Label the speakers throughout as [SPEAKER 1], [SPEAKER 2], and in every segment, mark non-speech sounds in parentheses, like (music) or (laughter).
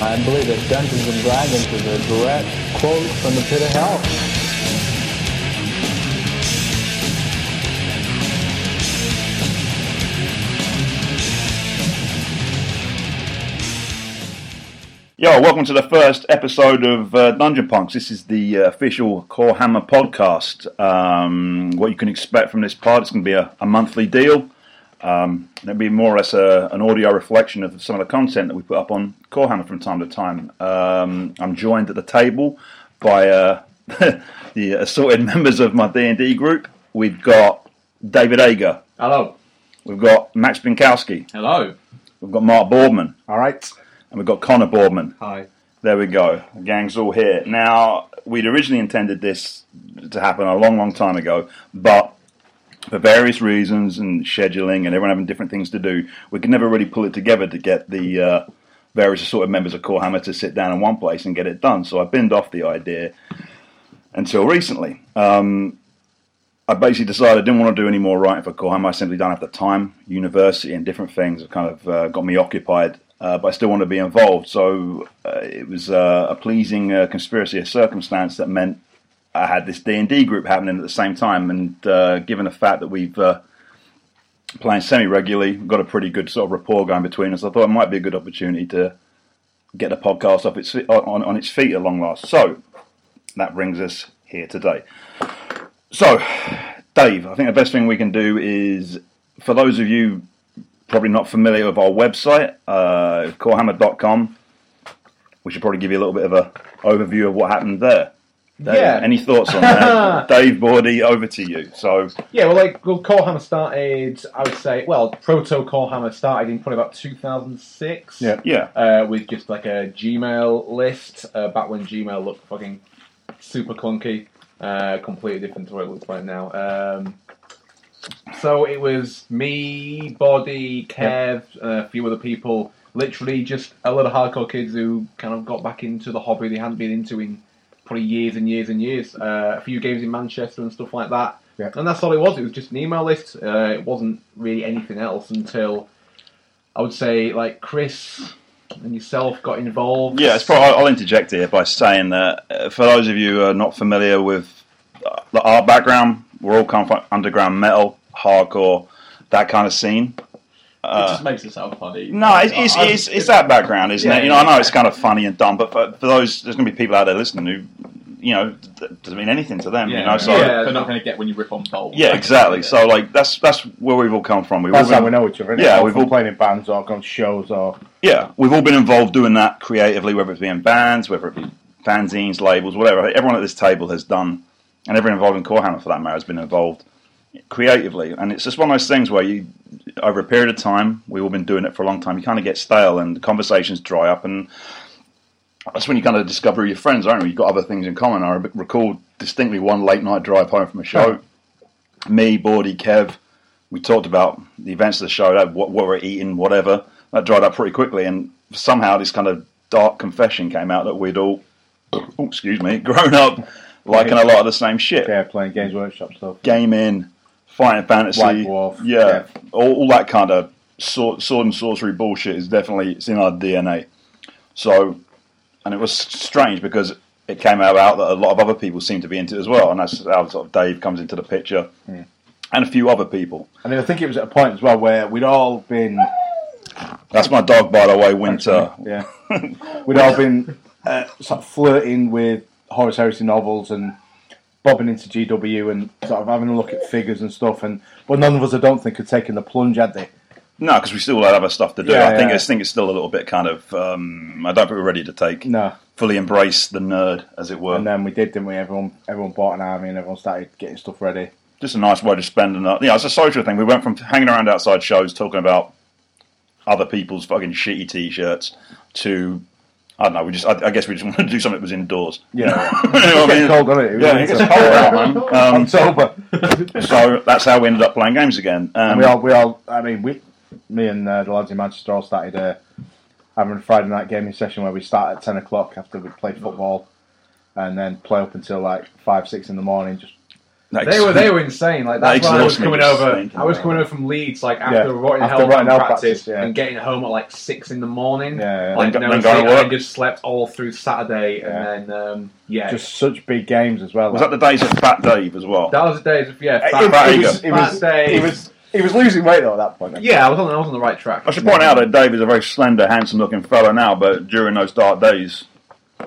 [SPEAKER 1] I believe that Dungeons and Dragons is a direct quote from the pit of hell.
[SPEAKER 2] Yo, welcome to the first episode of uh, Dungeon Punks. This is the uh, official Core Hammer podcast. Um, what you can expect from this pod, it's going to be a, a monthly deal. Um, it'll be more or less a, an audio reflection of some of the content that we put up on Core Hammer from time to time. Um, I'm joined at the table by uh, (laughs) the assorted members of my D&D group. We've got David Ager.
[SPEAKER 3] Hello.
[SPEAKER 2] We've got Max Binkowski.
[SPEAKER 3] Hello.
[SPEAKER 2] We've got Mark Boardman.
[SPEAKER 4] All right.
[SPEAKER 2] And we've got Connor Boardman.
[SPEAKER 3] Hi.
[SPEAKER 2] There we go. The gang's all here. Now, we'd originally intended this to happen a long, long time ago, but for various reasons and scheduling and everyone having different things to do, we could never really pull it together to get the uh, various assorted members of Core Hammer to sit down in one place and get it done. So I binned off the idea until recently. Um, I basically decided I didn't want to do any more writing for Core Hammer. I simply don't have the time. University and different things have kind of uh, got me occupied, uh, but I still want to be involved. So uh, it was uh, a pleasing uh, conspiracy of circumstance that meant I had this D and D group happening at the same time. And uh, given the fact that we've uh, playing semi regularly, got a pretty good sort of rapport going between us, I thought it might be a good opportunity to get the podcast off its fe- on, on its feet at long last. So that brings us here today. So, Dave, I think the best thing we can do is for those of you probably not familiar with our website, uh, corehammer.com, we should probably give you a little bit of a overview of what happened there. Dave,
[SPEAKER 4] Yeah.
[SPEAKER 2] Any thoughts on that? Dave Bordy, over to you. So,
[SPEAKER 4] Yeah, well, like, well, Core Hammer started, I would say, well, Proto Core Hammer started in probably about 2006.
[SPEAKER 2] yeah. Yeah.
[SPEAKER 4] Uh, with just like a Gmail list, uh, back when Gmail looked fucking super clunky, uh, completely different to what it looks like now. Um, so it was me, Body, Kev, uh, a few other people, literally just a lot of hardcore kids who kind of got back into the hobby they hadn't been into in probably years and years and years. Uh, a few games in Manchester and stuff like that.
[SPEAKER 5] Yeah.
[SPEAKER 4] And that's all it was. It was just an email list. Uh, it wasn't really anything else until I would say like Chris and yourself got involved.
[SPEAKER 2] Yeah, it's probably, I'll interject here by saying that uh, for those of you who are not familiar with uh, our background, we're all come from underground metal, hardcore, that kind of scene.
[SPEAKER 3] it
[SPEAKER 2] Uh,
[SPEAKER 3] just makes it sound funny.
[SPEAKER 2] no, it's, it's,
[SPEAKER 3] I-
[SPEAKER 2] it's, it's that background, isn't
[SPEAKER 3] Yeah,
[SPEAKER 2] it? You know, I know
[SPEAKER 3] yeah.
[SPEAKER 2] it's kind of funny and dumb, but for, for those, there's going to be people out there listening who, you know, th- doesn't mean anything to them.
[SPEAKER 3] Yeah,
[SPEAKER 2] you know, so
[SPEAKER 4] Yeah.
[SPEAKER 2] yeah,
[SPEAKER 3] they're not going to get when you rip on Bolt.
[SPEAKER 2] exactly.
[SPEAKER 3] Yeah.
[SPEAKER 2] So like that's that's where we've all come from. We've
[SPEAKER 5] That's
[SPEAKER 2] all been-
[SPEAKER 5] how we know each other. innit?
[SPEAKER 2] Yeah,
[SPEAKER 5] Or
[SPEAKER 2] we've
[SPEAKER 5] from
[SPEAKER 2] all-
[SPEAKER 5] playing in bands or gone to shows or
[SPEAKER 2] Yeah, we've all been involved doing that creatively, whether it be in bands, whether it be fanzines, labels, whatever. Everyone at this table has done, and everyone involved in Corehammer for that matter has been involved creatively. And it's just one of those things where you, over a period of time, we've all been doing it for a long time. You kind of get stale, and the conversations dry up, and that's when you kind of discover your friends, aren't you? You've got other things in common. I recall distinctly one late night drive home from a show. Me, Bordy, Kev, we talked about the events of the show, that, what, what we're eating, whatever. That dried up pretty quickly, and somehow this kind of dark confession came out that we'd all, (coughs) oh, excuse me, (laughs) grown up liking a lot of the same shit.
[SPEAKER 5] yeah, playing Games Workshop stuff.
[SPEAKER 2] Gaming, fighting fantasy,
[SPEAKER 5] White Dwarf,
[SPEAKER 2] yeah,
[SPEAKER 5] yeah.
[SPEAKER 2] All, all that kind of sword, sword and sorcery bullshit is definitely it's in our DNA. So, and it was strange because it came about that a lot of other people seemed to be into it as well, and that's how sort of Dave comes into the picture,
[SPEAKER 5] Hmm.
[SPEAKER 2] and a few other people.
[SPEAKER 5] And I think it was at a point as well where we'd all been,
[SPEAKER 2] That's my dog, by the way, Winter.
[SPEAKER 5] (laughs) yeah, we'd all been uh, sort of flirting with Horace Heresy novels and bobbing into GW and sort of having a look at figures and stuff. And but none of us, I don't think, had taken the plunge, had they?
[SPEAKER 2] No, because we still had other stuff to do.
[SPEAKER 5] Yeah,
[SPEAKER 2] I think
[SPEAKER 5] yeah.
[SPEAKER 2] I think it's still a little bit kind of. Um, I don't think we're ready to take
[SPEAKER 5] No.
[SPEAKER 2] fully embrace the nerd, as it were.
[SPEAKER 5] And then we did, didn't we? Everyone, everyone bought an army and everyone started getting stuff ready.
[SPEAKER 2] just a nice way to spend another. You know, it's a social thing. We went from hanging around outside shows talking about other people's fucking shitty t-shirts to I don't know. We just I, I guess we just (laughs) wanted to do something that was indoors.
[SPEAKER 5] (laughs) Yeah,
[SPEAKER 2] You know what I
[SPEAKER 5] It's
[SPEAKER 2] mean?
[SPEAKER 5] cold, isn't it? It was
[SPEAKER 2] Yeah, it
[SPEAKER 5] winter.
[SPEAKER 2] gets cold out, man. Um,
[SPEAKER 5] (laughs) October.
[SPEAKER 2] so that's how we ended up playing games again. Um,
[SPEAKER 5] And we all, we all, I mean, we, me and uh, the lads in Manchester all started uh, having a Friday night gaming session where we start at 10 o'clock after we play football and then play up until like 5, 6 in the morning, just
[SPEAKER 2] Like,
[SPEAKER 4] They were they were insane. Like
[SPEAKER 2] That
[SPEAKER 4] that's why I was
[SPEAKER 2] exhausts me
[SPEAKER 4] coming
[SPEAKER 2] just
[SPEAKER 4] over.
[SPEAKER 2] thinking
[SPEAKER 4] I was
[SPEAKER 2] about
[SPEAKER 4] coming
[SPEAKER 2] it.
[SPEAKER 4] over from Leeds like after a rotting
[SPEAKER 5] after
[SPEAKER 4] hell
[SPEAKER 5] rotting hell
[SPEAKER 4] practice,
[SPEAKER 5] practice, yeah.
[SPEAKER 4] and getting home at like six in the
[SPEAKER 2] Mm.
[SPEAKER 4] morning.
[SPEAKER 5] Yeah, yeah.
[SPEAKER 4] Like
[SPEAKER 2] Then go-
[SPEAKER 4] no
[SPEAKER 2] then go to
[SPEAKER 4] sleep, and
[SPEAKER 2] work.
[SPEAKER 4] then just slept all through Saturday
[SPEAKER 5] Yeah.
[SPEAKER 4] and then um, yeah.
[SPEAKER 5] Just such big games as well.
[SPEAKER 2] Was that the days of Fat Dave as well?
[SPEAKER 4] that was the days of yeah.
[SPEAKER 5] It-
[SPEAKER 4] Fat,
[SPEAKER 5] it
[SPEAKER 2] Fat
[SPEAKER 5] was-
[SPEAKER 4] Fat
[SPEAKER 5] it was-
[SPEAKER 4] Dave.
[SPEAKER 5] He was he was losing weight though at that point.
[SPEAKER 4] yeah, I was on I was on the right track.
[SPEAKER 2] I should point out that Dave is a very slender, handsome-looking fellow now, but during those dark
[SPEAKER 4] (laughs)
[SPEAKER 2] days,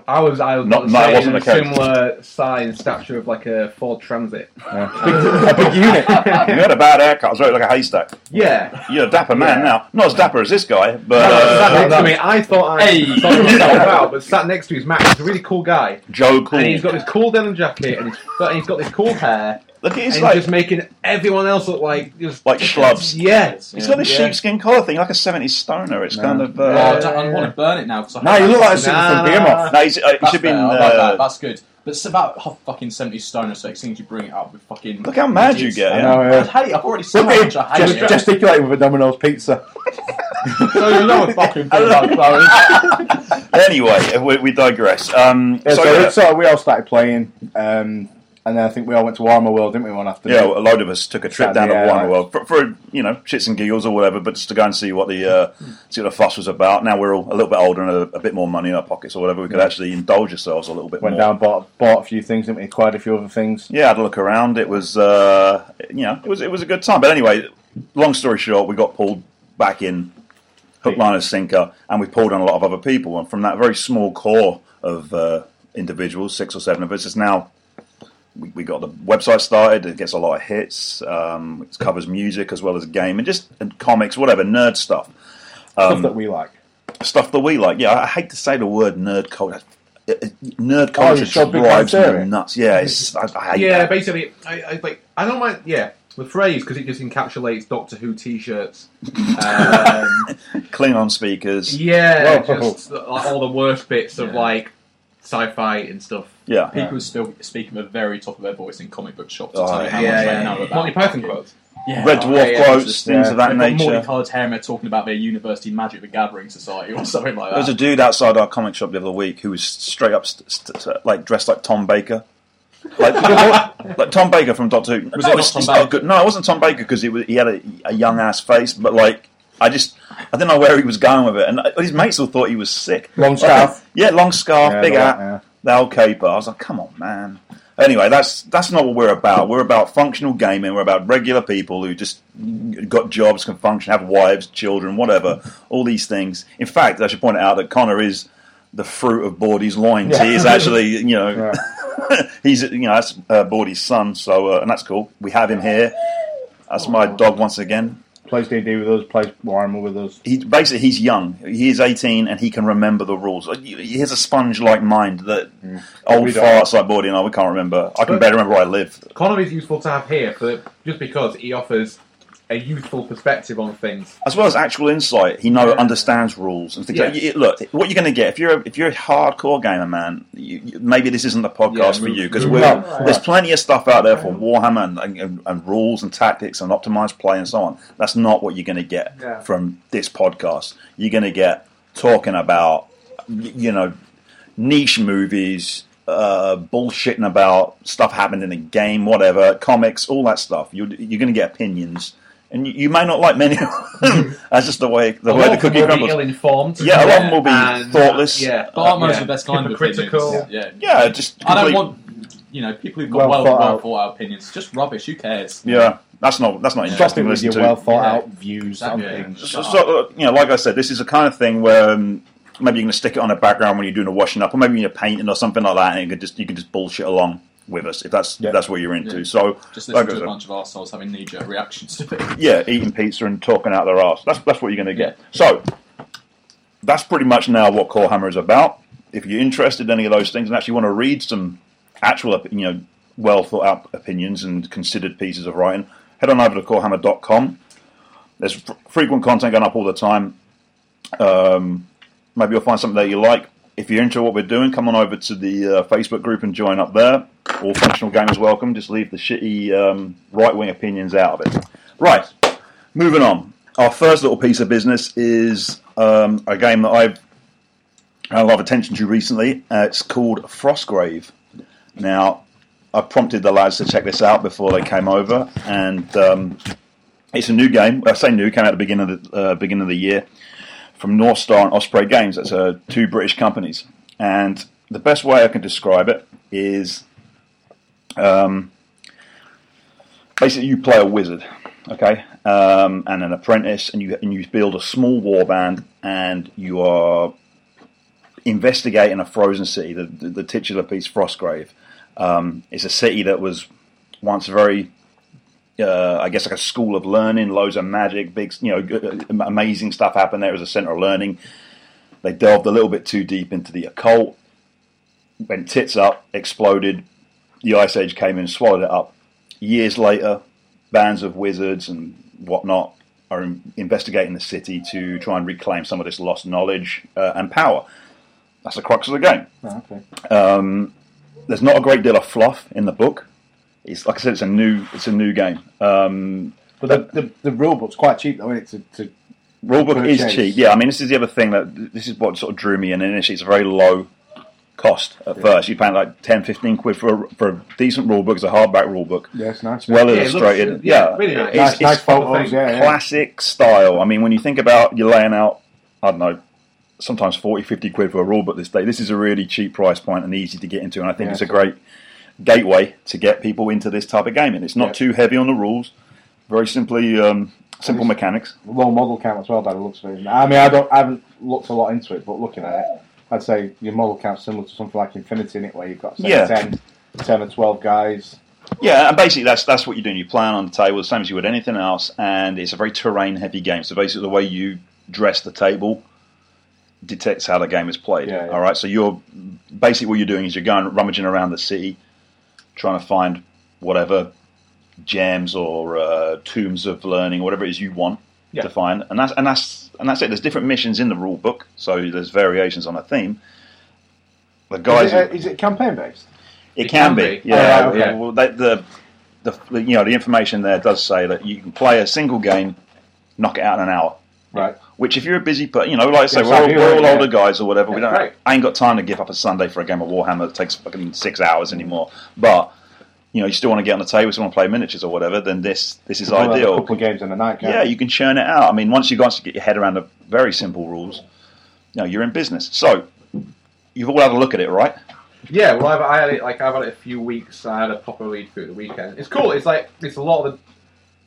[SPEAKER 4] I was I was
[SPEAKER 2] Not-
[SPEAKER 4] about to
[SPEAKER 2] no, it
[SPEAKER 4] say,
[SPEAKER 2] wasn't
[SPEAKER 4] in a
[SPEAKER 2] the case.
[SPEAKER 4] similar size and stature of like a Ford Transit.
[SPEAKER 5] Yeah. a big unit.
[SPEAKER 2] you had a bad haircut. It's very like a haystack.
[SPEAKER 4] Yeah.
[SPEAKER 2] You're a dapper man
[SPEAKER 4] Yeah.
[SPEAKER 2] now. Not as dapper as this guy, but
[SPEAKER 4] sat
[SPEAKER 2] uh,
[SPEAKER 4] next to me, I thought I
[SPEAKER 3] Hey.
[SPEAKER 4] thought myself out, but sat next to his Max, he's a really cool guy.
[SPEAKER 2] Joe Cool.
[SPEAKER 4] And he's got this cool denim jacket, and he's, but he's got this cool hair,
[SPEAKER 2] Look at
[SPEAKER 4] and
[SPEAKER 2] his
[SPEAKER 4] he's
[SPEAKER 2] like,
[SPEAKER 4] just making everyone else look like just
[SPEAKER 2] like schlubs.
[SPEAKER 4] yeah.
[SPEAKER 2] He's got this
[SPEAKER 4] Yeah.
[SPEAKER 2] sheepskin collar thing, like a '70s stoner. It's
[SPEAKER 5] No.
[SPEAKER 2] kind of.
[SPEAKER 3] Oh,
[SPEAKER 2] Uh,
[SPEAKER 3] I, don't, I want to burn it now. 'cause I
[SPEAKER 5] no,
[SPEAKER 3] hate
[SPEAKER 5] you
[SPEAKER 3] that.
[SPEAKER 5] look like a
[SPEAKER 4] Nah,
[SPEAKER 5] from
[SPEAKER 4] nah,
[SPEAKER 5] Behemoth.
[SPEAKER 2] no, he's, uh, he
[SPEAKER 3] That's
[SPEAKER 2] should be.
[SPEAKER 3] better, I like that.
[SPEAKER 2] Uh,
[SPEAKER 3] That's good. But it's about how fucking 70s stoner, so as soon as you bring it up, we fucking.
[SPEAKER 2] look how mad you get. (laughs)
[SPEAKER 5] I
[SPEAKER 2] Yeah.
[SPEAKER 5] know,
[SPEAKER 3] I
[SPEAKER 5] yeah.
[SPEAKER 3] hate I've already said
[SPEAKER 5] Look
[SPEAKER 3] how
[SPEAKER 5] at
[SPEAKER 3] much
[SPEAKER 5] him
[SPEAKER 3] I hate
[SPEAKER 5] gest-
[SPEAKER 3] it.
[SPEAKER 5] gesticulating with a Domino's
[SPEAKER 2] (laughs)
[SPEAKER 5] pizza.
[SPEAKER 3] So you know a fucking thing like
[SPEAKER 2] Anyway, uh, we, we digress. Um,
[SPEAKER 5] Yeah,
[SPEAKER 2] so,
[SPEAKER 5] so,
[SPEAKER 2] yeah,
[SPEAKER 5] so we all started playing, um, and then I think we all went to Warmer World, didn't we, one afternoon?
[SPEAKER 2] yeah, a load of us took a trip down to
[SPEAKER 5] Yeah,
[SPEAKER 2] Warner
[SPEAKER 5] right.
[SPEAKER 2] World for, for you know shits and giggles or whatever, but just to go and see what the uh, see what the fuss was about. Now we're all a little bit older and a, a bit more money in our pockets or whatever. We could actually indulge ourselves a little bit
[SPEAKER 5] Went
[SPEAKER 2] more.
[SPEAKER 5] down, bought bought a few things, didn't we? Quite a few other things.
[SPEAKER 2] yeah, I had a look around. It was, uh, you know, it was it was a good time. But anyway, long story short, we got pulled back in hook, line, and sinker, and we pulled on a lot of other people. And from that very small core of uh, individuals, six or seven of us, it's now we, we got the website started. It gets a lot of hits. Um, it covers music as well as game and just and comics, whatever nerd stuff,
[SPEAKER 5] stuff
[SPEAKER 2] Um,
[SPEAKER 5] that we like.
[SPEAKER 2] stuff that we like. Yeah, I hate to say the word nerd culture. Nerd
[SPEAKER 5] Oh,
[SPEAKER 2] culture
[SPEAKER 5] you're so big
[SPEAKER 2] drives me
[SPEAKER 5] criteria.
[SPEAKER 2] nuts. Yeah, it's, I, I hate (laughs)
[SPEAKER 4] Yeah,
[SPEAKER 2] that.
[SPEAKER 4] basically, I, I like. I don't mind. Yeah, the phrase because it just encapsulates Doctor Who T-shirts.
[SPEAKER 2] (laughs)
[SPEAKER 4] Um,
[SPEAKER 2] Klingon speakers.
[SPEAKER 4] yeah,
[SPEAKER 5] Whoa.
[SPEAKER 4] just like, all the worst bits of
[SPEAKER 3] Yeah.
[SPEAKER 4] like sci-fi and stuff.
[SPEAKER 2] Yeah.
[SPEAKER 3] People still speak at the very top of their voice in comic book shops to
[SPEAKER 2] Oh,
[SPEAKER 3] tell you how
[SPEAKER 2] yeah,
[SPEAKER 3] much
[SPEAKER 2] yeah.
[SPEAKER 3] they know about
[SPEAKER 4] Monty Python quotes.
[SPEAKER 3] Yeah,
[SPEAKER 2] Red
[SPEAKER 3] oh,
[SPEAKER 2] Dwarf
[SPEAKER 3] yeah,
[SPEAKER 2] quotes,
[SPEAKER 3] just-
[SPEAKER 2] things
[SPEAKER 5] yeah.
[SPEAKER 2] of that
[SPEAKER 3] They've got
[SPEAKER 2] nature.
[SPEAKER 3] Multicoloured hair and they're talking about their university Magic the Gathering Society or something like
[SPEAKER 2] There was a
[SPEAKER 3] that.
[SPEAKER 2] dude outside our comic shop the other week who was straight up, st- st- st- like dressed like Tom Baker, like,
[SPEAKER 3] (laughs)
[SPEAKER 2] like Tom Baker from Doctor Who.
[SPEAKER 3] Was
[SPEAKER 2] no,
[SPEAKER 3] it not
[SPEAKER 2] it's-
[SPEAKER 3] Tom
[SPEAKER 2] it's not
[SPEAKER 3] Baker?
[SPEAKER 2] good. No, it wasn't Tom Baker because he was he had a, a young ass face, but like I just I didn't know where he was going with it, and uh, his mates all thought he was sick.
[SPEAKER 5] Long scarf.
[SPEAKER 2] (laughs) yeah, long scarf,
[SPEAKER 5] Yeah,
[SPEAKER 2] big
[SPEAKER 5] the-
[SPEAKER 2] hat,
[SPEAKER 5] yeah.
[SPEAKER 2] the old caper. I was like, come on, man. Anyway, that's that's not what we're about. We're about functional gaming. We're about regular people who just got jobs, can function, have wives, children, whatever. All these things. In fact, I should point out that Connor is the fruit of Bordy's loins.
[SPEAKER 5] Yeah.
[SPEAKER 2] He is actually, you know, (laughs) he's you know that's uh, Bordy's son. So uh, and that's cool. We have him here. That's my dog once again.
[SPEAKER 5] Plays D&D with us, plays Warmer with us.
[SPEAKER 2] He basically he's young. He is eighteen and he can remember the rules. Like, He has a sponge like mind that old
[SPEAKER 5] We don't.
[SPEAKER 2] farts like Bordy and I we can't remember. I can
[SPEAKER 4] But-
[SPEAKER 2] barely remember where I live.
[SPEAKER 4] Connor is useful to have here for just because he offers a youthful perspective on things.
[SPEAKER 2] as well as actual insight. He know
[SPEAKER 4] Yeah.
[SPEAKER 2] understands rules and things.
[SPEAKER 4] Yeah.
[SPEAKER 2] Like, you- look, what you're going to get if you're a, if you're a hardcore gamer, man. You, you, maybe this isn't the
[SPEAKER 3] Yeah,
[SPEAKER 2] podcast for
[SPEAKER 3] move-
[SPEAKER 2] you because
[SPEAKER 5] move
[SPEAKER 2] we're
[SPEAKER 5] on.
[SPEAKER 2] there's
[SPEAKER 5] Right.
[SPEAKER 2] plenty of stuff out there for Warhammer and, and, and, rules and tactics and optimized play and so on. That's not what you're going to get
[SPEAKER 4] Yeah.
[SPEAKER 2] from this podcast. You're going to get talking about y- you know niche movies. Uh, bullshitting about stuff happened in a game, whatever, comics, all that stuff. You're, you're going to get opinions, and you, you may not like many of them. (laughs) That's just the way the
[SPEAKER 4] A
[SPEAKER 2] way
[SPEAKER 4] lot
[SPEAKER 2] the
[SPEAKER 4] of them
[SPEAKER 2] cookie
[SPEAKER 4] will be
[SPEAKER 2] crumbles.
[SPEAKER 4] ill-informed.
[SPEAKER 2] Yeah, a lot of them will be
[SPEAKER 4] and- uh,
[SPEAKER 2] thoughtless.
[SPEAKER 4] Yeah,
[SPEAKER 3] But Armo's
[SPEAKER 4] yeah.
[SPEAKER 3] the best kind of
[SPEAKER 4] Hypocritical.
[SPEAKER 3] opinions. Yeah.
[SPEAKER 2] Yeah, just
[SPEAKER 3] I don't
[SPEAKER 2] complete-
[SPEAKER 3] want, you know, people who've got
[SPEAKER 5] Well
[SPEAKER 3] well,
[SPEAKER 5] thought
[SPEAKER 3] well,
[SPEAKER 5] out.
[SPEAKER 3] thought out opinions. Just rubbish. Who cares?
[SPEAKER 2] Yeah, that's not that's not
[SPEAKER 5] Trust me
[SPEAKER 2] interesting to
[SPEAKER 5] with
[SPEAKER 2] listen
[SPEAKER 5] your
[SPEAKER 2] to.
[SPEAKER 5] well thought out
[SPEAKER 3] Yeah.
[SPEAKER 5] views
[SPEAKER 3] Exactly.
[SPEAKER 5] on
[SPEAKER 3] Yeah.
[SPEAKER 5] things.
[SPEAKER 2] So, so, uh, you know, like I said, this is the kind of thing where um, maybe you're going to stick it on a background when you're doing a washing up, or maybe you're painting or something like that, and you could just you could just bullshit along with us if that's
[SPEAKER 5] Yeah.
[SPEAKER 2] if that's what you're into.
[SPEAKER 3] Yeah.
[SPEAKER 2] So,
[SPEAKER 3] Just
[SPEAKER 2] like I
[SPEAKER 3] listen to a
[SPEAKER 2] said,
[SPEAKER 3] bunch of arseholes having knee jerk reactions to things.
[SPEAKER 2] (laughs) yeah, eating pizza and talking out their ass. That's that's what you're going to get. So that's pretty much now what Core Hammer is about. If you're interested in any of those things and actually want to read some actual, op- you know, well thought out opinions and considered pieces of writing, head on over to corehammer.com. There's fr- frequent content going up all the time. Um, maybe you'll find something that you like. If you're into what we're doing, come on over to the uh, Facebook group and join up there. All functional gamers welcome. Just leave the shitty um, right wing opinions out of it. Right, moving on. Our first little piece of business is um, a game that I've had a lot of attention to recently. Uh, it's called Frostgrave. Now, I prompted the lads to check this out before they came over, and um, it's a new game. I say new, came out at the beginning of the uh, beginning of the year from North Star and Osprey Games. That's uh, two British companies, and the best way I can describe it is um, basically you play a wizard, okay, um, and an apprentice, and you and you build a small warband, and you are investigating a frozen city, the the, the titular piece, Frostgrave. Um, it's a city that was once very uh, I guess like a school of learning, loads of magic, big, you know, good- amazing stuff happened there. It was a center of learning. They delved a little bit too deep into the occult, went tits up, exploded. The Ice Age came in and swallowed it up years later, bands of wizards and whatnot are in- investigating the city to try and reclaim some of this lost knowledge uh, and power. That's the crux of the game. Um,
[SPEAKER 5] Okay.
[SPEAKER 2] There's not a great deal of fluff in the book. It's like I said, it's a new, it's a new game. Um,
[SPEAKER 5] But the, the, the rule book's quite cheap, though, isn't it? To, to,
[SPEAKER 2] rulebook is
[SPEAKER 5] Purchase.
[SPEAKER 2] cheap. Yeah, I mean, this is the other thing that this is what sort of drew me in initially. It's a very low cost at first. You're paying like 10, 15 quid for a, for a decent rulebook. It's a hardback rulebook.
[SPEAKER 5] yeah, it's nice.
[SPEAKER 2] Well
[SPEAKER 4] it looks-
[SPEAKER 2] illustrated.
[SPEAKER 4] yeah,
[SPEAKER 2] yeah,
[SPEAKER 4] really nice.
[SPEAKER 2] It's-
[SPEAKER 5] uh, nice, nice
[SPEAKER 2] it's-
[SPEAKER 5] photos, yeah. yeah.
[SPEAKER 2] classic style. I mean, when you think about you're laying out, I don't know, sometimes 40, 50 quid for a rule book this day, this is a really cheap price point and easy to get into. And I think
[SPEAKER 5] Yeah.
[SPEAKER 2] it's a great gateway to get people into this type of gaming. It's not
[SPEAKER 5] Yeah.
[SPEAKER 2] too heavy on the rules, very simply, um, simple
[SPEAKER 5] Nice.
[SPEAKER 2] mechanics.
[SPEAKER 5] low model count as well by the looks of it. I mean, I don't, I haven't looked a lot into it, but looking at it, I'd say your model count's similar to something like Infinity, in it, where you've got say,
[SPEAKER 2] Yeah.
[SPEAKER 5] 10, 10 or twelve guys.
[SPEAKER 2] Yeah, and basically that's that's what you're doing. You're playing on the table the same as you would anything else, and it's a very terrain heavy game. So basically, the way you dress the table detects how the game is played.
[SPEAKER 5] Yeah, yeah.
[SPEAKER 2] All right, so you're basically what you're doing is you're going rummaging around the city, trying to find whatever gems or uh, tombs of learning, whatever it is you want
[SPEAKER 4] Yeah.
[SPEAKER 2] to find, and that's and that's and that's it. There's different missions in the rule book, so there's variations on a theme. The guys,
[SPEAKER 5] Is it, uh, is it campaign based?
[SPEAKER 2] it,
[SPEAKER 4] It
[SPEAKER 2] can,
[SPEAKER 4] can
[SPEAKER 2] be.
[SPEAKER 4] be.
[SPEAKER 2] Yeah.
[SPEAKER 5] Oh, okay.
[SPEAKER 2] yeah. Well, they, the, the, the you know the information there does say that you can play a single game, knock it out in an hour.
[SPEAKER 5] Right.
[SPEAKER 2] Which, if you're a busy person, you know, like I say,
[SPEAKER 5] Yes,
[SPEAKER 2] we're
[SPEAKER 5] I
[SPEAKER 2] all,
[SPEAKER 5] do,
[SPEAKER 2] we're all
[SPEAKER 5] yeah.
[SPEAKER 2] older guys or whatever. we
[SPEAKER 4] Yeah,
[SPEAKER 2] don't.
[SPEAKER 4] right.
[SPEAKER 2] I ain't got time to give up a Sunday for a game of Warhammer that takes fucking six hours anymore. But you know, you still want to get on the table, you still want to play miniatures or whatever. Then this this is
[SPEAKER 5] Well, A
[SPEAKER 2] ideal.
[SPEAKER 5] couple of games in a night. can't
[SPEAKER 2] Yeah,
[SPEAKER 5] you?
[SPEAKER 2] you can churn it out. I mean, once you guys get your head around the very simple rules, you know, you're in business. So you've all had a look at it, right?
[SPEAKER 4] Yeah, well, I've, I had it like I've had it a few weeks. I had a proper read through the weekend. It's cool. It's like it's a lot of the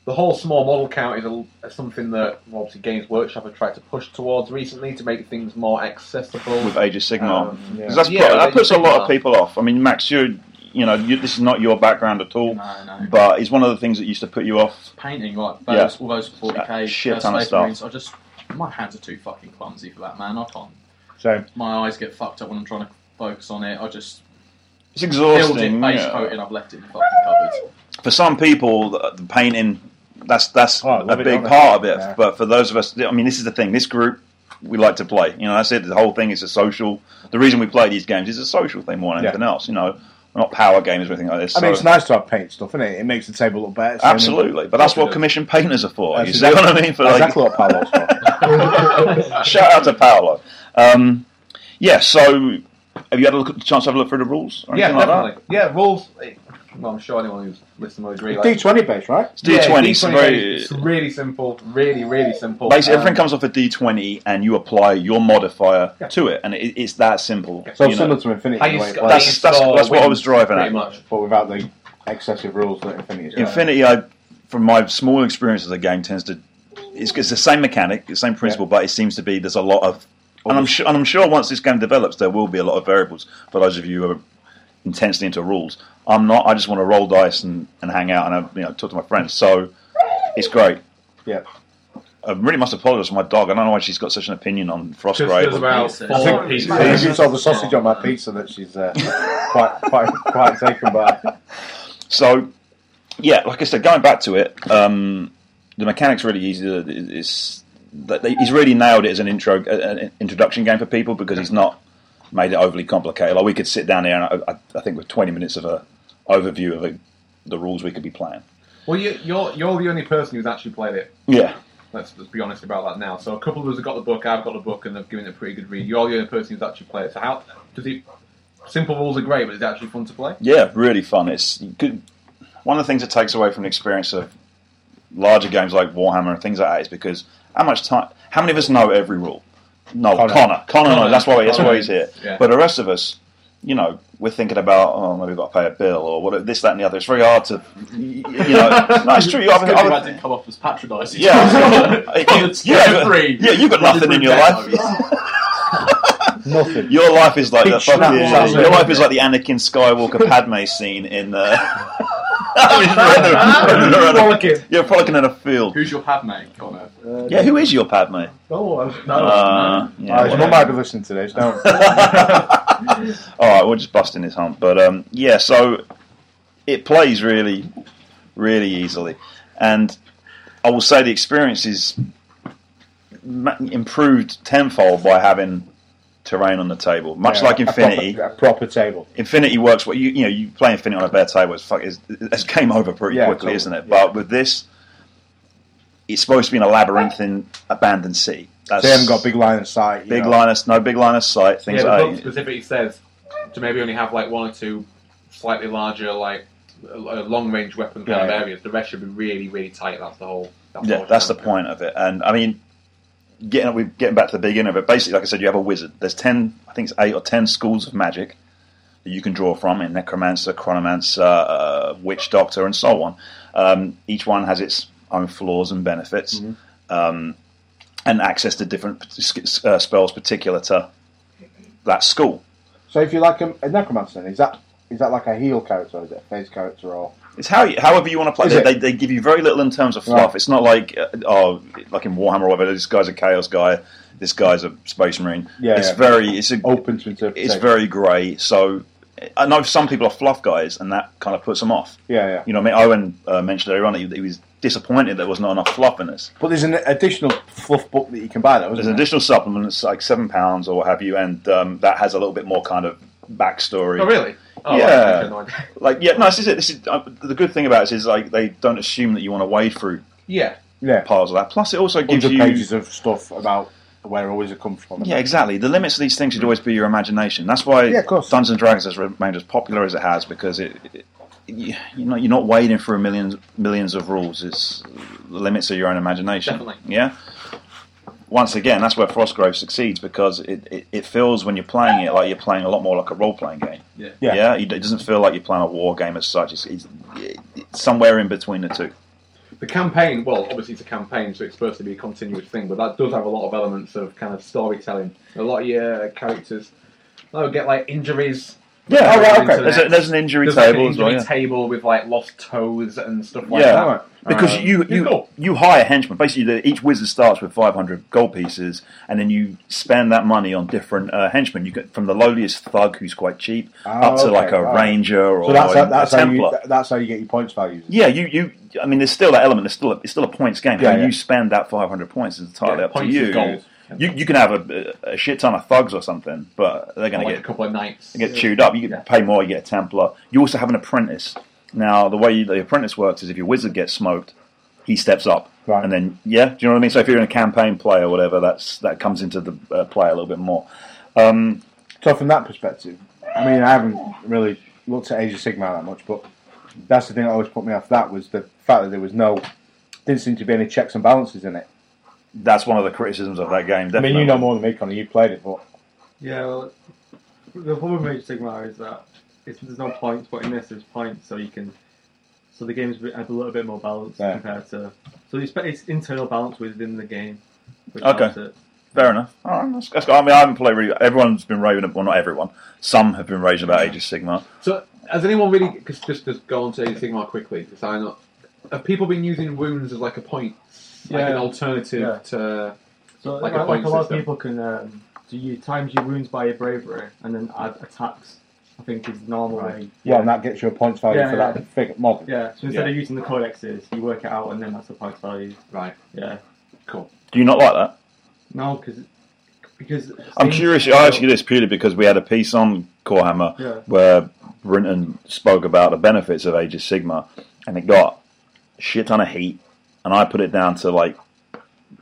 [SPEAKER 4] the whole small model count is a, something that well, obviously Games Workshop have tried to push towards recently to make things more accessible.
[SPEAKER 2] With Age of Sigmar.
[SPEAKER 4] Um,
[SPEAKER 2] 'Cause that's
[SPEAKER 4] Yeah,
[SPEAKER 2] pro-
[SPEAKER 4] but
[SPEAKER 2] that
[SPEAKER 4] you
[SPEAKER 2] puts a
[SPEAKER 4] think
[SPEAKER 2] lot
[SPEAKER 4] about-
[SPEAKER 2] of people off. I mean, Max, you you know, you, this is not your background at all,
[SPEAKER 3] No, no.
[SPEAKER 2] but it's one of the things that used to put you off.
[SPEAKER 3] painting like those, all those 40k
[SPEAKER 2] Uh, shit
[SPEAKER 3] first
[SPEAKER 2] ton of
[SPEAKER 3] Space
[SPEAKER 2] stuff.
[SPEAKER 3] Marines, I just my hands are too fucking clumsy for that man. I can't.
[SPEAKER 5] So
[SPEAKER 3] My eyes get fucked up when I'm trying to focus on it. I just
[SPEAKER 2] It's
[SPEAKER 3] build it,
[SPEAKER 2] exhausting.
[SPEAKER 3] base
[SPEAKER 2] yeah.
[SPEAKER 3] coat it, I've left it in the fucking cupboard.
[SPEAKER 2] For some people, the, the painting that's that's
[SPEAKER 5] Oh, I
[SPEAKER 2] a
[SPEAKER 5] love it,
[SPEAKER 2] big
[SPEAKER 5] don't I?
[SPEAKER 2] part of it.
[SPEAKER 5] Yeah.
[SPEAKER 2] But for those of us, I mean, this is the thing. This group we like to play. You know, that's it. The whole thing is a social. The reason we play these games is a social thing more than
[SPEAKER 5] Yeah.
[SPEAKER 2] anything else. You know, we're not power games or anything like this.
[SPEAKER 5] I mean,
[SPEAKER 2] so-
[SPEAKER 5] it's nice to have paint stuff, isn't it? It makes the table look better. so, I mean,
[SPEAKER 2] Absolutely, but that's what commission painters are for. You
[SPEAKER 5] That's
[SPEAKER 2] see what I mean? For like,
[SPEAKER 5] that's exactly what Paolo's for.
[SPEAKER 2] (laughs) Shout out to Paolo. Um, yeah, so have you had a look, chance to have a look through the rules? Or
[SPEAKER 4] Yeah,
[SPEAKER 2] anything like that?
[SPEAKER 4] definitely. Yeah, rules. eh, Well, I'm sure anyone who's listening will agree.
[SPEAKER 5] It's
[SPEAKER 4] Like,
[SPEAKER 5] D20 based, right?
[SPEAKER 2] It's D20.
[SPEAKER 4] Yeah,
[SPEAKER 2] so very-
[SPEAKER 4] It's really simple. Really, really simple.
[SPEAKER 2] basically,
[SPEAKER 4] Um,
[SPEAKER 2] everything comes off a D20 and you apply your modifier to it, and it, it's that simple.
[SPEAKER 5] So
[SPEAKER 2] you know.
[SPEAKER 5] similar to Infinity,
[SPEAKER 4] How
[SPEAKER 5] in a
[SPEAKER 4] you
[SPEAKER 5] way,
[SPEAKER 4] sc-
[SPEAKER 5] but-
[SPEAKER 4] how you
[SPEAKER 2] That's- that's-
[SPEAKER 4] score
[SPEAKER 2] that's what I was
[SPEAKER 4] wins,
[SPEAKER 2] driving at.
[SPEAKER 4] Pretty much.
[SPEAKER 5] but without the excessive rules that Infinity has. got.
[SPEAKER 2] Infinity, I, from my small experience of the game, tends to it's, it's the same mechanic, the same principle, but it seems to be there's a lot of, and I'm sure, and I'm sure once this game develops, there will be a lot of variables for those of you who are intensely into rules. I'm not. I just want to roll dice and, and hang out and uh, you know talk to my friends. So it's great.
[SPEAKER 5] Yeah.
[SPEAKER 2] I really must apologise for my dog. I don't know why she's got such an opinion on
[SPEAKER 4] Just there's
[SPEAKER 2] Frostgrave.
[SPEAKER 4] about
[SPEAKER 3] pieces.
[SPEAKER 5] I
[SPEAKER 4] four
[SPEAKER 5] think,
[SPEAKER 4] pieces.
[SPEAKER 5] I think it's all the sausage on my pizza that she's uh, quite, quite, quite taken by.
[SPEAKER 2] So, yeah, like I said, going back to it, um, the mechanics really easy. to- It's that they- he's really nailed it as an intro, uh, an introduction game for people because he's not made it overly complicated. Like we could sit down here, and I, I- I think with twenty minutes of a overview of a, the rules we could be playing.
[SPEAKER 4] Well, you, you're you're the only person who's actually played it.
[SPEAKER 2] Yeah,
[SPEAKER 4] Let's, let's be honest about that now. So a couple of us have got the book. I've got the book, and they've given it a pretty good read. You're the only person who's actually played it. So how does it Simple rules are great, but it's actually fun to play.
[SPEAKER 2] Yeah, really fun. It's you could, one of the things it takes away from the experience of larger games like Warhammer and things like that is because how much time, how many of us know every rule? No, Connor,
[SPEAKER 5] Connor.
[SPEAKER 2] Connor, knows. That's why that's why he's here.
[SPEAKER 4] Yeah.
[SPEAKER 2] But the rest of us, you know, we're thinking about oh maybe I've got to pay a bill or what this that and the other. It's very hard to, you know, no, it's true. You
[SPEAKER 3] It's
[SPEAKER 2] have,
[SPEAKER 3] good
[SPEAKER 2] other-
[SPEAKER 3] that didn't come off as patronising. (laughs)
[SPEAKER 2] yeah,
[SPEAKER 3] It's
[SPEAKER 2] yeah,
[SPEAKER 3] free.
[SPEAKER 2] yeah, you've got nothing in your life.
[SPEAKER 5] Nothing.
[SPEAKER 2] Your life is like the
[SPEAKER 5] Big snap
[SPEAKER 2] fucking,
[SPEAKER 5] walls.
[SPEAKER 2] your life is like the Anakin Skywalker Padme scene in. Uh, (laughs) I mean,
[SPEAKER 5] Rollicking.
[SPEAKER 2] you're frolicking in a field.
[SPEAKER 3] Who's your Padme, Connor?
[SPEAKER 2] Yeah, who is your Padme?
[SPEAKER 5] Oh, I-
[SPEAKER 2] Uh, yeah,
[SPEAKER 5] Ah, his
[SPEAKER 2] well-
[SPEAKER 5] mum might be listening to this. Don't.
[SPEAKER 2] (laughs) All right, we're just busting his hump, but um, yeah, so it plays really, really easily, and I will say the experience is ma- improved tenfold by having terrain on the table, much
[SPEAKER 5] Yeah,
[SPEAKER 2] like
[SPEAKER 5] a
[SPEAKER 2] Infinity.
[SPEAKER 5] proper, a proper table.
[SPEAKER 2] Infinity works. Well, you you know you play Infinity on a bare table. It's fuck. It's, it's game over pretty
[SPEAKER 5] Yeah,
[SPEAKER 2] quickly,
[SPEAKER 5] totally,
[SPEAKER 2] isn't it?
[SPEAKER 5] yeah.
[SPEAKER 2] But with this, it's supposed to be in a labyrinthine, abandoned city. That's
[SPEAKER 5] They haven't got big line of sight. you
[SPEAKER 2] big
[SPEAKER 5] know.
[SPEAKER 2] line of no big line of sight. Things
[SPEAKER 4] Yeah, the book
[SPEAKER 2] like that.
[SPEAKER 4] specifically says to maybe only have like one or two slightly larger, like long range weapon kind of
[SPEAKER 5] Yeah.
[SPEAKER 4] areas. The rest should be really, really tight. That's the whole. That's
[SPEAKER 2] Yeah,
[SPEAKER 4] whole
[SPEAKER 2] that's the
[SPEAKER 4] genre.
[SPEAKER 2] point of it. And I mean, getting we getting back to the beginning of it. Basically, like I said, you have a wizard. There's ten, I think it's eight or ten schools of magic that you can draw from: in necromancer, chronomancer, uh, witch doctor, and so on. Um, each one has its own flaws and benefits,
[SPEAKER 4] Mm-hmm.
[SPEAKER 2] um, and access to different sk- uh, spells particular to that school.
[SPEAKER 5] So if you like a, a necromancer, then, is that is that like a heel character, or is it a face character, or
[SPEAKER 2] It's how you, however you want to play.
[SPEAKER 5] Is
[SPEAKER 2] They,
[SPEAKER 5] it?
[SPEAKER 2] they, they give you very little in terms of fluff.
[SPEAKER 5] Right.
[SPEAKER 2] It's not like uh, oh, like in Warhammer or whatever. This guy's a chaos guy. This guy's a space marine.
[SPEAKER 5] Yeah,
[SPEAKER 2] it's
[SPEAKER 5] yeah. Oh,
[SPEAKER 2] very it's a,
[SPEAKER 5] open to interpretation?
[SPEAKER 2] it's very grey. So I know some people are fluff guys, and that kind of puts them off.
[SPEAKER 5] yeah, yeah.
[SPEAKER 2] You know, what I mean, Owen uh, mentioned earlier on that he, he was disappointed there was not enough fluff in this.
[SPEAKER 5] But there's an additional fluff book that you can buy, though,
[SPEAKER 2] There's
[SPEAKER 5] isn't
[SPEAKER 2] an
[SPEAKER 5] there?
[SPEAKER 2] additional supplement that's like seven pounds or what have you, and um, that has a little bit more kind of backstory.
[SPEAKER 4] Oh really? Oh,
[SPEAKER 2] Yeah.
[SPEAKER 4] right, I had no idea.
[SPEAKER 2] Like, yeah, no, this is it. This is uh, the good thing about this is like they don't assume that you want to wade through
[SPEAKER 4] Yeah.
[SPEAKER 5] Yeah,
[SPEAKER 2] piles of that. Plus, it also gives
[SPEAKER 5] hundred
[SPEAKER 2] you
[SPEAKER 5] pages of stuff about where a wizard comes from.
[SPEAKER 2] Yeah, exactly. The limits of these things should always be your imagination. That's why
[SPEAKER 5] Yeah, of course.
[SPEAKER 2] Dungeons and Dragons has remained as popular as it has because it, it you- you're not you're not wading through millions millions of rules. It's the limits of your own imagination.
[SPEAKER 4] Definitely.
[SPEAKER 2] Yeah. Once again, that's where Frostgrove succeeds because it, it, it feels when you're playing it like you're playing a lot more like a role playing game.
[SPEAKER 3] Yeah.
[SPEAKER 5] Yeah.
[SPEAKER 2] It it doesn't feel like you're playing a war game as such. It's, it's, it's somewhere in between the two.
[SPEAKER 4] The campaign, well, obviously it's a campaign, so it's supposed to be a continuous thing, but that does have a lot of elements of kind of storytelling. A lot of your characters, they'll get like injuries.
[SPEAKER 2] Yeah.
[SPEAKER 5] Oh, right, okay.
[SPEAKER 2] There's, a, there's an injury
[SPEAKER 4] There's, like, an
[SPEAKER 2] table as well.
[SPEAKER 4] injury
[SPEAKER 2] yeah.
[SPEAKER 4] table with like lost toes and stuff like
[SPEAKER 2] Yeah.
[SPEAKER 4] that.
[SPEAKER 5] Alright.
[SPEAKER 2] Because
[SPEAKER 5] Uh,
[SPEAKER 4] Um,
[SPEAKER 2] you
[SPEAKER 4] it's
[SPEAKER 2] you,
[SPEAKER 4] cool.
[SPEAKER 2] you hire henchmen. Basically, the, each wizard starts with 500 gold pieces, and then you spend that money on different uh, henchmen. You get from the lowliest thug, who's quite cheap,
[SPEAKER 5] Oh,
[SPEAKER 2] up to
[SPEAKER 5] okay,
[SPEAKER 2] like a
[SPEAKER 5] right.
[SPEAKER 2] ranger or,
[SPEAKER 5] So that's
[SPEAKER 2] a,
[SPEAKER 5] how, that's
[SPEAKER 2] a
[SPEAKER 5] how
[SPEAKER 2] templar.
[SPEAKER 5] you that's how you get your points values.
[SPEAKER 2] yeah, you, you. I mean, there's still that element. There's still a, it's still a points game.
[SPEAKER 5] Yeah,
[SPEAKER 2] How
[SPEAKER 5] yeah.
[SPEAKER 2] you spend that 500 points is entirely
[SPEAKER 4] Yeah,
[SPEAKER 2] up to
[SPEAKER 4] points is
[SPEAKER 2] you.
[SPEAKER 4] gold.
[SPEAKER 2] You you can have a, a shit ton of thugs or something, but they're going
[SPEAKER 4] Like
[SPEAKER 2] to
[SPEAKER 4] a
[SPEAKER 2] get
[SPEAKER 4] couple of nights.
[SPEAKER 2] they get chewed up. You get pay more. You get a Templar. You also have an apprentice. Now, the way the apprentice works is if your wizard gets smoked, he steps up,
[SPEAKER 5] Right.
[SPEAKER 2] and then yeah, do you know what I mean? So if you're in a campaign play or whatever, that's that comes into the uh, play a little bit more.
[SPEAKER 5] So from that perspective, I mean, I haven't really looked at Age of Sigma that much, but that's the thing that always put me off. That was the fact that there was no, didn't seem to be any checks and balances in it.
[SPEAKER 2] That's one of the criticisms of that game.
[SPEAKER 5] I mean,
[SPEAKER 2] Definitely.
[SPEAKER 5] you know more than me, Connor. You played it, but
[SPEAKER 6] Yeah, well, the problem with Age of Sigmar is that it's, there's no points, but in this there's points, so you can. So the game's a bit- a little bit more balanced
[SPEAKER 5] Yeah.
[SPEAKER 6] compared to. So it's, it's internal balance within the game. Which
[SPEAKER 2] Okay.
[SPEAKER 6] helps it.
[SPEAKER 2] Fair enough. All right, that's, that's good. I mean, I haven't played really. Everyone's been raving. ab- Well, not everyone. Some have been raving about Age of Sigmar.
[SPEAKER 4] So, has anyone
[SPEAKER 2] Oh.
[SPEAKER 4] really cause just just go on to anything more quickly? Because I know have people been using wounds as like a point, like an
[SPEAKER 6] Yeah.
[SPEAKER 4] alternative
[SPEAKER 6] Yeah.
[SPEAKER 4] to?
[SPEAKER 6] So
[SPEAKER 4] Like
[SPEAKER 6] like,
[SPEAKER 4] a
[SPEAKER 6] like,
[SPEAKER 4] point
[SPEAKER 6] a lot
[SPEAKER 4] system.
[SPEAKER 6] of people can um, do you times your wounds by your bravery and then add attacks. I think is the normal way.
[SPEAKER 5] yeah, and that gets you a points value
[SPEAKER 6] Yeah,
[SPEAKER 5] for
[SPEAKER 6] yeah.
[SPEAKER 5] that figure model.
[SPEAKER 6] Yeah. So instead
[SPEAKER 4] Yeah.
[SPEAKER 6] of using the codexes, you work it out and then that's the point value.
[SPEAKER 4] Right,
[SPEAKER 6] Yeah.
[SPEAKER 4] cool.
[SPEAKER 2] Do you not like that?
[SPEAKER 6] No, because because
[SPEAKER 2] I'm curious. I ask you this purely because we had a piece on Corehammer
[SPEAKER 6] Yeah.
[SPEAKER 2] where Brinton spoke about the benefits of Age of Sigma, and it got a shit ton of heat. And I put it down to like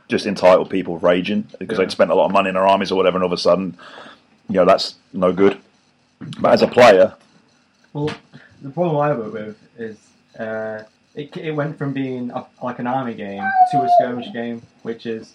[SPEAKER 2] just entitled people raging because they'd spent a lot of money in their armies or whatever, and all of a sudden, you know, that's no good. But as a player,
[SPEAKER 6] Well, the problem I work with is uh, it, it went from being a, like an army game to a skirmish game, which is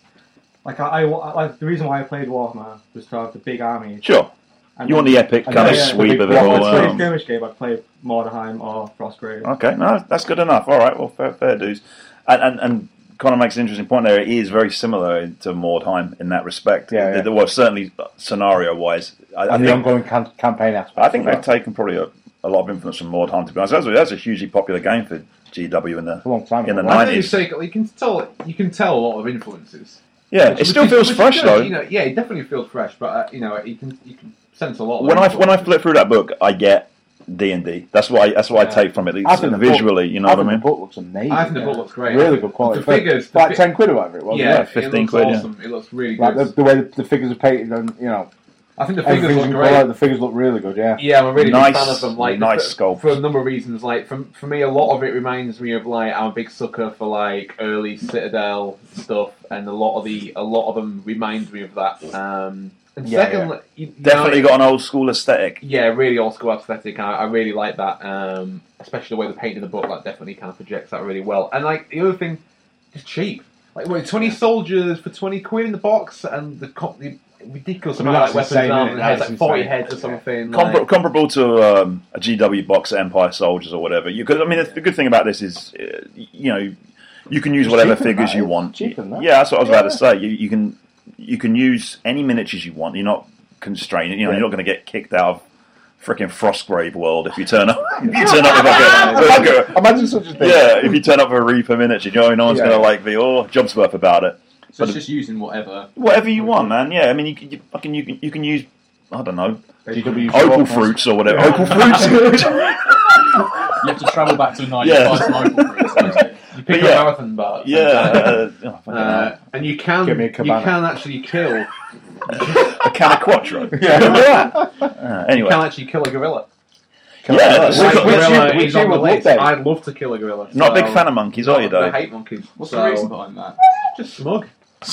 [SPEAKER 6] like I, I wa- like the reason why I played Warhammer was to have the big army.
[SPEAKER 2] sure,
[SPEAKER 6] And
[SPEAKER 2] you want the epic
[SPEAKER 5] and
[SPEAKER 2] kind of
[SPEAKER 6] yeah, yeah,
[SPEAKER 2] sweep
[SPEAKER 5] the
[SPEAKER 2] of
[SPEAKER 5] big
[SPEAKER 2] it
[SPEAKER 5] block,
[SPEAKER 2] all.
[SPEAKER 6] If
[SPEAKER 5] that's
[SPEAKER 6] I played a
[SPEAKER 2] Um,
[SPEAKER 6] skirmish game, I'd play Mordheim or Frostgrave.
[SPEAKER 2] Okay, no, that's good enough. All right, well, fair, fair dues. And, and, and Connor makes an interesting point there. It is very similar to Mordheim in that respect.
[SPEAKER 5] Yeah, yeah.
[SPEAKER 2] There- Well, certainly scenario wise. I, I
[SPEAKER 5] and the
[SPEAKER 2] think,
[SPEAKER 5] ongoing cam- campaign aspect.
[SPEAKER 2] I think
[SPEAKER 5] as
[SPEAKER 2] they've
[SPEAKER 5] well.
[SPEAKER 2] taken probably a, a lot of influence from Mordheim, to be honest. That's, a- that's a hugely popular game for GW in
[SPEAKER 5] It's a
[SPEAKER 2] the.
[SPEAKER 5] long time
[SPEAKER 2] in
[SPEAKER 5] ago.
[SPEAKER 2] the
[SPEAKER 5] right?
[SPEAKER 4] I think it's
[SPEAKER 2] 90s.
[SPEAKER 4] like, you can tell you can tell a lot of influences.
[SPEAKER 2] Yeah,
[SPEAKER 4] Which-
[SPEAKER 2] it
[SPEAKER 4] which
[SPEAKER 2] still
[SPEAKER 4] is-
[SPEAKER 2] feels
[SPEAKER 4] which is
[SPEAKER 2] fresh,
[SPEAKER 4] good,
[SPEAKER 2] though.
[SPEAKER 4] You know, yeah, it definitely feels fresh, but uh, you know, you can you can sense a lot. Of
[SPEAKER 2] when I when I
[SPEAKER 4] influences.
[SPEAKER 2] flip through that book, I get D and D. That's what I, that's what I
[SPEAKER 4] Yeah.
[SPEAKER 2] take from it.
[SPEAKER 5] I think the book-
[SPEAKER 2] visually, you know
[SPEAKER 5] I
[SPEAKER 2] what I
[SPEAKER 5] think
[SPEAKER 2] mean.
[SPEAKER 5] The book looks amazing.
[SPEAKER 4] I think the book looks great.
[SPEAKER 5] Really good quality.
[SPEAKER 4] The
[SPEAKER 5] For-
[SPEAKER 4] figures, the
[SPEAKER 5] like
[SPEAKER 4] fi-
[SPEAKER 5] ten quid or whatever it was.
[SPEAKER 4] yeah,
[SPEAKER 5] Yeah.
[SPEAKER 2] yeah, 15
[SPEAKER 4] it looks
[SPEAKER 2] quid, yeah.
[SPEAKER 4] awesome. It looks really
[SPEAKER 5] Like
[SPEAKER 4] good.
[SPEAKER 5] the, the way the, the figures are painted, and you know,
[SPEAKER 4] I think the figures
[SPEAKER 5] everything's
[SPEAKER 4] look
[SPEAKER 5] in
[SPEAKER 4] great.
[SPEAKER 5] colour. The figures look really
[SPEAKER 2] (laughs)
[SPEAKER 5] good. Yeah.
[SPEAKER 4] Yeah, I'm a really
[SPEAKER 2] Nice-
[SPEAKER 4] big fan of them. Like,
[SPEAKER 2] nice
[SPEAKER 4] for,
[SPEAKER 2] sculpt.
[SPEAKER 4] for a number of reasons. Like, for, for me, a lot of it reminds me of like I'm a big sucker for like early Citadel stuff, and a lot of the a lot of them remind me of that. Um, and
[SPEAKER 5] Yeah,
[SPEAKER 4] secondly, you- you
[SPEAKER 2] Definitely
[SPEAKER 4] know,
[SPEAKER 2] got an old school aesthetic.
[SPEAKER 4] yeah, really old school aesthetic. I, I really like that, um, especially the way the paint in the book like definitely kind of projects that really well. And like the other thing, it's cheap. Like, wait, twenty soldiers for twenty quid in the box, and the, co- the ridiculous
[SPEAKER 5] I mean,
[SPEAKER 4] amount of
[SPEAKER 5] that's
[SPEAKER 4] weapons
[SPEAKER 5] insane,
[SPEAKER 4] armor. and
[SPEAKER 5] isn't it?
[SPEAKER 4] it has
[SPEAKER 5] That's
[SPEAKER 4] like forty
[SPEAKER 5] insane.
[SPEAKER 4] heads or
[SPEAKER 5] Yeah.
[SPEAKER 4] something.
[SPEAKER 2] Compar-
[SPEAKER 4] like-
[SPEAKER 2] comparable to um, a GW box Empire Soldiers or whatever. You could, I mean, the good thing about this is, uh, you know, you can use
[SPEAKER 5] It's
[SPEAKER 2] whatever
[SPEAKER 5] cheaper than
[SPEAKER 2] figures
[SPEAKER 5] that,
[SPEAKER 2] you
[SPEAKER 5] it's
[SPEAKER 2] want.
[SPEAKER 5] cheaper than that.
[SPEAKER 2] Yeah, that's what I was about to
[SPEAKER 5] Yeah.
[SPEAKER 2] say. You, you can you can use any miniatures you want. You're not constrained. You know,
[SPEAKER 5] Yeah.
[SPEAKER 2] you're not going to get kicked out of freaking Frostgrave World if you turn up. if
[SPEAKER 5] (laughs)
[SPEAKER 2] you turn up with like a, with like a
[SPEAKER 5] Imagine such a thing.
[SPEAKER 2] Yeah, if you turn up for a Reaper miniature, you know, no one's
[SPEAKER 5] Yeah.
[SPEAKER 2] going to like be, oh, job's worth about it.
[SPEAKER 3] So
[SPEAKER 2] But-
[SPEAKER 3] it's just using whatever.
[SPEAKER 2] Whatever you want, man. Yeah, I mean, you can, you, fucking, you, can, you can use, I don't know,
[SPEAKER 5] GW
[SPEAKER 2] opal fruits or whatever. (laughs) Opal
[SPEAKER 5] (laughs)
[SPEAKER 2] fruits? (laughs)
[SPEAKER 3] You have to travel back to a night
[SPEAKER 2] Yeah.
[SPEAKER 3] yeah. local for it.
[SPEAKER 4] You pick
[SPEAKER 2] But yeah.
[SPEAKER 4] a marathon bar. (laughs)
[SPEAKER 2] yeah. Uh, oh, (laughs) fucking hell.
[SPEAKER 4] Uh, and you can
[SPEAKER 5] Give me a
[SPEAKER 4] you
[SPEAKER 5] cabana.
[SPEAKER 4] can actually kill you
[SPEAKER 2] a can of
[SPEAKER 4] (laughs)
[SPEAKER 2] Quattro.
[SPEAKER 5] (laughs)
[SPEAKER 2] (laughs)
[SPEAKER 5] Yeah.
[SPEAKER 2] Remember that? Uh, anyway.
[SPEAKER 4] can actually kill a gorilla.
[SPEAKER 5] Can
[SPEAKER 2] Yeah,
[SPEAKER 5] I-
[SPEAKER 2] that's
[SPEAKER 5] Which-
[SPEAKER 2] like-
[SPEAKER 5] which
[SPEAKER 2] gorilla
[SPEAKER 5] you- which
[SPEAKER 4] is
[SPEAKER 5] you
[SPEAKER 4] on the
[SPEAKER 5] would love
[SPEAKER 4] list.
[SPEAKER 5] then?
[SPEAKER 4] I'd love to kill a gorilla.
[SPEAKER 2] Not a
[SPEAKER 4] so-
[SPEAKER 2] big fan of monkeys, are you,
[SPEAKER 4] Oh, I
[SPEAKER 2] though?
[SPEAKER 4] hate monkeys.
[SPEAKER 3] What's
[SPEAKER 4] so-
[SPEAKER 3] the reason
[SPEAKER 2] (laughs)
[SPEAKER 3] behind that?
[SPEAKER 4] Just smug.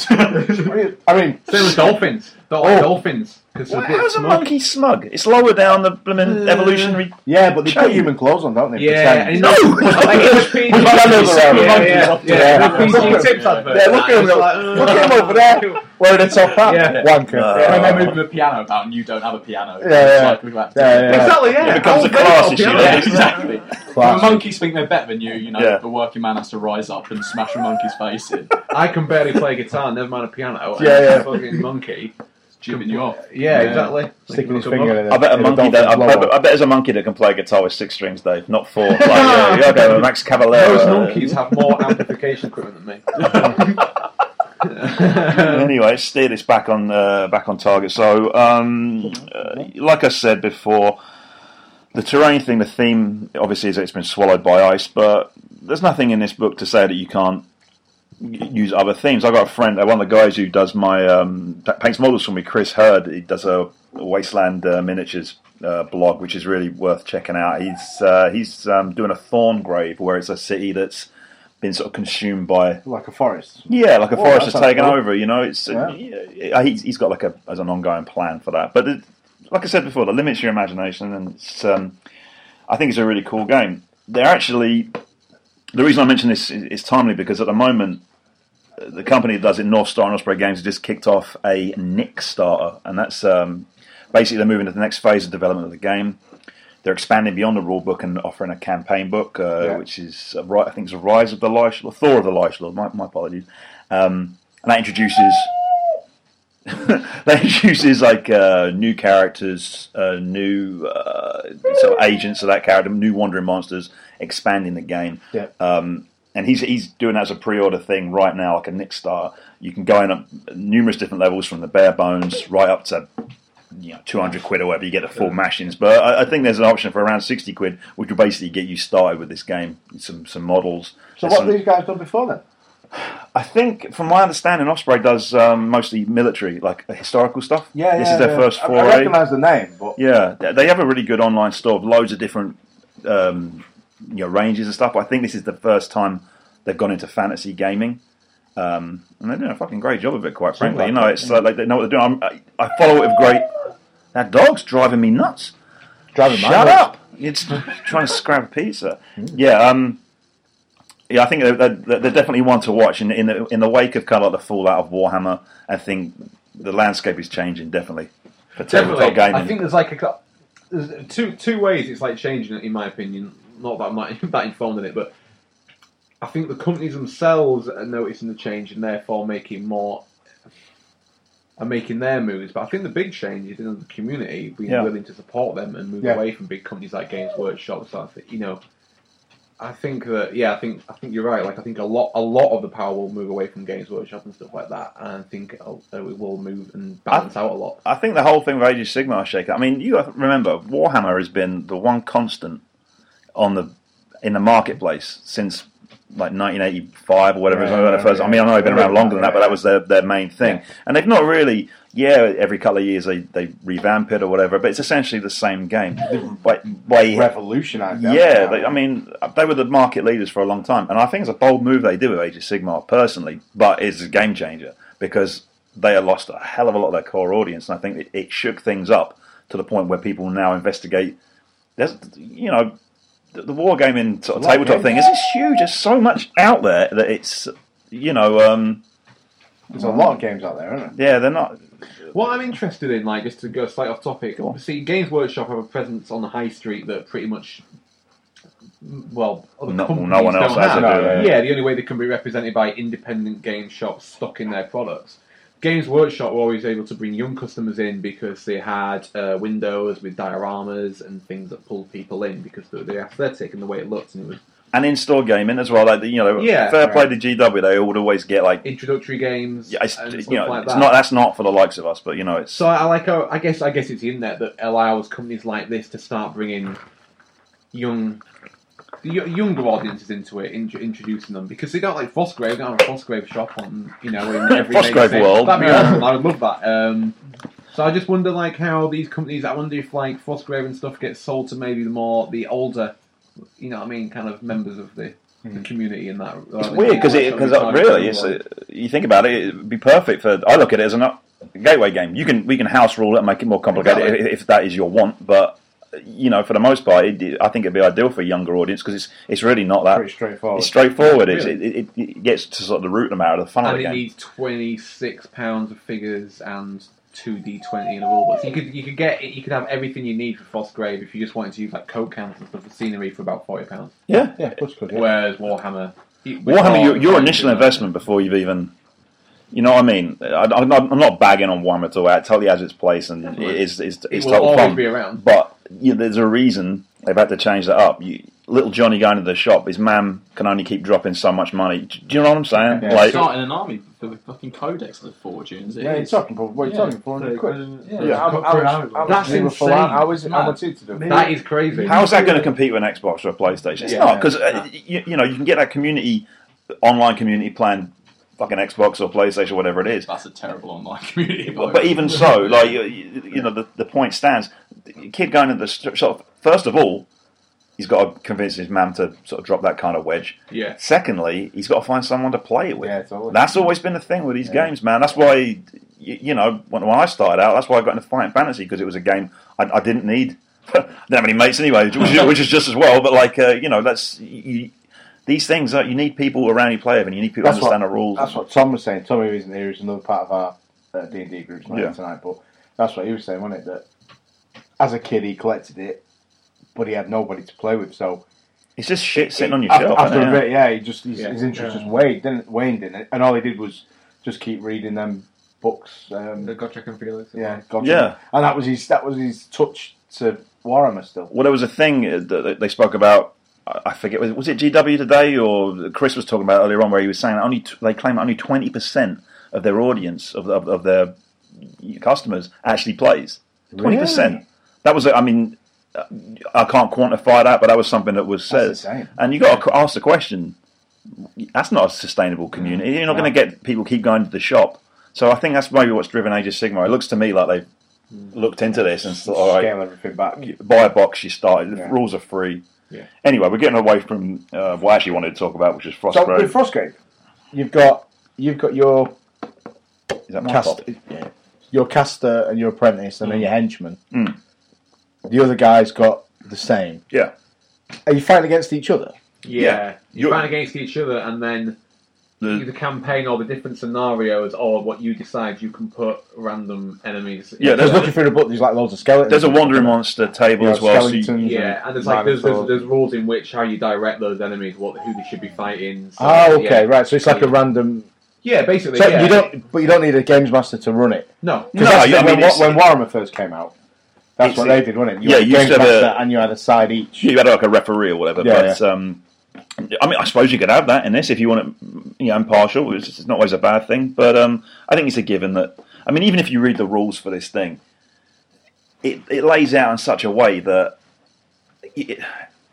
[SPEAKER 5] I mean,
[SPEAKER 4] Same with dolphins. Don't like
[SPEAKER 5] Oh.
[SPEAKER 4] dolphins because
[SPEAKER 2] Well,
[SPEAKER 4] they're a bit
[SPEAKER 2] How's a
[SPEAKER 4] smug.
[SPEAKER 2] monkey smug? It's lower down the blooming
[SPEAKER 4] Uh,
[SPEAKER 2] evolutionary.
[SPEAKER 5] yeah, but they put
[SPEAKER 2] Chain.
[SPEAKER 5] human clothes on, don't they?
[SPEAKER 4] Yeah, and
[SPEAKER 5] Pretend.
[SPEAKER 2] No!
[SPEAKER 5] (laughs)
[SPEAKER 4] like, it was PG.
[SPEAKER 5] With bananas around it.
[SPEAKER 4] yeah, yeah,
[SPEAKER 5] Monkeys.
[SPEAKER 4] yeah.
[SPEAKER 5] Yeah.
[SPEAKER 4] The
[SPEAKER 5] Look
[SPEAKER 4] PG
[SPEAKER 5] at-
[SPEAKER 4] tips advert.
[SPEAKER 5] yeah, look at him,
[SPEAKER 4] It's like, uh,
[SPEAKER 5] Look at him over there, wearing a top hat.
[SPEAKER 4] Yeah.
[SPEAKER 5] Wanker.
[SPEAKER 2] No.
[SPEAKER 3] When
[SPEAKER 5] Yeah.
[SPEAKER 3] they're moving a piano about and you don't have a piano.
[SPEAKER 5] Yeah, yeah.
[SPEAKER 3] It's like, we've had to- (laughs)
[SPEAKER 5] Yeah, yeah.
[SPEAKER 4] Exactly. Yeah.
[SPEAKER 2] It becomes
[SPEAKER 4] Oh,
[SPEAKER 2] a class
[SPEAKER 4] yeah,
[SPEAKER 2] issue.
[SPEAKER 4] yeah.
[SPEAKER 2] doesn't it? (laughs)
[SPEAKER 3] exactly. When
[SPEAKER 5] Class.
[SPEAKER 3] the monkeys think they're better than you, you know,
[SPEAKER 2] Yeah.
[SPEAKER 3] the working man has to rise up and smash a monkey's face in,
[SPEAKER 4] I can barely play guitar. Never mind a piano. and
[SPEAKER 5] Yeah,
[SPEAKER 4] a
[SPEAKER 5] yeah.
[SPEAKER 4] Fucking monkey.
[SPEAKER 3] jibbing you off.
[SPEAKER 4] Yeah,
[SPEAKER 3] Yeah.
[SPEAKER 4] exactly.
[SPEAKER 5] Sticking his finger in it.
[SPEAKER 2] I bet a monkey that I bet, I bet there's a monkey that can play guitar with six strings, Dave, not
[SPEAKER 4] (laughs)
[SPEAKER 2] four. Like, uh, yeah, okay, well, Max Cavalera.
[SPEAKER 4] Those monkeys have more amplification equipment than me.
[SPEAKER 5] (laughs)
[SPEAKER 4] (laughs)
[SPEAKER 2] (laughs) anyway, steer this back on uh, back on target. So, um, uh, like I said before, the terrain thing, the theme, obviously, is that it's been swallowed by ice. But there's nothing in this book to say that you can't y- use other themes. I've got a friend, uh, one of the guys who does my um, pa- paints models for me, Chris Hurd. He does a wasteland uh, miniatures. Uh, blog, which is really worth checking out. He's uh, he's um, doing a thorn grave where it's a city that's been sort of consumed by
[SPEAKER 5] like a forest.
[SPEAKER 2] yeah, like a
[SPEAKER 5] Oh,
[SPEAKER 2] forest
[SPEAKER 5] that
[SPEAKER 2] has
[SPEAKER 5] sounds
[SPEAKER 2] taken
[SPEAKER 5] cool.
[SPEAKER 2] over. You know, it's
[SPEAKER 5] Wow.
[SPEAKER 2] yeah, Uh, he's, he's got like a as an ongoing plan for that. But it, like I said before, the limits your imagination, and it's, um, I think it's a really cool game. They're actually the reason I mention this is, is timely because at the moment uh, the company that does it, North Star and Osprey Games, has just kicked off a Nick starter, and that's um, basically they're moving to the next phase of development of the game. They're expanding beyond the rule book and offering a campaign book, uh,
[SPEAKER 5] Yeah.
[SPEAKER 2] which is uh, right. I think it's a Rise of the Lysh Lord, Thor of the Lysh Lord. My, my apologies. Um, and that introduces (laughs) that introduces like uh, new characters, uh, new uh, sort of agents of that character, new wandering monsters, expanding the game.
[SPEAKER 5] Yeah.
[SPEAKER 2] Um, and he's he's doing that as a pre-order thing right now, like a Nick Star. You can go in at numerous different levels, from the bare bones right up to you know two hundred quid or whatever. You get the full mashings, but I, I think there's an option for around sixty quid, which will basically get you started with this game. Some some models.
[SPEAKER 5] So
[SPEAKER 2] There's
[SPEAKER 5] what
[SPEAKER 2] some-
[SPEAKER 5] have these guys done before then?
[SPEAKER 2] I think, from my understanding, Osprey does um, mostly military, like historical stuff.
[SPEAKER 5] Yeah,
[SPEAKER 2] this
[SPEAKER 5] yeah,
[SPEAKER 2] is their
[SPEAKER 5] yeah.
[SPEAKER 2] first
[SPEAKER 5] I-
[SPEAKER 2] foray.
[SPEAKER 5] I recognise the name, but
[SPEAKER 2] Yeah, th- they have a really good online store of loads of different um, you know, ranges and stuff. But I think this is the first time they've gone into fantasy gaming. Um, and they're doing a fucking great job of it, quite frankly.
[SPEAKER 5] like
[SPEAKER 2] you know,
[SPEAKER 5] it,
[SPEAKER 2] it's like, like they know what they're doing. I'm, I, I follow it with great. That dog's driving me nuts.
[SPEAKER 5] Driving
[SPEAKER 2] Shut up! (laughs) It's trying to scrap a pizza. Yeah, um, yeah. I think they're, they're, they're definitely one to watch in in the in the wake of kind of like the fallout of Warhammer. I think the landscape is changing definitely for tabletop gaming.
[SPEAKER 4] I think there's like a cou- there's two two ways it's like changing it in my opinion. Not that (laughs) I'm not that informed in it, but I think the companies themselves are noticing the change and therefore making more are making their moves. But I think the big change is in the community being
[SPEAKER 2] Yeah.
[SPEAKER 4] willing to support them and move
[SPEAKER 5] Yeah.
[SPEAKER 4] away from big companies like Games Workshop. So I think you know. I think that yeah, I think I think you're right. Like I think a lot a lot of the power will move away from Games Workshop and stuff like that, and I think it'll, it will move and balance out a lot.
[SPEAKER 2] I think the whole thing with Age of Sigmar shake. I mean, you have- remember Warhammer has been the one constant on the in the marketplace since like 1985 or whatever. it was
[SPEAKER 5] Right,
[SPEAKER 2] when it first. I mean, I know they've been around longer than that, but that was their, their main thing. And they've not really, yeah, every couple of years they, they revamp it or whatever, but it's essentially the same game. But by
[SPEAKER 5] Revolutionised. that.
[SPEAKER 2] yeah, they, I mean, they were the market leaders for a long time, and I think it's a bold move they did with Age of Sigmar personally, but it's a game changer because they had lost a hell of a lot of their core audience, and I think it, it shook things up to the point where people now investigate. There's, you know, the, the wargaming sort of
[SPEAKER 5] It's a lot of
[SPEAKER 2] tabletop thing is it's huge. There's so much out there that it's, you know, um,
[SPEAKER 5] there's a lot of games out there, isn't
[SPEAKER 2] yeah, they're not.
[SPEAKER 4] What I'm interested in, like, just to go slight off topic, see, Games Workshop have a presence on the high street that pretty much, well, other
[SPEAKER 2] No-
[SPEAKER 4] companies
[SPEAKER 2] no one else
[SPEAKER 4] don't
[SPEAKER 2] has
[SPEAKER 4] have.
[SPEAKER 5] it, do they?
[SPEAKER 4] yeah, the only way they can be represented by independent game shops stocking their products. Games Workshop were always able to bring young customers in because they had uh, windows with dioramas and things that pulled people in because of the aesthetic and the way it looked, and it was
[SPEAKER 2] And in-store gaming as well, like you know,
[SPEAKER 4] Yeah,
[SPEAKER 2] fair play
[SPEAKER 4] right.
[SPEAKER 2] to GW, they would always get like,
[SPEAKER 4] introductory games.
[SPEAKER 2] yeah, it's,
[SPEAKER 4] and
[SPEAKER 2] you
[SPEAKER 4] stuff
[SPEAKER 2] know,
[SPEAKER 4] like
[SPEAKER 2] it's
[SPEAKER 4] that.
[SPEAKER 2] not that's not for the likes of us, but you know, it's
[SPEAKER 4] So I like. I guess. I guess it's the internet that allows companies like this to start bringing young, y- younger audiences into it, in, introducing them because they don't like Frostgrave. They don't have a Frostgrave shop on you know
[SPEAKER 2] (laughs)
[SPEAKER 4] in every
[SPEAKER 2] Frostgrave
[SPEAKER 4] magazine.
[SPEAKER 2] World.
[SPEAKER 4] That'd be
[SPEAKER 2] Yeah.
[SPEAKER 4] awesome. I would love that. Um, so I just wonder like how these companies. I wonder if like Frostgrave and stuff gets sold to maybe the more the older, you know, what I mean, kind of members of the. The community and that
[SPEAKER 2] It's weird because it because really, it's a, you think about it, it'd be perfect for. I look at it as an up, gateway game. You can we can house rule it and make it more complicated
[SPEAKER 4] Exactly.
[SPEAKER 2] if, if that is your want, but. You know, for the most part, it, I think it'd be ideal for a younger audience because it's it's really not
[SPEAKER 5] it?
[SPEAKER 2] that
[SPEAKER 5] Pretty straightforward.
[SPEAKER 2] Uh, it's straightforward. It's, it,
[SPEAKER 4] Really?
[SPEAKER 2] it, it gets to sort of the root of the matter, the funnel of
[SPEAKER 4] and
[SPEAKER 2] the
[SPEAKER 4] it
[SPEAKER 2] game.
[SPEAKER 4] needs 26 pounds of figures and 2d20 in a rulebook. So you could you could get you could have everything you need for Frostgrave if you just wanted to use like coat cans and stuff for scenery for about 40 pounds.
[SPEAKER 2] yeah,
[SPEAKER 5] yeah, of course, good. Yeah.
[SPEAKER 4] Whereas Warhammer, it- with
[SPEAKER 2] Warhammer,
[SPEAKER 4] all
[SPEAKER 2] your,
[SPEAKER 4] the
[SPEAKER 2] your
[SPEAKER 4] currency
[SPEAKER 2] initial
[SPEAKER 4] and that,
[SPEAKER 2] investment before you've even, you know what I mean. I, I'm, not, I'm not bagging on Warhammer at all. It totally has its place and it is it's, it's,
[SPEAKER 4] it will
[SPEAKER 2] total
[SPEAKER 4] always
[SPEAKER 2] fun.
[SPEAKER 4] be around.
[SPEAKER 2] But you know, there's a reason they've had to change that up. You, little Johnny going to the shop, his mam can only keep dropping so much money. Do you know what I'm saying?
[SPEAKER 5] Yeah.
[SPEAKER 2] like,
[SPEAKER 3] Starting an army for the fucking codex of fortunes. it
[SPEAKER 5] Yeah, you're
[SPEAKER 3] is.
[SPEAKER 5] talking for what you're
[SPEAKER 3] Yeah.
[SPEAKER 5] talking for 400 quid.
[SPEAKER 6] Yeah,
[SPEAKER 5] Yeah, how, how, how, how
[SPEAKER 4] That's
[SPEAKER 5] much
[SPEAKER 4] insane.
[SPEAKER 5] for that? How is
[SPEAKER 3] Mad.
[SPEAKER 5] how much is it to do?
[SPEAKER 6] Maybe-
[SPEAKER 4] That is crazy.
[SPEAKER 2] how is that going to compete with an Xbox or a PlayStation? It's
[SPEAKER 5] Yeah.
[SPEAKER 2] not because uh, you, you know you can get that community, online community plan, fucking Xbox or PlayStation, whatever it is.
[SPEAKER 3] That's a terrible online (laughs) community. by
[SPEAKER 2] But,
[SPEAKER 3] the
[SPEAKER 2] but
[SPEAKER 3] way.
[SPEAKER 2] even so, like you, you you know, the, the point stands. The Kid going to the st- shop. First of all, he's got to convince his mam to sort of drop that kind of wedge.
[SPEAKER 4] Yeah.
[SPEAKER 2] Secondly, he's got to find someone to play it with.
[SPEAKER 5] Yeah, it's always-
[SPEAKER 2] that's always been the thing with these
[SPEAKER 5] Yeah.
[SPEAKER 2] games, man. That's why, y- you, know, when, when I started out, that's why I got into Fighting Fantasy because it was a game I, I didn't need. (laughs) I didn't have any mates anyway, which,
[SPEAKER 5] (laughs)
[SPEAKER 2] is- which is just as well. But like, uh, you know, that's you, these things. Are, you need people around you play with, and you need people to
[SPEAKER 5] That's what-
[SPEAKER 2] understand the rules.
[SPEAKER 5] That's what Tom was saying. Tommy who isn't here. He's another part of our uh, D and D group tonight,
[SPEAKER 2] Yeah.
[SPEAKER 5] tonight. But that's what he was saying, wasn't it? That as a kid he collected it, but he had nobody to play with. So
[SPEAKER 2] it's just shit sitting on your
[SPEAKER 5] after,
[SPEAKER 2] shelf.
[SPEAKER 5] after
[SPEAKER 2] isn't it?
[SPEAKER 5] a bit, yeah, he just his,
[SPEAKER 4] Yeah.
[SPEAKER 5] his interest
[SPEAKER 6] Yeah.
[SPEAKER 5] just waned, didn't waned in it, and all he did was just keep reading them books.
[SPEAKER 6] The
[SPEAKER 5] Um,
[SPEAKER 6] Gotcha and Felix.
[SPEAKER 5] yeah, God,
[SPEAKER 2] Yeah.
[SPEAKER 5] and that was his that was his touch to Warhammer still.
[SPEAKER 2] well, there was a thing uh, that that they spoke about. I I forget was- was it GW today or Chris was talking about earlier on where he was saying that only t- they claim only twenty percent of their audience of of, of their customers actually plays twenty percent.
[SPEAKER 5] Really?
[SPEAKER 2] That was a- I mean uh, I can't quantify that, but that was something that was said.
[SPEAKER 5] That's insane.
[SPEAKER 2] and you got to ask the question. That's not a sustainable community. You're not
[SPEAKER 5] No.
[SPEAKER 2] going to get people keep going to the shop. So I think that's maybe what's driven Age of Sigmar. It looks to me like they've
[SPEAKER 5] Hmm.
[SPEAKER 2] looked into this and thought, all right,
[SPEAKER 5] Scale everything back.
[SPEAKER 2] you buy a box, you started. The
[SPEAKER 5] Yeah.
[SPEAKER 2] rules are free.
[SPEAKER 4] Yeah.
[SPEAKER 2] Anyway, we're getting away from uh, what I actually wanted to talk about, which is
[SPEAKER 5] So
[SPEAKER 2] Frostgrave.
[SPEAKER 5] with Frostgrave, you've got you've got your
[SPEAKER 2] is that my
[SPEAKER 5] cast,
[SPEAKER 2] fault? Mm.
[SPEAKER 5] your caster and your apprentice, and then your henchman. the other guy's got the same.
[SPEAKER 2] Yeah.
[SPEAKER 5] Are you fighting against each other?
[SPEAKER 4] Yeah,
[SPEAKER 2] Yeah.
[SPEAKER 4] you
[SPEAKER 2] You're-
[SPEAKER 4] fight against each other, and then either
[SPEAKER 2] The,
[SPEAKER 4] campaign or the different scenarios or what you decide, you can put random enemies.
[SPEAKER 2] Yeah,
[SPEAKER 5] Because
[SPEAKER 2] there's-
[SPEAKER 5] looking through the book, there's like loads of skeletons.
[SPEAKER 2] there's a wandering monster table
[SPEAKER 5] You know,
[SPEAKER 2] as well. So you-
[SPEAKER 5] skeletons and
[SPEAKER 4] yeah, and there's like there's, there's
[SPEAKER 5] dinosaurs.
[SPEAKER 4] there's rules in which how you direct those enemies, what who they should be fighting. So,
[SPEAKER 2] Ah,
[SPEAKER 5] Oh, okay,
[SPEAKER 4] yeah.
[SPEAKER 5] right. So it's like a
[SPEAKER 4] Yeah.
[SPEAKER 5] random.
[SPEAKER 4] Yeah, basically.
[SPEAKER 5] So
[SPEAKER 4] yeah.
[SPEAKER 5] you don't, but you don't need a games master to run it.
[SPEAKER 4] No.
[SPEAKER 5] 'Cause
[SPEAKER 2] No,
[SPEAKER 5] that's the-
[SPEAKER 2] yeah, I mean,
[SPEAKER 5] when,
[SPEAKER 2] it's-
[SPEAKER 5] when Warhammer first came out, that's
[SPEAKER 2] It's-
[SPEAKER 5] what they did, wasn't it? You
[SPEAKER 2] yeah,
[SPEAKER 5] had
[SPEAKER 2] you uh,
[SPEAKER 5] games
[SPEAKER 2] used to have a-
[SPEAKER 5] master and you had a side each.
[SPEAKER 2] you had like a referee or whatever.
[SPEAKER 5] Yeah,
[SPEAKER 2] but Um, I mean, I suppose you could have that in this if you want it. You know, impartial. It's, it's not always a bad thing, but um, I think it's a given that. I mean, even if you read the rules for this thing, it it lays out in such a way that it,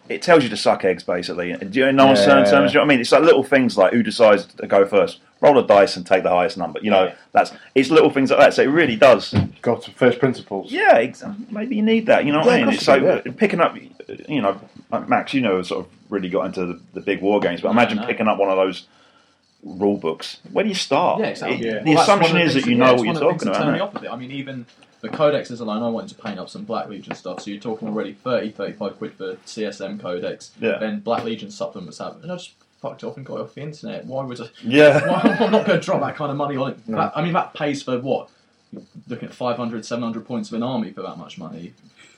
[SPEAKER 2] it tells you to suck eggs basically. And Do you know in
[SPEAKER 5] Yeah.
[SPEAKER 2] certain terms? Do you know what I mean? It's like little things like who decides to go first. Roll a dice and take the highest number. You know,
[SPEAKER 4] Yeah.
[SPEAKER 2] that's it's little things like that. So it really does
[SPEAKER 5] Go to first principles.
[SPEAKER 2] yeah, ex- maybe you need that. You know what
[SPEAKER 5] Yeah,
[SPEAKER 2] I mean?
[SPEAKER 5] of
[SPEAKER 2] It's
[SPEAKER 5] course
[SPEAKER 2] like
[SPEAKER 5] you
[SPEAKER 2] picking up, you know, like Max, you know, sort of really got into the, the big war games, but
[SPEAKER 3] No,
[SPEAKER 2] imagine
[SPEAKER 3] no.
[SPEAKER 2] picking up one of those rule books. Where do you start?
[SPEAKER 3] Yeah,
[SPEAKER 2] Oh,
[SPEAKER 3] exactly.
[SPEAKER 2] It-
[SPEAKER 3] Well,
[SPEAKER 2] The
[SPEAKER 3] that's
[SPEAKER 2] assumption
[SPEAKER 3] one of
[SPEAKER 2] is
[SPEAKER 3] the
[SPEAKER 2] that
[SPEAKER 3] things
[SPEAKER 2] you
[SPEAKER 3] yeah,
[SPEAKER 2] know what
[SPEAKER 3] it's one
[SPEAKER 2] you're
[SPEAKER 3] of the things
[SPEAKER 2] talking
[SPEAKER 3] that turned me
[SPEAKER 2] about.
[SPEAKER 3] off with it. I mean, even the codexes alone, I wanted to paint up some Black Legion stuff, so you're talking already 30, 35 quid for CSM codex.
[SPEAKER 2] Yeah.
[SPEAKER 3] Then Black Legion supplements out, and I just fucked off and got it off the internet. Why was I?
[SPEAKER 2] (laughs) Yeah.
[SPEAKER 3] Why, I'm not going to drop that kind of money on it. That, I mean, that pays for what? Looking at 500, 700 points of an army for that much money.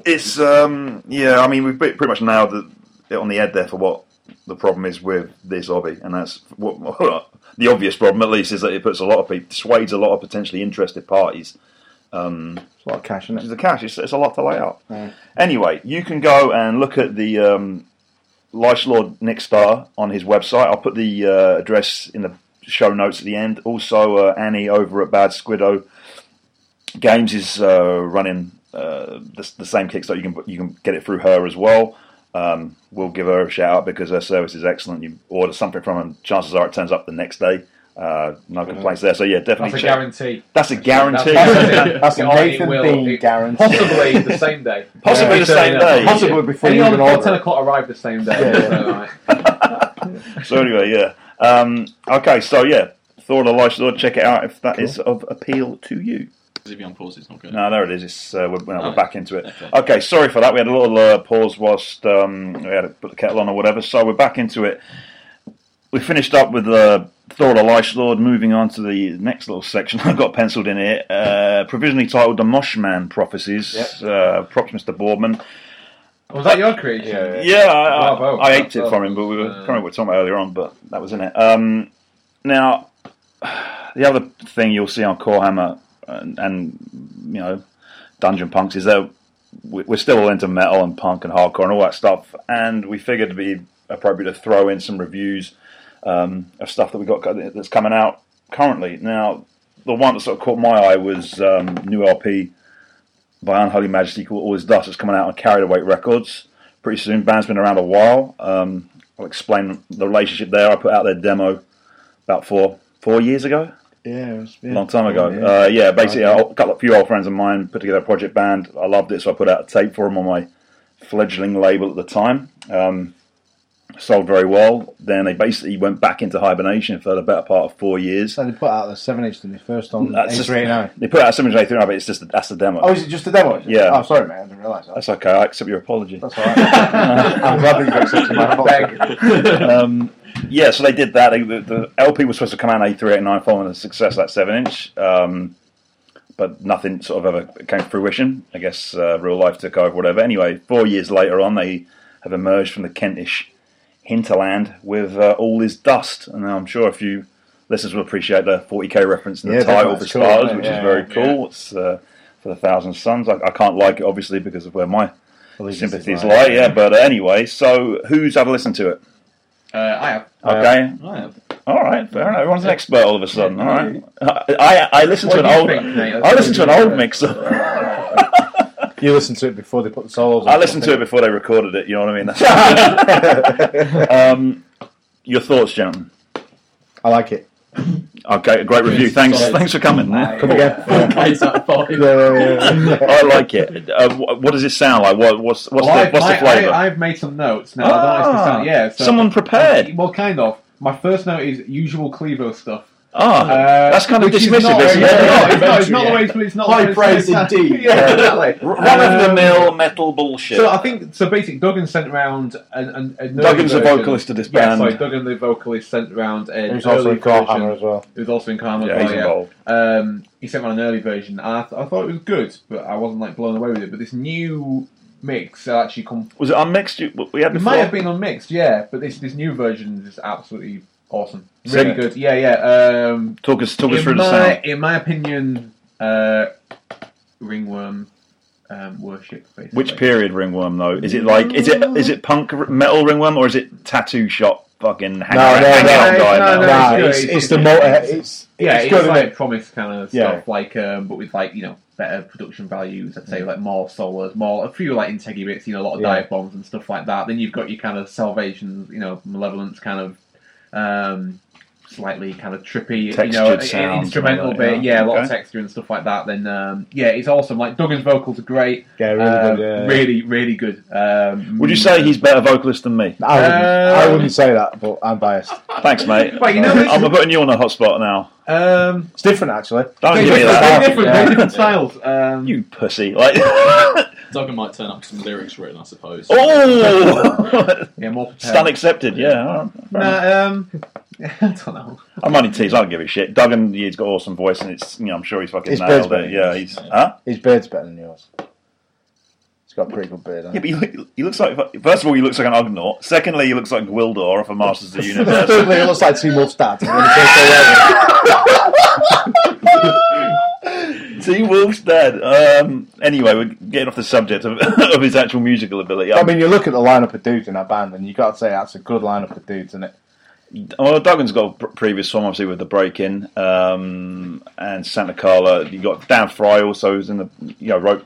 [SPEAKER 2] It's, um, yeah, I mean, we've pretty much nailed the, it on the head there for what the problem is with this hobby, and that's what, (laughs) the obvious problem, at least, is that it puts a lot of people, dissuades a lot of potentially interested parties
[SPEAKER 5] It's a lot of cash, isn't
[SPEAKER 2] which
[SPEAKER 5] it?
[SPEAKER 2] is the cash. It's, it's a lot to lay out.
[SPEAKER 5] Mm.
[SPEAKER 2] Anyway, you can go and look at the um, Life Lord Nick Star on his website. I'll put the uh, address in the show notes at the end. Also, uh, Annie over at Bad Squiddo Games is uh, running uh, the, the same Kickstarter. You can you can get it through her as well. Um, we'll give her a shout out because her service is excellent. You order something from her, chances are it turns up the next day. Uh, no complaints there. So yeah,
[SPEAKER 4] That's
[SPEAKER 2] definitely.
[SPEAKER 4] a
[SPEAKER 2] check-
[SPEAKER 4] guarantee.
[SPEAKER 2] That's a guarantee.
[SPEAKER 4] That's-
[SPEAKER 5] That's a
[SPEAKER 4] Yeah, it
[SPEAKER 5] Nathan
[SPEAKER 4] will.
[SPEAKER 5] Bean
[SPEAKER 4] It-
[SPEAKER 5] guarantee.
[SPEAKER 2] (laughs)
[SPEAKER 4] Possibly the same day.
[SPEAKER 2] Possibly
[SPEAKER 4] Yeah,
[SPEAKER 2] the same
[SPEAKER 4] so, yeah.
[SPEAKER 2] day.
[SPEAKER 5] Possibly before
[SPEAKER 4] Any
[SPEAKER 5] you
[SPEAKER 4] other
[SPEAKER 5] even
[SPEAKER 4] before
[SPEAKER 5] order
[SPEAKER 4] ten
[SPEAKER 5] it.
[SPEAKER 4] o'clock arrived the same day.
[SPEAKER 5] Yeah, yeah.
[SPEAKER 4] so, (laughs) right.
[SPEAKER 2] So anyway, yeah. Um, okay, so yeah, Thor the Life Lord. Check it out if that is of appeal to you.
[SPEAKER 3] Because if you unpause, it's not good. (laughs)
[SPEAKER 2] No, there it is. It's uh, we're, we're
[SPEAKER 3] Oh.
[SPEAKER 2] back into it.
[SPEAKER 3] Okay.
[SPEAKER 2] Okay, sorry for that. We had a little uh, pause whilst um, we had to put the kettle on or whatever. So we're back into it. We finished up with uh, Thor the Life Lord. Moving on to the next little section (laughs) I've got penciled in here, uh, provisionally titled "The Moshman Prophecies." Uh, props, Mr. Boardman.
[SPEAKER 4] Was that your creation?
[SPEAKER 5] Yeah, yeah.
[SPEAKER 2] Yeah, I, I,
[SPEAKER 4] Bravo.
[SPEAKER 2] I aped it
[SPEAKER 4] Bravo.
[SPEAKER 2] from him, but we were
[SPEAKER 4] Uh,
[SPEAKER 2] can't remember what we were talking about earlier on, but that was in it. Um, now, the other thing you'll see on Core Hammer and, and you know Dungeon Punks is that we- we're still all into metal and punk and hardcore and all that stuff, and we figured it'd be appropriate to throw in some reviews um, of stuff that we got co- that's coming out currently. Now, the one that sort of caught my eye was um, new LP by Unholy Majesty called All Is Dust. It's coming out on Carried Away Records pretty soon. Band's been around a while. Um, I'll explain the relationship there. I put out their demo about four four years ago,
[SPEAKER 5] (laughs) Yeah, it was-
[SPEAKER 2] a
[SPEAKER 5] yeah. Oh,
[SPEAKER 2] long time ago.
[SPEAKER 5] Yeah.
[SPEAKER 2] Uh, yeah, basically, I- a couple of few old friends of mine put together a project band. I loved it, so I put out a tape for them on my fledgling label at the time. Um, sold very well. Then they basically went back into hibernation for the better part of four years.
[SPEAKER 5] So they put out the seven inch and the first on
[SPEAKER 2] That's
[SPEAKER 5] A
[SPEAKER 2] just-
[SPEAKER 5] three nine.
[SPEAKER 2] They put out something like but it's just that's the demo.
[SPEAKER 5] Oh, is it just a demo?
[SPEAKER 2] Yeah.
[SPEAKER 5] Oh, sorry, man. I didn't realise that.
[SPEAKER 2] That's okay. I accept your apology.
[SPEAKER 5] That's all right.
[SPEAKER 2] (laughs)
[SPEAKER 5] I'm glad that you accepted my apology.
[SPEAKER 2] um, yeah, so they did that. They, the, the LP was supposed to come out in A389 following the success of that 7 inch, um, but nothing sort of ever came to fruition. I guess uh, real life took over, whatever. Anyway, four years later on, they have emerged from the Kentish hinterland with uh, All Is Dust. And I'm sure a few listeners will appreciate the 40k reference in the
[SPEAKER 5] Yeah,
[SPEAKER 2] title for
[SPEAKER 5] that's cool,
[SPEAKER 2] Stars,
[SPEAKER 5] isn't it?
[SPEAKER 2] which
[SPEAKER 5] Yeah,
[SPEAKER 2] is very
[SPEAKER 5] yeah.
[SPEAKER 2] cool. It's uh, for the Thousand Suns. I, I can't like it, obviously, because of where my sympathies lie. Yeah, but uh, anyway, so who's had a listen to it?
[SPEAKER 4] Uh, I have.
[SPEAKER 2] Okay.
[SPEAKER 3] I have.
[SPEAKER 2] Uh, All right, fair enough. Everyone's an expert all of a sudden. All right, I I listened to
[SPEAKER 4] What
[SPEAKER 2] an
[SPEAKER 4] do you
[SPEAKER 2] old
[SPEAKER 4] think, Nate?
[SPEAKER 2] I listened to an old mix.
[SPEAKER 4] (laughs)
[SPEAKER 2] I
[SPEAKER 5] You listened to it before they put the solos. on,
[SPEAKER 2] listened to it
[SPEAKER 5] think.
[SPEAKER 2] before they recorded it. You know what I mean?
[SPEAKER 4] (laughs)
[SPEAKER 5] (laughs)
[SPEAKER 2] That's- um, your thoughts, gentlemen?
[SPEAKER 5] I like it.
[SPEAKER 2] Okay, a great review.
[SPEAKER 3] Yes,
[SPEAKER 2] Thanks,
[SPEAKER 3] solid.
[SPEAKER 2] thanks for coming.
[SPEAKER 5] Come again. (laughs)
[SPEAKER 3] Case out of
[SPEAKER 2] (laughs)
[SPEAKER 3] five.
[SPEAKER 5] Yeah, yeah, yeah.
[SPEAKER 2] I like it. Uh, wh- what does it sound like? What, what's what's
[SPEAKER 4] Well,
[SPEAKER 2] the what's the
[SPEAKER 4] I've- I,
[SPEAKER 2] flavour?
[SPEAKER 4] I, have made some notes now. I don't know if this
[SPEAKER 2] Ah,
[SPEAKER 4] sound- yeah, so-
[SPEAKER 2] someone prepared.
[SPEAKER 4] Well, kind of. My first note is usual Clevo stuff.
[SPEAKER 2] Ah, that's kind of
[SPEAKER 4] Uh, which is
[SPEAKER 2] dismissive,
[SPEAKER 4] not-
[SPEAKER 2] isn't
[SPEAKER 4] yeah,
[SPEAKER 2] it? (laughs)
[SPEAKER 4] (laughs) yeah, it's
[SPEAKER 2] Yeah.
[SPEAKER 4] not- it's not the way it's, it's not the way
[SPEAKER 7] High
[SPEAKER 4] it's-
[SPEAKER 7] praise indeed.
[SPEAKER 4] (laughs) Yeah, exactly.
[SPEAKER 2] Run of the mill metal bullshit.
[SPEAKER 4] So uh, I think so. Basically, Duggan sent round an, an, an early
[SPEAKER 2] Duggan's the
[SPEAKER 4] version-
[SPEAKER 2] vocalist of this
[SPEAKER 4] Yeah,
[SPEAKER 2] band.
[SPEAKER 4] sorry, Duggan the vocalist sent round an
[SPEAKER 5] He's also
[SPEAKER 4] early
[SPEAKER 5] in Car Hammer
[SPEAKER 4] version.
[SPEAKER 5] as well.
[SPEAKER 4] Who's also in Karma.
[SPEAKER 2] yeah, he's
[SPEAKER 4] oh, yeah.
[SPEAKER 2] involved.
[SPEAKER 4] Um, he sent round an early version. And I, th- I thought it was good, but I wasn't like blown away with it. But this new mix uh, actually com-
[SPEAKER 2] Was it unmixed? You, we had
[SPEAKER 4] It
[SPEAKER 2] before.
[SPEAKER 4] might have been unmixed, yeah, but this this new version is absolutely awesome.
[SPEAKER 2] Sick.
[SPEAKER 4] Really good. Yeah, yeah. Um,
[SPEAKER 2] Talk us, talk us through
[SPEAKER 4] in,
[SPEAKER 2] the
[SPEAKER 4] my,
[SPEAKER 2] sound.
[SPEAKER 4] in my opinion, uh, ringworm um, worship. Basically.
[SPEAKER 2] Which period ringworm though? Is
[SPEAKER 4] Mm.
[SPEAKER 2] it like is it is it punk r- metal ringworm or is it tattoo shop fucking hang
[SPEAKER 5] No,
[SPEAKER 2] out,
[SPEAKER 5] no,
[SPEAKER 2] hang
[SPEAKER 5] no,
[SPEAKER 2] out
[SPEAKER 4] no,
[SPEAKER 2] guy
[SPEAKER 4] no,
[SPEAKER 2] metal?
[SPEAKER 4] no,
[SPEAKER 5] Nah,
[SPEAKER 4] it's good,
[SPEAKER 5] it's,
[SPEAKER 4] it's
[SPEAKER 5] it's,
[SPEAKER 4] good.
[SPEAKER 5] the motor. It's,
[SPEAKER 4] Yeah,
[SPEAKER 5] it's
[SPEAKER 4] it's,
[SPEAKER 5] good,
[SPEAKER 4] like
[SPEAKER 5] isn't it?
[SPEAKER 4] promise kind of
[SPEAKER 5] Yeah.
[SPEAKER 4] stuff, like um, but with like you know better production values. I'd say like more solos, more a few like integgy bits, you know, a lot of
[SPEAKER 5] Mm. Yeah.
[SPEAKER 4] dive bombs and stuff like that. Then you've got your kind of salvations, you know, malevolence kind of. Um, Slightly kind of trippy, you know,
[SPEAKER 2] Textured
[SPEAKER 4] i-
[SPEAKER 2] sounds
[SPEAKER 4] instrumental
[SPEAKER 2] and all that,
[SPEAKER 4] bit,
[SPEAKER 2] yeah.
[SPEAKER 4] yeah, a lot of
[SPEAKER 2] Okay.
[SPEAKER 4] texture and stuff like that. Then, um, yeah, it's awesome. Like Duggan's vocals are great,
[SPEAKER 5] Yeah, really
[SPEAKER 4] Uh,
[SPEAKER 5] good. Yeah, yeah.
[SPEAKER 4] really, really good. Um,
[SPEAKER 2] Would you say he's better vocalist than me?
[SPEAKER 5] I, wouldn't, I
[SPEAKER 4] Um,
[SPEAKER 5] wouldn't say that, but I'm biased.
[SPEAKER 2] Thanks, mate.
[SPEAKER 4] Well, you know,
[SPEAKER 2] I'm
[SPEAKER 4] it's-
[SPEAKER 2] putting you on a hot spot now.
[SPEAKER 4] Um,
[SPEAKER 5] It's different, actually.
[SPEAKER 2] Don't
[SPEAKER 4] they're
[SPEAKER 2] give me that.
[SPEAKER 4] different, they're different,
[SPEAKER 5] Oh, Yeah.
[SPEAKER 4] they're different styles.
[SPEAKER 2] (laughs)
[SPEAKER 4] Um,
[SPEAKER 2] You pussy. Like, (laughs)
[SPEAKER 3] Duggan might turn up with some lyrics written, I suppose.
[SPEAKER 2] oh,
[SPEAKER 4] yeah, more prepared.
[SPEAKER 2] Stan accepted. Yeah, all right. Fair enough.
[SPEAKER 4] Nah, um, (laughs) I don't know.
[SPEAKER 2] I'm only teasing. I don't give a shit. Duggan, he's got awesome voice, and it's you know I'm sure he's fucking
[SPEAKER 5] His
[SPEAKER 2] nailed
[SPEAKER 5] bird's
[SPEAKER 2] it. Yeah,
[SPEAKER 5] better.
[SPEAKER 2] he's huh?
[SPEAKER 5] His beard's better than yours. He's got a pretty good beard.
[SPEAKER 2] Yeah,
[SPEAKER 5] hasn't
[SPEAKER 2] but he, look, he looks like first of all he looks like an Ugnaught. Secondly, he looks like Gwildor from Masters of the (laughs)
[SPEAKER 5] he?
[SPEAKER 2] Universe.
[SPEAKER 5] Thirdly, it looks like Team Wolf's dad. when he first came over.
[SPEAKER 2] T Wolf's dead. Um, anyway, we're getting off the subject of, (laughs) of his actual musical ability.
[SPEAKER 5] I mean, you look at the lineup of dudes in that band, and you got to say that's a good lineup of dudes, isn't it?
[SPEAKER 2] well, Duggan's got pr- previous form, obviously, with the break in um, and Santa Carla. You got Dan Fry also, who's in the, you know, wrote,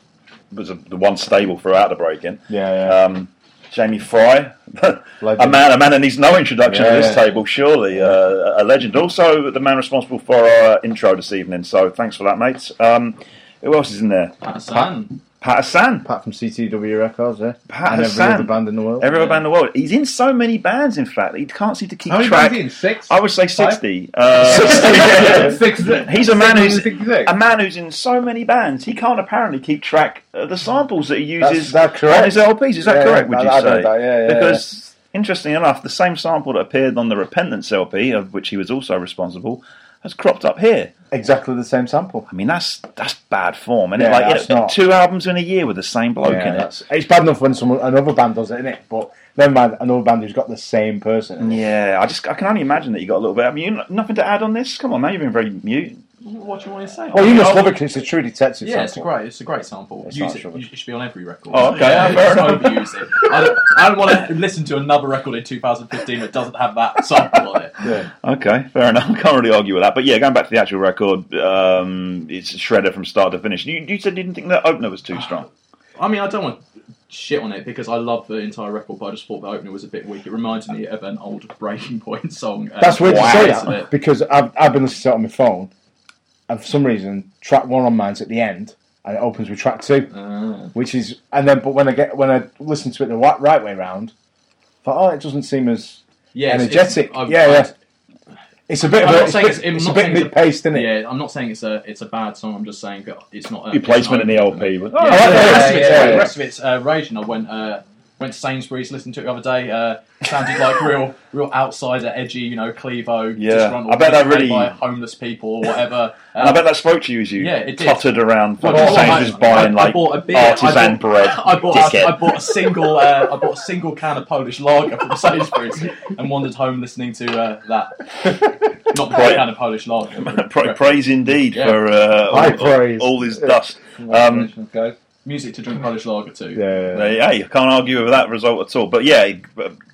[SPEAKER 2] was a, the one stable throughout the break in.
[SPEAKER 5] Yeah, yeah.
[SPEAKER 2] Um, Jamie Fry, (laughs) a
[SPEAKER 5] Legend.
[SPEAKER 2] man, a man that needs no introduction at
[SPEAKER 5] Yeah,
[SPEAKER 2] this
[SPEAKER 5] yeah.
[SPEAKER 2] table, surely uh, a legend. Also, the man responsible for our intro this evening. So, thanks for that, mates. Um, who else is in there?
[SPEAKER 3] Pat Hassan.
[SPEAKER 2] Pat Hassan.
[SPEAKER 5] Apart from CTW Records, yeah.
[SPEAKER 2] Pat
[SPEAKER 5] and every
[SPEAKER 2] Hassan.
[SPEAKER 5] other band in the world.
[SPEAKER 2] Every
[SPEAKER 3] Yeah.
[SPEAKER 2] other band in the world. He's in so many bands, in fact, that he can't seem to keep
[SPEAKER 4] How many
[SPEAKER 2] track.
[SPEAKER 4] bands in? Six?
[SPEAKER 2] I would say 60. Uh,
[SPEAKER 4] (laughs) six.
[SPEAKER 2] (laughs)
[SPEAKER 4] six
[SPEAKER 2] He's a man who's
[SPEAKER 4] Sixty-six.
[SPEAKER 2] a man who's in so many bands, he can't apparently keep track of the samples that he
[SPEAKER 5] That's,
[SPEAKER 2] uses
[SPEAKER 5] that's
[SPEAKER 2] on
[SPEAKER 5] correct.
[SPEAKER 2] his LPs. Is that
[SPEAKER 5] Yeah,
[SPEAKER 2] correct? Would
[SPEAKER 5] I-
[SPEAKER 2] you
[SPEAKER 5] I
[SPEAKER 2] say?
[SPEAKER 5] read that, yeah, yeah,
[SPEAKER 2] because interestingly enough, the same sample that appeared on the Repentance LP, of which he was also responsible, has cropped up here.
[SPEAKER 5] exactly the same sample.
[SPEAKER 2] I mean, that's that's bad form, and
[SPEAKER 5] Yeah,
[SPEAKER 2] like you
[SPEAKER 5] that's
[SPEAKER 2] know,
[SPEAKER 5] not-
[SPEAKER 2] two albums in a year with the same bloke
[SPEAKER 5] Yeah,
[SPEAKER 2] in it.
[SPEAKER 5] that's- it's bad enough when someone another band does it, isn't it? But never mind another band who's got the same person. in it.
[SPEAKER 2] Yeah, I just I can only imagine that you got a little bit. I mean, you, nothing to add on this. Come on, man, you've been very mute.
[SPEAKER 3] What do you want to say?
[SPEAKER 5] Well, you must love it 'cause it's a true detective.
[SPEAKER 3] Oh. Yeah, it's a
[SPEAKER 5] sample.
[SPEAKER 3] great, it's a great sample.
[SPEAKER 5] It's
[SPEAKER 3] Use
[SPEAKER 5] not
[SPEAKER 3] it.
[SPEAKER 5] sure.
[SPEAKER 3] You should be on every record.
[SPEAKER 2] Oh, okay,
[SPEAKER 3] Yeah,
[SPEAKER 2] yeah, fair
[SPEAKER 3] just
[SPEAKER 2] enough.
[SPEAKER 3] overuse it. I don't, I don't want to listen to another record in 2015 that doesn't have that sample on it.
[SPEAKER 2] Okay, fair enough. (laughs) I can't really argue with that. But yeah, going back to the actual record, um, it's a shredder from start to finish. You, you said you didn't think the opener was too strong.
[SPEAKER 3] I mean, I don't want to shit on it because I love the entire record, but I just thought the opener was a bit weak. It reminded me of an old Breaking Point song. um,
[SPEAKER 5] That's weird
[SPEAKER 2] Wow.
[SPEAKER 5] to say
[SPEAKER 3] isn't
[SPEAKER 5] that because I've, I've been listening to it on my phone, and for some reason, track one on mine's at the end, and it opens with track two,
[SPEAKER 3] it? Uh,
[SPEAKER 5] which is and then but when I get when I listen to it the wa- right way round, I thought oh it doesn't seem as
[SPEAKER 3] yeah, it's- it's-
[SPEAKER 5] energetic.
[SPEAKER 3] I've-
[SPEAKER 5] yeah,
[SPEAKER 3] I've-
[SPEAKER 5] yeah. It's a bit.
[SPEAKER 3] I'm
[SPEAKER 5] Of
[SPEAKER 3] not
[SPEAKER 5] a, it's,
[SPEAKER 3] saying
[SPEAKER 5] bit-
[SPEAKER 3] it's- I'm
[SPEAKER 5] it's
[SPEAKER 3] not
[SPEAKER 5] a bit
[SPEAKER 3] saying it's a-
[SPEAKER 5] mid-paced, isn't it?
[SPEAKER 3] Yeah, I'm not saying it's a it's a bad song. I'm just saying that it's not a
[SPEAKER 2] Your placement in the LP was.
[SPEAKER 3] Oh,
[SPEAKER 2] Oh,
[SPEAKER 3] Yeah,
[SPEAKER 5] I like
[SPEAKER 3] the
[SPEAKER 5] that.
[SPEAKER 3] rest of it's
[SPEAKER 5] Yeah,
[SPEAKER 3] great.
[SPEAKER 5] yeah.
[SPEAKER 3] The rest of it's uh, raging. I went uh, went to Sainsbury's, listened to it the other day. Uh, sounded like real real outsider, edgy, you know, Clevo.
[SPEAKER 2] Yeah.
[SPEAKER 3] disgruntled,
[SPEAKER 2] I bet that
[SPEAKER 3] dismayed
[SPEAKER 2] really-
[SPEAKER 3] by homeless people or whatever. Uh,
[SPEAKER 2] And I bet that spoke to you as you
[SPEAKER 3] Yeah, it did.
[SPEAKER 2] tottered around
[SPEAKER 3] Well,
[SPEAKER 2] fucking
[SPEAKER 3] I bought-
[SPEAKER 2] Sainsbury's
[SPEAKER 3] I-
[SPEAKER 2] buying
[SPEAKER 3] I- I
[SPEAKER 2] like
[SPEAKER 3] bought a beer. I
[SPEAKER 2] artisan
[SPEAKER 3] bought-
[SPEAKER 2] bread.
[SPEAKER 3] (laughs) (laughs)
[SPEAKER 2] (laughs)
[SPEAKER 3] I bought,
[SPEAKER 2] Dickhead.
[SPEAKER 3] a, I bought a single uh, I bought a single can of Polish lager from Sainsbury's and wandered home listening to uh, that. Not the
[SPEAKER 2] Right.
[SPEAKER 3] can of Polish
[SPEAKER 2] (laughs)
[SPEAKER 3] lager. but
[SPEAKER 2] Pra-
[SPEAKER 3] the-
[SPEAKER 2] praise indeed
[SPEAKER 3] Yeah.
[SPEAKER 2] for uh,
[SPEAKER 5] High
[SPEAKER 2] all,
[SPEAKER 5] praise.
[SPEAKER 2] all his dust. Um,
[SPEAKER 4] Congratulations, guys.
[SPEAKER 3] Music to drink Polish lager to.
[SPEAKER 5] Yeah, yeah, yeah.
[SPEAKER 2] Hey, hey, you can't argue with that result at all. But yeah,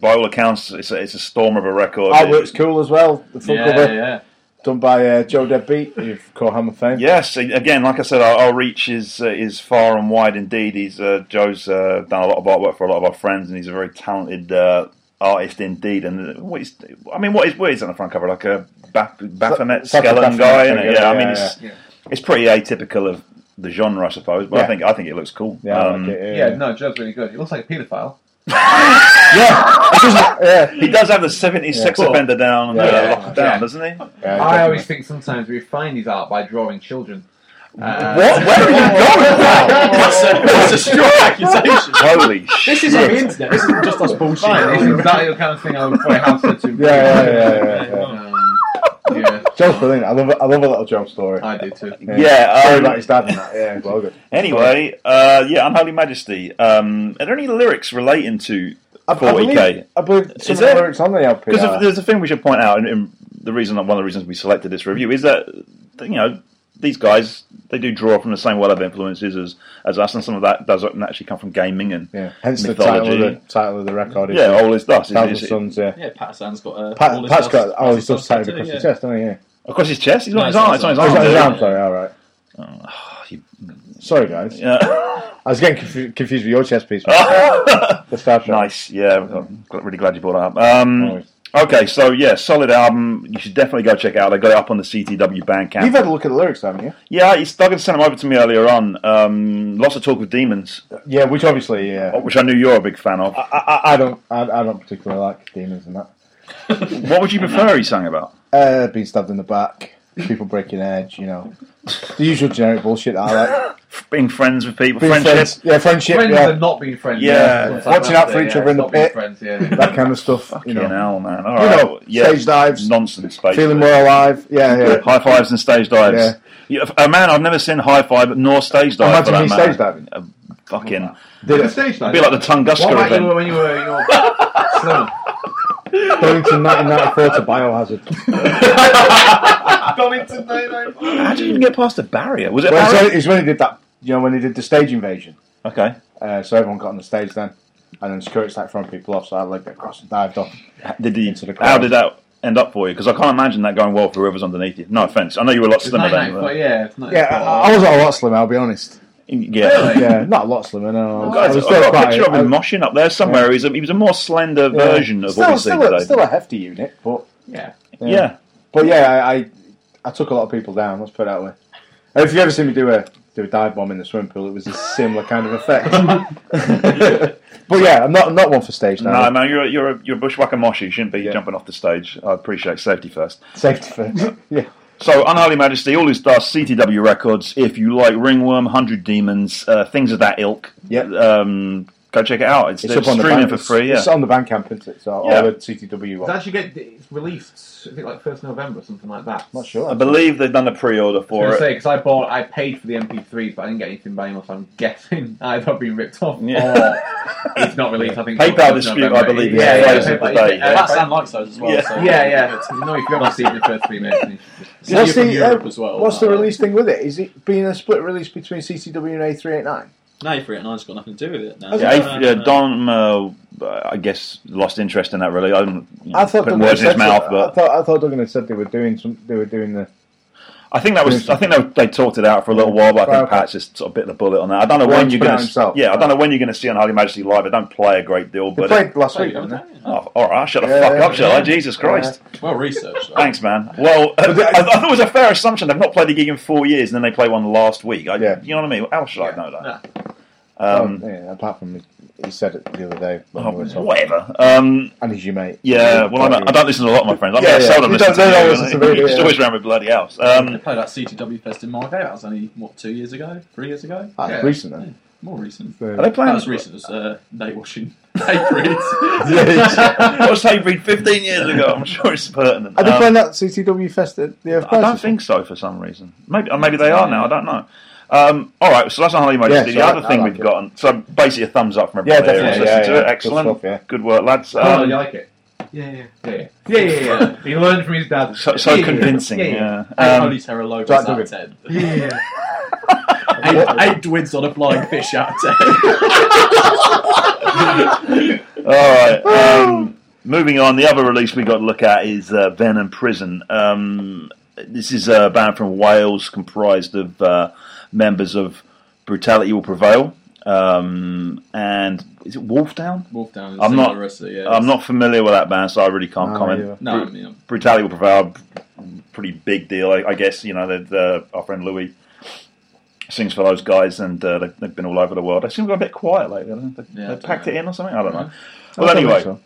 [SPEAKER 2] by all accounts, it's a, it's a storm of a record.
[SPEAKER 5] Artwork's cool as well. The full
[SPEAKER 3] Yeah,
[SPEAKER 5] cover
[SPEAKER 3] yeah.
[SPEAKER 5] done by uh, Joe Deadbeat of Core Hammer fame.
[SPEAKER 2] Yes, again, like I said, our, our reach is uh, is far and wide indeed. He's uh, Joe's uh, done a lot of artwork for a lot of our friends, and he's a very talented uh, artist indeed. And uh, what is, I mean, what is what is on the front cover like a Bap- Baphomet
[SPEAKER 5] It's like a
[SPEAKER 2] skeleton
[SPEAKER 5] Baphomet
[SPEAKER 2] guy?
[SPEAKER 5] figure,
[SPEAKER 2] innit? yeah, I mean,
[SPEAKER 5] yeah,
[SPEAKER 2] it's it's pretty atypical of the genre, I suppose. But I
[SPEAKER 5] Yeah.
[SPEAKER 2] think I think it looks cool.
[SPEAKER 5] Yeah, I
[SPEAKER 2] Um,
[SPEAKER 5] like it,
[SPEAKER 4] Yeah,
[SPEAKER 5] yeah.
[SPEAKER 4] no, Joe's really good. He looks like a paedophile.
[SPEAKER 2] yeah, yeah. He does have the 70s sex
[SPEAKER 3] Yeah.
[SPEAKER 2] offender down
[SPEAKER 5] Yeah.
[SPEAKER 2] uh,
[SPEAKER 4] Yeah.
[SPEAKER 2] locked down,
[SPEAKER 4] Yeah.
[SPEAKER 2] doesn't he?
[SPEAKER 5] Yeah,
[SPEAKER 4] I
[SPEAKER 5] definitely.
[SPEAKER 4] always think sometimes we find these out by drawing children. Uh,
[SPEAKER 2] What? Where are you (laughs) going now?
[SPEAKER 3] that's, a, (laughs) that's a strong accusation.
[SPEAKER 2] Holy
[SPEAKER 3] This is on the internet. This isn't just us bullshit.
[SPEAKER 4] Fine, this is exactly the kind of thing I would play house
[SPEAKER 5] (laughs)
[SPEAKER 4] to. improve.
[SPEAKER 5] Yeah, yeah, yeah, yeah, yeah.
[SPEAKER 4] Um, yeah,
[SPEAKER 5] Joe's brilliant. I love it. I love a little Joe story.
[SPEAKER 4] I do too.
[SPEAKER 5] Yeah. Sorry
[SPEAKER 2] Yeah.
[SPEAKER 5] about
[SPEAKER 2] Um,
[SPEAKER 5] his dad and that. Yeah, well good.
[SPEAKER 2] anyway, uh, yeah, Unholy Majesty. Um, are there any lyrics relating to
[SPEAKER 5] I, I
[SPEAKER 2] 40K?
[SPEAKER 5] believe, I believe
[SPEAKER 2] Is
[SPEAKER 5] some of the
[SPEAKER 2] there?
[SPEAKER 5] lyrics on the LP.
[SPEAKER 2] Because
[SPEAKER 5] are-
[SPEAKER 2] there's a thing we should point out, and, and the reason one of the reasons we selected this review is that you know these guys they do draw from the same well of influences as, as us, and some of that does actually come from gaming and
[SPEAKER 5] yeah, hence the title
[SPEAKER 2] mythology.
[SPEAKER 5] of the title of the record. Is
[SPEAKER 2] yeah, all this dust.
[SPEAKER 5] Thousand
[SPEAKER 2] Is, is,
[SPEAKER 5] Sons. Yeah,
[SPEAKER 3] Yeah, Pat Sands got uh, all
[SPEAKER 5] Pat,
[SPEAKER 3] his
[SPEAKER 5] Pat's
[SPEAKER 3] stuff-
[SPEAKER 5] got all his
[SPEAKER 3] stuff
[SPEAKER 5] stuff tied
[SPEAKER 3] tattooed,
[SPEAKER 5] across
[SPEAKER 3] yeah.
[SPEAKER 5] his chest, don't he? Yeah.
[SPEAKER 2] across his chest. He's on
[SPEAKER 3] No,
[SPEAKER 2] his
[SPEAKER 3] it's
[SPEAKER 2] arm.
[SPEAKER 3] not
[SPEAKER 2] It's on his
[SPEAKER 5] Oh,
[SPEAKER 2] arm.
[SPEAKER 5] is that his
[SPEAKER 2] dude.
[SPEAKER 5] arm? Sorry, all right.
[SPEAKER 2] Oh, you-
[SPEAKER 5] Sorry, guys. (laughs)
[SPEAKER 2] yeah.
[SPEAKER 5] I was getting confu- confused with your
[SPEAKER 2] (laughs)
[SPEAKER 5] chess piece. man.
[SPEAKER 2] Oh,
[SPEAKER 5] the Star Trek.
[SPEAKER 2] nice. Yeah, I'm gl- really glad you brought that up. Um,
[SPEAKER 5] Always.
[SPEAKER 2] okay, so yeah, solid album. You should definitely go check it out. I got it up on the CTW Bandcamp.
[SPEAKER 5] You've had a look at the lyrics, haven't you?
[SPEAKER 2] yeah, he's Doug had sent them over to me earlier on. Um, lots of talk with demons,
[SPEAKER 5] Yeah, which obviously, yeah.
[SPEAKER 2] which I knew you're a big fan of.
[SPEAKER 5] I, I, I don't, I, I don't particularly like demons and that.
[SPEAKER 2] What would you prefer he sang about?
[SPEAKER 5] Uh, being stabbed in the back, people breaking edge, you know, the usual generic bullshit. that I
[SPEAKER 2] (laughs)
[SPEAKER 5] like.
[SPEAKER 2] Being friends with people,
[SPEAKER 5] Being
[SPEAKER 2] friendship.
[SPEAKER 5] friends, yeah, friendship,
[SPEAKER 4] Friends
[SPEAKER 5] yeah,
[SPEAKER 4] and not being friends.
[SPEAKER 2] Yeah.
[SPEAKER 4] Sometimes
[SPEAKER 5] Watching out
[SPEAKER 4] that's
[SPEAKER 5] for
[SPEAKER 4] it,
[SPEAKER 5] each
[SPEAKER 4] yeah,
[SPEAKER 5] other in the
[SPEAKER 4] not being
[SPEAKER 5] pit.
[SPEAKER 4] Friends,
[SPEAKER 5] (laughs)
[SPEAKER 4] yeah.
[SPEAKER 5] that kind of stuff. You know,
[SPEAKER 2] Fucking hell, man. All
[SPEAKER 5] You
[SPEAKER 2] right.
[SPEAKER 5] know, stage dives.
[SPEAKER 2] Nonsense. Basically.
[SPEAKER 5] feeling more alive. Yeah, yeah.
[SPEAKER 2] High fives and stage dives.
[SPEAKER 5] Yeah.
[SPEAKER 2] Yeah, f- a man I've never seen high five nor stage dive. for
[SPEAKER 5] Imagine
[SPEAKER 2] that
[SPEAKER 5] me
[SPEAKER 2] matter.
[SPEAKER 5] stage diving.
[SPEAKER 2] Fucking.
[SPEAKER 5] Did
[SPEAKER 4] The
[SPEAKER 5] it.
[SPEAKER 4] stage
[SPEAKER 2] It'd be like the
[SPEAKER 4] What
[SPEAKER 2] Tunguska
[SPEAKER 4] about you
[SPEAKER 2] event.
[SPEAKER 4] when you were, you (laughs) were slimmer?
[SPEAKER 5] Going from 1994 to
[SPEAKER 2] (laughs)
[SPEAKER 5] Biohazard.
[SPEAKER 2] How do you even get past the barrier? Was it
[SPEAKER 5] Well, it's
[SPEAKER 2] barrier?
[SPEAKER 5] when- it's when he did that. You know, when he did the stage invasion.
[SPEAKER 2] Okay.
[SPEAKER 5] Uh, so everyone got on the stage then, and then security started throwing people off. So I legged it across and dived off.
[SPEAKER 2] Did he,
[SPEAKER 5] Into the crowd.
[SPEAKER 2] how did that end up for you? Because I can't imagine that going well for whoever's underneath you. No offense. I know you were a lot
[SPEAKER 4] It's
[SPEAKER 2] slimmer then.
[SPEAKER 4] 1994, yeah, it's
[SPEAKER 5] Yeah, I, I wasn't a lot slimmer. I'll be honest.
[SPEAKER 2] but- Yeah.
[SPEAKER 4] Really?
[SPEAKER 5] Yeah, not a lot slimmer. No, I was, I
[SPEAKER 2] Guys,
[SPEAKER 5] was
[SPEAKER 2] I've
[SPEAKER 5] still
[SPEAKER 2] got a
[SPEAKER 5] quite.
[SPEAKER 2] picture of
[SPEAKER 5] I-
[SPEAKER 2] him moshing up there somewhere. He's a, he was a more slender
[SPEAKER 5] yeah.
[SPEAKER 2] version of
[SPEAKER 5] still,
[SPEAKER 2] what we see
[SPEAKER 5] still
[SPEAKER 2] today.
[SPEAKER 5] A, still a hefty unit, but
[SPEAKER 4] Yeah.
[SPEAKER 2] yeah.
[SPEAKER 5] But yeah, I, I I took a lot of people down. Let's put it that way. And If you ever seen me do a do a dive bomb in the swimming pool, it was a similar kind of effect.
[SPEAKER 2] (laughs)
[SPEAKER 5] but yeah, I'm not I'm not one for stage
[SPEAKER 2] No,
[SPEAKER 5] diving.
[SPEAKER 2] no, you're a, you're a, you're a bushwhacker mosh. You shouldn't be
[SPEAKER 5] Yeah.
[SPEAKER 2] jumping off the stage. I appreciate safety first.
[SPEAKER 5] Safety first. Yeah,
[SPEAKER 2] So, Unholy Majesty, All Who Stars, CTW Records. If you like Ringworm, Hundred Demons, uh, things of that ilk,
[SPEAKER 5] Yep.
[SPEAKER 2] um, go check it out. It's,
[SPEAKER 5] it's
[SPEAKER 2] they're
[SPEAKER 5] up on the
[SPEAKER 2] streaming
[SPEAKER 5] bank.
[SPEAKER 2] for free.
[SPEAKER 5] It's
[SPEAKER 2] Yeah.
[SPEAKER 5] on the Bandcamp, isn't it? So
[SPEAKER 2] Yeah.
[SPEAKER 5] or the CTW
[SPEAKER 4] It's
[SPEAKER 5] one.
[SPEAKER 4] actually get it's released. I think like first November, something like that.
[SPEAKER 5] Not sure.
[SPEAKER 2] I believe they've done a pre-order
[SPEAKER 4] I was
[SPEAKER 2] for
[SPEAKER 4] gonna
[SPEAKER 2] it.
[SPEAKER 4] say because I bought, I paid for the MP3s, but I didn't get anything by email. So I'm guessing (laughs) I've been ripped off.
[SPEAKER 2] Yeah.
[SPEAKER 4] Or it's not released. I think
[SPEAKER 2] PayPal
[SPEAKER 4] first
[SPEAKER 2] dispute,
[SPEAKER 4] November.
[SPEAKER 2] I believe,
[SPEAKER 4] Yeah,
[SPEAKER 2] is
[SPEAKER 4] yeah,
[SPEAKER 2] closed
[SPEAKER 4] PayPal-
[SPEAKER 2] today.
[SPEAKER 4] yeah,
[SPEAKER 3] Pat Sands
[SPEAKER 4] yeah,
[SPEAKER 3] likes those as well.
[SPEAKER 2] Yeah.
[SPEAKER 3] so-
[SPEAKER 4] yeah, yeah. No, if you haven't seen the first three minutes, then you should just-
[SPEAKER 3] So you're
[SPEAKER 5] What's
[SPEAKER 3] from
[SPEAKER 5] the,
[SPEAKER 3] Europe
[SPEAKER 5] uh,
[SPEAKER 3] as well.
[SPEAKER 5] What's
[SPEAKER 3] no.
[SPEAKER 5] the release thing with it? Is it being a split release between CCW and A389?
[SPEAKER 3] No, three eight nine's got nothing to do with it now.
[SPEAKER 5] Has
[SPEAKER 2] Yeah,
[SPEAKER 5] it?
[SPEAKER 2] I- yeah, Don, uh, I guess, lost interest in that. Really, I don't you know,
[SPEAKER 5] I thought
[SPEAKER 2] put
[SPEAKER 5] Duggan had
[SPEAKER 2] words in his
[SPEAKER 5] said
[SPEAKER 2] mouth,
[SPEAKER 5] that- I
[SPEAKER 2] but
[SPEAKER 5] thought I thought Duggan had said they were doing some. They were doing the.
[SPEAKER 2] I think that was. I think they, they talked it out for a little while, but I think
[SPEAKER 5] Okay.
[SPEAKER 2] Pat's just sort of bit the bullet on that. I don't know
[SPEAKER 5] Well,
[SPEAKER 2] when
[SPEAKER 5] he's
[SPEAKER 2] you're
[SPEAKER 5] put it
[SPEAKER 2] going
[SPEAKER 5] out
[SPEAKER 2] to.
[SPEAKER 5] himself.
[SPEAKER 2] Yeah, I don't know when you're going to see Unholy Majesty live. I don't play a great deal,
[SPEAKER 5] They
[SPEAKER 2] but
[SPEAKER 5] played last
[SPEAKER 3] Oh,
[SPEAKER 5] week,
[SPEAKER 3] you haven't
[SPEAKER 5] didn't they?
[SPEAKER 3] done it?
[SPEAKER 2] Oh, all right, shut the
[SPEAKER 5] Yeah,
[SPEAKER 2] fuck
[SPEAKER 5] yeah,
[SPEAKER 2] up, shall I?
[SPEAKER 5] yeah.
[SPEAKER 2] Jesus Christ.
[SPEAKER 3] Well researched. though.
[SPEAKER 2] Thanks, man. Well, I, (laughs) I thought it was a fair assumption. They've not played a gig in four years, and then they play one last week. I,
[SPEAKER 5] Yeah.
[SPEAKER 2] You know what I mean? How should I
[SPEAKER 4] Yeah.
[SPEAKER 2] know that?
[SPEAKER 5] Um,
[SPEAKER 2] Um,
[SPEAKER 5] yeah, apart from he, he said it the other day when
[SPEAKER 2] oh,
[SPEAKER 5] we were talking,
[SPEAKER 2] whatever. Um,
[SPEAKER 5] and he's your mate.
[SPEAKER 2] yeah, well, I'm, I i do not listen to a lot of my friends. I mean,
[SPEAKER 5] Yeah,
[SPEAKER 2] I
[SPEAKER 5] yeah.
[SPEAKER 2] seldom
[SPEAKER 5] You
[SPEAKER 2] listen
[SPEAKER 5] don't-
[SPEAKER 2] to
[SPEAKER 5] they don't
[SPEAKER 2] you,
[SPEAKER 5] listen
[SPEAKER 2] isn't
[SPEAKER 5] to
[SPEAKER 2] it?
[SPEAKER 5] radio,
[SPEAKER 2] It's
[SPEAKER 5] yeah.
[SPEAKER 2] always around my bloody house.
[SPEAKER 3] They
[SPEAKER 2] Um,
[SPEAKER 3] played that CTW Fest in Margate. That was only what two years ago, three years ago.
[SPEAKER 5] Ah,
[SPEAKER 4] Yeah.
[SPEAKER 5] recent then.
[SPEAKER 3] More recent.
[SPEAKER 2] are they
[SPEAKER 3] That
[SPEAKER 2] playing?
[SPEAKER 3] was recent. It was uh, day (laughs) washing. Day
[SPEAKER 2] (laughs)
[SPEAKER 3] breeds.
[SPEAKER 2] What's Hatebreed 15 years ago? I'm sure it's pertinent.
[SPEAKER 5] Are they
[SPEAKER 2] Um,
[SPEAKER 5] playing that CCW fest at the Earth
[SPEAKER 2] I don't
[SPEAKER 5] Crisis?
[SPEAKER 2] think so for some reason. Maybe or maybe they are now. I don't know. Um, all right, so that's not Holy Majesty. the
[SPEAKER 5] Yeah, so
[SPEAKER 2] other
[SPEAKER 5] I- I
[SPEAKER 2] thing
[SPEAKER 5] like
[SPEAKER 2] we've
[SPEAKER 5] it.
[SPEAKER 2] gotten. So basically, a thumbs up from
[SPEAKER 5] Yeah,
[SPEAKER 2] everybody. who's
[SPEAKER 5] definitely,
[SPEAKER 2] listened
[SPEAKER 5] yeah,
[SPEAKER 2] to it.
[SPEAKER 5] yeah. Good
[SPEAKER 2] Excellent. Good,
[SPEAKER 5] stuff, yeah.
[SPEAKER 2] work, lads.
[SPEAKER 4] Oh,
[SPEAKER 2] Um,
[SPEAKER 4] you like it?
[SPEAKER 6] Yeah, yeah.
[SPEAKER 4] Yeah, yeah, yeah. yeah. he learned from his dad.
[SPEAKER 2] so, so
[SPEAKER 4] Yeah, yeah,
[SPEAKER 2] convincing.
[SPEAKER 4] yeah, yeah.
[SPEAKER 2] Yeah.
[SPEAKER 3] Eight
[SPEAKER 2] Um,
[SPEAKER 3] Holy Terror logos
[SPEAKER 5] Jack
[SPEAKER 3] out
[SPEAKER 5] Duggan.
[SPEAKER 3] of ten.
[SPEAKER 6] Yeah, yeah.
[SPEAKER 3] Eight, eight dwids on a flying fish out of ten.
[SPEAKER 2] (laughs) all right. Um, moving on. The other release we got to look at is uh, Venom Prison. Um, this is a band from Wales comprised of uh, members of Brutality Will Prevail. Um, and is it Wolf Down?
[SPEAKER 3] Wolf down.
[SPEAKER 2] I'm not-
[SPEAKER 3] Yeah,
[SPEAKER 2] I'm not familiar with that band, so I really can't
[SPEAKER 5] No,
[SPEAKER 2] comment.
[SPEAKER 5] either.
[SPEAKER 3] No, I mean, I'm-
[SPEAKER 2] Brutality uh, will prevail. Pretty big deal, I, I guess. You know, the, the, our friend Louis sings for those guys, and uh, they've, they've been all over the world. They seem to be a bit quiet lately. haven't They,
[SPEAKER 3] Yeah,
[SPEAKER 2] they
[SPEAKER 3] I don't
[SPEAKER 2] packed
[SPEAKER 3] know.
[SPEAKER 2] it in or something. I don't know.
[SPEAKER 5] I
[SPEAKER 2] Well,
[SPEAKER 5] don't
[SPEAKER 2] anyway,
[SPEAKER 5] think so.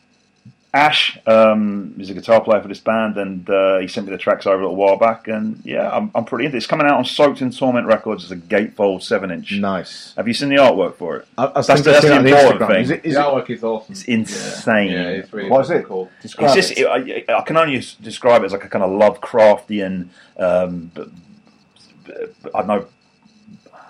[SPEAKER 2] Ash um, is a guitar player for this band, and uh, he sent me the tracks over a little while back. And yeah, I'm, I'm pretty into it. It's coming out on Soaked in Torment Records as a gatefold seven inch.
[SPEAKER 5] nice.
[SPEAKER 2] Have you seen the artwork for it?
[SPEAKER 5] I, I
[SPEAKER 2] That's
[SPEAKER 5] think
[SPEAKER 2] the-
[SPEAKER 5] I've
[SPEAKER 2] that's
[SPEAKER 5] seen
[SPEAKER 2] the
[SPEAKER 5] it on
[SPEAKER 2] important
[SPEAKER 5] Instagram.
[SPEAKER 2] thing.
[SPEAKER 5] Is it,
[SPEAKER 4] The
[SPEAKER 5] is it,
[SPEAKER 4] artwork is awesome.
[SPEAKER 2] It's insane.
[SPEAKER 4] Yeah, it's really
[SPEAKER 5] What is
[SPEAKER 4] fucking
[SPEAKER 5] it?
[SPEAKER 4] cool.
[SPEAKER 5] describe
[SPEAKER 2] It's just
[SPEAKER 5] it.
[SPEAKER 2] I, I can only s- describe it as like a kind of Lovecraftian. Um, b- b- I don't know.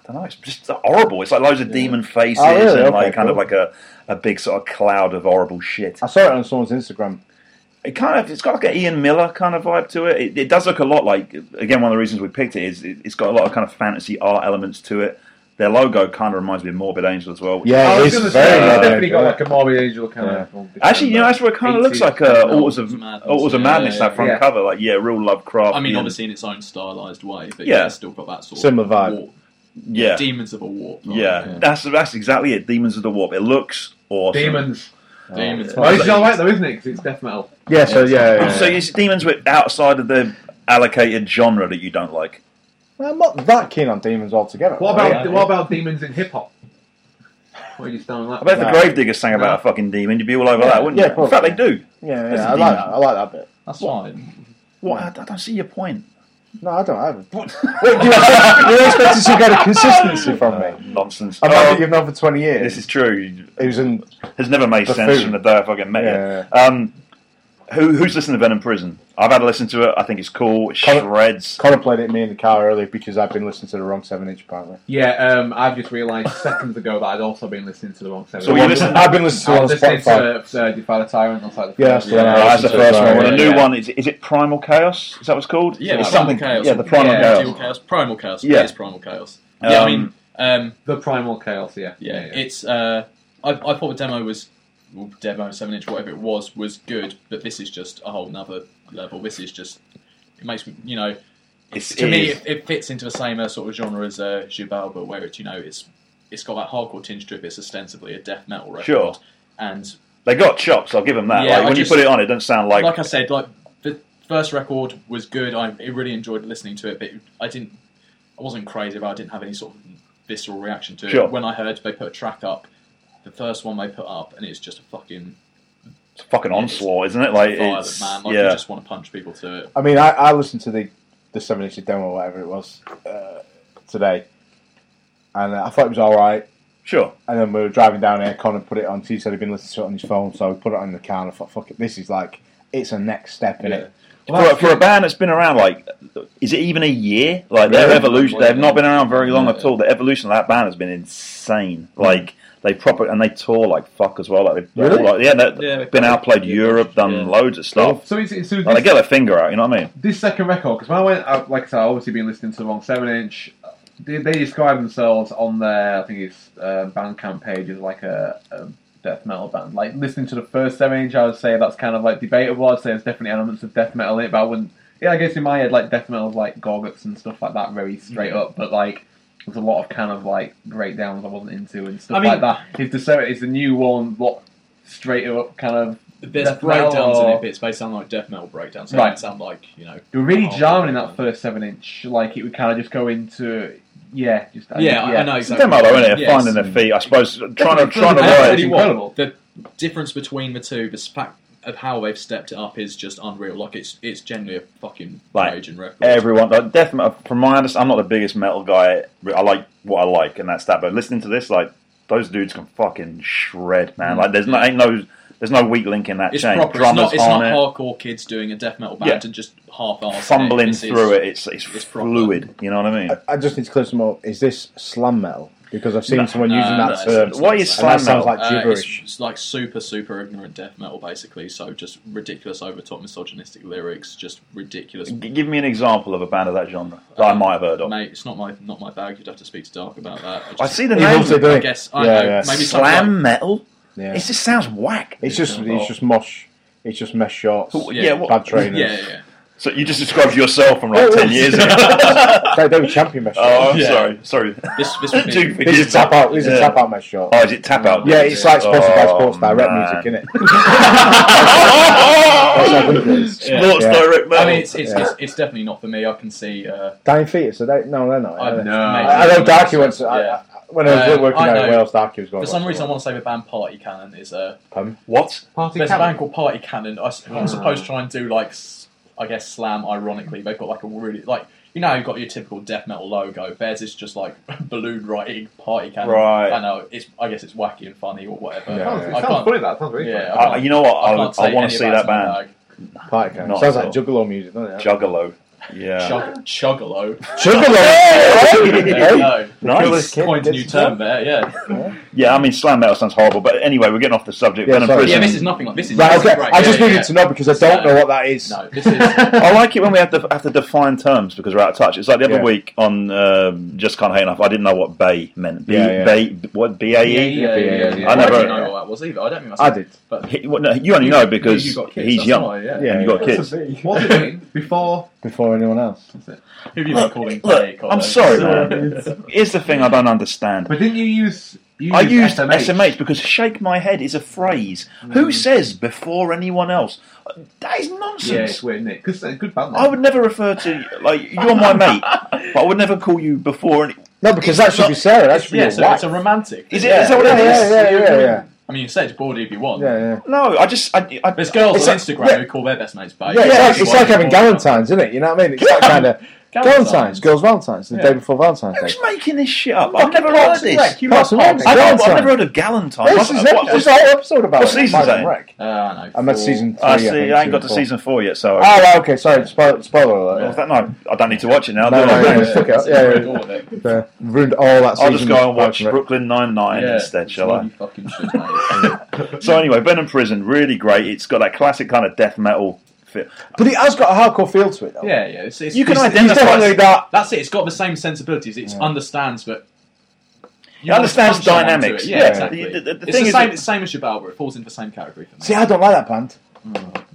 [SPEAKER 2] I don't know. It's just horrible. It's like loads of demon faces
[SPEAKER 5] Oh, really?
[SPEAKER 2] and like
[SPEAKER 5] Okay,
[SPEAKER 2] kind of
[SPEAKER 5] cool.
[SPEAKER 2] like a, a big sort of cloud of horrible shit.
[SPEAKER 5] I saw it on someone's Instagram.
[SPEAKER 2] It kind of it's got like an Ian Miller kind of vibe to it. It, it does look a lot like again one of the reasons we picked it is it, it's got a lot of kind of fantasy art elements to it. Their logo kind of reminds me of Morbid Angel as well. which
[SPEAKER 5] Yeah,
[SPEAKER 4] I was
[SPEAKER 5] it's
[SPEAKER 4] gonna
[SPEAKER 5] very
[SPEAKER 4] say, it's definitely
[SPEAKER 5] very
[SPEAKER 4] got
[SPEAKER 5] good.
[SPEAKER 4] like a morbid angel kind
[SPEAKER 5] Yeah.
[SPEAKER 4] of.
[SPEAKER 2] uh, Actually, you know, that's what it kind of looks
[SPEAKER 4] 80s
[SPEAKER 2] like. Uh, Altars of
[SPEAKER 3] Altars of Madness.
[SPEAKER 2] Altars of
[SPEAKER 3] Yeah,
[SPEAKER 2] Madness,
[SPEAKER 3] yeah,
[SPEAKER 2] that front
[SPEAKER 4] yeah.
[SPEAKER 2] cover, like yeah, real Lovecraft.
[SPEAKER 3] I mean, obviously in its own stylized way, but
[SPEAKER 2] Yeah.
[SPEAKER 3] yeah, it's still got that sort
[SPEAKER 5] Similar
[SPEAKER 3] of
[SPEAKER 5] vibe.
[SPEAKER 3] warp.
[SPEAKER 2] yeah,
[SPEAKER 3] demons of a warp. right?
[SPEAKER 2] yeah, That's that's exactly it. Demons of the Warp. It looks awesome.
[SPEAKER 4] demons.
[SPEAKER 3] demons. of
[SPEAKER 4] Oh, it's
[SPEAKER 3] a
[SPEAKER 4] all
[SPEAKER 3] warp.
[SPEAKER 4] right though, isn't it? Because it's death metal.
[SPEAKER 5] Yeah, so yeah, yeah,
[SPEAKER 2] So
[SPEAKER 5] yeah.
[SPEAKER 2] it's demons with outside of the allocated genre that you don't like.
[SPEAKER 5] I'm not that keen on demons altogether.
[SPEAKER 2] Oh,
[SPEAKER 4] What
[SPEAKER 5] really.
[SPEAKER 4] about what about demons in hip hop? What do you stand on that?
[SPEAKER 2] I bet
[SPEAKER 5] No.
[SPEAKER 2] if the Gravediggers sang about a fucking demon, you'd be all over
[SPEAKER 5] Yeah,
[SPEAKER 2] that, wouldn't
[SPEAKER 5] yeah,
[SPEAKER 2] you? In fact, they do.
[SPEAKER 5] Yeah,
[SPEAKER 2] That's
[SPEAKER 5] yeah,
[SPEAKER 2] a
[SPEAKER 5] I
[SPEAKER 2] demon.
[SPEAKER 5] like that. I like that bit.
[SPEAKER 3] That's fine.
[SPEAKER 2] What? I, I don't see your point.
[SPEAKER 5] No, I don't have it.
[SPEAKER 2] (laughs)
[SPEAKER 5] Wait, do you expect, do you expect some kind of consistency from me?
[SPEAKER 2] Nonsense.
[SPEAKER 5] I've
[SPEAKER 2] Oh,
[SPEAKER 5] had it given on for 20 years.
[SPEAKER 2] this is true.
[SPEAKER 5] it was in.
[SPEAKER 2] Has never made
[SPEAKER 5] The
[SPEAKER 2] sense
[SPEAKER 5] food.
[SPEAKER 2] from the day I fucking met
[SPEAKER 5] Yeah.
[SPEAKER 2] you. Um, who, who's listening to Venom Prison? I've had a listen to it. I think it's cool. It
[SPEAKER 5] Colin-
[SPEAKER 2] shreds.
[SPEAKER 5] Connor played it to me in the car earlier because I've been listening to the wrong 7 inch apparently.
[SPEAKER 4] Yeah, um, I've just realised seconds ago that I'd also been listening to the wrong seven.
[SPEAKER 2] So you
[SPEAKER 4] I've
[SPEAKER 2] listen-
[SPEAKER 5] I've been listening to
[SPEAKER 4] I've
[SPEAKER 5] it on
[SPEAKER 4] listened
[SPEAKER 5] Spotify.
[SPEAKER 4] to uh, Defy the Tyrant on Side of the
[SPEAKER 5] Yeah, that's the one
[SPEAKER 3] Yeah,
[SPEAKER 5] I
[SPEAKER 2] Oh, that's the
[SPEAKER 5] listened to,
[SPEAKER 2] first
[SPEAKER 5] sorry.
[SPEAKER 2] one. Well, the new
[SPEAKER 3] yeah.
[SPEAKER 2] one is, is it Primal Chaos? Is that what it's called?
[SPEAKER 3] Yeah,
[SPEAKER 2] it's
[SPEAKER 3] Primal
[SPEAKER 2] something.
[SPEAKER 3] Chaos.
[SPEAKER 2] Yeah, the Primal
[SPEAKER 4] Yeah.
[SPEAKER 2] Chaos.
[SPEAKER 3] Dual chaos, primal chaos.
[SPEAKER 2] Yeah.
[SPEAKER 3] Yeah, it's primal chaos. yeah, I
[SPEAKER 2] Um,
[SPEAKER 3] meon um,
[SPEAKER 4] The Primal Chaos, yeah.
[SPEAKER 3] yeah, it's. Uh, I, I thought the demo was, well, demo seven inch, whatever it was, was good, but this is just a whole nother level. This is just. It makes me, you know,
[SPEAKER 2] It's,
[SPEAKER 3] to
[SPEAKER 2] it
[SPEAKER 3] me,
[SPEAKER 2] is.
[SPEAKER 3] it, it fits into the same uh, sort of genre as uh, Jubalba, where it's you know, it's it's got that hardcore tinge to it. but It's ostensibly a death metal record,
[SPEAKER 2] Sure.
[SPEAKER 3] and
[SPEAKER 2] they got chops. I'll give them that.
[SPEAKER 3] Yeah,
[SPEAKER 2] like,
[SPEAKER 3] I
[SPEAKER 2] when
[SPEAKER 3] just-
[SPEAKER 2] you put it on, it doesn't sound like.
[SPEAKER 3] like, I said, like the first record was good. I I really enjoyed listening to it, but I didn't. I wasn't crazy about. it. I didn't have any sort of visceral reaction to it.
[SPEAKER 2] Sure.
[SPEAKER 3] When I heard they put a track up, the first one they put up, and it's just a fucking
[SPEAKER 2] it's a fucking onslaught, isn't it? Like,
[SPEAKER 3] violent
[SPEAKER 2] it's,
[SPEAKER 3] man. Like you
[SPEAKER 2] yeah.
[SPEAKER 3] just want to punch people to it.
[SPEAKER 5] I mean, I, I listened to the, the 7 inch demo, or whatever it was, uh, today, and I thought it was alright.
[SPEAKER 2] Sure.
[SPEAKER 5] And then we were driving down here, Connor put it on. He said he'd been listening to it on his phone, so we put it on in the car and I thought, fuck it, this is like, it's a next step in it.
[SPEAKER 2] for, a- for a band that's been around like is it even a year like their
[SPEAKER 5] Yeah.
[SPEAKER 2] evolution they've not been around very long
[SPEAKER 3] Yeah.
[SPEAKER 2] at all the evolution of that band has been insane like they proper and they tour like fuck as well like they've
[SPEAKER 5] Really?
[SPEAKER 2] like, yeah, they've
[SPEAKER 3] Yeah, they
[SPEAKER 2] been
[SPEAKER 3] play-
[SPEAKER 2] outplayed
[SPEAKER 3] yeah,
[SPEAKER 2] Europe done
[SPEAKER 3] yeah.
[SPEAKER 2] loads of stuff
[SPEAKER 4] So, it's, it's, so
[SPEAKER 2] like, they
[SPEAKER 4] this,
[SPEAKER 2] get their finger out you know what I mean
[SPEAKER 4] this second record, because when I went, I, like I said, I obviously been listening to the wrong seven inch. They, they describe themselves on their, I think it's uh, Bandcamp page as like a, a death metal band. Like listening to the first seven inch, I would say that's kind of like debatable. I'd say there's definitely elements of death metal in it, but I wouldn't. Yeah, I guess in my head, like death metal is like Gorguts and stuff like that, very straight up. But like, there's a lot of kind of like breakdowns I wasn't into and stuff
[SPEAKER 3] I mean-
[SPEAKER 4] like that. Is the seven is the new one lot straighter up kind of
[SPEAKER 3] There's
[SPEAKER 4] Death metal
[SPEAKER 3] breakdowns in
[SPEAKER 4] or-
[SPEAKER 3] it, but it's- they sound like death metal breakdowns. They
[SPEAKER 4] Right.
[SPEAKER 3] don't sound like you know.
[SPEAKER 4] They were really
[SPEAKER 3] Oh,
[SPEAKER 4] jamming in
[SPEAKER 3] yeah.
[SPEAKER 4] that first seven inch. Like it would kind of just go into yeah, just
[SPEAKER 3] Yeah, I- I know
[SPEAKER 2] Uh, it's a
[SPEAKER 3] exactly.
[SPEAKER 2] demo though isn't it
[SPEAKER 3] Yes.
[SPEAKER 2] finding their feet I suppose trying to
[SPEAKER 4] Definitely.
[SPEAKER 2] trying to
[SPEAKER 4] I
[SPEAKER 3] And I'll
[SPEAKER 4] Right.
[SPEAKER 3] tell you
[SPEAKER 2] work
[SPEAKER 4] absolutely.
[SPEAKER 3] what,
[SPEAKER 4] Incredible.
[SPEAKER 3] the difference between the two, the fact of how they've stepped it up is just unreal. Like it's it's genuinely a fucking
[SPEAKER 2] Like,
[SPEAKER 3] raging record.
[SPEAKER 2] everyone like, death metal from my understanding I'm not the biggest metal guy I like what I like and that's that but listening to this like those dudes can fucking shred man like there's no ain't no there's no weak link in that
[SPEAKER 3] It's
[SPEAKER 2] chain
[SPEAKER 3] proper. It's
[SPEAKER 2] Drummers
[SPEAKER 3] not, it's
[SPEAKER 2] on
[SPEAKER 3] not
[SPEAKER 2] it.
[SPEAKER 3] hardcore kids doing a death metal band
[SPEAKER 2] Yeah.
[SPEAKER 3] and just half assing
[SPEAKER 2] fumbling
[SPEAKER 3] This is-
[SPEAKER 2] through it. It's it's,
[SPEAKER 3] it's proper.
[SPEAKER 2] fluid. You know what I mean?
[SPEAKER 5] I just need to clear some up. Is this slam metal? Because I've seen someone
[SPEAKER 3] no,
[SPEAKER 5] using
[SPEAKER 3] Uh, no,
[SPEAKER 5] that
[SPEAKER 3] it's-
[SPEAKER 5] term.
[SPEAKER 3] it's-
[SPEAKER 2] What is
[SPEAKER 5] and that
[SPEAKER 2] slam metal?
[SPEAKER 5] sounds like
[SPEAKER 3] Uh, it's,
[SPEAKER 5] gibberish.
[SPEAKER 3] it's like super, super ignorant death metal, basically. So just ridiculous, overtop, misogynistic lyrics, just ridiculous.
[SPEAKER 2] G- Give me an example of a band of that genre that I
[SPEAKER 3] Um,
[SPEAKER 2] might have heard of.
[SPEAKER 3] Mate, it's not my not my bag. You'd have to speak to Dark about that.
[SPEAKER 2] I
[SPEAKER 3] just-
[SPEAKER 2] see the
[SPEAKER 5] He
[SPEAKER 2] name.
[SPEAKER 5] loves it, doesn't
[SPEAKER 3] I
[SPEAKER 5] he?
[SPEAKER 3] guess I
[SPEAKER 5] Yeah,
[SPEAKER 3] know.
[SPEAKER 5] yeah.
[SPEAKER 3] Maybe something
[SPEAKER 2] slam
[SPEAKER 3] like-
[SPEAKER 2] metal.
[SPEAKER 5] Yeah.
[SPEAKER 2] It just sounds whack.
[SPEAKER 5] It's just
[SPEAKER 3] Yeah.
[SPEAKER 5] it's just mosh. It's just mesh shorts.
[SPEAKER 2] Who-
[SPEAKER 3] yeah.
[SPEAKER 2] yeah, what-
[SPEAKER 5] Bad trainers.
[SPEAKER 3] (laughs) Yeah, yeah.
[SPEAKER 2] So you just described yourself from like
[SPEAKER 5] Oh,
[SPEAKER 2] ten
[SPEAKER 5] yes.
[SPEAKER 2] years
[SPEAKER 5] (laughs)
[SPEAKER 2] ago.
[SPEAKER 5] They, they were champion match.
[SPEAKER 2] oh, I'm
[SPEAKER 5] (laughs)
[SPEAKER 3] Yeah.
[SPEAKER 2] sorry, sorry.
[SPEAKER 3] This- (laughs) this would be-
[SPEAKER 2] Do forgive
[SPEAKER 5] These are tap
[SPEAKER 2] me.
[SPEAKER 5] out. These are
[SPEAKER 2] Yeah.
[SPEAKER 5] tap out match shot.
[SPEAKER 2] Oh, is it tap out?
[SPEAKER 5] Yeah, it's like sponsored by
[SPEAKER 2] Oh,
[SPEAKER 5] Sports Direct
[SPEAKER 2] man. (laughs)
[SPEAKER 5] music, isn't it? That's how good it
[SPEAKER 2] (laughs) Sports
[SPEAKER 5] is.
[SPEAKER 3] Yeah.
[SPEAKER 5] Yeah.
[SPEAKER 2] Direct.
[SPEAKER 3] I
[SPEAKER 2] metal.
[SPEAKER 3] mean, it's, it's,
[SPEAKER 5] Yeah.
[SPEAKER 3] it's, it's definitely not for me. I can see. Uh,
[SPEAKER 5] Dying Fetus, so they, no, they're not.
[SPEAKER 3] I,
[SPEAKER 5] are they?
[SPEAKER 4] know.
[SPEAKER 5] I, I know Darky went to. I,
[SPEAKER 3] Yeah.
[SPEAKER 5] I- when I was
[SPEAKER 3] Um,
[SPEAKER 5] working
[SPEAKER 3] I
[SPEAKER 5] out in
[SPEAKER 3] know.
[SPEAKER 5] Wales, Darky was going.
[SPEAKER 3] For some reason, I want to say the band Party Cannon is uh, a.
[SPEAKER 2] what?
[SPEAKER 4] Party
[SPEAKER 3] There's a
[SPEAKER 4] Cannon.
[SPEAKER 3] band called Party Cannon. I, s-
[SPEAKER 4] Hmm.
[SPEAKER 3] I'm supposed to try and do like, s- I guess, slam. Ironically, they've got like a really like you know you've got your typical death metal logo. Theirs is just like (laughs) balloon writing Party Cannon.
[SPEAKER 2] Right.
[SPEAKER 3] I know. It's I guess it's wacky and funny or whatever.
[SPEAKER 5] Yeah.
[SPEAKER 6] Oh,
[SPEAKER 4] Sounds- Oh, it
[SPEAKER 3] I
[SPEAKER 4] sounds
[SPEAKER 3] can't.
[SPEAKER 4] funny that. Sounds really
[SPEAKER 3] Yeah,
[SPEAKER 4] funny.
[SPEAKER 2] Uh, you know what?
[SPEAKER 3] I,
[SPEAKER 2] I,
[SPEAKER 3] can't say
[SPEAKER 2] I, want
[SPEAKER 3] any
[SPEAKER 2] to
[SPEAKER 3] of
[SPEAKER 2] see
[SPEAKER 3] that's
[SPEAKER 2] that
[SPEAKER 3] in
[SPEAKER 2] band.
[SPEAKER 3] the bag.
[SPEAKER 5] Party Cannon.
[SPEAKER 2] Not
[SPEAKER 5] Sounds
[SPEAKER 2] at
[SPEAKER 5] like Juggalo music, doesn't it?
[SPEAKER 2] Juggalo. Yeah.
[SPEAKER 3] Chug-
[SPEAKER 2] (laughs)
[SPEAKER 3] Chuggalo.
[SPEAKER 5] Juggalo.
[SPEAKER 3] There you
[SPEAKER 5] Hey,
[SPEAKER 3] go.
[SPEAKER 5] Nice.
[SPEAKER 2] nice.
[SPEAKER 5] Kid,
[SPEAKER 3] Coined a new
[SPEAKER 5] it's-
[SPEAKER 3] term there. Yeah.
[SPEAKER 2] Yeah, I mean, slam metal sounds horrible, but anyway, we're getting off the subject.
[SPEAKER 5] Yeah,
[SPEAKER 2] Venom
[SPEAKER 5] sorry.
[SPEAKER 3] Yeah,
[SPEAKER 2] Prison.
[SPEAKER 3] this is nothing like this. Is
[SPEAKER 5] Right,
[SPEAKER 3] this is
[SPEAKER 5] okay.
[SPEAKER 3] great.
[SPEAKER 5] I
[SPEAKER 3] Yeah,
[SPEAKER 5] just
[SPEAKER 3] yeah,
[SPEAKER 5] needed
[SPEAKER 3] yeah.
[SPEAKER 5] to know because I don't
[SPEAKER 3] No.
[SPEAKER 5] know what that is.
[SPEAKER 3] No,
[SPEAKER 2] (laughs)
[SPEAKER 3] this is.
[SPEAKER 2] I like it when we have to have to define terms because we're out of touch. It's like the other
[SPEAKER 5] Yeah.
[SPEAKER 2] week on um Just Can't Hate Enough. I didn't know what bay meant. B,
[SPEAKER 5] Yeah, yeah.
[SPEAKER 2] bay, what B A E?
[SPEAKER 3] yeah,
[SPEAKER 5] yeah, yeah, yeah.
[SPEAKER 2] I
[SPEAKER 3] I
[SPEAKER 2] never-
[SPEAKER 3] don't know what that was either. I don't think that's-
[SPEAKER 5] I did.
[SPEAKER 3] But
[SPEAKER 2] He- what- no, you only know because
[SPEAKER 3] you got kids,
[SPEAKER 2] he's
[SPEAKER 3] that's
[SPEAKER 2] young
[SPEAKER 3] why, yeah.
[SPEAKER 5] (laughs) Yeah,
[SPEAKER 2] and you got
[SPEAKER 6] That's
[SPEAKER 2] kids.
[SPEAKER 6] a
[SPEAKER 4] (laughs)
[SPEAKER 6] B.
[SPEAKER 4] What did it mean? Before
[SPEAKER 5] Before anyone else.
[SPEAKER 3] Who have you been calling?
[SPEAKER 2] look,
[SPEAKER 3] Blake or
[SPEAKER 2] I'm
[SPEAKER 3] those? (laughs)
[SPEAKER 2] sorry,
[SPEAKER 6] So,
[SPEAKER 2] man.
[SPEAKER 6] it's-
[SPEAKER 2] Here's the thing I don't understand.
[SPEAKER 4] But didn't you use? You
[SPEAKER 2] I used
[SPEAKER 4] SMH.
[SPEAKER 2] SMH. because shake my head is a phrase.
[SPEAKER 5] Mm.
[SPEAKER 2] Who says before anyone else? That is
[SPEAKER 4] Yeah, it's
[SPEAKER 2] nonsense.
[SPEAKER 4] weird, isn't it? Because a good band.
[SPEAKER 2] I would never refer to like you're my mate, but I would never call you before. Any,
[SPEAKER 5] No, because that should be Sarah. That should be
[SPEAKER 3] Yeah,
[SPEAKER 5] your
[SPEAKER 3] so
[SPEAKER 5] wife.
[SPEAKER 3] it's a romantic.
[SPEAKER 2] is,
[SPEAKER 3] thing.
[SPEAKER 2] it, is that what
[SPEAKER 5] yeah,
[SPEAKER 2] it is?
[SPEAKER 5] yeah, yeah, yeah, yeah,
[SPEAKER 3] I mean, you said it's bored if you want.
[SPEAKER 5] yeah, yeah.
[SPEAKER 2] No, I just I, I,
[SPEAKER 3] There's girls
[SPEAKER 5] It's
[SPEAKER 3] on
[SPEAKER 5] like-
[SPEAKER 3] Instagram
[SPEAKER 5] yeah.
[SPEAKER 3] who call their best mates babe.
[SPEAKER 5] Yeah, it's,
[SPEAKER 2] yeah,
[SPEAKER 5] like, it's like having Galentine's, isn't it? You know what I mean? It's that kind of Galentine's, girls' Valentine's, the
[SPEAKER 3] Yeah.
[SPEAKER 5] day before Valentine's Day.
[SPEAKER 2] Who's making this shit up?
[SPEAKER 5] Fucking
[SPEAKER 2] I've never heard
[SPEAKER 5] Parks
[SPEAKER 2] of
[SPEAKER 5] and
[SPEAKER 2] this.
[SPEAKER 5] Rec.
[SPEAKER 2] You must-
[SPEAKER 5] Parks and Rec.
[SPEAKER 2] I don't,
[SPEAKER 5] Galentine's.
[SPEAKER 2] I've never heard of Galentine.
[SPEAKER 5] This is it. There's a whole episode about
[SPEAKER 2] What
[SPEAKER 5] it.
[SPEAKER 2] season's
[SPEAKER 5] Parks
[SPEAKER 2] that
[SPEAKER 5] and
[SPEAKER 2] in?
[SPEAKER 5] Rec.
[SPEAKER 3] Uh, I know.
[SPEAKER 5] I'm at
[SPEAKER 3] four-
[SPEAKER 5] season three.
[SPEAKER 2] I see.
[SPEAKER 5] think,
[SPEAKER 2] Oh, I ain't got to
[SPEAKER 5] season four.
[SPEAKER 2] season four yet, so.
[SPEAKER 5] Oh, right, okay. Sorry, spoiler, spoiler
[SPEAKER 2] Well,
[SPEAKER 5] alert.
[SPEAKER 2] that- no, I don't need to watch it now.
[SPEAKER 5] No,
[SPEAKER 2] do I?
[SPEAKER 5] no, no.
[SPEAKER 3] Yeah,
[SPEAKER 5] Fuck it up,
[SPEAKER 3] that's
[SPEAKER 5] yeah,
[SPEAKER 3] it,
[SPEAKER 5] yeah.
[SPEAKER 3] all of it.
[SPEAKER 5] Uh, ruined all that season.
[SPEAKER 2] I'll just go
[SPEAKER 5] of
[SPEAKER 2] and watch
[SPEAKER 5] Parks and Rec.
[SPEAKER 2] Brooklyn Nine Nine
[SPEAKER 3] Yeah.
[SPEAKER 2] instead, shall I?
[SPEAKER 3] You fucking should,
[SPEAKER 2] (laughs)
[SPEAKER 3] mate.
[SPEAKER 2] So anyway, Venom Prison, really great. It's got that classic kind of death metal feel.
[SPEAKER 5] But it has got a hardcore feel to it, though.
[SPEAKER 3] Yeah, yeah. It's, it's,
[SPEAKER 2] You can
[SPEAKER 3] it's-
[SPEAKER 5] It's
[SPEAKER 2] That's
[SPEAKER 5] definitely
[SPEAKER 2] right.
[SPEAKER 5] that.
[SPEAKER 3] That's it. It's got the same sensibilities. It understands that.
[SPEAKER 2] It understands
[SPEAKER 3] punch someone to
[SPEAKER 2] dynamics.
[SPEAKER 3] it. Yeah,
[SPEAKER 2] Yeah.
[SPEAKER 3] exactly.
[SPEAKER 2] The- the- the
[SPEAKER 3] it's
[SPEAKER 2] thing
[SPEAKER 3] the
[SPEAKER 2] is
[SPEAKER 3] same,
[SPEAKER 2] that-
[SPEAKER 3] it's the same as Chivalra. It falls into the same category for me.
[SPEAKER 5] See, I don't like that band.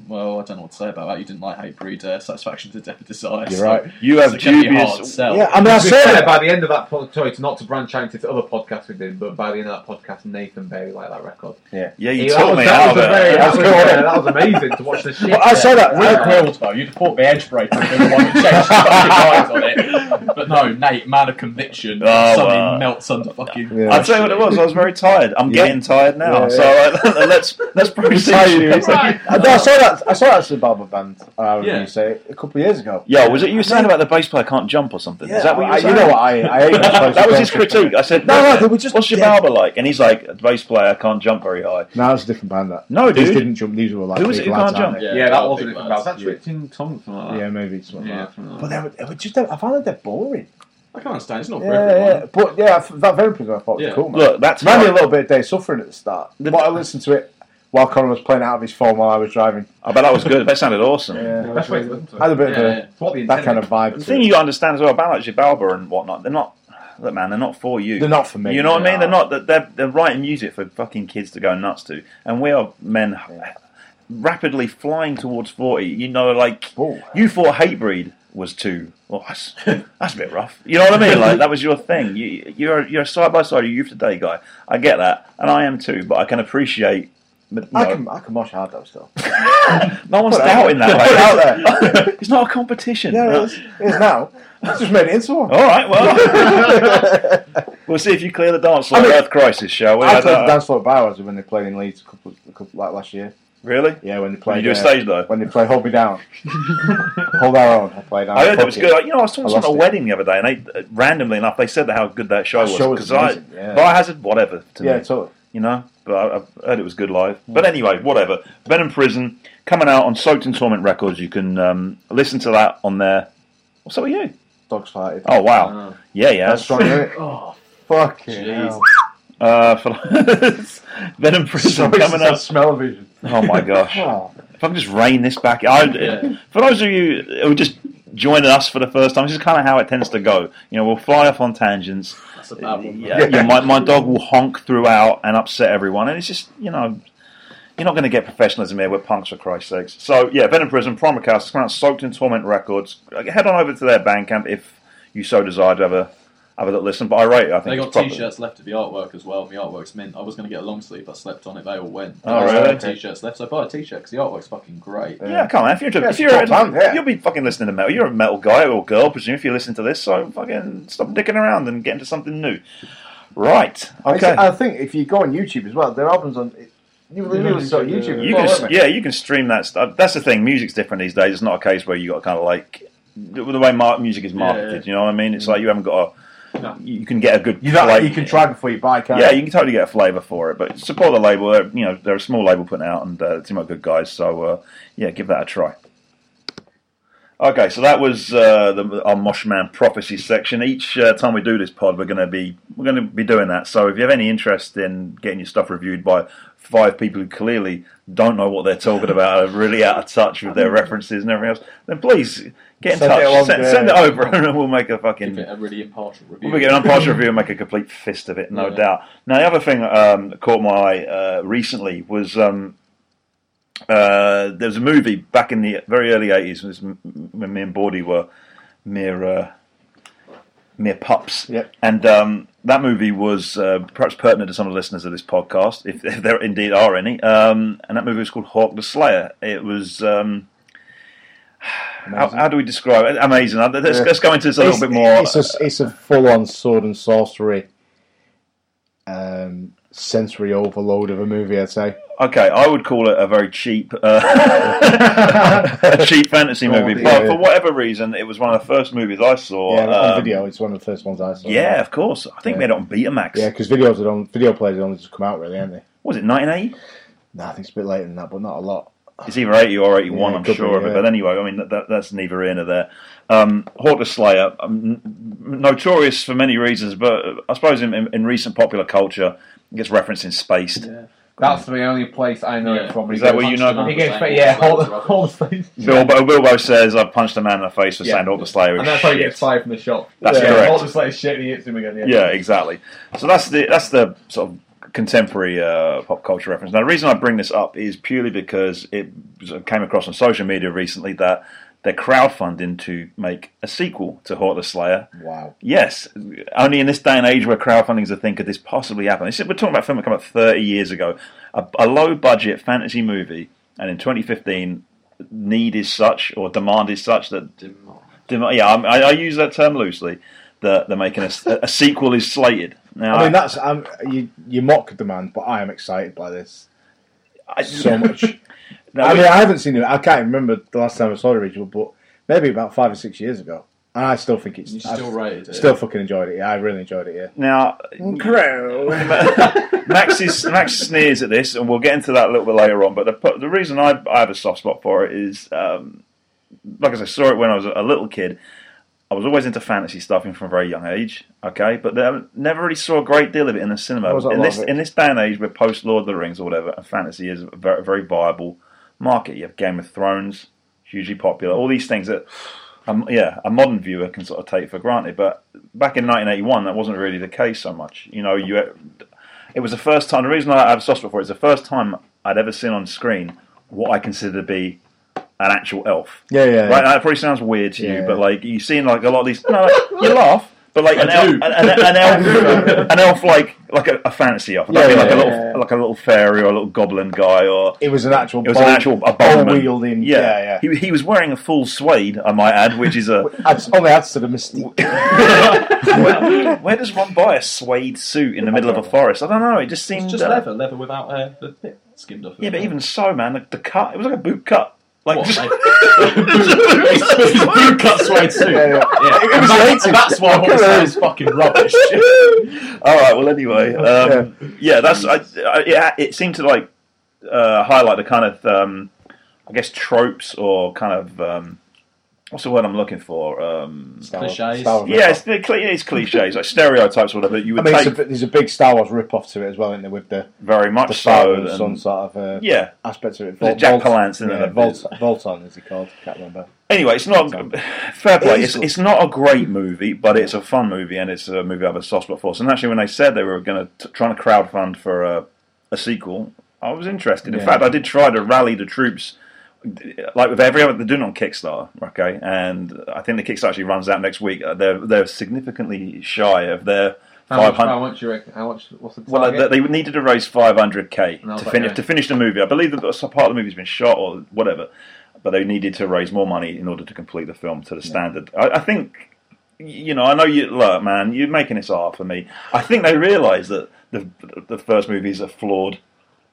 [SPEAKER 3] Well, I don't know what to say about that. You didn't like Hate Breeder, Satisfaction to Death of Desire.
[SPEAKER 5] You're
[SPEAKER 3] so
[SPEAKER 5] right.
[SPEAKER 2] You have
[SPEAKER 3] it's gonna be hard to
[SPEAKER 2] dubious.
[SPEAKER 3] sell.
[SPEAKER 5] Yeah, I mean, I
[SPEAKER 4] To be
[SPEAKER 5] saw
[SPEAKER 4] fair,
[SPEAKER 5] it.
[SPEAKER 4] by the end of that, pod- sorry, to not to branch out into other podcasts we did, but by the end of that podcast, Nathan Berry liked that record.
[SPEAKER 2] Yeah, you
[SPEAKER 4] Yeah,
[SPEAKER 2] took
[SPEAKER 4] that
[SPEAKER 2] me
[SPEAKER 4] was- that
[SPEAKER 2] out of
[SPEAKER 4] was a
[SPEAKER 2] (laughs)
[SPEAKER 4] very-
[SPEAKER 2] it.
[SPEAKER 5] That's
[SPEAKER 4] that was,
[SPEAKER 5] cool.
[SPEAKER 4] uh, that was amazing to watch the shit.
[SPEAKER 5] Well, I saw that.
[SPEAKER 3] Well
[SPEAKER 5] (laughs) I-
[SPEAKER 3] grilled though, you'd have thought the edge breaker would have been the one who changed fucking minds on it. But no, Nate, man of conviction,
[SPEAKER 2] Oh,
[SPEAKER 3] suddenly
[SPEAKER 2] wow.
[SPEAKER 3] melts under fucking.
[SPEAKER 5] Yeah.
[SPEAKER 2] I'll tell you what it was. I was very tired. I'm
[SPEAKER 5] Yeah.
[SPEAKER 2] getting tired now.
[SPEAKER 5] Yeah,
[SPEAKER 2] So uh, (laughs) let's let's proceed.
[SPEAKER 5] tired.
[SPEAKER 3] Right.
[SPEAKER 5] (laughs) I, I saw that. I saw that as a barber band. Uh,
[SPEAKER 3] Yeah.
[SPEAKER 5] you say it, a couple of years ago.
[SPEAKER 2] (laughs) Yo, was it you were saying about the bass player can't jump or something? Is that what you
[SPEAKER 5] I,
[SPEAKER 2] were saying?
[SPEAKER 5] you know what? I,
[SPEAKER 2] (laughs)
[SPEAKER 5] I hate those places.
[SPEAKER 2] that was his critique. I said, uh,
[SPEAKER 5] No, no, they were just
[SPEAKER 2] What's your
[SPEAKER 5] dead.
[SPEAKER 2] barber like? And he's like, a bass player can't jump very high.
[SPEAKER 5] No, it's a different band. That
[SPEAKER 2] No,
[SPEAKER 5] these
[SPEAKER 2] dude.
[SPEAKER 5] didn't jump. These were like
[SPEAKER 2] Who was
[SPEAKER 5] big
[SPEAKER 2] it who
[SPEAKER 5] lads,
[SPEAKER 2] can't
[SPEAKER 5] aren't
[SPEAKER 4] yeah,
[SPEAKER 3] Yeah,
[SPEAKER 4] that
[SPEAKER 3] that
[SPEAKER 4] wasn't
[SPEAKER 3] big
[SPEAKER 4] it. That
[SPEAKER 3] man.
[SPEAKER 4] was actually Tim Thompson. something
[SPEAKER 5] they?
[SPEAKER 4] like
[SPEAKER 5] Yeah,
[SPEAKER 4] that.
[SPEAKER 5] maybe it's not that.
[SPEAKER 4] something like
[SPEAKER 5] But
[SPEAKER 4] that.
[SPEAKER 5] they were, they were just. I found that they're boring.
[SPEAKER 3] I can't understand. It's not for
[SPEAKER 5] Yeah,
[SPEAKER 3] everyone.
[SPEAKER 5] yeah. But yeah, I f- that very prison I thought
[SPEAKER 3] Yeah.
[SPEAKER 5] was cool. Man.
[SPEAKER 2] Look, that's
[SPEAKER 5] Maybe
[SPEAKER 2] my-
[SPEAKER 5] a little bit of day suffering at the start.
[SPEAKER 2] The-
[SPEAKER 5] but I listened to it while Connor was playing out of his form while I was driving.
[SPEAKER 2] I bet that was good. That sounded awesome.
[SPEAKER 5] Yeah,
[SPEAKER 4] Best way to listen to
[SPEAKER 5] had
[SPEAKER 4] it.
[SPEAKER 5] a bit
[SPEAKER 3] Yeah,
[SPEAKER 5] of a,
[SPEAKER 3] yeah.
[SPEAKER 4] It's what the
[SPEAKER 5] that kind of
[SPEAKER 4] intent
[SPEAKER 5] vibe.
[SPEAKER 2] The
[SPEAKER 5] to
[SPEAKER 2] thing
[SPEAKER 5] it.
[SPEAKER 2] you understand as well about like Jibalba and whatnot, they're not. Look, man, they're not for you.
[SPEAKER 5] They're not for me.
[SPEAKER 2] You know what I mean?
[SPEAKER 5] Nah.
[SPEAKER 2] They're not. They're they're writing music for fucking kids to go nuts to, and we are men rapidly flying towards forty. You know, like
[SPEAKER 5] Whoa.
[SPEAKER 2] you thought Hatebreed was too. Well,
[SPEAKER 5] (laughs)
[SPEAKER 2] that's, that's a bit rough. You know what I mean? Like that was your thing. You you're you're a side by side youth today guy. I get that, and I am too. But I can appreciate. but
[SPEAKER 5] I
[SPEAKER 2] no,
[SPEAKER 5] can I can mosh hard
[SPEAKER 2] (laughs)
[SPEAKER 5] though still.
[SPEAKER 2] no one's
[SPEAKER 5] put it
[SPEAKER 2] doubting
[SPEAKER 5] out-
[SPEAKER 2] that.
[SPEAKER 5] (laughs) put it
[SPEAKER 2] Like, it's not a competition.
[SPEAKER 5] Yeah, it is, it is now. It's just made it into one. (laughs)
[SPEAKER 2] All right, well, we'll see if you clear the dance floor.
[SPEAKER 5] I mean-
[SPEAKER 2] Earth Crisis, shall we?
[SPEAKER 5] I
[SPEAKER 2] I
[SPEAKER 5] played
[SPEAKER 2] don't-
[SPEAKER 5] the dance floor at Bowers when they played in Leeds a couple, a couple like last year.
[SPEAKER 2] Really?
[SPEAKER 5] Yeah, when they
[SPEAKER 2] When
[SPEAKER 5] played.
[SPEAKER 2] you do a
[SPEAKER 5] uh,
[SPEAKER 2] stage though.
[SPEAKER 5] When they play Hold
[SPEAKER 2] (laughs)
[SPEAKER 5] Me Down, Hold Our Own. I played.
[SPEAKER 2] I heard that was good. You know, I was
[SPEAKER 5] I
[SPEAKER 2] talking to someone
[SPEAKER 5] lost
[SPEAKER 2] at a
[SPEAKER 5] it.
[SPEAKER 2] wedding the other day, and they, uh, randomly enough, they said that how good that show
[SPEAKER 5] That
[SPEAKER 2] was.
[SPEAKER 5] show was
[SPEAKER 2] 'cause I,
[SPEAKER 5] amazing, yeah.
[SPEAKER 2] Biohazard, whatever. To
[SPEAKER 5] Yeah,
[SPEAKER 2] me,
[SPEAKER 5] totally.
[SPEAKER 2] you know, but I, I heard it was good live. But anyway, whatever. Venom Prison coming out on Soaked in Torment Records. You can um, listen to that on there. What's up with you?
[SPEAKER 5] Dogs fighted.
[SPEAKER 2] Oh wow,
[SPEAKER 4] Oh.
[SPEAKER 2] yeah, yeah. (laughs)
[SPEAKER 5] Ah. That's strong. isn't it?
[SPEAKER 3] Oh,
[SPEAKER 5] Fucking
[SPEAKER 3] Jeez.
[SPEAKER 5] hell.
[SPEAKER 2] Uh, for, (laughs) Venom Prison coming out.
[SPEAKER 5] smell vision.
[SPEAKER 2] Oh my
[SPEAKER 5] (laughs)
[SPEAKER 2] gosh.
[SPEAKER 5] Oh,
[SPEAKER 2] If I can just rein this back, I,
[SPEAKER 3] Yeah.
[SPEAKER 2] for those of you who are just joining us for the first time, this is kind of how it tends to go. You know, we'll fly off on tangents.
[SPEAKER 3] that's a bad one.
[SPEAKER 2] Yeah, yeah, my, my dog will honk throughout and upset everyone, and it's just you know, You're not going to get professionalism here. We're punks, for Christ's sakes. So, yeah, Venom Prison, Promocast, it's coming out soaked in Torment Records. Like, Head on over to their Bandcamp if you so desire to have a, have a little listen. But I rate it. I think
[SPEAKER 3] They
[SPEAKER 2] it's
[SPEAKER 3] got
[SPEAKER 2] proper.
[SPEAKER 3] t-shirts left of the artwork as well. The artwork's mint. I was going to get a long sleeve. I slept on it. They all went.
[SPEAKER 2] Oh,
[SPEAKER 3] I
[SPEAKER 2] really?
[SPEAKER 3] had t-shirts left. So I bought a t-shirt because the artwork's fucking great.
[SPEAKER 2] Yeah, come on. If you're,
[SPEAKER 5] Yeah,
[SPEAKER 2] if you're,
[SPEAKER 5] it's top band, yeah.
[SPEAKER 2] you'll be fucking listening to metal. You're a metal guy or girl, presume, if you listen to this. So fucking stop dicking around and get into something new. Right. Okay.
[SPEAKER 5] I think if you go on YouTube as well, their albums on. It, you
[SPEAKER 6] Yeah,
[SPEAKER 5] really saw
[SPEAKER 6] you
[SPEAKER 5] YouTube.
[SPEAKER 6] can-
[SPEAKER 5] as
[SPEAKER 2] You
[SPEAKER 5] well,
[SPEAKER 2] can,
[SPEAKER 5] haven't you?
[SPEAKER 2] yeah, you can stream that stuff. That's the thing. Music's different these days. It's not a case where you got to kind of like the the way mar- music is marketed.
[SPEAKER 3] Yeah.
[SPEAKER 2] You know what I mean? It's like you haven't got a.
[SPEAKER 6] No.
[SPEAKER 2] You can get a good.
[SPEAKER 5] You, don't,
[SPEAKER 2] flavour.
[SPEAKER 5] you can try before you buy, can't
[SPEAKER 2] Yeah, you can totally get a flavour for it. But support the label. They're, you know, they're a small label putting out, and uh, they seem like good guys. So uh, yeah, give that a try. Okay, so that was uh, the, our Moshman prophecy section. Each uh, time we do this pod, we're going to be we're going to be doing that. So if you have any interest in getting your stuff reviewed by five people who clearly don't know what they're talking about, are really out of touch with their references and everything else, then please get in
[SPEAKER 5] Send it
[SPEAKER 2] touch.
[SPEAKER 5] along,
[SPEAKER 2] send,
[SPEAKER 5] yeah.
[SPEAKER 2] send it over, (laughs) and we'll make a
[SPEAKER 3] Give
[SPEAKER 2] fucking
[SPEAKER 3] it a really impartial review.
[SPEAKER 2] We'll be getting an impartial review and make a complete fist of it, no
[SPEAKER 3] Yeah.
[SPEAKER 2] doubt. Now, the other thing um, that caught my eye uh, recently was um, uh, there was a movie back in the very early 80s when, this, when me and Bordy were mere, uh, mere pups.
[SPEAKER 5] Yep.
[SPEAKER 2] And um, that movie was uh, perhaps pertinent to some of the listeners of this podcast, if, if there indeed are any. Um, and that movie was called Hawk the Slayer. It was. Um, (sighs) how, how do we describe it? Amazing. Uh, Let's,
[SPEAKER 5] Yeah.
[SPEAKER 2] let's go into this a little bit more.
[SPEAKER 5] It's a, it's a full-on sword and sorcery, um, sensory overload of a movie. I'd say.
[SPEAKER 2] Okay, I would call it a very cheap, uh, (laughs) a cheap fantasy
[SPEAKER 5] Oh,
[SPEAKER 2] movie.
[SPEAKER 5] dear.
[SPEAKER 2] But for whatever reason, it was one of the first movies I saw.
[SPEAKER 5] yeah, on
[SPEAKER 2] um,
[SPEAKER 5] video, it's one of the first ones I saw.
[SPEAKER 2] Yeah, of course. I think we had it on Betamax.
[SPEAKER 5] yeah, because videos had on video players had only just come out, really, haven't they?
[SPEAKER 2] What Was it 1980?
[SPEAKER 5] No, I think it's a bit later than that, but not a lot.
[SPEAKER 2] It's either 80 or 81,
[SPEAKER 5] Yeah,
[SPEAKER 2] I'm
[SPEAKER 5] could be,
[SPEAKER 2] sure of it.
[SPEAKER 5] yeah.
[SPEAKER 2] But anyway, I mean, that, that, that's neither here nor there. Um, Hawk the Slayer, um, n- notorious for many reasons, but I suppose in, in, in recent popular culture, it gets referenced in Spaced.
[SPEAKER 3] Yeah.
[SPEAKER 4] That's the only place I know
[SPEAKER 3] Yeah.
[SPEAKER 4] it from.
[SPEAKER 2] Is that where you know-
[SPEAKER 4] He gets,
[SPEAKER 3] Punch
[SPEAKER 4] yeah,
[SPEAKER 3] the man
[SPEAKER 4] all the,
[SPEAKER 3] with the
[SPEAKER 4] all the things.
[SPEAKER 2] Bilbo, Bilbo says, I punched a man in the face for
[SPEAKER 4] Yeah.
[SPEAKER 2] saying Hawk the Slayer is
[SPEAKER 4] And that's how he
[SPEAKER 2] shit."
[SPEAKER 4] gets fired from the shop.
[SPEAKER 2] That's
[SPEAKER 4] yeah,
[SPEAKER 2] correct.
[SPEAKER 4] All this like shit, and he hits him again. Yeah.
[SPEAKER 2] yeah, exactly. So that's the that's the sort of contemporary uh, pop culture reference. Now, the reason I bring this up is purely because it sort of came across on social media recently that they're crowdfunding to make a sequel to Hawk the Slayer.
[SPEAKER 5] Wow.
[SPEAKER 2] Yes, only in this day and age where crowdfunding's a thing, could this possibly happen? This is, we're talking about a film that came out 30 years ago, a, a low budget fantasy movie, and in 2015, need is such, or demand is such, that Dem- yeah, I'm- I, I use that term loosely. That they're making a, a sequel is slated. Now,
[SPEAKER 5] I mean, that's um, you. You mock the man, but I am excited by this
[SPEAKER 2] I-
[SPEAKER 5] so much.
[SPEAKER 2] (laughs) Now,
[SPEAKER 5] I
[SPEAKER 2] we-
[SPEAKER 5] mean, I haven't seen it. I can't remember the last time I saw the original, but maybe about five or six years ago, and I still think it's.
[SPEAKER 3] You
[SPEAKER 5] I
[SPEAKER 3] still rated it.
[SPEAKER 5] still fucking enjoyed it. Yeah, I really enjoyed it. Yeah.
[SPEAKER 2] now (laughs) Max is Max sneers at this, and we'll get into that a little bit later on. But the pu- the reason I, I have a soft spot for it is, um, like I said, I saw it when I was a little kid. I was always into fantasy stuff in from a very young age. Okay, but I never really saw a great deal of it in the cinema.
[SPEAKER 5] There wasn't a
[SPEAKER 2] In
[SPEAKER 5] lot
[SPEAKER 2] this
[SPEAKER 5] of it.
[SPEAKER 2] in this day and age, we're post Lord of the Rings or whatever, and fantasy is a very, very viable market. You have Game of Thrones, hugely popular. All these things that, um, yeah, a modern viewer can sort of take for granted. But back in 1981, that wasn't really the case so much. You know, you it was the first time. The reason I have a soft spot for it is the first time I'd ever seen on screen what I consider to be an actual elf.
[SPEAKER 5] Yeah, yeah,
[SPEAKER 2] Right,
[SPEAKER 5] yeah.
[SPEAKER 2] that probably sounds weird to you,
[SPEAKER 5] Yeah.
[SPEAKER 2] but like you seen like a lot of these. No,
[SPEAKER 5] (laughs)
[SPEAKER 2] like, you laugh, but like an
[SPEAKER 3] I
[SPEAKER 2] elf,
[SPEAKER 3] do.
[SPEAKER 2] an, an, an elf, an elf like like a, a fantasy elf. I don't
[SPEAKER 5] Yeah,
[SPEAKER 2] mean like a
[SPEAKER 5] yeah,
[SPEAKER 2] little
[SPEAKER 5] yeah.
[SPEAKER 2] like a little fairy or a little goblin guy or.
[SPEAKER 5] It was an actual.
[SPEAKER 2] It was
[SPEAKER 5] bow-
[SPEAKER 2] an actual a
[SPEAKER 5] bow
[SPEAKER 2] bowman.
[SPEAKER 5] wielding. Yeah, yeah.
[SPEAKER 2] He, he was wearing a full suede, I might add, which
[SPEAKER 5] (laughs)
[SPEAKER 2] is a.
[SPEAKER 5] That's only adds to
[SPEAKER 2] (laughs)
[SPEAKER 5] the mystique.
[SPEAKER 2] where, where does one buy a suede suit in the middle of a forest? I don't know. It just seemed
[SPEAKER 3] It's just
[SPEAKER 2] uh,
[SPEAKER 3] leather, leather without uh, the bit skimmed off. of
[SPEAKER 2] Yeah,
[SPEAKER 3] it.
[SPEAKER 2] but even so, man, the, the cut it was like a boot cut. Like
[SPEAKER 3] What,
[SPEAKER 2] just- (laughs)
[SPEAKER 3] (laughs) mate?
[SPEAKER 2] It
[SPEAKER 3] you cut suede
[SPEAKER 2] (laughs)
[SPEAKER 3] suit.
[SPEAKER 5] yeah, yeah.
[SPEAKER 3] Yeah.
[SPEAKER 5] It was
[SPEAKER 3] That's-
[SPEAKER 5] hated.
[SPEAKER 3] That's why all this is
[SPEAKER 2] (laughs)
[SPEAKER 3] fucking rubbish.
[SPEAKER 2] was- All right. Well, anyway, um, yeah. that's I, I, it, it seemed to like uh, highlight the kind of um, I guess tropes or kind of um, what's the word I'm looking for? Um,
[SPEAKER 5] Star Wars-
[SPEAKER 3] Clichés.
[SPEAKER 5] Star Wars
[SPEAKER 2] yeah, it's, the cli- it's cliches, like stereotypes, or whatever. that You
[SPEAKER 5] I
[SPEAKER 2] would
[SPEAKER 5] mean, it's
[SPEAKER 2] take
[SPEAKER 5] a, bit- there's a big Star Wars rip-off to it as well, isn't there, with the,
[SPEAKER 2] very
[SPEAKER 5] the
[SPEAKER 2] much
[SPEAKER 5] father
[SPEAKER 2] so.
[SPEAKER 5] and son
[SPEAKER 2] and-
[SPEAKER 5] sort of uh,
[SPEAKER 2] yeah,
[SPEAKER 5] aspects of it.
[SPEAKER 2] Was it Jack Palance in
[SPEAKER 5] yeah,
[SPEAKER 2] it?
[SPEAKER 5] Volt, Volton, is he called? can't remember.
[SPEAKER 2] Anyway, it's not fair play.
[SPEAKER 5] It is
[SPEAKER 2] It's,
[SPEAKER 5] good.
[SPEAKER 2] it's not a great movie, but it's a fun movie, and it's a movie I have a soft spot for. And actually, when they said they were going to trying to crowdfund for a, a sequel, I was interested. In
[SPEAKER 5] Yeah.
[SPEAKER 2] fact, I did try to rally the troops, like with every other they're doing it on Kickstarter, okay. And I think the Kickstarter actually runs out next week. Uh, They're they're significantly shy of their
[SPEAKER 4] How
[SPEAKER 2] five
[SPEAKER 4] much, how
[SPEAKER 2] hundred.
[SPEAKER 4] much you reckon? How much? What's the
[SPEAKER 2] Well,
[SPEAKER 4] target?
[SPEAKER 2] they, they needed to raise 500k
[SPEAKER 4] No,
[SPEAKER 2] to
[SPEAKER 4] but,
[SPEAKER 2] finish
[SPEAKER 4] yeah.
[SPEAKER 2] to finish the movie. I believe that some part of the movie's been shot or whatever, but they needed to raise more money in order to complete the film to the standard. I, I think, you know, I know you look, man, you're making this hard for me. I think they realise that the the first movie's a flawed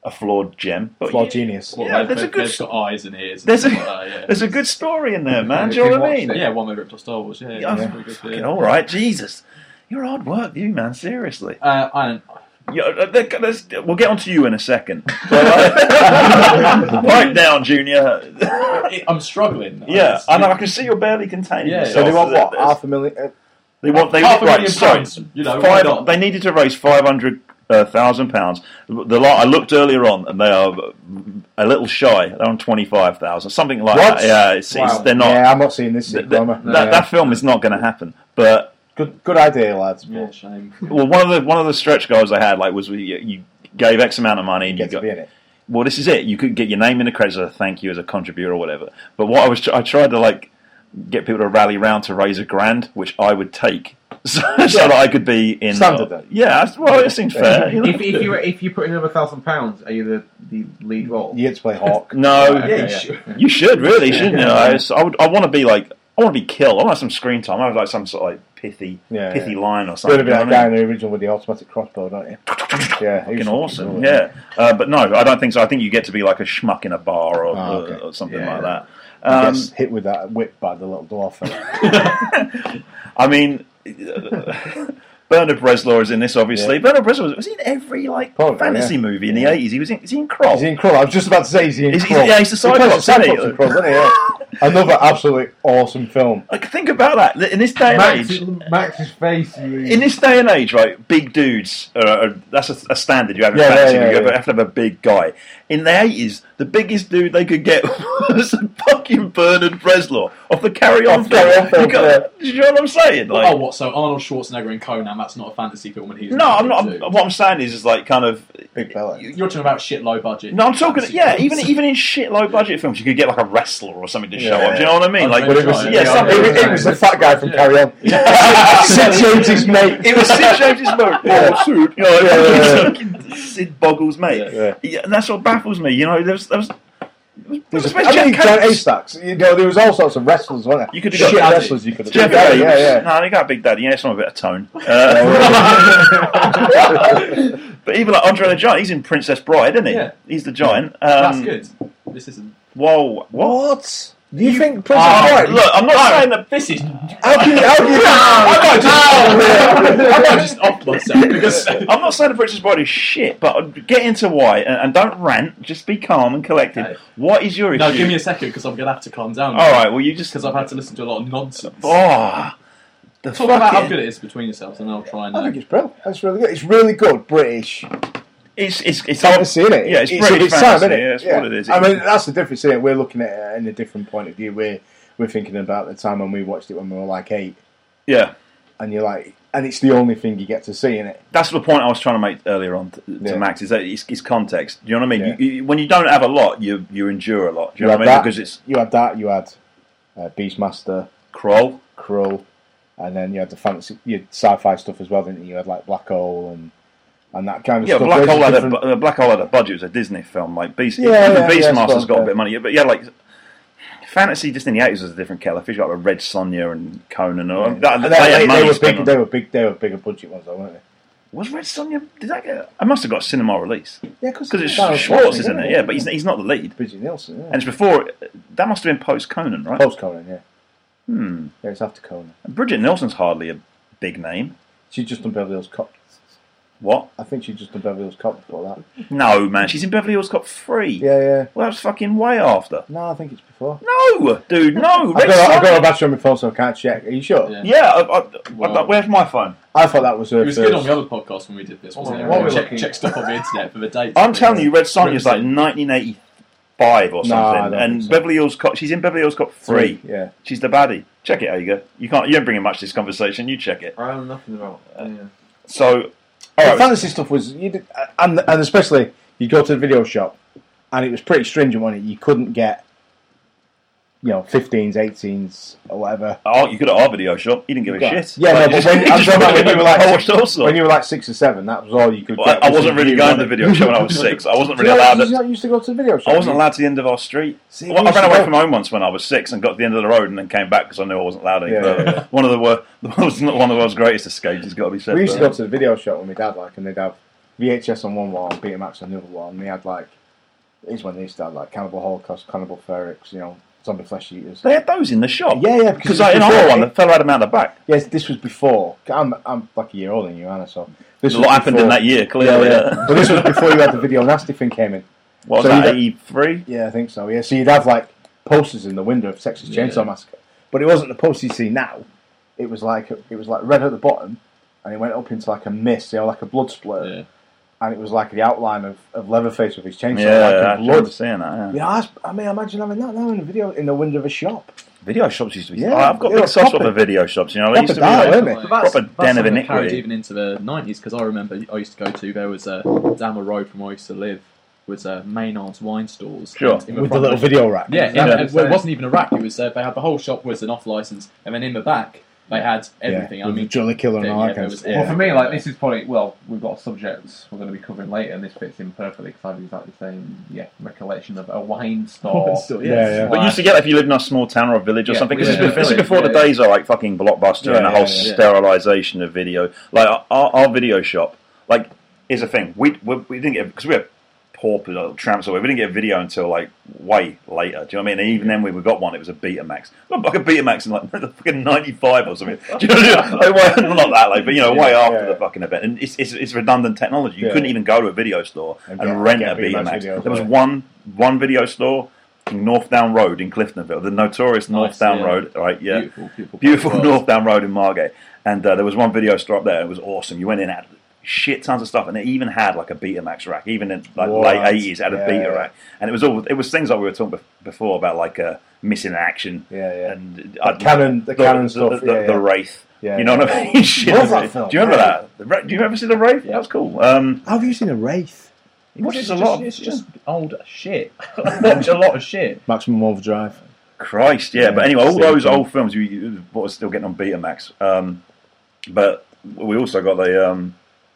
[SPEAKER 2] a flawed gem, but
[SPEAKER 5] Flawed
[SPEAKER 2] you-
[SPEAKER 5] genius.
[SPEAKER 3] Well,
[SPEAKER 2] Yeah,
[SPEAKER 3] they've,
[SPEAKER 2] there's a
[SPEAKER 3] they've-
[SPEAKER 2] good
[SPEAKER 3] they've
[SPEAKER 2] s-
[SPEAKER 3] got eyes and ears. And
[SPEAKER 2] There's a
[SPEAKER 3] stuff like that,
[SPEAKER 2] there's a good story in there, man.
[SPEAKER 4] (laughs) If
[SPEAKER 2] Do you know
[SPEAKER 4] you
[SPEAKER 2] what I
[SPEAKER 4] watch
[SPEAKER 2] mean?
[SPEAKER 3] yeah. yeah, one way ripped off Star Wars. Yeah,
[SPEAKER 2] Yeah,
[SPEAKER 3] that's
[SPEAKER 2] yeah.
[SPEAKER 3] pretty good,
[SPEAKER 2] Fucking
[SPEAKER 3] yeah.
[SPEAKER 2] all right, Jesus, you're hard work, you man. Seriously.
[SPEAKER 3] Uh, I don't.
[SPEAKER 2] Yeah, uh, th- let's- we'll get on to you in a
[SPEAKER 3] (laughs)
[SPEAKER 2] second. (laughs) Pipe down, Junior.
[SPEAKER 3] (laughs) I- I'm struggling.
[SPEAKER 2] yeah,
[SPEAKER 3] It's-
[SPEAKER 2] I know. I can see you're barely contained.
[SPEAKER 3] Yeah,
[SPEAKER 5] So
[SPEAKER 2] yourself.
[SPEAKER 5] they want what?
[SPEAKER 2] There's-
[SPEAKER 5] Half a million. uh,
[SPEAKER 2] They want. They
[SPEAKER 3] half a
[SPEAKER 2] right,
[SPEAKER 3] million
[SPEAKER 2] so
[SPEAKER 3] pounds. You know, why
[SPEAKER 2] five-
[SPEAKER 3] not?
[SPEAKER 2] They needed to raise five hundred uh, thousand pounds. The lot I looked earlier on, and they are a little shy. They're on twenty five thousand, something like
[SPEAKER 5] What?
[SPEAKER 2] that. Yeah, it's, it's,
[SPEAKER 4] Wow.
[SPEAKER 2] they're not.
[SPEAKER 5] yeah, I'm not seeing this.
[SPEAKER 2] th-
[SPEAKER 5] Th-
[SPEAKER 2] th- that, that film is not going to happen. But
[SPEAKER 5] good, good idea, lads. but
[SPEAKER 3] Yeah, shame.
[SPEAKER 2] well, one of the one of the stretch goals I had like was we, you gave X amount of money and you
[SPEAKER 5] Get to
[SPEAKER 2] got
[SPEAKER 5] be in it.
[SPEAKER 2] well, this is it. You could get your name in the credits as a thank you, as a contributor or whatever. But what I was, tr- I tried to like get people to rally round to raise a grand, which I would take, (laughs) so, so that I could be in.
[SPEAKER 5] Standard then.
[SPEAKER 2] yeah, that's- well, it seems
[SPEAKER 5] (laughs)
[SPEAKER 2] fair. you know?
[SPEAKER 4] if, if you if you put in another thousand pounds, are you the, the lead role?
[SPEAKER 5] You get to
[SPEAKER 2] (laughs)
[SPEAKER 5] play Hawk.
[SPEAKER 2] no,
[SPEAKER 4] Right, okay,
[SPEAKER 2] you, sh-
[SPEAKER 4] yeah.
[SPEAKER 2] you should really, shouldn't you? I, s- I would, I want to be like, I want to be killed. I want some screen time. I would like some sort of like pithy,
[SPEAKER 5] Yeah,
[SPEAKER 2] pithy
[SPEAKER 5] yeah.
[SPEAKER 2] line or
[SPEAKER 5] You're
[SPEAKER 2] something.
[SPEAKER 5] going to
[SPEAKER 2] you know
[SPEAKER 5] be that
[SPEAKER 2] what I
[SPEAKER 5] guy
[SPEAKER 2] mean?
[SPEAKER 5] in the original with the automatic crossbow,
[SPEAKER 2] (laughs)
[SPEAKER 5] don't you? Yeah, he was
[SPEAKER 2] eh? Fucking
[SPEAKER 5] fucking
[SPEAKER 2] awesome,
[SPEAKER 5] brilliant.
[SPEAKER 2] yeah. Uh, but no, I don't think so. I think you get to be like a schmuck in a bar or,
[SPEAKER 5] Ah, okay.
[SPEAKER 2] or, or something
[SPEAKER 4] Yeah.
[SPEAKER 2] like that.
[SPEAKER 5] He
[SPEAKER 2] Um,
[SPEAKER 5] gets hit with that whip by the little
[SPEAKER 2] (laughs)
[SPEAKER 5] dwarf. fella.
[SPEAKER 2] I mean, uh, (laughs) Bernard Breslaw is in this, obviously.
[SPEAKER 5] Yeah.
[SPEAKER 2] Bernard Breslaw was, was he in every like
[SPEAKER 5] Probably,
[SPEAKER 2] fantasy
[SPEAKER 5] yeah.
[SPEAKER 2] movie in the
[SPEAKER 5] Yeah.
[SPEAKER 2] eighties. He was in. Is he in Kroll?
[SPEAKER 5] He's in Krull. I was just about to say he's in
[SPEAKER 2] He's- he's-
[SPEAKER 5] Krull.
[SPEAKER 2] yeah, he's the
[SPEAKER 5] He plays
[SPEAKER 2] Cyclops, isn't he?
[SPEAKER 5] Cyclops in
[SPEAKER 2] (laughs)
[SPEAKER 5] Krull, isn't he? Yeah. Another absolutely awesome film.
[SPEAKER 2] Like, think about that. In this day and
[SPEAKER 4] Max,
[SPEAKER 2] age,
[SPEAKER 4] Max's face. You
[SPEAKER 2] in this day and age, right? Big dudes are, are that's a, a standard. You have in
[SPEAKER 5] Yeah,
[SPEAKER 2] fantasy.
[SPEAKER 5] yeah,
[SPEAKER 2] movie.
[SPEAKER 5] yeah,
[SPEAKER 2] you have,
[SPEAKER 5] yeah.
[SPEAKER 2] have to have a big guy. In the eighties, the biggest dude they could get (laughs) was fucking Bernard Breslaw off the Carry On
[SPEAKER 5] Off Carry
[SPEAKER 2] film.
[SPEAKER 5] On film,
[SPEAKER 2] You got- Do you know what I'm saying? Like,
[SPEAKER 3] oh, what? So Arnold Schwarzenegger in Conan? That's not a fantasy film, and he's
[SPEAKER 2] no, I'm not.
[SPEAKER 3] into.
[SPEAKER 2] I'm, what I'm saying is, is like kind of
[SPEAKER 5] Big fella.
[SPEAKER 3] You- You're talking about shit low budget.
[SPEAKER 2] No, I'm talking.
[SPEAKER 3] fantasy
[SPEAKER 2] Yeah, even
[SPEAKER 3] films.
[SPEAKER 2] even in shit low budget films, you could get like a wrestler or something to show
[SPEAKER 5] Yeah.
[SPEAKER 2] up. Do you know what I mean? Like,
[SPEAKER 5] But it was,
[SPEAKER 3] Yeah,
[SPEAKER 5] yeah,
[SPEAKER 2] yeah,
[SPEAKER 5] some-
[SPEAKER 2] something.
[SPEAKER 5] it, it was the fat guy from Carry On. (laughs) Sid James's mate.
[SPEAKER 2] (laughs) It
[SPEAKER 5] (laughs)
[SPEAKER 2] was Sid James's mate. Yeah, suit. You know,
[SPEAKER 5] Yeah, yeah, yeah.
[SPEAKER 2] (laughs) fucking Sid Boggles mate.
[SPEAKER 5] Yeah.
[SPEAKER 2] Yeah, and that's what baffles me. You know, there was there was. There was,
[SPEAKER 5] I mean,
[SPEAKER 2] Jeff
[SPEAKER 5] John
[SPEAKER 2] Cates.
[SPEAKER 5] Astacks. You know, there was all sorts of wrestlers, wasn't there?
[SPEAKER 2] You could have
[SPEAKER 5] shit
[SPEAKER 2] got Daddy.
[SPEAKER 5] wrestlers. You could have
[SPEAKER 2] Jeff
[SPEAKER 5] got.
[SPEAKER 2] Cates.
[SPEAKER 5] Yeah, yeah.
[SPEAKER 2] No, they got a big daddy. Yeah, it's not a bit of
[SPEAKER 5] (laughs)
[SPEAKER 2] tone.
[SPEAKER 5] Yeah.
[SPEAKER 2] Uh, (laughs) but even like Andre the Giant, he's in Princess Bride, isn't he?
[SPEAKER 3] Yeah.
[SPEAKER 2] He's the giant. Um,
[SPEAKER 3] That's good. This isn't.
[SPEAKER 2] Whoa, what?
[SPEAKER 5] What? You, think Princess
[SPEAKER 2] Oh,
[SPEAKER 5] Bride?
[SPEAKER 2] Look, I'm not saying that.
[SPEAKER 3] This is.
[SPEAKER 5] How can you?
[SPEAKER 2] (laughs)
[SPEAKER 5] How can you?
[SPEAKER 3] (laughs)
[SPEAKER 2] I might just- I might just
[SPEAKER 3] off myself
[SPEAKER 2] (laughs)
[SPEAKER 3] because
[SPEAKER 2] I'm not saying the Princess Bride is shit, but get into why and, and don't rant. Just be calm and collected.
[SPEAKER 3] Okay.
[SPEAKER 2] What is your issue?
[SPEAKER 3] no, give me a second because I'm gonna have to calm down.
[SPEAKER 2] All right. Well, you
[SPEAKER 3] (laughs)
[SPEAKER 2] just
[SPEAKER 3] because I've had to listen to a lot of nonsense.
[SPEAKER 2] Oh, the
[SPEAKER 3] Talk about how
[SPEAKER 2] fucking-
[SPEAKER 3] good it is between yourselves, and I'll try and. uh,
[SPEAKER 5] I think it's brilliant. That's really good. It's really good British
[SPEAKER 2] it's it's it's
[SPEAKER 5] fantasy, is it?
[SPEAKER 2] Yeah, it's, British
[SPEAKER 5] it's
[SPEAKER 2] fantasy.
[SPEAKER 5] Sam, innit?
[SPEAKER 2] Yeah, that's what it is.
[SPEAKER 5] I mean, that's the difference. is We're looking at it in a different point of view. We're we're thinking about the time when we watched it when we were like eight,
[SPEAKER 2] yeah.
[SPEAKER 5] and you're like, and it's the only thing you get to see in it.
[SPEAKER 2] That's the point I was trying to make earlier on to, to
[SPEAKER 5] Yeah.
[SPEAKER 2] Max. Is that it's, it's context? Do you know what I mean?
[SPEAKER 5] Yeah.
[SPEAKER 2] You, you, when you don't have a lot, you you endure a lot. Do you, know
[SPEAKER 5] had
[SPEAKER 2] what I mean?
[SPEAKER 5] that,
[SPEAKER 2] Because it's
[SPEAKER 5] you had that. You had uh, Beastmaster,
[SPEAKER 2] Kroll.
[SPEAKER 5] Krull, and then you had the fantasy, you had sci-fi stuff as well, didn't you? You had like Black Hole and and that kind of
[SPEAKER 2] Yeah,
[SPEAKER 5] stuff.
[SPEAKER 2] Black
[SPEAKER 5] Those
[SPEAKER 2] Hole,
[SPEAKER 5] are
[SPEAKER 2] had a,
[SPEAKER 5] different-
[SPEAKER 2] bu- uh, Black Hole had a budget. It was a Disney film. Like Beast,
[SPEAKER 5] Yeah,
[SPEAKER 2] even
[SPEAKER 5] yeah, yeah,
[SPEAKER 2] Beastmaster's
[SPEAKER 5] that's
[SPEAKER 2] got
[SPEAKER 5] what-
[SPEAKER 2] a bit of money. But yeah, like fantasy just in the eighties was a different kettle of fish. Like the Red Sonja and Conan. Or, that,
[SPEAKER 5] And
[SPEAKER 2] they,
[SPEAKER 5] Oh, they,
[SPEAKER 2] had
[SPEAKER 5] they- they
[SPEAKER 2] money
[SPEAKER 5] were
[SPEAKER 2] spent
[SPEAKER 5] big.
[SPEAKER 2] on-
[SPEAKER 5] They were big. They were bigger budget ones, though, weren't they?
[SPEAKER 2] Was Red Sonja? Did that get? I must have got a cinema release
[SPEAKER 5] Yeah, because
[SPEAKER 2] because it's Schwartz, isn't it? Yeah, but he's, he's not the lead.
[SPEAKER 5] Bridget Nielsen. Yeah.
[SPEAKER 2] And it's before that must have been post Conan, right?
[SPEAKER 5] Post Conan, yeah.
[SPEAKER 2] Hmm.
[SPEAKER 5] Yeah, it's after Conan.
[SPEAKER 2] Bridget Nielsen's hardly a big name.
[SPEAKER 5] She just done Beverly Hills Cop.
[SPEAKER 2] What?
[SPEAKER 5] I think she just done Beverly Hills Cop before that.
[SPEAKER 2] No, man. She's in Beverly Hills Cop Three.
[SPEAKER 5] Yeah, yeah.
[SPEAKER 2] Well, that's fucking way after.
[SPEAKER 5] No, I think it's before.
[SPEAKER 2] No, dude, no.
[SPEAKER 5] I've
[SPEAKER 2] Red
[SPEAKER 5] got, I've got a
[SPEAKER 2] Sonja.
[SPEAKER 5] battery on my phone, so I can't check. Are you sure?
[SPEAKER 3] Yeah.
[SPEAKER 2] Yeah, I, I, I,
[SPEAKER 3] Wow.
[SPEAKER 2] where's my phone?
[SPEAKER 5] I thought that was her
[SPEAKER 3] It was
[SPEAKER 5] first.
[SPEAKER 3] good on the other podcast when we did this, wasn't
[SPEAKER 4] Oh,
[SPEAKER 3] it?
[SPEAKER 4] what
[SPEAKER 3] We
[SPEAKER 4] we're
[SPEAKER 3] check,
[SPEAKER 4] looking-
[SPEAKER 3] check stuff on the internet for the dates.
[SPEAKER 2] I'm telling you, Red Sonja's like
[SPEAKER 3] Crimson.
[SPEAKER 2] 1985 or
[SPEAKER 5] No, I
[SPEAKER 2] something,
[SPEAKER 5] don't
[SPEAKER 2] and
[SPEAKER 5] think so.
[SPEAKER 2] Beverly Hills Cop. She's in Beverly Hills Cop three.
[SPEAKER 5] Yeah.
[SPEAKER 2] She's the baddie. Check it, Aga. You can't. You don't bring in much to this conversation. You check it.
[SPEAKER 4] I
[SPEAKER 3] uh,
[SPEAKER 4] know nothing about. Yeah.
[SPEAKER 2] So,
[SPEAKER 5] The
[SPEAKER 2] all right,
[SPEAKER 5] fantasy stuff was, you did, uh, and and especially you go to the video shop, and it was pretty stringent on it. You couldn't get, you know, 15s, 18s, or whatever.
[SPEAKER 2] Oh, you could at our video shop. You didn't give a
[SPEAKER 5] Yeah.
[SPEAKER 2] shit.
[SPEAKER 5] Yeah, no,
[SPEAKER 2] Like,
[SPEAKER 5] but
[SPEAKER 2] you
[SPEAKER 5] when-
[SPEAKER 2] just-
[SPEAKER 5] I'm
[SPEAKER 2] just
[SPEAKER 5] talking about
[SPEAKER 2] went
[SPEAKER 5] when you
[SPEAKER 2] in,
[SPEAKER 5] were
[SPEAKER 2] (laughs)
[SPEAKER 5] like-
[SPEAKER 2] I watched all sorts.
[SPEAKER 5] When you were like six or seven, that was all you could
[SPEAKER 2] Well,
[SPEAKER 5] get.
[SPEAKER 2] I, I wasn't really going to the video shop when I was
[SPEAKER 5] (laughs) six.
[SPEAKER 2] six. I wasn't really
[SPEAKER 5] you
[SPEAKER 2] allowed.
[SPEAKER 5] Did you
[SPEAKER 2] it.
[SPEAKER 5] not used to go to the video shop?
[SPEAKER 2] I wasn't allowed to the end of our street.
[SPEAKER 5] See,
[SPEAKER 2] well,
[SPEAKER 5] we
[SPEAKER 2] I ran
[SPEAKER 5] used
[SPEAKER 2] away
[SPEAKER 5] to-
[SPEAKER 2] from home once when I was six and got to the end of the road and then came back because I knew I wasn't allowed any
[SPEAKER 5] Yeah,
[SPEAKER 2] further.
[SPEAKER 5] yeah, yeah.
[SPEAKER 2] One of the wor- (laughs) one of the world's greatest escapes has got to be said.
[SPEAKER 5] We used to
[SPEAKER 2] but-
[SPEAKER 5] go to the video shop with my dad, like, and they'd have VHS on one wall, Betamax on the other wall, and they had like, it's when they used to have like Cannibal Holocaust, Cannibal Ferox, you know, Zombie Flesh Eaters.
[SPEAKER 2] They had those in the shop.
[SPEAKER 5] Yeah, yeah,
[SPEAKER 2] Because
[SPEAKER 5] because
[SPEAKER 2] I- in
[SPEAKER 5] it's
[SPEAKER 2] our
[SPEAKER 5] before-
[SPEAKER 2] one, the fellow had them out the back.
[SPEAKER 5] Yes, this was before. I'm I'm like a year older than you, Anna. So this
[SPEAKER 2] A lot happened in that year,
[SPEAKER 5] Yeah,
[SPEAKER 2] clearly.
[SPEAKER 5] yeah.
[SPEAKER 2] yeah.
[SPEAKER 5] but this was before you had the video nasty thing came in.
[SPEAKER 2] (laughs) What was
[SPEAKER 5] So you
[SPEAKER 2] that,
[SPEAKER 5] got-
[SPEAKER 2] 83?
[SPEAKER 5] Yeah, I think so. Yeah, so you'd have like posters in the window of Texas Chainsaw
[SPEAKER 3] Yeah.
[SPEAKER 5] Massacre, but it wasn't the poster you see now. It was like it was like red at the bottom, and it went up into like a mist, you know, like a blood splur,
[SPEAKER 3] Yeah.
[SPEAKER 5] and it was like the outline of, of Leatherface with his chainsaw,
[SPEAKER 2] Yeah,
[SPEAKER 5] like
[SPEAKER 2] I
[SPEAKER 5] in blood.
[SPEAKER 2] remember seeing that. yeah.
[SPEAKER 5] Yeah, that's, I mean, imagine having that now in a video in the window of a shop.
[SPEAKER 2] Video shops used to be.
[SPEAKER 5] Yeah,
[SPEAKER 2] Oh, I've got
[SPEAKER 5] they
[SPEAKER 2] big
[SPEAKER 5] were
[SPEAKER 2] soft
[SPEAKER 5] proper-
[SPEAKER 2] for video shops. You know, they
[SPEAKER 5] Proper
[SPEAKER 2] used to be
[SPEAKER 5] dark,
[SPEAKER 2] like,
[SPEAKER 5] weren't they?
[SPEAKER 3] Like,
[SPEAKER 2] proper den of
[SPEAKER 3] something that carried
[SPEAKER 2] iniquity.
[SPEAKER 3] Even into the nineties, because I remember I used to go to there was a down the road from where I used to live was uh, Maynard's wine stores.
[SPEAKER 2] Sure.
[SPEAKER 3] And in
[SPEAKER 5] With the
[SPEAKER 3] front
[SPEAKER 5] little
[SPEAKER 3] of-
[SPEAKER 5] video rack.
[SPEAKER 3] Yeah,
[SPEAKER 4] Yeah.
[SPEAKER 3] and- and- well, it wasn't even a rack. It was uh, they had the whole shop was an off license, and then in the back they had everything.
[SPEAKER 5] Yeah,
[SPEAKER 3] I
[SPEAKER 5] with
[SPEAKER 3] mean,
[SPEAKER 5] the Jolly Killer and
[SPEAKER 3] yeah,
[SPEAKER 5] all that
[SPEAKER 3] there
[SPEAKER 5] kind of
[SPEAKER 3] was
[SPEAKER 5] stuff.
[SPEAKER 3] Yeah.
[SPEAKER 4] Well, for me, like this is probably well, we've got subjects we're going to be covering later, and this fits in perfectly because I have exactly the same yeah recollection of a wine
[SPEAKER 3] (laughs)
[SPEAKER 4] store.
[SPEAKER 3] Still,
[SPEAKER 5] yeah. Yeah, yeah.
[SPEAKER 2] But you used to get that if you lived in a small town or a village or
[SPEAKER 4] Yeah,
[SPEAKER 2] something. 'cause
[SPEAKER 3] yeah,
[SPEAKER 2] this, is- this is
[SPEAKER 4] yeah.
[SPEAKER 2] before the
[SPEAKER 4] Yeah,
[SPEAKER 2] days of like fucking blockbuster
[SPEAKER 5] Yeah,
[SPEAKER 2] and the
[SPEAKER 5] yeah,
[SPEAKER 2] whole
[SPEAKER 5] yeah.
[SPEAKER 2] sterilization of video. Like our, our video shop, like here's the thing: we we, we didn't get because we were paupers, little tramps, or whatever, we didn't get video until like way later. Do you know what I mean? And even then, we we got one. It was a Betamax, not like a Betamax in like (laughs) the fucking ninety five or something. (laughs) Do you know what I mean? Like, well, not that late, but you know, way
[SPEAKER 5] Yeah,
[SPEAKER 2] after
[SPEAKER 5] yeah.
[SPEAKER 2] the fucking event. And it's it's, it's redundant technology. You
[SPEAKER 5] Yeah.
[SPEAKER 2] couldn't even go to a video store
[SPEAKER 5] And
[SPEAKER 2] and,
[SPEAKER 5] get-
[SPEAKER 2] rent
[SPEAKER 5] get
[SPEAKER 2] a
[SPEAKER 5] Betamax
[SPEAKER 2] Betamax.
[SPEAKER 5] videos,
[SPEAKER 2] there was
[SPEAKER 5] yeah.
[SPEAKER 2] one one video store. in North Down Road in Cliftonville, the
[SPEAKER 5] Oh,
[SPEAKER 2] notorious North
[SPEAKER 3] Nice,
[SPEAKER 2] Down
[SPEAKER 3] yeah.
[SPEAKER 2] Road, right? Yeah,
[SPEAKER 3] beautiful, beautiful,
[SPEAKER 2] beautiful
[SPEAKER 3] place.
[SPEAKER 2] North Down Road in Margate. And uh, there was one video store up there. It was awesome. You went in, had shit tons of stuff, and it even had like a Betamax rack. Even in like
[SPEAKER 5] What?
[SPEAKER 2] late eighties, had a
[SPEAKER 5] Yeah,
[SPEAKER 2] beta
[SPEAKER 5] yeah.
[SPEAKER 2] rack, and it was all it was things like we were talking bef- before about like uh, missing in action
[SPEAKER 5] Yeah, yeah.
[SPEAKER 2] and
[SPEAKER 5] The Canon- the Canon
[SPEAKER 2] the,
[SPEAKER 5] stuff, yeah, yeah.
[SPEAKER 2] the Wraith.
[SPEAKER 5] Yeah,
[SPEAKER 2] you know
[SPEAKER 5] yeah.
[SPEAKER 2] what I mean? (laughs) Shit.
[SPEAKER 5] Love that film.
[SPEAKER 2] Do you remember
[SPEAKER 5] Yeah.
[SPEAKER 2] that? The Wra- Do you ever see the Wraith?
[SPEAKER 3] Yeah.
[SPEAKER 2] That was cool. Um,
[SPEAKER 5] Have you seen a wraith?
[SPEAKER 2] he watches
[SPEAKER 3] It's
[SPEAKER 2] a
[SPEAKER 3] just-
[SPEAKER 2] lot.
[SPEAKER 3] It's
[SPEAKER 2] Of,
[SPEAKER 3] just old
[SPEAKER 4] (laughs)
[SPEAKER 5] (laughs)
[SPEAKER 3] shit. I watch a lot of shit.
[SPEAKER 5] Maximum Overdrive.
[SPEAKER 2] Christ, yeah.
[SPEAKER 5] Yeah,
[SPEAKER 2] but anyway, all
[SPEAKER 5] same
[SPEAKER 2] those
[SPEAKER 5] thing.
[SPEAKER 2] old films you, you what was still getting on Betamax. Um, but we also got the um,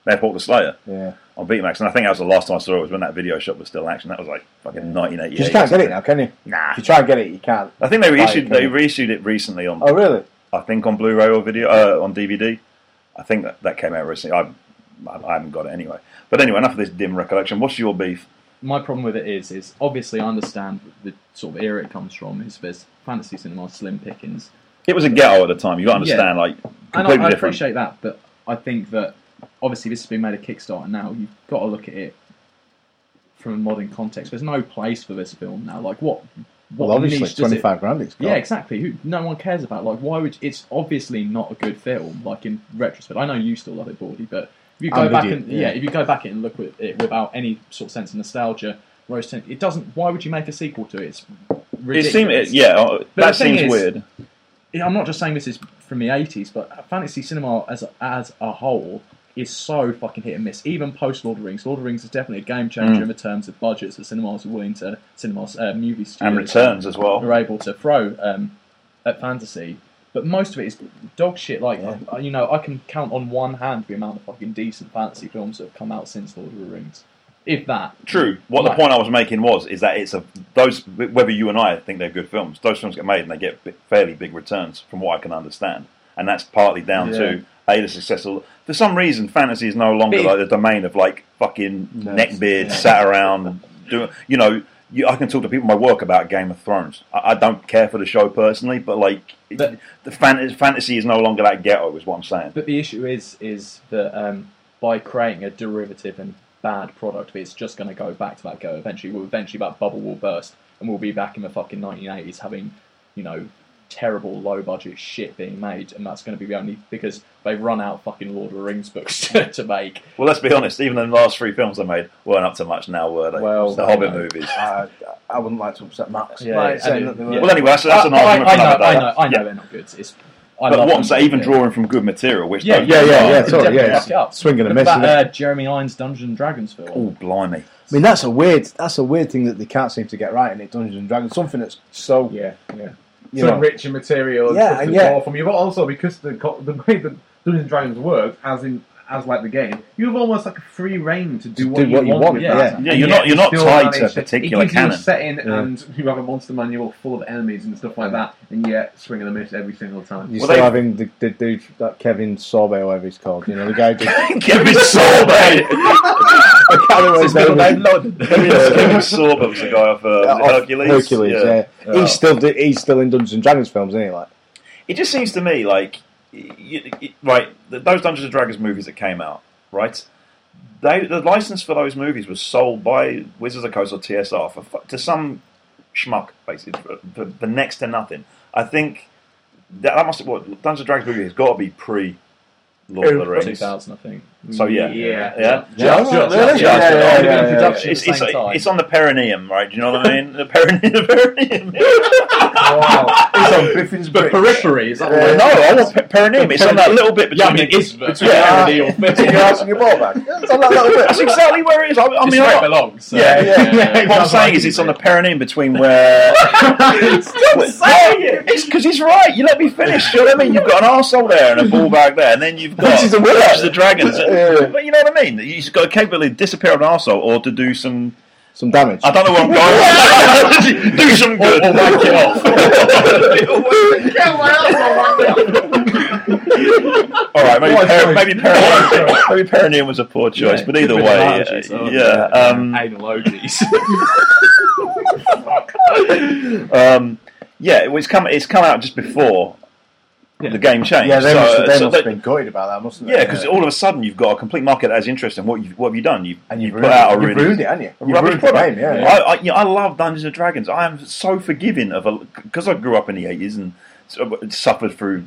[SPEAKER 2] Airport the Slayer
[SPEAKER 5] Yeah.
[SPEAKER 2] on Betamax, and I think that was the last time I saw it was when that video shop was still in action. That was like fucking 1988.
[SPEAKER 5] You just can't get it now, can you?
[SPEAKER 2] Nah.
[SPEAKER 5] If you try and get it, you can't.
[SPEAKER 2] I think they reissued
[SPEAKER 5] Right,
[SPEAKER 2] they
[SPEAKER 5] okay.
[SPEAKER 2] reissued it recently on
[SPEAKER 5] Oh, really?
[SPEAKER 2] I think on Blu-ray or video uh, on DVD. I think that, that came out recently. I, I I haven't got it anyway. But anyway, enough of this dim recollection. What's your beef?
[SPEAKER 3] my problem with it is, is obviously I understand the sort of era it comes from. Is there's fantasy cinema slim pickings,
[SPEAKER 2] It was a ghetto at the time. You got to
[SPEAKER 3] Yeah.
[SPEAKER 2] understand, like
[SPEAKER 3] and
[SPEAKER 2] completely
[SPEAKER 3] I, I
[SPEAKER 2] different.
[SPEAKER 3] appreciate that, but I think that obviously this has been made a Kickstarter now. You've got to look at it from a modern context. There's no place for this film now. Like what? what
[SPEAKER 5] Well, obviously,
[SPEAKER 3] niche does it-
[SPEAKER 5] twenty-five grand. It's got.
[SPEAKER 3] Yeah, exactly. Who no one cares about. Like, why would it's obviously not a good film. Like in retrospect, I know you still love it, Baldy, but if you go
[SPEAKER 5] I'm
[SPEAKER 3] back
[SPEAKER 5] idiot,
[SPEAKER 3] and
[SPEAKER 5] yeah.
[SPEAKER 3] yeah. if you go back and look at it without any sort of sense of nostalgia, whereas it doesn't. Why would you make a sequel to it? It's
[SPEAKER 2] It
[SPEAKER 3] ridiculous.
[SPEAKER 2] seemed, it, yeah, uh,
[SPEAKER 3] the
[SPEAKER 2] that
[SPEAKER 3] thing
[SPEAKER 2] seems
[SPEAKER 3] is-
[SPEAKER 2] weird.
[SPEAKER 3] Yeah, I'm not just saying this is from the 80s, but fantasy cinema as a, as a whole is so fucking hit and miss. Even post Lord of the Rings, Lord of the Rings is definitely a game changer in the terms of budgets that cinemas are willing to cinemas uh, movie studios
[SPEAKER 2] and returns as well.
[SPEAKER 3] are able to throw um, at fantasy. But most of it is dog shit. Like
[SPEAKER 5] Yeah.
[SPEAKER 3] I- you know, I can count on one hand the amount of fucking decent fantasy films that have come out since Lord of the Rings, if that.
[SPEAKER 2] True. What the
[SPEAKER 3] Right.
[SPEAKER 2] point I was making was is that it's a those whether you and I think they're good films, those films get made and they get bi- fairly big returns from what I can understand, and that's partly down to a the successful. For some reason, fantasy is no longer
[SPEAKER 3] Big.
[SPEAKER 2] like the domain of like fucking
[SPEAKER 5] No,
[SPEAKER 2] neckbeard
[SPEAKER 3] yeah.
[SPEAKER 2] sat around (laughs) doing. You know, you, I can talk to people in my work about Game of Thrones. I, I don't care for the show personally, but like
[SPEAKER 3] But-
[SPEAKER 2] the fantasy, fantasy is no longer that ghetto, is what I'm saying.
[SPEAKER 3] But the issue is, is that um, by creating a derivative and bad product, it's just going to go back to that go eventually. Well, eventually that bubble will burst, and we'll be back in the fucking 1980s having, you know, terrible low budget shit being made, and that's going to be the only because they've run out fucking Lord of the Rings books (laughs) to, to make.
[SPEAKER 2] Well, let's be honest. Even the last three films I made weren't up to much now, were they?
[SPEAKER 3] Well,
[SPEAKER 2] the Hobbit
[SPEAKER 3] no.
[SPEAKER 2] movies.
[SPEAKER 5] I, I wouldn't like to upset Max.
[SPEAKER 3] Yeah,
[SPEAKER 5] Like,
[SPEAKER 3] I
[SPEAKER 5] saying
[SPEAKER 3] do.
[SPEAKER 5] that they
[SPEAKER 3] Yeah.
[SPEAKER 5] were-
[SPEAKER 2] Well, anyway, that's, that's an
[SPEAKER 3] I,
[SPEAKER 2] argument
[SPEAKER 3] I,
[SPEAKER 2] for
[SPEAKER 3] I
[SPEAKER 2] another
[SPEAKER 3] know, I
[SPEAKER 2] day.
[SPEAKER 3] know, I know
[SPEAKER 2] Yeah.
[SPEAKER 3] they're not good. It's I
[SPEAKER 2] But
[SPEAKER 3] love
[SPEAKER 2] what I'm
[SPEAKER 3] them.
[SPEAKER 2] saying, even drawing from good material, which
[SPEAKER 3] Yeah,
[SPEAKER 2] don't
[SPEAKER 5] Yeah, yeah, yeah.
[SPEAKER 2] are.
[SPEAKER 3] It's
[SPEAKER 5] Totally,
[SPEAKER 3] definitely
[SPEAKER 5] yeah.
[SPEAKER 3] fucked up.
[SPEAKER 5] It's swing and a
[SPEAKER 3] Look
[SPEAKER 5] miss.
[SPEAKER 3] at
[SPEAKER 5] isn't it?
[SPEAKER 3] that, uh, Jeremy Irons Dungeons and Dragons film.
[SPEAKER 2] Oh blimey!
[SPEAKER 5] I mean, that's a weird. That's a weird thing that they can't seem to get right in it. Dungeons and Dragons, something that's so
[SPEAKER 4] Yeah, yeah.
[SPEAKER 5] you
[SPEAKER 4] so
[SPEAKER 5] know,
[SPEAKER 4] rich in material and
[SPEAKER 5] Yeah,
[SPEAKER 4] stuff to
[SPEAKER 5] and yeah.
[SPEAKER 4] draw from you, but also because the co- the way that Dungeons and Dragons works, as in as like the game, you have almost like a free reign to do
[SPEAKER 5] Just
[SPEAKER 4] what,
[SPEAKER 5] do
[SPEAKER 4] you,
[SPEAKER 5] what you
[SPEAKER 4] want.
[SPEAKER 5] want,
[SPEAKER 4] with
[SPEAKER 5] yeah.
[SPEAKER 4] that.
[SPEAKER 2] Yeah, you're not- you're not
[SPEAKER 4] still
[SPEAKER 2] tied
[SPEAKER 4] manage
[SPEAKER 2] to a particular
[SPEAKER 4] it gives you
[SPEAKER 2] canon.
[SPEAKER 4] A setting,
[SPEAKER 5] Yeah.
[SPEAKER 4] and you have a monster manual full of enemies and stuff like that, and yet swing and a miss every single time.
[SPEAKER 5] you're
[SPEAKER 2] Well,
[SPEAKER 5] still
[SPEAKER 2] they-
[SPEAKER 5] having the, the dude that Kevin Sorbet, or whatever he's called. You know, the guy. Who did,
[SPEAKER 2] Kevin Sorbo.
[SPEAKER 5] I can't remember his name.
[SPEAKER 2] Kevin
[SPEAKER 5] (laughs)
[SPEAKER 2] Sorbo was the guy off uh, was it
[SPEAKER 5] Uh,
[SPEAKER 2] Hercules.
[SPEAKER 5] Hercules, yeah.
[SPEAKER 4] Yeah.
[SPEAKER 5] He's still do- he's still in Dungeons and Dragons films, isn't he? Like,
[SPEAKER 2] It just seems to me like, you, you, right, th- those Dungeons and Dragons movies that came out, right? They, the license for those movies was sold by Wizards of the Coast or TSR for, fu- to some schmuck, basically, for, for, for next to nothing. I think that, that must have, what, Dungeons and Dragons movie has got to be pre Lord of the Rings.
[SPEAKER 3] 2000, I think.
[SPEAKER 2] So, yeah.
[SPEAKER 4] yeah.
[SPEAKER 2] Yeah.
[SPEAKER 5] Just-
[SPEAKER 3] just-
[SPEAKER 5] yeah,
[SPEAKER 3] just-
[SPEAKER 5] yeah,
[SPEAKER 3] just-
[SPEAKER 5] yeah,
[SPEAKER 3] just-
[SPEAKER 5] yeah,
[SPEAKER 3] just-
[SPEAKER 5] yeah,
[SPEAKER 3] just-
[SPEAKER 5] yeah.
[SPEAKER 2] It's,
[SPEAKER 3] just- at the
[SPEAKER 2] it's,
[SPEAKER 3] same time.
[SPEAKER 2] it's on the perineum, right? Do you know what I mean? The perineum. The (laughs) perineum.
[SPEAKER 4] Wow.
[SPEAKER 5] He's on Griffin's
[SPEAKER 3] But periphery is that
[SPEAKER 5] Yeah.
[SPEAKER 2] Well,
[SPEAKER 3] what
[SPEAKER 2] no, I want pe- perineum. It's on that little bit between.
[SPEAKER 3] Yeah, I mean, it's between
[SPEAKER 5] Yeah.
[SPEAKER 3] irony or
[SPEAKER 5] your ass and your ball back. It's on that little bit.
[SPEAKER 2] that's exactly where it is. I, I
[SPEAKER 3] It's
[SPEAKER 2] mean,
[SPEAKER 3] where
[SPEAKER 2] I,
[SPEAKER 3] it belongs. so-
[SPEAKER 2] Yeah, (laughs)
[SPEAKER 5] yeah,
[SPEAKER 2] what I'm saying is, it's on the perineum between (laughs) where.
[SPEAKER 3] saying it.
[SPEAKER 2] It's because he's right. You let me finish. You know what I mean? You've got an arsehole there and a ball bag there, and then you've got
[SPEAKER 5] Which is the winner.
[SPEAKER 2] which is the dragons.
[SPEAKER 5] Yeah.
[SPEAKER 2] But you know what I mean? You've got a capability to disappear on an arsehole or to do some.
[SPEAKER 5] Some damage.
[SPEAKER 2] I don't know where I'm going.
[SPEAKER 5] (laughs)
[SPEAKER 2] do some good. Or wank it off. (laughs) All right, maybe,
[SPEAKER 5] What a
[SPEAKER 2] per-
[SPEAKER 5] choice.
[SPEAKER 2] maybe,
[SPEAKER 5] (laughs)
[SPEAKER 2] perineum, maybe perineum was a poor choice,
[SPEAKER 3] Yeah,
[SPEAKER 2] but either
[SPEAKER 3] good
[SPEAKER 2] way,
[SPEAKER 3] analogy,
[SPEAKER 2] uh,
[SPEAKER 3] so-
[SPEAKER 2] yeah. Um,
[SPEAKER 3] Anal orgies.
[SPEAKER 2] um, yeah, it was come. It's come out just before the game changed.
[SPEAKER 5] yeah, they
[SPEAKER 2] so,
[SPEAKER 5] must, they
[SPEAKER 2] so
[SPEAKER 5] must
[SPEAKER 2] that-
[SPEAKER 5] have been gutted about that, mustn't they?
[SPEAKER 2] yeah, because all of a sudden you've got a complete market that has interest in what you what have you done? You
[SPEAKER 5] and
[SPEAKER 2] you
[SPEAKER 5] you've
[SPEAKER 2] put
[SPEAKER 5] ruined,
[SPEAKER 2] out a
[SPEAKER 5] you've
[SPEAKER 2] really
[SPEAKER 5] ruined it, haven't you? You've
[SPEAKER 2] rubbish
[SPEAKER 5] ruined the
[SPEAKER 2] product.
[SPEAKER 5] game, yeah.
[SPEAKER 2] I I, you know, I love Dungeons and Dragons. I am so forgiving of a because I grew up in the eighties and so- suffered through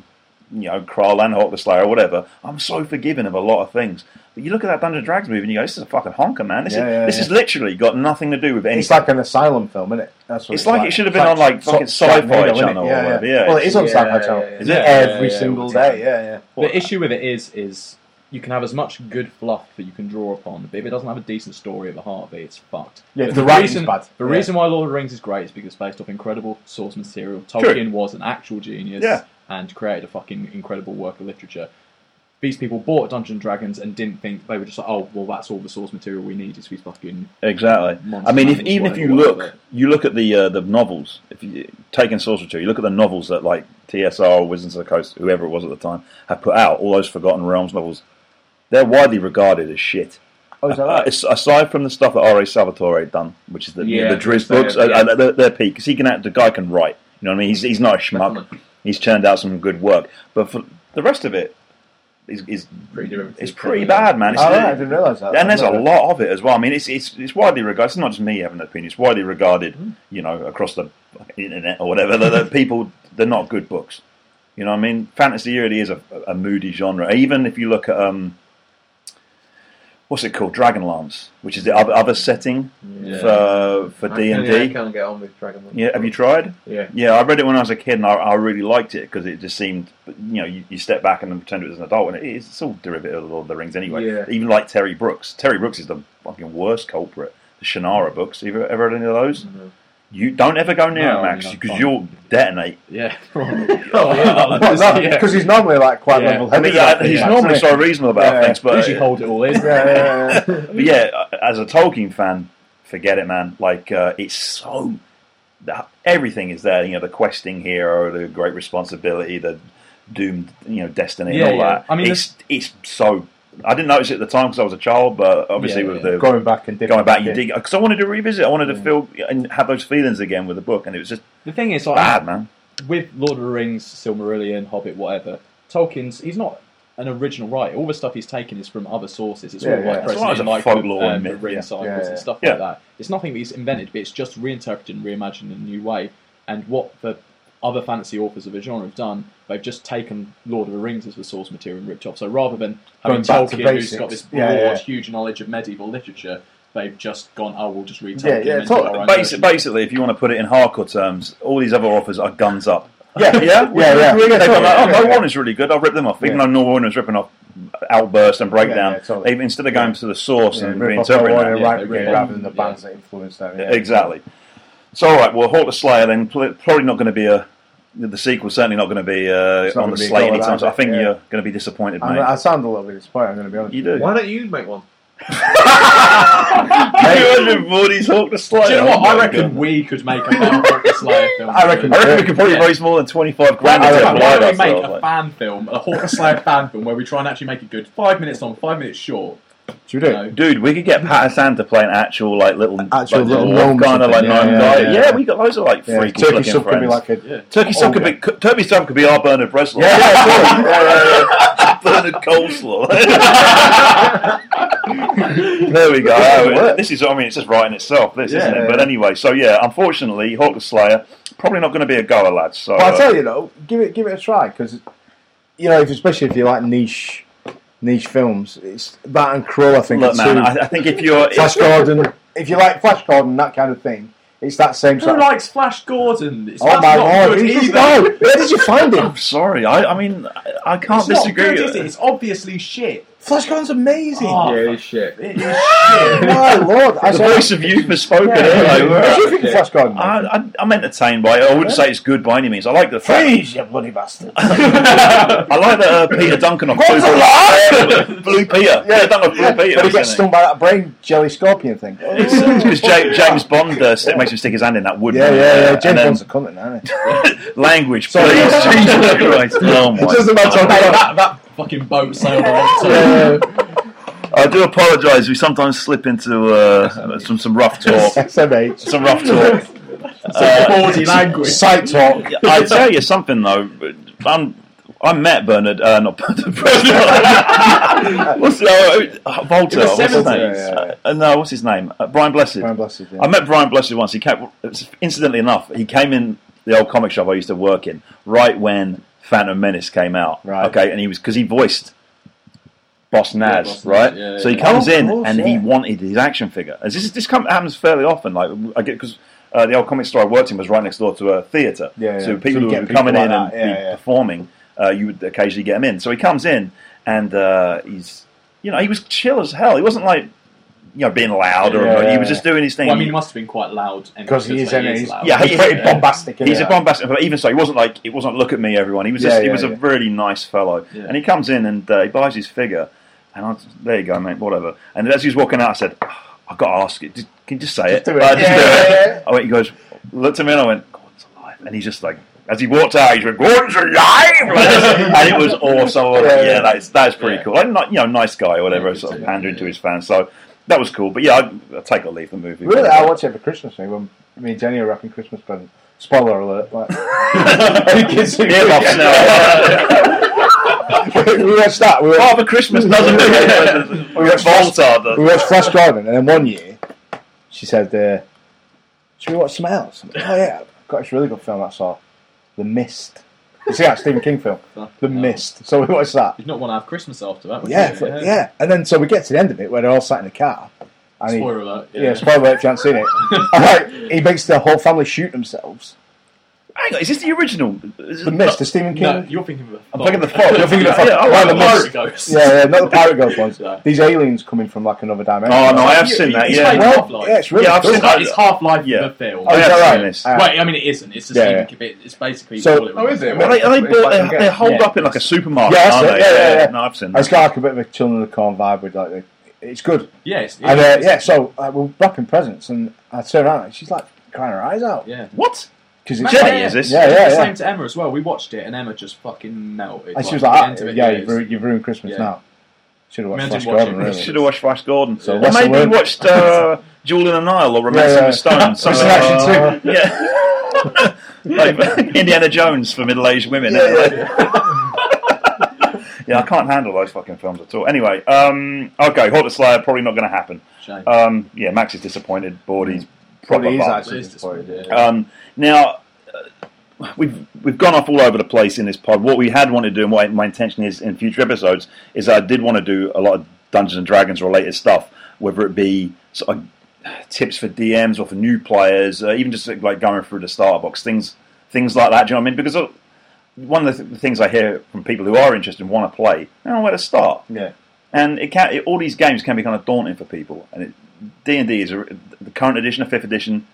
[SPEAKER 2] you know Kral and Hawk the Slayer or whatever. I'm so forgiving of a lot of things. But you look at that Dungeons and Dragons movie and you go, "This is a fucking honker, man. This
[SPEAKER 5] Yeah,
[SPEAKER 2] is
[SPEAKER 5] yeah,
[SPEAKER 2] this
[SPEAKER 5] yeah.
[SPEAKER 2] has literally got nothing to do with anything."
[SPEAKER 5] It's like an asylum film, isn't it? That's what
[SPEAKER 2] It's like it should have been on, like, fucking
[SPEAKER 5] Jack
[SPEAKER 2] Sci-Fi
[SPEAKER 5] Needle, innit?
[SPEAKER 2] Channel or
[SPEAKER 5] Yeah, yeah.
[SPEAKER 2] whatever, yeah.
[SPEAKER 5] Well, it is on
[SPEAKER 4] Yeah,
[SPEAKER 5] Sci-Fi
[SPEAKER 4] yeah,
[SPEAKER 5] Channel.
[SPEAKER 4] yeah,
[SPEAKER 5] Is
[SPEAKER 2] yeah.
[SPEAKER 5] it
[SPEAKER 2] Yeah,
[SPEAKER 5] every
[SPEAKER 3] yeah,
[SPEAKER 5] single
[SPEAKER 3] yeah.
[SPEAKER 5] day? Yeah, yeah.
[SPEAKER 3] The issue with it is, is you can have as much good fluff that you can draw upon, but if it doesn't have a decent story at the heart of it, it's fucked.
[SPEAKER 5] Yeah, if
[SPEAKER 3] the
[SPEAKER 5] the writing's
[SPEAKER 3] reason,
[SPEAKER 5] bad.
[SPEAKER 3] The
[SPEAKER 5] Yeah.
[SPEAKER 3] reason why Lord of the Rings is great is because it's based off incredible source material. Tolkien was an actual genius
[SPEAKER 2] Yeah.
[SPEAKER 3] and created a fucking incredible work of literature. These people bought Dungeons and Dragons and didn't think they were just like, oh, well, that's all the source material we need is these fucking
[SPEAKER 2] Exactly.
[SPEAKER 3] Monster
[SPEAKER 2] I mean, if
[SPEAKER 3] Manuals,
[SPEAKER 2] even if you
[SPEAKER 3] whatever,
[SPEAKER 2] look,
[SPEAKER 3] whatever.
[SPEAKER 2] you look at the uh, the novels. If you taking source material, you look at the novels that like TSR, or Wizards of the Coast, whoever it was at the time, have put out. All those Forgotten Realms novels, they're widely regarded as shit.
[SPEAKER 5] Oh, is that
[SPEAKER 2] Uh,
[SPEAKER 5] right?
[SPEAKER 2] as- aside from the stuff that R.A. Salvatore had done, which is the
[SPEAKER 4] Yeah,
[SPEAKER 2] the Driz
[SPEAKER 4] so,
[SPEAKER 2] books,
[SPEAKER 4] yeah.
[SPEAKER 2] uh, uh, they're, they're peak because he can act. The guy can write. You know what I mean? He's he's not a schmuck.
[SPEAKER 4] Definitely.
[SPEAKER 2] He's churned out some good work, but for the rest of it, is is
[SPEAKER 4] Pretty derivative.
[SPEAKER 2] it's pretty bad, man. It's,
[SPEAKER 5] Oh, right, I didn't realise that.
[SPEAKER 2] and there's a lot of it as well. I mean, it's it's, it's widely regarded. It's not just me having an opinion. It's widely regarded,
[SPEAKER 4] Hmm.
[SPEAKER 2] you know, across the internet or whatever. That, that people they're not good books. You know, what I mean, fantasy really is a, a moody genre. Even if you look at um, what's it called, Dragonlance, which is the other, other setting for for D
[SPEAKER 4] I,
[SPEAKER 2] and
[SPEAKER 4] yeah, I
[SPEAKER 2] D.
[SPEAKER 4] can't get on with Dragon Ball.
[SPEAKER 2] Yeah, have you tried?
[SPEAKER 4] Yeah.
[SPEAKER 2] Yeah, I read it when I was a kid, and I, I really liked it because it just seemed, you know, you, you step back and then pretend it was an adult, and it is it's all derivative of Lord of the Rings anyway.
[SPEAKER 4] Yeah.
[SPEAKER 2] Even like Terry Brooks, Terry Brooks is the fucking worst culprit. The Shannara books, have you ever read any of those?
[SPEAKER 4] No.
[SPEAKER 2] You don't ever go near
[SPEAKER 3] No,
[SPEAKER 2] it, Max,
[SPEAKER 3] no,
[SPEAKER 2] because
[SPEAKER 3] fine.
[SPEAKER 2] you'll detonate.
[SPEAKER 3] yeah. (laughs)
[SPEAKER 4] (laughs) Oh,
[SPEAKER 5] Because he's normally like quite
[SPEAKER 3] Yeah.
[SPEAKER 5] level
[SPEAKER 2] I mean,
[SPEAKER 5] headed.
[SPEAKER 2] yeah, he's normally so reasonable about
[SPEAKER 5] Yeah.
[SPEAKER 2] things, but
[SPEAKER 3] usually hold it all in.
[SPEAKER 5] (laughs) Yeah, yeah, yeah.
[SPEAKER 2] but yeah, as a Tolkien fan, forget it, man. Like uh, it's so the- everything is there. You know, the questing hero, the great responsibility, the doomed, you know, destiny,
[SPEAKER 3] Yeah,
[SPEAKER 2] and all
[SPEAKER 3] yeah.
[SPEAKER 2] that.
[SPEAKER 3] I mean,
[SPEAKER 2] it's it's so. I didn't notice it at the time because I was a child, but obviously
[SPEAKER 3] Yeah,
[SPEAKER 2] with
[SPEAKER 3] yeah.
[SPEAKER 2] the
[SPEAKER 5] Going back and dipping
[SPEAKER 2] going back, you
[SPEAKER 5] in.
[SPEAKER 2] dig because I wanted to revisit. I wanted to feel and have those feelings again with the book, and it was just
[SPEAKER 3] The thing is, like,
[SPEAKER 2] bad, man.
[SPEAKER 3] with Lord of the Rings, Silmarillion, Hobbit, whatever, Tolkien's he's not an original writer. All the stuff he's taken is from other sources. It's
[SPEAKER 5] Yeah,
[SPEAKER 3] all
[SPEAKER 5] yeah.
[SPEAKER 3] like
[SPEAKER 5] That's
[SPEAKER 2] right,
[SPEAKER 3] present in
[SPEAKER 2] it's a
[SPEAKER 3] like
[SPEAKER 2] folklore
[SPEAKER 3] the,
[SPEAKER 2] and
[SPEAKER 3] um, the
[SPEAKER 2] myth,
[SPEAKER 3] ring
[SPEAKER 2] yeah.
[SPEAKER 3] cycles
[SPEAKER 5] Yeah, yeah.
[SPEAKER 3] and stuff
[SPEAKER 2] Yeah.
[SPEAKER 3] like that. It's nothing that he's invented, but it's just reinterpreted and reimagined in a new way. And what the other fantasy authors of the genre have done, they've just taken Lord of the Rings as the source material and ripped off. So rather than having
[SPEAKER 5] Going back to
[SPEAKER 3] Tolkien, who's
[SPEAKER 5] basics.
[SPEAKER 3] got this broad,
[SPEAKER 5] Yeah, yeah.
[SPEAKER 3] huge knowledge of medieval literature, they've just gone, oh, we'll just read
[SPEAKER 5] Yeah,
[SPEAKER 3] Tolkien.
[SPEAKER 5] yeah,
[SPEAKER 3] and do
[SPEAKER 5] Tol-
[SPEAKER 3] our own
[SPEAKER 2] Basi-
[SPEAKER 3] version.
[SPEAKER 2] basically, if you want to put it in hardcore terms, all these other offers are guns up. Yeah, (laughs) yeah,
[SPEAKER 5] Yeah, yeah.
[SPEAKER 2] They've gone like,
[SPEAKER 5] Yeah,
[SPEAKER 2] oh, no
[SPEAKER 5] yeah.
[SPEAKER 2] one is really good. I'll rip them off. Even
[SPEAKER 5] Yeah.
[SPEAKER 2] though no one is ripping off Outburst and Breakdown,
[SPEAKER 5] yeah, totally.
[SPEAKER 2] they've instead of going to the source
[SPEAKER 5] Yeah,
[SPEAKER 2] and
[SPEAKER 5] rip off the
[SPEAKER 2] reinterpreting
[SPEAKER 5] Warrior
[SPEAKER 2] that,
[SPEAKER 3] yeah,
[SPEAKER 5] Right
[SPEAKER 3] they
[SPEAKER 5] Brigade
[SPEAKER 3] rip
[SPEAKER 5] rather
[SPEAKER 3] off-
[SPEAKER 5] than the
[SPEAKER 3] yeah.
[SPEAKER 5] bands that influenced them. Yeah.
[SPEAKER 2] exactly. So, all right, well, Halt the Slayer then pl- probably not going to be a. The sequel's certainly not going to be
[SPEAKER 5] It's
[SPEAKER 2] uh,
[SPEAKER 5] not
[SPEAKER 2] on
[SPEAKER 5] gonna
[SPEAKER 2] the
[SPEAKER 5] be a
[SPEAKER 2] slate
[SPEAKER 5] goer,
[SPEAKER 2] anytime. So I
[SPEAKER 5] that's it,
[SPEAKER 2] think
[SPEAKER 5] yeah.
[SPEAKER 2] you're going to be disappointed,
[SPEAKER 5] I'm,
[SPEAKER 2] mate.
[SPEAKER 5] I sound a little bit disappointed. I'm going to be honest.
[SPEAKER 2] you do. (laughs)
[SPEAKER 4] Why don't you make one?
[SPEAKER 5] (laughs)
[SPEAKER 2] Imagine Morty's Hawk the Slayer.
[SPEAKER 3] Do you know what?
[SPEAKER 2] Oh
[SPEAKER 3] I
[SPEAKER 2] my
[SPEAKER 3] reckon
[SPEAKER 2] God.
[SPEAKER 3] we could make a fan of the Slayer film.
[SPEAKER 5] (laughs) I reckon-
[SPEAKER 2] I reckon we could probably
[SPEAKER 3] Yeah.
[SPEAKER 2] raise more than twenty-five grand.
[SPEAKER 5] I
[SPEAKER 3] Why
[SPEAKER 2] into
[SPEAKER 5] reckon-
[SPEAKER 2] it,
[SPEAKER 3] don't
[SPEAKER 2] blind
[SPEAKER 3] we make
[SPEAKER 2] ourselves,
[SPEAKER 3] a
[SPEAKER 2] like-
[SPEAKER 3] fan film, a Hawk the Slayer fan film, where we try and actually make it good? Five minutes long, five minutes short.
[SPEAKER 5] Should we
[SPEAKER 3] you
[SPEAKER 5] do?
[SPEAKER 3] know?
[SPEAKER 2] Dude, we
[SPEAKER 5] (laughs)
[SPEAKER 2] could get Pat and Sam to play an actual like little
[SPEAKER 5] Actual
[SPEAKER 2] like,
[SPEAKER 5] little gnome
[SPEAKER 2] kind of
[SPEAKER 5] something,
[SPEAKER 2] like
[SPEAKER 5] yeah,
[SPEAKER 2] gnome
[SPEAKER 5] yeah,
[SPEAKER 2] guy.
[SPEAKER 5] yeah,
[SPEAKER 2] Yeah,
[SPEAKER 5] yeah.
[SPEAKER 2] we got loads of like
[SPEAKER 5] Yeah,
[SPEAKER 2] freaky
[SPEAKER 5] Turkey
[SPEAKER 2] looking
[SPEAKER 5] sub could be
[SPEAKER 2] friends.
[SPEAKER 5] like a.
[SPEAKER 3] Yeah.
[SPEAKER 2] Turkey sub could be c- Turkey sub could be our Bernard Breslau.
[SPEAKER 5] Yeah, yeah,
[SPEAKER 2] (laughs)
[SPEAKER 5] yeah,
[SPEAKER 2] Bernard (laughs) Coleslaw. uh, (laughs) there we go.
[SPEAKER 5] Yeah, it works.
[SPEAKER 2] this is. I mean, it's just right in itself. This isn't
[SPEAKER 5] Yeah.
[SPEAKER 2] it. But anyway, so yeah, unfortunately, Hawk the Slayer probably not going to be a goer, lads. So
[SPEAKER 5] Well, oh, I
[SPEAKER 2] uh,
[SPEAKER 5] tell you though, give it give it a try because you know, if, especially if you like niche niche films, it's that and Krull. I think
[SPEAKER 2] look,
[SPEAKER 5] are two.
[SPEAKER 2] man, I, I think if you're
[SPEAKER 5] Flash Gordon. If you like Flash Gordon, that kind of thing, it's that same
[SPEAKER 3] Who
[SPEAKER 5] sort. of,
[SPEAKER 3] likes Flash Gordon? It's
[SPEAKER 5] oh
[SPEAKER 3] that's
[SPEAKER 5] my
[SPEAKER 3] not
[SPEAKER 5] lord!
[SPEAKER 3] good
[SPEAKER 5] he's-
[SPEAKER 3] either.
[SPEAKER 5] no, where did you find
[SPEAKER 2] (laughs)
[SPEAKER 5] him?
[SPEAKER 2] I'm sorry. I, I mean, I, I can't
[SPEAKER 3] It's not
[SPEAKER 2] disagree.
[SPEAKER 3] good, is
[SPEAKER 2] with
[SPEAKER 3] it? It's obviously shit.
[SPEAKER 5] Flash Gordon's amazing.
[SPEAKER 3] Oh,
[SPEAKER 4] Yeah, it's shit.
[SPEAKER 3] It
[SPEAKER 2] (laughs)
[SPEAKER 3] is shit.
[SPEAKER 5] my lord! I
[SPEAKER 2] The
[SPEAKER 5] saw-
[SPEAKER 2] voice of youth has spoken.
[SPEAKER 5] Yeah,
[SPEAKER 2] hello.
[SPEAKER 5] yeah, What do you think of
[SPEAKER 4] Yeah.
[SPEAKER 5] Flash Gordon?
[SPEAKER 2] I, I, I'm entertained by it. I wouldn't say it's good by any means. I like the fact.
[SPEAKER 5] you bloody bastard!
[SPEAKER 2] (laughs) I like that uh, Peter Duncan on
[SPEAKER 5] God's
[SPEAKER 2] Blue, Blue Peter. (laughs) Yeah, Duncan on Blue Peter.
[SPEAKER 5] but he gets
[SPEAKER 2] isn't he?
[SPEAKER 5] stung by that brain jelly scorpion thing. Yeah,
[SPEAKER 2] It's because James, Bond uh, st- makes him stick his hand in that wood.
[SPEAKER 5] yeah,
[SPEAKER 2] man.
[SPEAKER 5] yeah.
[SPEAKER 2] And
[SPEAKER 5] James
[SPEAKER 2] then-
[SPEAKER 5] Bond's a cunt, isn't he?
[SPEAKER 2] language,
[SPEAKER 5] Sorry. (laughs)
[SPEAKER 2] please. Jesus Christ. Oh my
[SPEAKER 5] It doesn't
[SPEAKER 2] God.
[SPEAKER 5] matter. Hang on.
[SPEAKER 3] that, that fucking boat sailed on. So
[SPEAKER 5] Yeah,
[SPEAKER 2] I do apologise. We sometimes slip into uh, some some rough
[SPEAKER 5] (laughs)
[SPEAKER 2] talk.
[SPEAKER 5] SMH.
[SPEAKER 2] Some rough talk. Uh,
[SPEAKER 3] bawdy language.
[SPEAKER 5] Sight talk.
[SPEAKER 2] I tell you something though. I'm, I met Bernard, uh, not Bernard. (laughs) what's uh, Voltaire?
[SPEAKER 3] the
[SPEAKER 2] What's his name?
[SPEAKER 3] 70s.
[SPEAKER 5] Yeah, yeah,
[SPEAKER 2] Uh, no, what's his name? Uh, Brian Blessed.
[SPEAKER 5] Brian Blessed, yeah.
[SPEAKER 2] I met Brian Blessed once. He came, incidentally enough, he came in the old comic shop I used to work in right when Phantom Menace came out.
[SPEAKER 5] Right.
[SPEAKER 2] Okay, and he was because he voiced Boss Nads,
[SPEAKER 3] Boss Nads,
[SPEAKER 2] right?
[SPEAKER 3] yeah,
[SPEAKER 2] so he
[SPEAKER 3] yeah.
[SPEAKER 2] comes
[SPEAKER 5] Oh, of
[SPEAKER 2] in
[SPEAKER 5] course,
[SPEAKER 2] and he
[SPEAKER 5] yeah.
[SPEAKER 2] wanted his action figure. As this this come, happens fairly often. Like I get because. Uh, the old comic store I worked in was right next door to a theatre, so
[SPEAKER 5] Yeah, yeah. So
[SPEAKER 2] people
[SPEAKER 5] you
[SPEAKER 2] who
[SPEAKER 5] get
[SPEAKER 2] would be
[SPEAKER 5] people
[SPEAKER 2] coming
[SPEAKER 5] like
[SPEAKER 2] in and
[SPEAKER 5] that, yeah,
[SPEAKER 2] be
[SPEAKER 5] yeah.
[SPEAKER 2] performing, uh, you would occasionally get him in. So he comes in and uh, he's, you know, he was chill as hell. He wasn't like, you know, being loud or
[SPEAKER 5] Yeah,
[SPEAKER 2] he
[SPEAKER 5] yeah,
[SPEAKER 2] was
[SPEAKER 5] yeah.
[SPEAKER 2] just doing his thing.
[SPEAKER 3] Well, I mean, he must have been quite loud. and-
[SPEAKER 5] Because he is,
[SPEAKER 3] like,
[SPEAKER 5] and he's,
[SPEAKER 3] loud.
[SPEAKER 2] Yeah,
[SPEAKER 5] he's
[SPEAKER 2] he-
[SPEAKER 5] pretty
[SPEAKER 2] yeah.
[SPEAKER 5] bombastic. isn't
[SPEAKER 2] He's
[SPEAKER 5] he?
[SPEAKER 2] a bombastic, but even so, he wasn't like it wasn't look at me, everyone. He was
[SPEAKER 5] Yeah,
[SPEAKER 2] just, he
[SPEAKER 5] yeah,
[SPEAKER 2] was
[SPEAKER 5] yeah.
[SPEAKER 2] a really nice fellow,
[SPEAKER 3] Yeah.
[SPEAKER 2] and he comes in and uh, he buys his figure, and I was, there you go, mate, whatever. And as he was walking out, I said, "Ah, I've got to ask you, just, can you just say
[SPEAKER 5] Just
[SPEAKER 2] it?
[SPEAKER 5] do it.
[SPEAKER 2] Uh, just
[SPEAKER 5] Yeah,
[SPEAKER 2] do
[SPEAKER 5] yeah,
[SPEAKER 2] it."
[SPEAKER 5] yeah.
[SPEAKER 2] I went, he goes, looked at me, and I went, Gordon's alive, and he's just like. As he walked out, he went, "Gordon's
[SPEAKER 5] (laughs)
[SPEAKER 2] alive!" and it was awesome. I was like,
[SPEAKER 5] Yeah,
[SPEAKER 2] yeah,
[SPEAKER 5] yeah.
[SPEAKER 2] that's that's pretty
[SPEAKER 3] Yeah.
[SPEAKER 2] cool. Like, not- you know, nice guy or whatever,
[SPEAKER 3] Yeah,
[SPEAKER 2] sort of
[SPEAKER 3] good
[SPEAKER 2] pandering
[SPEAKER 3] to-
[SPEAKER 2] to his fans. So that was cool. But yeah, I, I take or leave the movie.
[SPEAKER 5] Really,
[SPEAKER 2] whatever.
[SPEAKER 5] I watch it for Christmas. Me, when me and Jenny are wrapping Christmas presents. Spoiler alert! Like, (laughs) Any kids who-
[SPEAKER 2] Ear muffs now.
[SPEAKER 5] we watched that. We watched,
[SPEAKER 2] Father Christmas doesn't do it.
[SPEAKER 5] We watched
[SPEAKER 2] Voltaire
[SPEAKER 5] we
[SPEAKER 2] does.
[SPEAKER 5] watched Flash Gordon, and then one year, she said, uh, "Should we watch something else?" I'm like, oh yeah, got this really good film I saw, The Mist. You see that Stephen King film, The
[SPEAKER 3] No.
[SPEAKER 5] Mist. So we watched that.
[SPEAKER 3] You'd not want to have Christmas after that, would
[SPEAKER 5] Yeah,
[SPEAKER 3] you?
[SPEAKER 5] fu- yeah, And then so we get to the end of it where they're all sat in the car, and he,
[SPEAKER 3] Spoiler alert.
[SPEAKER 5] yeah, spoiler alert if you haven't seen it. And, like, he makes the whole family shoot themselves.
[SPEAKER 2] Hang on, is this the original? Is
[SPEAKER 5] The Mist, the Stephen King.
[SPEAKER 3] No, you're thinking of a
[SPEAKER 2] I'm thinking of the fog. You're
[SPEAKER 3] (laughs)
[SPEAKER 2] thinking of the fog.
[SPEAKER 5] Yeah, I like
[SPEAKER 2] Oh,
[SPEAKER 5] the
[SPEAKER 2] no.
[SPEAKER 5] mist. Yeah, yeah, not the Pirate Girls ones.
[SPEAKER 3] No.
[SPEAKER 5] These aliens coming from like another dimension.
[SPEAKER 2] Oh no, I have
[SPEAKER 3] You-
[SPEAKER 2] seen
[SPEAKER 3] you-
[SPEAKER 2] that.
[SPEAKER 3] you
[SPEAKER 2] Yeah.
[SPEAKER 3] played-
[SPEAKER 5] well,
[SPEAKER 3] Half-Life.
[SPEAKER 5] yeah, it's really.
[SPEAKER 2] Yeah, I've
[SPEAKER 5] cool.
[SPEAKER 2] seen that.
[SPEAKER 3] It's half life
[SPEAKER 2] Yeah.
[SPEAKER 3] of the film.
[SPEAKER 5] Oh,
[SPEAKER 2] I
[SPEAKER 5] is
[SPEAKER 2] have
[SPEAKER 5] that
[SPEAKER 2] seen
[SPEAKER 5] right?
[SPEAKER 2] this.
[SPEAKER 5] Uh,
[SPEAKER 3] Wait, I mean, it isn't. It's just
[SPEAKER 5] Yeah, yeah.
[SPEAKER 3] it's basically.
[SPEAKER 5] So-
[SPEAKER 3] what
[SPEAKER 4] Oh, is it?
[SPEAKER 2] Well, they, they bought, they, they're holed
[SPEAKER 3] Yeah.
[SPEAKER 2] up in like a supermarket,
[SPEAKER 5] Yeah, that's
[SPEAKER 2] aren't
[SPEAKER 5] it.
[SPEAKER 2] they?
[SPEAKER 5] Yeah, yeah, yeah.
[SPEAKER 2] No, I've seen
[SPEAKER 5] I just
[SPEAKER 2] that.
[SPEAKER 5] got like a bit of a children of the corn vibe with like the, it's good.
[SPEAKER 3] Yeah, it's,
[SPEAKER 5] And uh, yeah, so uh, we're wrapping presents, and I turn around, and she's like crying her eyes out
[SPEAKER 3] yeah.
[SPEAKER 2] What?
[SPEAKER 5] because
[SPEAKER 3] Man,
[SPEAKER 5] it's
[SPEAKER 2] Jenny, is this?
[SPEAKER 5] Yeah,
[SPEAKER 3] I did
[SPEAKER 5] yeah,
[SPEAKER 3] the
[SPEAKER 5] yeah.
[SPEAKER 3] Same to Emma as well. We watched it, and Emma just fucking melted.
[SPEAKER 5] And she was
[SPEAKER 3] the
[SPEAKER 5] like,
[SPEAKER 3] end
[SPEAKER 5] ah,
[SPEAKER 3] of it
[SPEAKER 5] "Yeah,
[SPEAKER 3] was-
[SPEAKER 5] you've ruined, you've ruined Christmas
[SPEAKER 3] Yeah.
[SPEAKER 5] now." Should have watched
[SPEAKER 3] Imagine
[SPEAKER 5] Flash
[SPEAKER 3] watching
[SPEAKER 5] Gordon.
[SPEAKER 3] it.
[SPEAKER 5] Really.
[SPEAKER 2] Should have watched Flash Gordon.
[SPEAKER 5] So
[SPEAKER 2] or
[SPEAKER 5] what's the
[SPEAKER 2] maybe
[SPEAKER 5] word?
[SPEAKER 2] watched uh, Julian and Nile or Romance
[SPEAKER 5] Yeah, yeah.
[SPEAKER 2] with Stone. uh,
[SPEAKER 5] It's an action too.
[SPEAKER 2] (laughs) Yeah. like Indiana Jones for middle-aged women. Yeah, (laughs) I can't handle those fucking films at all. Anyway, um, okay, Horde Slayer probably not going to happen.
[SPEAKER 3] Shame.
[SPEAKER 5] Oh,
[SPEAKER 2] Um, yeah, Max is disappointed. Bordy's
[SPEAKER 5] Probably
[SPEAKER 2] probably
[SPEAKER 5] is
[SPEAKER 3] It
[SPEAKER 5] actually
[SPEAKER 3] is
[SPEAKER 5] disappointed.
[SPEAKER 3] disappointing, yeah.
[SPEAKER 2] um, now uh, we've we've gone off all over the place in this pod. What we had wanted to do, and what my intention is in future episodes, is that I did want to do a lot of Dungeons and Dragons related stuff, whether it be sort of tips for DMs or for new players, uh, even just like going through the starter box, things things like that. Do you know what I mean? Because uh, one of the, th- the things I hear from people who are interested and want to play, they don't know where to start.
[SPEAKER 5] Yeah.
[SPEAKER 2] And it can, it, all these games can be kind of daunting for people. And D and D is a, the current edition of fifth edition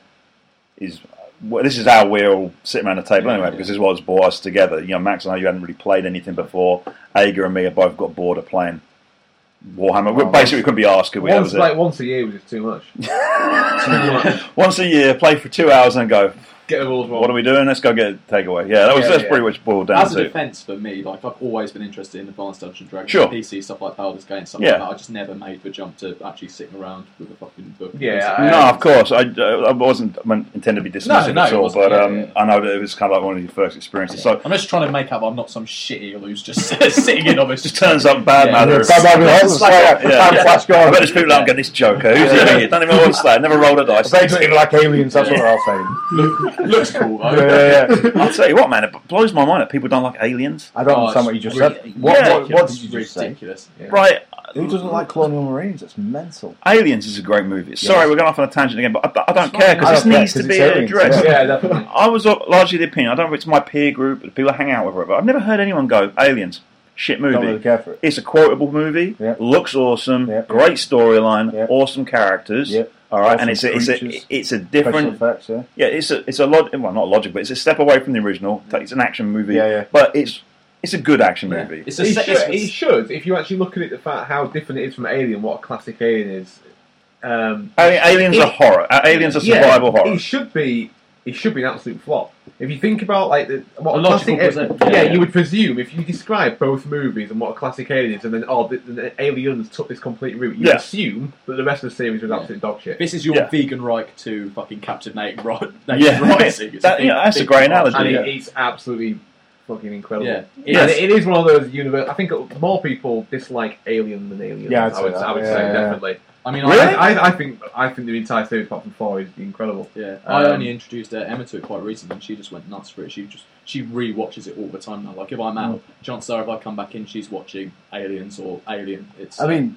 [SPEAKER 2] is well, this is how we all sit around the table anyway because this is what's brought us together. You know, Max and I, you hadn't really played anything before. Ager and me have both got bored of playing Warhammer. we
[SPEAKER 4] Oh,
[SPEAKER 2] basically, we couldn't be asked, could we? That
[SPEAKER 4] once,
[SPEAKER 2] was it.
[SPEAKER 4] like once a year was just too
[SPEAKER 3] (laughs)
[SPEAKER 4] much.
[SPEAKER 2] Once a year, play for two hours and go.
[SPEAKER 4] Get the rules wrong.
[SPEAKER 2] What are we doing? Let's go get a takeaway. Yeah, that was
[SPEAKER 4] Yeah,
[SPEAKER 2] that's
[SPEAKER 4] yeah.
[SPEAKER 2] pretty much boiled down
[SPEAKER 3] As a
[SPEAKER 2] to.
[SPEAKER 3] defence for me, like I've always been interested in Advanced Dungeons and Dragons,
[SPEAKER 2] Sure.
[SPEAKER 3] PC stuff like Baldur's Gate and stuff
[SPEAKER 2] Yeah.
[SPEAKER 3] like that. I just never made the jump to actually sitting around with a fucking book.
[SPEAKER 4] Yeah,
[SPEAKER 3] Basically.
[SPEAKER 4] I-
[SPEAKER 2] No, of course. I, uh, I wasn't meant- intended to be dismissive
[SPEAKER 3] no,
[SPEAKER 2] at
[SPEAKER 3] it
[SPEAKER 2] all,
[SPEAKER 3] wasn't.
[SPEAKER 2] but
[SPEAKER 3] Yeah,
[SPEAKER 2] um,
[SPEAKER 3] yeah.
[SPEAKER 2] I know that it was kind of like one of your first experiences. So
[SPEAKER 3] I'm just trying to make up. I'm not some shit eel who's just (laughs) sitting in on us.
[SPEAKER 2] just turns up bad
[SPEAKER 3] Yeah.
[SPEAKER 2] manners.
[SPEAKER 5] Bad manners. It's like a-
[SPEAKER 2] Yeah.
[SPEAKER 5] bad flash guy.
[SPEAKER 2] I bet there's people out getting this joker. Who's he? Don't even know what's that. Never rolled a dice.
[SPEAKER 5] Basically, like aliens, that's what I'll say.
[SPEAKER 3] Looks cool. Though.
[SPEAKER 5] Yeah, yeah, yeah.
[SPEAKER 2] I'll tell you what, man, it blows my mind that people don't like aliens.
[SPEAKER 5] I don't
[SPEAKER 3] Oh,
[SPEAKER 5] understand
[SPEAKER 3] it's
[SPEAKER 5] what you just
[SPEAKER 3] really-
[SPEAKER 5] said. What,
[SPEAKER 2] Yeah.
[SPEAKER 5] what, what did you just say?
[SPEAKER 3] ridiculous.
[SPEAKER 2] Right,
[SPEAKER 5] Who doesn't like Colonial Marines? That's mental.
[SPEAKER 2] Aliens is a great movie. Sorry, we're going off on a tangent again, but I, I don't
[SPEAKER 3] It's
[SPEAKER 2] care
[SPEAKER 3] fine.
[SPEAKER 5] I
[SPEAKER 2] because this
[SPEAKER 5] don't care,
[SPEAKER 2] needs to
[SPEAKER 5] 'cause
[SPEAKER 2] be
[SPEAKER 5] it's aliens,
[SPEAKER 2] addressed.
[SPEAKER 5] yeah.
[SPEAKER 4] Yeah, definitely.
[SPEAKER 2] I was of largely the opinion. I don't know if it's my peer group, the people I hang out with, but I've never heard anyone go Aliens. Shit movie.
[SPEAKER 5] Don't really care for it.
[SPEAKER 2] It's a quotable movie.
[SPEAKER 5] Yeah.
[SPEAKER 2] Looks awesome.
[SPEAKER 5] Yeah.
[SPEAKER 2] Great storyline.
[SPEAKER 5] Yeah.
[SPEAKER 2] Awesome characters.
[SPEAKER 5] Yeah.
[SPEAKER 2] All right, and it's
[SPEAKER 5] Awesome
[SPEAKER 2] a, it's
[SPEAKER 5] creatures.
[SPEAKER 2] a it's a
[SPEAKER 5] Special
[SPEAKER 2] different
[SPEAKER 5] effects, yeah.
[SPEAKER 2] yeah it's a it's a lot well not logic but it's a step away from the original. It's an action movie.
[SPEAKER 5] Yeah, yeah.
[SPEAKER 2] But it's it's a good action
[SPEAKER 4] Yeah.
[SPEAKER 2] movie.
[SPEAKER 3] It's a
[SPEAKER 4] It
[SPEAKER 3] se-
[SPEAKER 4] should, it
[SPEAKER 3] it's,
[SPEAKER 4] should. If you actually look at it, the fact how different it is from Alien, what a classic Alien is. Um,
[SPEAKER 2] I mean, aliens
[SPEAKER 4] It-
[SPEAKER 2] are horror. Uh, Aliens are
[SPEAKER 4] yeah,
[SPEAKER 2] survival horror.
[SPEAKER 4] It should be. It should be an absolute flop. If you think about like the, what
[SPEAKER 3] A
[SPEAKER 4] a
[SPEAKER 3] logical
[SPEAKER 4] classic,
[SPEAKER 3] present-
[SPEAKER 4] yeah,
[SPEAKER 3] yeah, yeah.
[SPEAKER 4] you would presume if you describe both movies and what a classic Alien is, and then oh, the, the Aliens took this complete route. You
[SPEAKER 2] Yeah.
[SPEAKER 4] assume that the rest of the series was absolute dog shit.
[SPEAKER 3] This is your
[SPEAKER 2] Yeah.
[SPEAKER 3] vegan Reich to fucking Captain Nate Ro- Nate
[SPEAKER 2] Yeah. (laughs)
[SPEAKER 3] Rising. It's
[SPEAKER 2] That-
[SPEAKER 3] big-
[SPEAKER 2] yeah, that's a
[SPEAKER 3] big
[SPEAKER 2] great
[SPEAKER 3] march.
[SPEAKER 2] analogy.
[SPEAKER 4] and
[SPEAKER 2] Yeah.
[SPEAKER 4] it, it's absolutely fucking incredible.
[SPEAKER 3] Yeah.
[SPEAKER 4] And
[SPEAKER 2] Yes.
[SPEAKER 4] it is one of those universe. I think more people dislike Alien than Alien.
[SPEAKER 5] Yeah, I'd
[SPEAKER 4] I would,
[SPEAKER 5] say that.
[SPEAKER 4] I would
[SPEAKER 5] Yeah,
[SPEAKER 4] say
[SPEAKER 5] yeah.
[SPEAKER 4] definitely.
[SPEAKER 3] I mean,
[SPEAKER 2] Really?
[SPEAKER 3] I,
[SPEAKER 4] I, I think I think the entire series apart from four is incredible.
[SPEAKER 3] yeah, I
[SPEAKER 4] Um,
[SPEAKER 3] only introduced uh, Emma to it quite recently, and she just went nuts for it. She just she rewatches it all the time now. Like if I'm out,
[SPEAKER 2] Mm.
[SPEAKER 3] chances are if I come back in, she's watching Aliens or Alien. It's
[SPEAKER 5] I mean,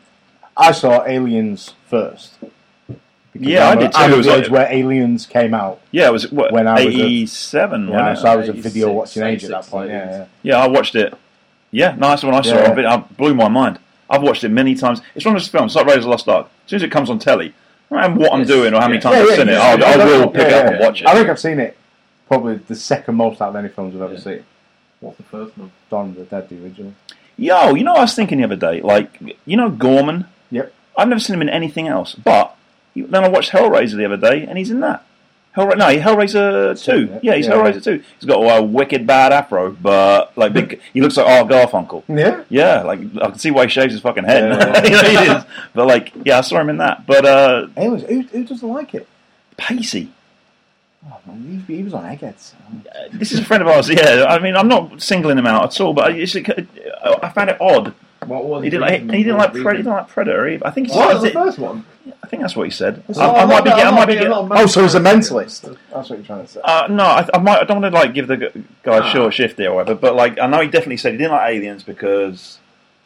[SPEAKER 5] I saw Aliens first. Because
[SPEAKER 2] Yeah, I
[SPEAKER 5] I'm a-
[SPEAKER 2] did too.
[SPEAKER 5] I'm
[SPEAKER 2] It
[SPEAKER 5] at
[SPEAKER 2] was
[SPEAKER 5] the
[SPEAKER 2] like-
[SPEAKER 5] age where Aliens came out.
[SPEAKER 2] yeah, it was what
[SPEAKER 5] When I was a-
[SPEAKER 2] eighty seven.
[SPEAKER 5] Yeah, so I was a
[SPEAKER 3] 86,
[SPEAKER 5] video watching age at that
[SPEAKER 3] 86,
[SPEAKER 5] point. Yeah,
[SPEAKER 3] Aliens.
[SPEAKER 5] yeah.
[SPEAKER 2] Yeah, I watched it. Yeah, nice one. I saw
[SPEAKER 5] Yeah.
[SPEAKER 2] it. It uh, blew my mind. I've watched it many times. It's one of those films, it's like Raiders of the Lost Ark. As soon as it comes on telly, no matter what I'm
[SPEAKER 3] Yes.
[SPEAKER 2] doing or how many
[SPEAKER 3] Yeah.
[SPEAKER 2] times
[SPEAKER 5] Yeah,
[SPEAKER 2] I've
[SPEAKER 5] yeah,
[SPEAKER 2] seen it,
[SPEAKER 5] yeah,
[SPEAKER 2] I'll,
[SPEAKER 5] yeah,
[SPEAKER 2] I
[SPEAKER 5] that's
[SPEAKER 2] will
[SPEAKER 5] what-
[SPEAKER 2] pick
[SPEAKER 5] yeah,
[SPEAKER 2] it up
[SPEAKER 5] yeah.
[SPEAKER 2] and watch it.
[SPEAKER 5] I think I've seen it probably the second most out of any films I've ever
[SPEAKER 3] Yeah.
[SPEAKER 5] seen.
[SPEAKER 4] What's the first one?
[SPEAKER 5] Dawn of the Dead, the original.
[SPEAKER 2] Yo, you know, what I was thinking the other day, like, you know, Gorman?
[SPEAKER 5] Yep.
[SPEAKER 2] I've never seen him in anything else, but you- then I watched Hellraiser the other day and he's in that. Hellra- no, Hellraiser 2.
[SPEAKER 5] it.
[SPEAKER 2] Yeah, he's
[SPEAKER 5] Yeah.
[SPEAKER 2] Hellraiser 2. He's got a wicked bad afro, but, like, big, he looks like Art Garfunkel.
[SPEAKER 5] Yeah.
[SPEAKER 2] Yeah, like I can see why he shaves his fucking head. (laughs)
[SPEAKER 5] Yeah.
[SPEAKER 2] You know, he is. But like, yeah, I saw him in that. But uh
[SPEAKER 5] Aliens, who, who doesn't like it?
[SPEAKER 2] Pacey,
[SPEAKER 5] Oh, man, he, he was on Eggheads.
[SPEAKER 2] uh, this is a friend of ours. Yeah, I mean, I'm not singling him out at all, but I, it's, I found it odd.
[SPEAKER 4] What was
[SPEAKER 2] He didn't like, he didn't like, Pred- he didn't like Predator. Either. I think he
[SPEAKER 4] What
[SPEAKER 2] said
[SPEAKER 4] was the
[SPEAKER 2] it-
[SPEAKER 4] first one?
[SPEAKER 2] I think that's what he said.
[SPEAKER 5] It's
[SPEAKER 2] I,
[SPEAKER 5] not-
[SPEAKER 2] I
[SPEAKER 5] I'm
[SPEAKER 2] might
[SPEAKER 5] not-
[SPEAKER 2] be, get- I
[SPEAKER 5] I'm
[SPEAKER 2] might
[SPEAKER 5] not
[SPEAKER 2] be.
[SPEAKER 4] being-
[SPEAKER 2] get-
[SPEAKER 4] I'm not
[SPEAKER 5] Oh, so he's a mentalist. That's what you're trying to say.
[SPEAKER 2] Uh, no, I, I might. I don't want to like give the g- guy
[SPEAKER 4] Ah.
[SPEAKER 2] short shift there or whatever. But like, I know he definitely said he didn't like aliens because.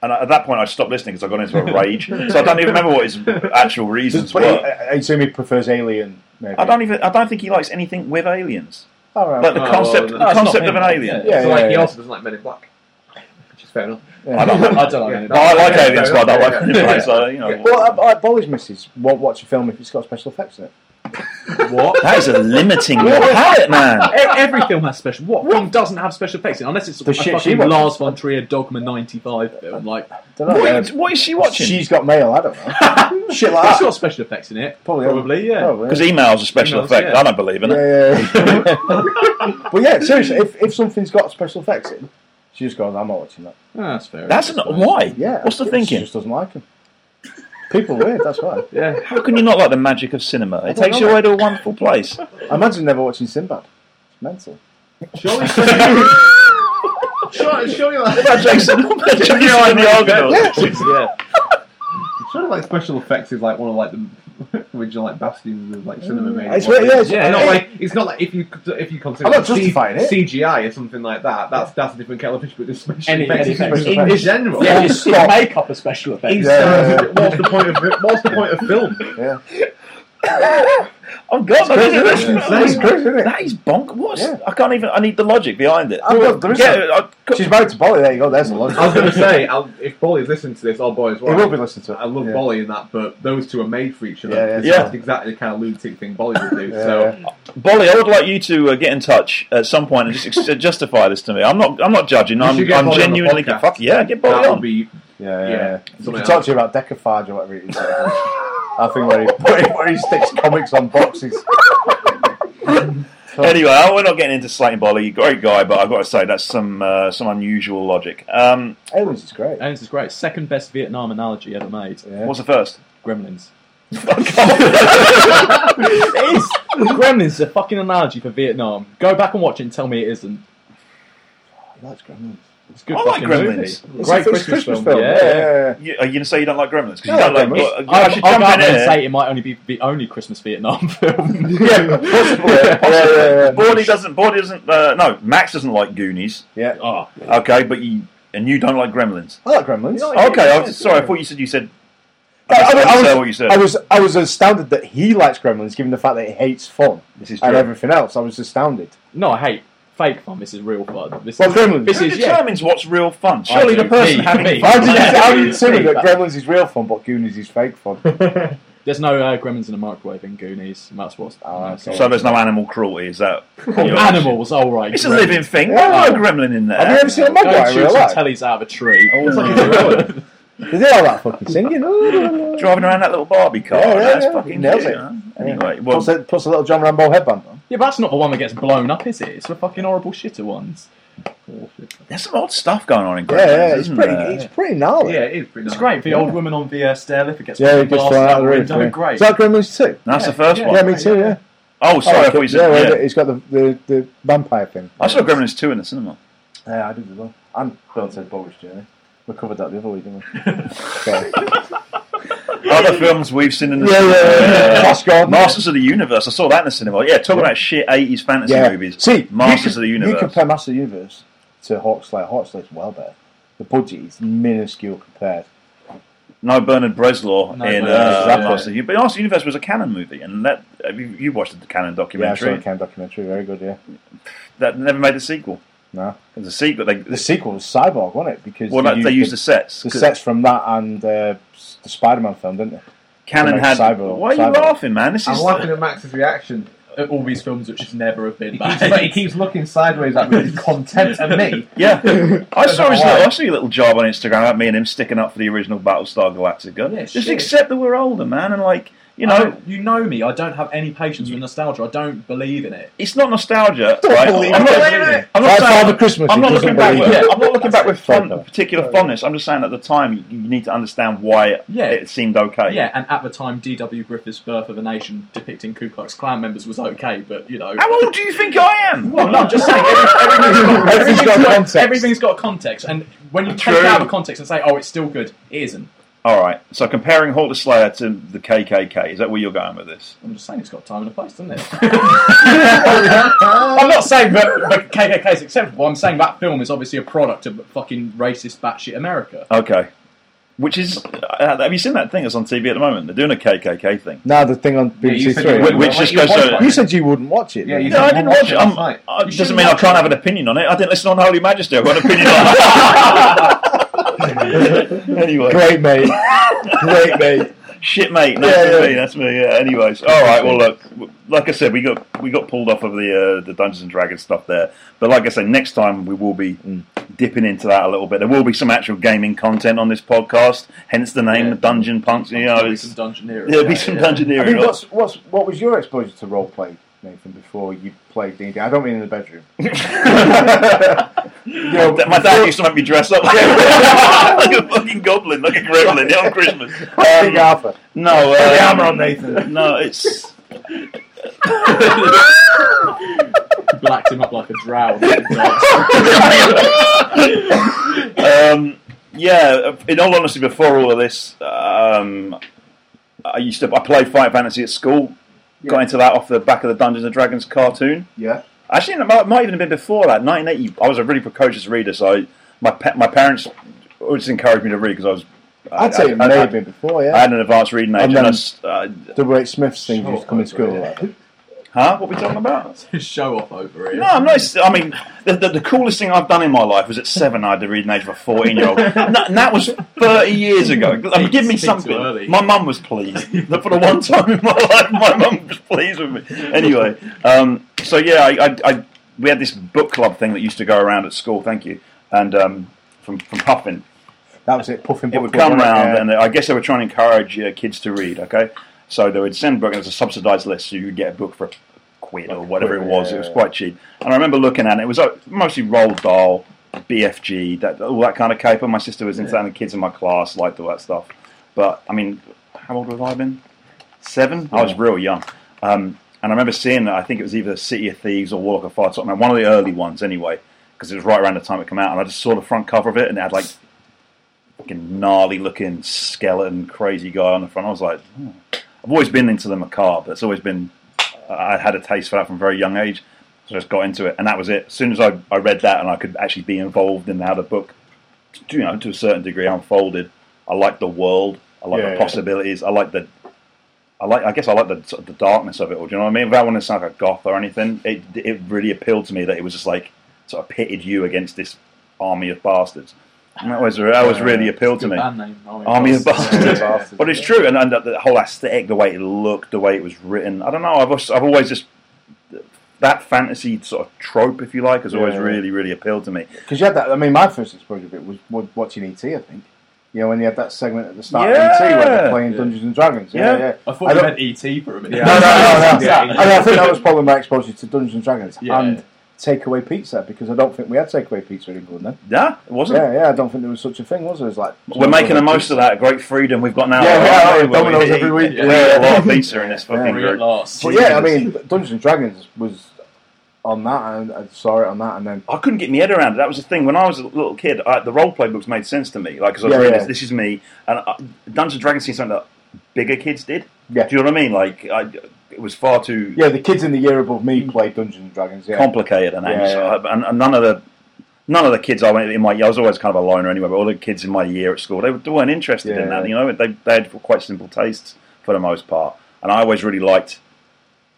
[SPEAKER 2] And at that point, I stopped listening because I got into a (laughs) rage. so I don't even remember what his actual reasons
[SPEAKER 5] Just,
[SPEAKER 2] were.
[SPEAKER 5] but he, I I assume he prefers Alien, maybe.
[SPEAKER 2] I don't even. I don't think he likes anything with aliens.
[SPEAKER 5] All right.
[SPEAKER 2] Like the
[SPEAKER 4] Oh,
[SPEAKER 2] concept, the
[SPEAKER 4] well,
[SPEAKER 3] that's not
[SPEAKER 2] concept of
[SPEAKER 3] him.
[SPEAKER 2] an alien.
[SPEAKER 5] Yeah,
[SPEAKER 4] so
[SPEAKER 5] yeah,
[SPEAKER 4] like he
[SPEAKER 5] yeah.
[SPEAKER 4] also doesn't like Men in Black, which is fair enough.
[SPEAKER 5] Yeah.
[SPEAKER 2] I don't know.
[SPEAKER 3] I don't know.
[SPEAKER 4] Yeah,
[SPEAKER 3] man.
[SPEAKER 2] No, I like
[SPEAKER 3] (laughs)
[SPEAKER 4] Yeah,
[SPEAKER 2] aliens,
[SPEAKER 4] yeah,
[SPEAKER 2] but I don't
[SPEAKER 4] yeah,
[SPEAKER 2] like
[SPEAKER 4] yeah.
[SPEAKER 2] them. So you know,
[SPEAKER 4] Yeah.
[SPEAKER 5] (laughs) Well, I, I've always misses won't watch a film if it's got special effects in it.
[SPEAKER 3] What?
[SPEAKER 2] that is a limiting palette,
[SPEAKER 3] (laughs)
[SPEAKER 2] man.
[SPEAKER 3] E- Every film has special. What, film doesn't have special effects in? it? Unless it's
[SPEAKER 5] The
[SPEAKER 3] a
[SPEAKER 5] shit she
[SPEAKER 3] fucking
[SPEAKER 5] watches.
[SPEAKER 3] Lars von Trier Dogma '95 film. Like
[SPEAKER 5] Don't know,
[SPEAKER 2] What,
[SPEAKER 5] uh,
[SPEAKER 2] what is she watching?
[SPEAKER 5] She's got mail. I don't
[SPEAKER 2] (laughs)
[SPEAKER 5] know. Shit like
[SPEAKER 3] it's
[SPEAKER 5] that.
[SPEAKER 3] got special effects in it.
[SPEAKER 5] Probably,
[SPEAKER 3] Probably, yeah.
[SPEAKER 5] Probably,
[SPEAKER 2] Because emails are special
[SPEAKER 4] Emails,
[SPEAKER 2] effects.
[SPEAKER 4] yeah.
[SPEAKER 2] I don't believe in it.
[SPEAKER 5] yeah, yeah,
[SPEAKER 2] (laughs)
[SPEAKER 5] yeah. (laughs) but yeah, seriously, if, if something's got special effects in, she just goes, "I'm not watching that."
[SPEAKER 3] Ah, that's fair.
[SPEAKER 2] That's not why.
[SPEAKER 5] Yeah,
[SPEAKER 2] What's the
[SPEAKER 5] she
[SPEAKER 2] thinking?
[SPEAKER 5] just doesn't like them. People are weird. That's why.
[SPEAKER 4] Yeah,
[SPEAKER 5] (laughs)
[SPEAKER 2] How can you not like the magic of cinema? It
[SPEAKER 5] don't
[SPEAKER 2] takes you
[SPEAKER 5] know,
[SPEAKER 2] away
[SPEAKER 5] mate.
[SPEAKER 2] to a wonderful
[SPEAKER 5] (laughs)
[SPEAKER 2] place.
[SPEAKER 5] I imagine never watching Sinbad. It's mental. (laughs)
[SPEAKER 4] surely, surely, surely, like,
[SPEAKER 2] About (laughs) Jason, about Jason and the Argonauts.
[SPEAKER 4] yeah. Surely, like special effects is like one of like the (laughs) original like bastions of like cinema. made.
[SPEAKER 5] Mm. It's really- yeah, it's-
[SPEAKER 4] yeah, not
[SPEAKER 5] it-
[SPEAKER 4] like it's not like if you if you consider
[SPEAKER 5] I'm not
[SPEAKER 4] C-
[SPEAKER 5] justifying it.
[SPEAKER 4] CGI or something like that. That's that's a different kettle of fish. But this special
[SPEAKER 3] Any-
[SPEAKER 4] effects
[SPEAKER 3] any
[SPEAKER 5] special
[SPEAKER 4] in
[SPEAKER 5] effects.
[SPEAKER 4] general. (laughs)
[SPEAKER 3] Yeah,
[SPEAKER 5] Yeah,
[SPEAKER 3] it's, (laughs)
[SPEAKER 5] stop.
[SPEAKER 3] it's makeup a special effect.
[SPEAKER 4] He's,
[SPEAKER 5] Yeah.
[SPEAKER 4] uh, what's the point of what's the point of film?
[SPEAKER 5] Yeah,
[SPEAKER 2] Oh God, that
[SPEAKER 5] crazy,
[SPEAKER 2] is,
[SPEAKER 5] isn't it? That's crazy, isn't it?
[SPEAKER 2] that is bonk. What's
[SPEAKER 5] Yeah.
[SPEAKER 2] I can't even. I need the logic behind it.
[SPEAKER 5] Oh, no, there is
[SPEAKER 2] yeah,
[SPEAKER 5] some.
[SPEAKER 2] I- co-
[SPEAKER 5] She's married to Bolly. There you go. There's the logic.
[SPEAKER 4] I was going to say, I'll, if Bolly's listening to this, or Boy's
[SPEAKER 5] He
[SPEAKER 4] well.
[SPEAKER 5] will be listening to it.
[SPEAKER 4] I love
[SPEAKER 5] yeah.
[SPEAKER 4] Bolly in that, but those two are made for each other.
[SPEAKER 5] Yeah, yeah,
[SPEAKER 4] It's
[SPEAKER 2] yeah.
[SPEAKER 4] That's exactly the kind of lunatic thing Bolly would do.
[SPEAKER 5] (laughs) Yeah,
[SPEAKER 4] so
[SPEAKER 2] Bolly, I would like you to uh, get in touch at some point and just ex- (laughs) justify this to me. I'm not. I'm not judging.
[SPEAKER 4] You
[SPEAKER 2] I'm,
[SPEAKER 4] should get
[SPEAKER 2] I'm
[SPEAKER 4] Bolly on the
[SPEAKER 2] genuinely.
[SPEAKER 4] podcast.
[SPEAKER 2] Fuck yeah, get Bolly
[SPEAKER 4] that
[SPEAKER 2] on.
[SPEAKER 4] would be
[SPEAKER 5] Yeah,
[SPEAKER 4] Yeah.
[SPEAKER 5] yeah. yeah. We
[SPEAKER 4] Something
[SPEAKER 5] can
[SPEAKER 4] else.
[SPEAKER 5] talk to you about decophage or whatever it is. I think where he, (laughs) where he, where he sticks comics on boxes.
[SPEAKER 2] Anyway, I- we're not getting into slating Bolly. Great guy, but I've got to say that's some uh, some unusual logic. Um,
[SPEAKER 5] Aliens is great.
[SPEAKER 3] And this is great. Second best Vietnam analogy ever made.
[SPEAKER 5] Yeah.
[SPEAKER 2] what's the
[SPEAKER 5] (laughs)
[SPEAKER 2] first? (laughs)
[SPEAKER 3] Gremlins. (laughs) It is. Gremlins is a fucking analogy for Vietnam. Go back and watch it and tell me it isn't.
[SPEAKER 5] That's Gremlins.
[SPEAKER 3] It's a good
[SPEAKER 2] I like
[SPEAKER 3] fucking
[SPEAKER 2] Gremlins.
[SPEAKER 3] movie.
[SPEAKER 5] It's
[SPEAKER 3] Great
[SPEAKER 5] a first
[SPEAKER 3] Christmas, film. Yeah.
[SPEAKER 2] You, are you going to say you don't like Gremlins? 'Cause you
[SPEAKER 5] No,
[SPEAKER 2] don't like.
[SPEAKER 5] Gremlins.
[SPEAKER 2] well, I,
[SPEAKER 3] I,
[SPEAKER 2] should
[SPEAKER 3] I'll
[SPEAKER 2] jump
[SPEAKER 3] go out
[SPEAKER 2] in
[SPEAKER 3] there and
[SPEAKER 2] here. (laughs)
[SPEAKER 3] say it might only be the only Christmas Vietnam (laughs) film.
[SPEAKER 5] Yeah, possibly. (laughs) Yeah, yeah, yeah.
[SPEAKER 2] Bordy doesn't. Bordy doesn't. Uh, no, Max doesn't like Goonies.
[SPEAKER 5] yeah.
[SPEAKER 3] oh,
[SPEAKER 2] Okay, but you and you don't like Gremlins.
[SPEAKER 5] I like Gremlins.
[SPEAKER 2] Okay, I was, sorry. I thought you said you said. I,
[SPEAKER 5] I,
[SPEAKER 2] just
[SPEAKER 5] mean,
[SPEAKER 2] didn't
[SPEAKER 5] I,
[SPEAKER 2] say what you
[SPEAKER 5] was,
[SPEAKER 2] said.
[SPEAKER 5] I was I was astounded that he likes Gremlins, given the fact that he hates fun
[SPEAKER 2] this is true.
[SPEAKER 5] and everything else. I was astounded.
[SPEAKER 3] (laughs) no, I hate fake fun. This is real fun. This
[SPEAKER 5] Well,
[SPEAKER 3] is,
[SPEAKER 5] Gremlins.
[SPEAKER 3] This
[SPEAKER 2] Who
[SPEAKER 3] is yeah.
[SPEAKER 2] determines what's real fun? Surely
[SPEAKER 3] do.
[SPEAKER 2] the person
[SPEAKER 3] Me,
[SPEAKER 2] having (laughs)
[SPEAKER 3] me.
[SPEAKER 5] How
[SPEAKER 2] fun.
[SPEAKER 5] did you, how (laughs) did you say
[SPEAKER 3] Yeah.
[SPEAKER 5] that Gremlins is real fun, but Goonies is fake fun?
[SPEAKER 3] There's no uh, Gremlins in a microwave in Goonies. and That's what's
[SPEAKER 5] Oh, okay.
[SPEAKER 2] So there's no animal cruelty. Is that?
[SPEAKER 3] animals. All right,
[SPEAKER 2] It's a
[SPEAKER 3] Gremlins.
[SPEAKER 2] living thing.
[SPEAKER 5] Yeah.
[SPEAKER 2] Why not a gremlin in there?
[SPEAKER 5] Have you ever seen a
[SPEAKER 3] Go and
[SPEAKER 5] Mogwai in
[SPEAKER 3] shoot
[SPEAKER 5] real
[SPEAKER 3] some
[SPEAKER 5] life?
[SPEAKER 3] tellies out of a tree.
[SPEAKER 2] Oh.
[SPEAKER 3] (laughs)
[SPEAKER 5] They did all that fucking
[SPEAKER 2] (laughs)
[SPEAKER 5] singing. (laughs)
[SPEAKER 2] driving around that little Barbie car.
[SPEAKER 5] Yeah, yeah,
[SPEAKER 2] that's
[SPEAKER 5] yeah.
[SPEAKER 2] fucking
[SPEAKER 5] Nails
[SPEAKER 2] cute,
[SPEAKER 5] it.
[SPEAKER 2] huh? Anyway, well,
[SPEAKER 5] puts, a, puts a little John Rambo headband on.
[SPEAKER 3] Yeah, but that's not the one that gets blown up, is it? It's the fucking horrible shitter ones.
[SPEAKER 2] there's some odd stuff going on in Gremlins,
[SPEAKER 5] Yeah, yeah, it's
[SPEAKER 2] isn't
[SPEAKER 5] pretty,
[SPEAKER 2] there?
[SPEAKER 5] it's pretty gnarly.
[SPEAKER 4] yeah, it is pretty
[SPEAKER 3] It's
[SPEAKER 4] nice.
[SPEAKER 3] great. The old woman on the uh, stair lift gets
[SPEAKER 5] Yeah, it
[SPEAKER 3] fucking
[SPEAKER 5] gets
[SPEAKER 3] blasted
[SPEAKER 5] thrown out of the roof.
[SPEAKER 3] window.
[SPEAKER 5] yeah.
[SPEAKER 3] Great.
[SPEAKER 5] Is that Gremlins too?
[SPEAKER 2] That's the first
[SPEAKER 5] Yeah,
[SPEAKER 2] one.
[SPEAKER 5] me too, yeah.
[SPEAKER 2] Oh, sorry, I
[SPEAKER 5] yeah,
[SPEAKER 2] thought you
[SPEAKER 5] yeah,
[SPEAKER 2] said. Yeah,
[SPEAKER 5] where He's got the, the, the vampire thing.
[SPEAKER 2] I saw Gremlins two in the cinema.
[SPEAKER 5] Yeah, I did as well. And Bill said Bogus Journey. We covered that the other week, didn't we?
[SPEAKER 2] (laughs) Other films we've seen in the
[SPEAKER 5] Yeah,
[SPEAKER 2] cinema.
[SPEAKER 5] yeah, yeah, yeah. Flash Gordon.
[SPEAKER 2] Masters of the Universe. I saw that in the cinema. Yeah, talk about shit eighties fantasy
[SPEAKER 5] yeah.
[SPEAKER 2] movies.
[SPEAKER 5] See,
[SPEAKER 2] Masters of the
[SPEAKER 5] you, could- You
[SPEAKER 2] Universe.
[SPEAKER 5] compare Masters of the Universe to Hawk's Slayer. Hawk's Slayer's well better. The budget is minuscule compared.
[SPEAKER 2] No Bernard Breslaw
[SPEAKER 3] No
[SPEAKER 2] in
[SPEAKER 3] Bernard
[SPEAKER 2] uh,
[SPEAKER 5] Breslaw.
[SPEAKER 2] Masters of the Universe. But Masters of the Universe was a canon movie, and that uh, you, you watched the canon
[SPEAKER 5] Yeah, I saw
[SPEAKER 2] documentary
[SPEAKER 5] the Ken documentary. Very good, yeah.
[SPEAKER 2] that never made a sequel.
[SPEAKER 5] No.
[SPEAKER 2] It was a sequel. They,
[SPEAKER 5] The sequel was Cyborg, wasn't it? Because
[SPEAKER 2] well, they, they used the
[SPEAKER 5] the,
[SPEAKER 2] sets.
[SPEAKER 5] the sets from that and uh, s- the Spider-Man film, didn't they?
[SPEAKER 2] Canon
[SPEAKER 5] Like
[SPEAKER 2] had.
[SPEAKER 5] Cyber-
[SPEAKER 2] why are you
[SPEAKER 5] Cyber.
[SPEAKER 2] laughing, man? This
[SPEAKER 4] I'm
[SPEAKER 2] is
[SPEAKER 4] laughing at Max's reaction.
[SPEAKER 3] At all these films which should never have
[SPEAKER 4] (laughs)
[SPEAKER 3] been
[SPEAKER 4] He keeps, he
[SPEAKER 3] made.
[SPEAKER 4] keeps looking sideways at me (laughs) with contempt at me.
[SPEAKER 5] (laughs)
[SPEAKER 2] Yeah, I saw his
[SPEAKER 4] why.
[SPEAKER 2] little, I saw your little job on Instagram about me and him sticking up for the original Battlestar Galactica.
[SPEAKER 3] Yeah,
[SPEAKER 2] Just
[SPEAKER 3] shit.
[SPEAKER 2] accept that we're older, man, and like you
[SPEAKER 3] I
[SPEAKER 2] know,
[SPEAKER 3] don't- you know me. I don't have any patience with nostalgia. I don't believe in it.
[SPEAKER 2] it's not nostalgia.
[SPEAKER 5] Don't
[SPEAKER 2] right?
[SPEAKER 5] believe
[SPEAKER 2] I'm not,
[SPEAKER 5] it.
[SPEAKER 2] I'm not
[SPEAKER 5] Like
[SPEAKER 2] saying-
[SPEAKER 5] Father Christmas,
[SPEAKER 2] I'm
[SPEAKER 5] he
[SPEAKER 2] not
[SPEAKER 5] doesn't
[SPEAKER 2] looking back.
[SPEAKER 5] believe
[SPEAKER 2] With,
[SPEAKER 5] it.
[SPEAKER 2] I'm not looking back with fond,
[SPEAKER 5] Fucker.
[SPEAKER 2] particular fondness. I'm just saying at the time you, you need to understand why it,
[SPEAKER 3] Yeah.
[SPEAKER 2] it seemed okay.
[SPEAKER 3] Yeah, and at the time, D.W. Griffith's Birth of a Nation depicting Ku Klux Klan members was okay, but you know.
[SPEAKER 2] How old do you think I am?
[SPEAKER 3] Well, no, I'm just saying. Every, everything's, got,
[SPEAKER 5] Everything's got context.
[SPEAKER 3] everything's got context, and when you take it
[SPEAKER 2] True.
[SPEAKER 3] out of context and say, "Oh, it's still good," it isn't.
[SPEAKER 2] All right. So comparing Halt the Slayer to the KKK is that where you're going with this?
[SPEAKER 3] I'm just saying it's got time and a place, doesn't
[SPEAKER 2] (laughs)
[SPEAKER 3] it? (laughs) I'm not saying that the KKK is acceptable. I'm saying that film is obviously a product of fucking racist batshit America.
[SPEAKER 2] Okay. Which is, uh, have you seen that thing that's on TV at the moment? They're doing a KKK thing.
[SPEAKER 5] No, the thing on BBC
[SPEAKER 4] you said you
[SPEAKER 5] Three.
[SPEAKER 4] wouldn't
[SPEAKER 2] Which just
[SPEAKER 4] Your
[SPEAKER 2] goes
[SPEAKER 4] voice
[SPEAKER 2] to-
[SPEAKER 4] box.
[SPEAKER 5] You said you wouldn't watch it.
[SPEAKER 4] Yeah,
[SPEAKER 5] didn't
[SPEAKER 4] you
[SPEAKER 2] No, I didn't watch it.
[SPEAKER 4] last
[SPEAKER 2] I'm,
[SPEAKER 4] night.
[SPEAKER 2] uh,
[SPEAKER 3] You
[SPEAKER 2] doesn't
[SPEAKER 3] should
[SPEAKER 2] mean I
[SPEAKER 3] watch
[SPEAKER 2] can't
[SPEAKER 3] it.
[SPEAKER 2] have an opinion on it. I didn't listen on Holy Majesty. I've got an opinion
[SPEAKER 3] (laughs)
[SPEAKER 2] on it. (laughs) anyway,
[SPEAKER 5] Great mate. Great mate.
[SPEAKER 2] shit, mate. That's
[SPEAKER 5] Yeah, yeah.
[SPEAKER 2] me. That's me. Yeah. Anyways, all right. Well, look. w- Like I said, we got we got pulled off of the uh, the Dungeons and Dragons stuff there. But like I said, next time we will be
[SPEAKER 5] Mm.
[SPEAKER 2] dipping into that a little bit. There will be some actual gaming content on this podcast. Hence the name,
[SPEAKER 3] Yeah.
[SPEAKER 2] the Dungeon Punks. You know,
[SPEAKER 3] There'll be
[SPEAKER 2] it's,
[SPEAKER 3] some dungeoneering.
[SPEAKER 2] there'll be
[SPEAKER 3] Yeah,
[SPEAKER 2] some
[SPEAKER 3] yeah.
[SPEAKER 5] I
[SPEAKER 2] dungeoneering.
[SPEAKER 5] mean,
[SPEAKER 2] (laughs)
[SPEAKER 5] what's, what's, what was your exposure to role play, Nathan, before you played D&D? I don't mean in
[SPEAKER 2] (laughs)
[SPEAKER 5] the bedroom. You know,
[SPEAKER 2] my dad
[SPEAKER 5] before-
[SPEAKER 2] used to make me dress up like
[SPEAKER 5] (laughs)
[SPEAKER 2] a, like a fucking goblin, like a gremlin yeah, on Christmas.
[SPEAKER 5] Big
[SPEAKER 2] Um,
[SPEAKER 5] Arthur.
[SPEAKER 2] No, uh,
[SPEAKER 5] the armor on, Nathan.
[SPEAKER 2] No, it's
[SPEAKER 3] (laughs) Blacked him up like a
[SPEAKER 2] (laughs)
[SPEAKER 3] drow.
[SPEAKER 2] um, yeah. In all honesty, before all of this, um, I used to I played Fight Fantasy at school. Got into that off the back of the Dungeons and Dragons cartoon.
[SPEAKER 5] Yeah.
[SPEAKER 2] Actually, it might, might even have been before that. 1980. I was a really precocious reader, so I, my pa- my parents always encouraged me to read because I was
[SPEAKER 5] I'd
[SPEAKER 2] I-
[SPEAKER 5] say it
[SPEAKER 2] I-
[SPEAKER 5] may
[SPEAKER 2] I-
[SPEAKER 5] have been before,
[SPEAKER 2] I
[SPEAKER 5] yeah.
[SPEAKER 2] had an advanced reading age,
[SPEAKER 5] And
[SPEAKER 2] and I
[SPEAKER 5] then-
[SPEAKER 2] s- uh,
[SPEAKER 5] W. H. Smith's things used to come in school. like that.
[SPEAKER 2] huh? What are we talking about?
[SPEAKER 3] Show off over here.
[SPEAKER 2] No, I'm not. I mean, the, the, the coolest thing I've done in my life was at seven. I had the reading age of a
[SPEAKER 3] (laughs)
[SPEAKER 2] fourteen-year-old, and, that- and that was thirty years ago. I mean, give me
[SPEAKER 3] Pete's too early.
[SPEAKER 2] something. My mum was pleased That for the one time in my life. My mum was pleased with me. Anyway, um, so yeah, I, I, I we had this book club thing that used to go around at school. Thank you, and um, from from Puffin,
[SPEAKER 5] That was it, puffing uh,
[SPEAKER 2] it
[SPEAKER 5] book
[SPEAKER 2] would
[SPEAKER 5] club,
[SPEAKER 2] come
[SPEAKER 5] wasn't it?
[SPEAKER 2] round,
[SPEAKER 5] Yeah.
[SPEAKER 2] and I guess they were trying to encourage uh, kids to read. Okay, so they would send book, and it was a subsidised list, so you could get a book for a quid or whatever it
[SPEAKER 5] quid,
[SPEAKER 2] was. It
[SPEAKER 5] yeah.
[SPEAKER 2] was quite cheap, and I remember looking at it. It was uh, mostly Roald Dahl, BFG, that all that kind of caper. My sister was into that, and the kids in my class liked all that stuff. But I mean, how old have I been? Seven. I was real young. Um, and I remember seeing that. I think it was either City of Thieves or Warlock of Fire Tottenham, one of the early ones anyway, because it was right around the time it came out. And I just saw the front cover of it, and it had like fucking gnarly looking skeleton crazy guy on the front. I was like, "Hmm." I've always been into the macabre. That's always been, I had a taste for that from a very young age. So I just got into it, and that was it. As soon as I, I read that and I could actually be involved in how the book, to- you know, to a certain degree unfolded, I liked the world. I like
[SPEAKER 5] Yeah,
[SPEAKER 2] the
[SPEAKER 5] yeah.
[SPEAKER 2] possibilities. I like the. I like. I guess I like the sort of the darkness of it all. Do you know what I mean? Without wanting to sound like a goth or anything, it it really appealed to me that it was just like sort of pitted you against this army of bastards. And that was that was really appealed to me.
[SPEAKER 3] Band name,
[SPEAKER 2] Army of Bastards.
[SPEAKER 4] Yeah.
[SPEAKER 2] But it's true, and, and the, the whole aesthetic, the way it looked, the way it was written. I don't know. I've also, I've always just that fantasy sort of trope, if you like, has always
[SPEAKER 5] Yeah.
[SPEAKER 2] really really appealed to me.
[SPEAKER 5] Because you had that. I mean, my first exposure of it was wa- watching ET. I think. You know, when you had that segment at the start
[SPEAKER 2] Yeah.
[SPEAKER 5] of ET where they're playing
[SPEAKER 4] Yeah.
[SPEAKER 5] Dungeons and Dragons.
[SPEAKER 2] Yeah.
[SPEAKER 5] Yeah, yeah.
[SPEAKER 2] (laughs)
[SPEAKER 3] I
[SPEAKER 5] I
[SPEAKER 3] thought you
[SPEAKER 5] don't-
[SPEAKER 4] E
[SPEAKER 3] meant ET for a minute.
[SPEAKER 4] Yeah.
[SPEAKER 5] No, no, (laughs) no,
[SPEAKER 4] (laughs)
[SPEAKER 5] no.
[SPEAKER 4] Yeah.
[SPEAKER 5] And I think that was probably my exposure to Dungeons and Dragons
[SPEAKER 3] Yeah.
[SPEAKER 5] and takeaway pizza because I don't think we had takeaway pizza in England then.
[SPEAKER 2] Yeah, it wasn't.
[SPEAKER 5] Yeah, yeah. I don't think there was such a thing, was there? It's like
[SPEAKER 2] We're making the most of that great freedom we've got now.
[SPEAKER 5] Yeah, we are,
[SPEAKER 2] Aren't we?
[SPEAKER 5] Domino's
[SPEAKER 2] We eat-
[SPEAKER 5] every week.
[SPEAKER 2] we eat a lot of
[SPEAKER 5] Yeah.
[SPEAKER 2] pizza in this fucking
[SPEAKER 3] Free at
[SPEAKER 2] group.
[SPEAKER 3] last.
[SPEAKER 5] But yeah, I mean, Dungeons and Dragons was on that, and I saw it on that, and then
[SPEAKER 2] I couldn't get my head around it. That was the thing. When I was a little kid, I, the role play books made sense to me. Like, because I was
[SPEAKER 5] Yeah,
[SPEAKER 2] reading
[SPEAKER 5] yeah.
[SPEAKER 2] this, this is me. And I, Dungeons and Dragons seemed something that bigger kids did.
[SPEAKER 5] Yeah.
[SPEAKER 2] Do you know what I mean? Like, I, it was far too
[SPEAKER 5] yeah, the kids in the year above
[SPEAKER 2] Mm.
[SPEAKER 5] me played Dungeons and Dragons. Yeah,
[SPEAKER 2] complicated and anxious.
[SPEAKER 5] Yeah,
[SPEAKER 2] And, and none of the none of the kids I went in my I was always kind of a loner anyway. But all the kids in my year at school they, were- they weren't interested in
[SPEAKER 5] Yeah.
[SPEAKER 2] that. You know, they they had quite simple tastes for the most part. And I always really liked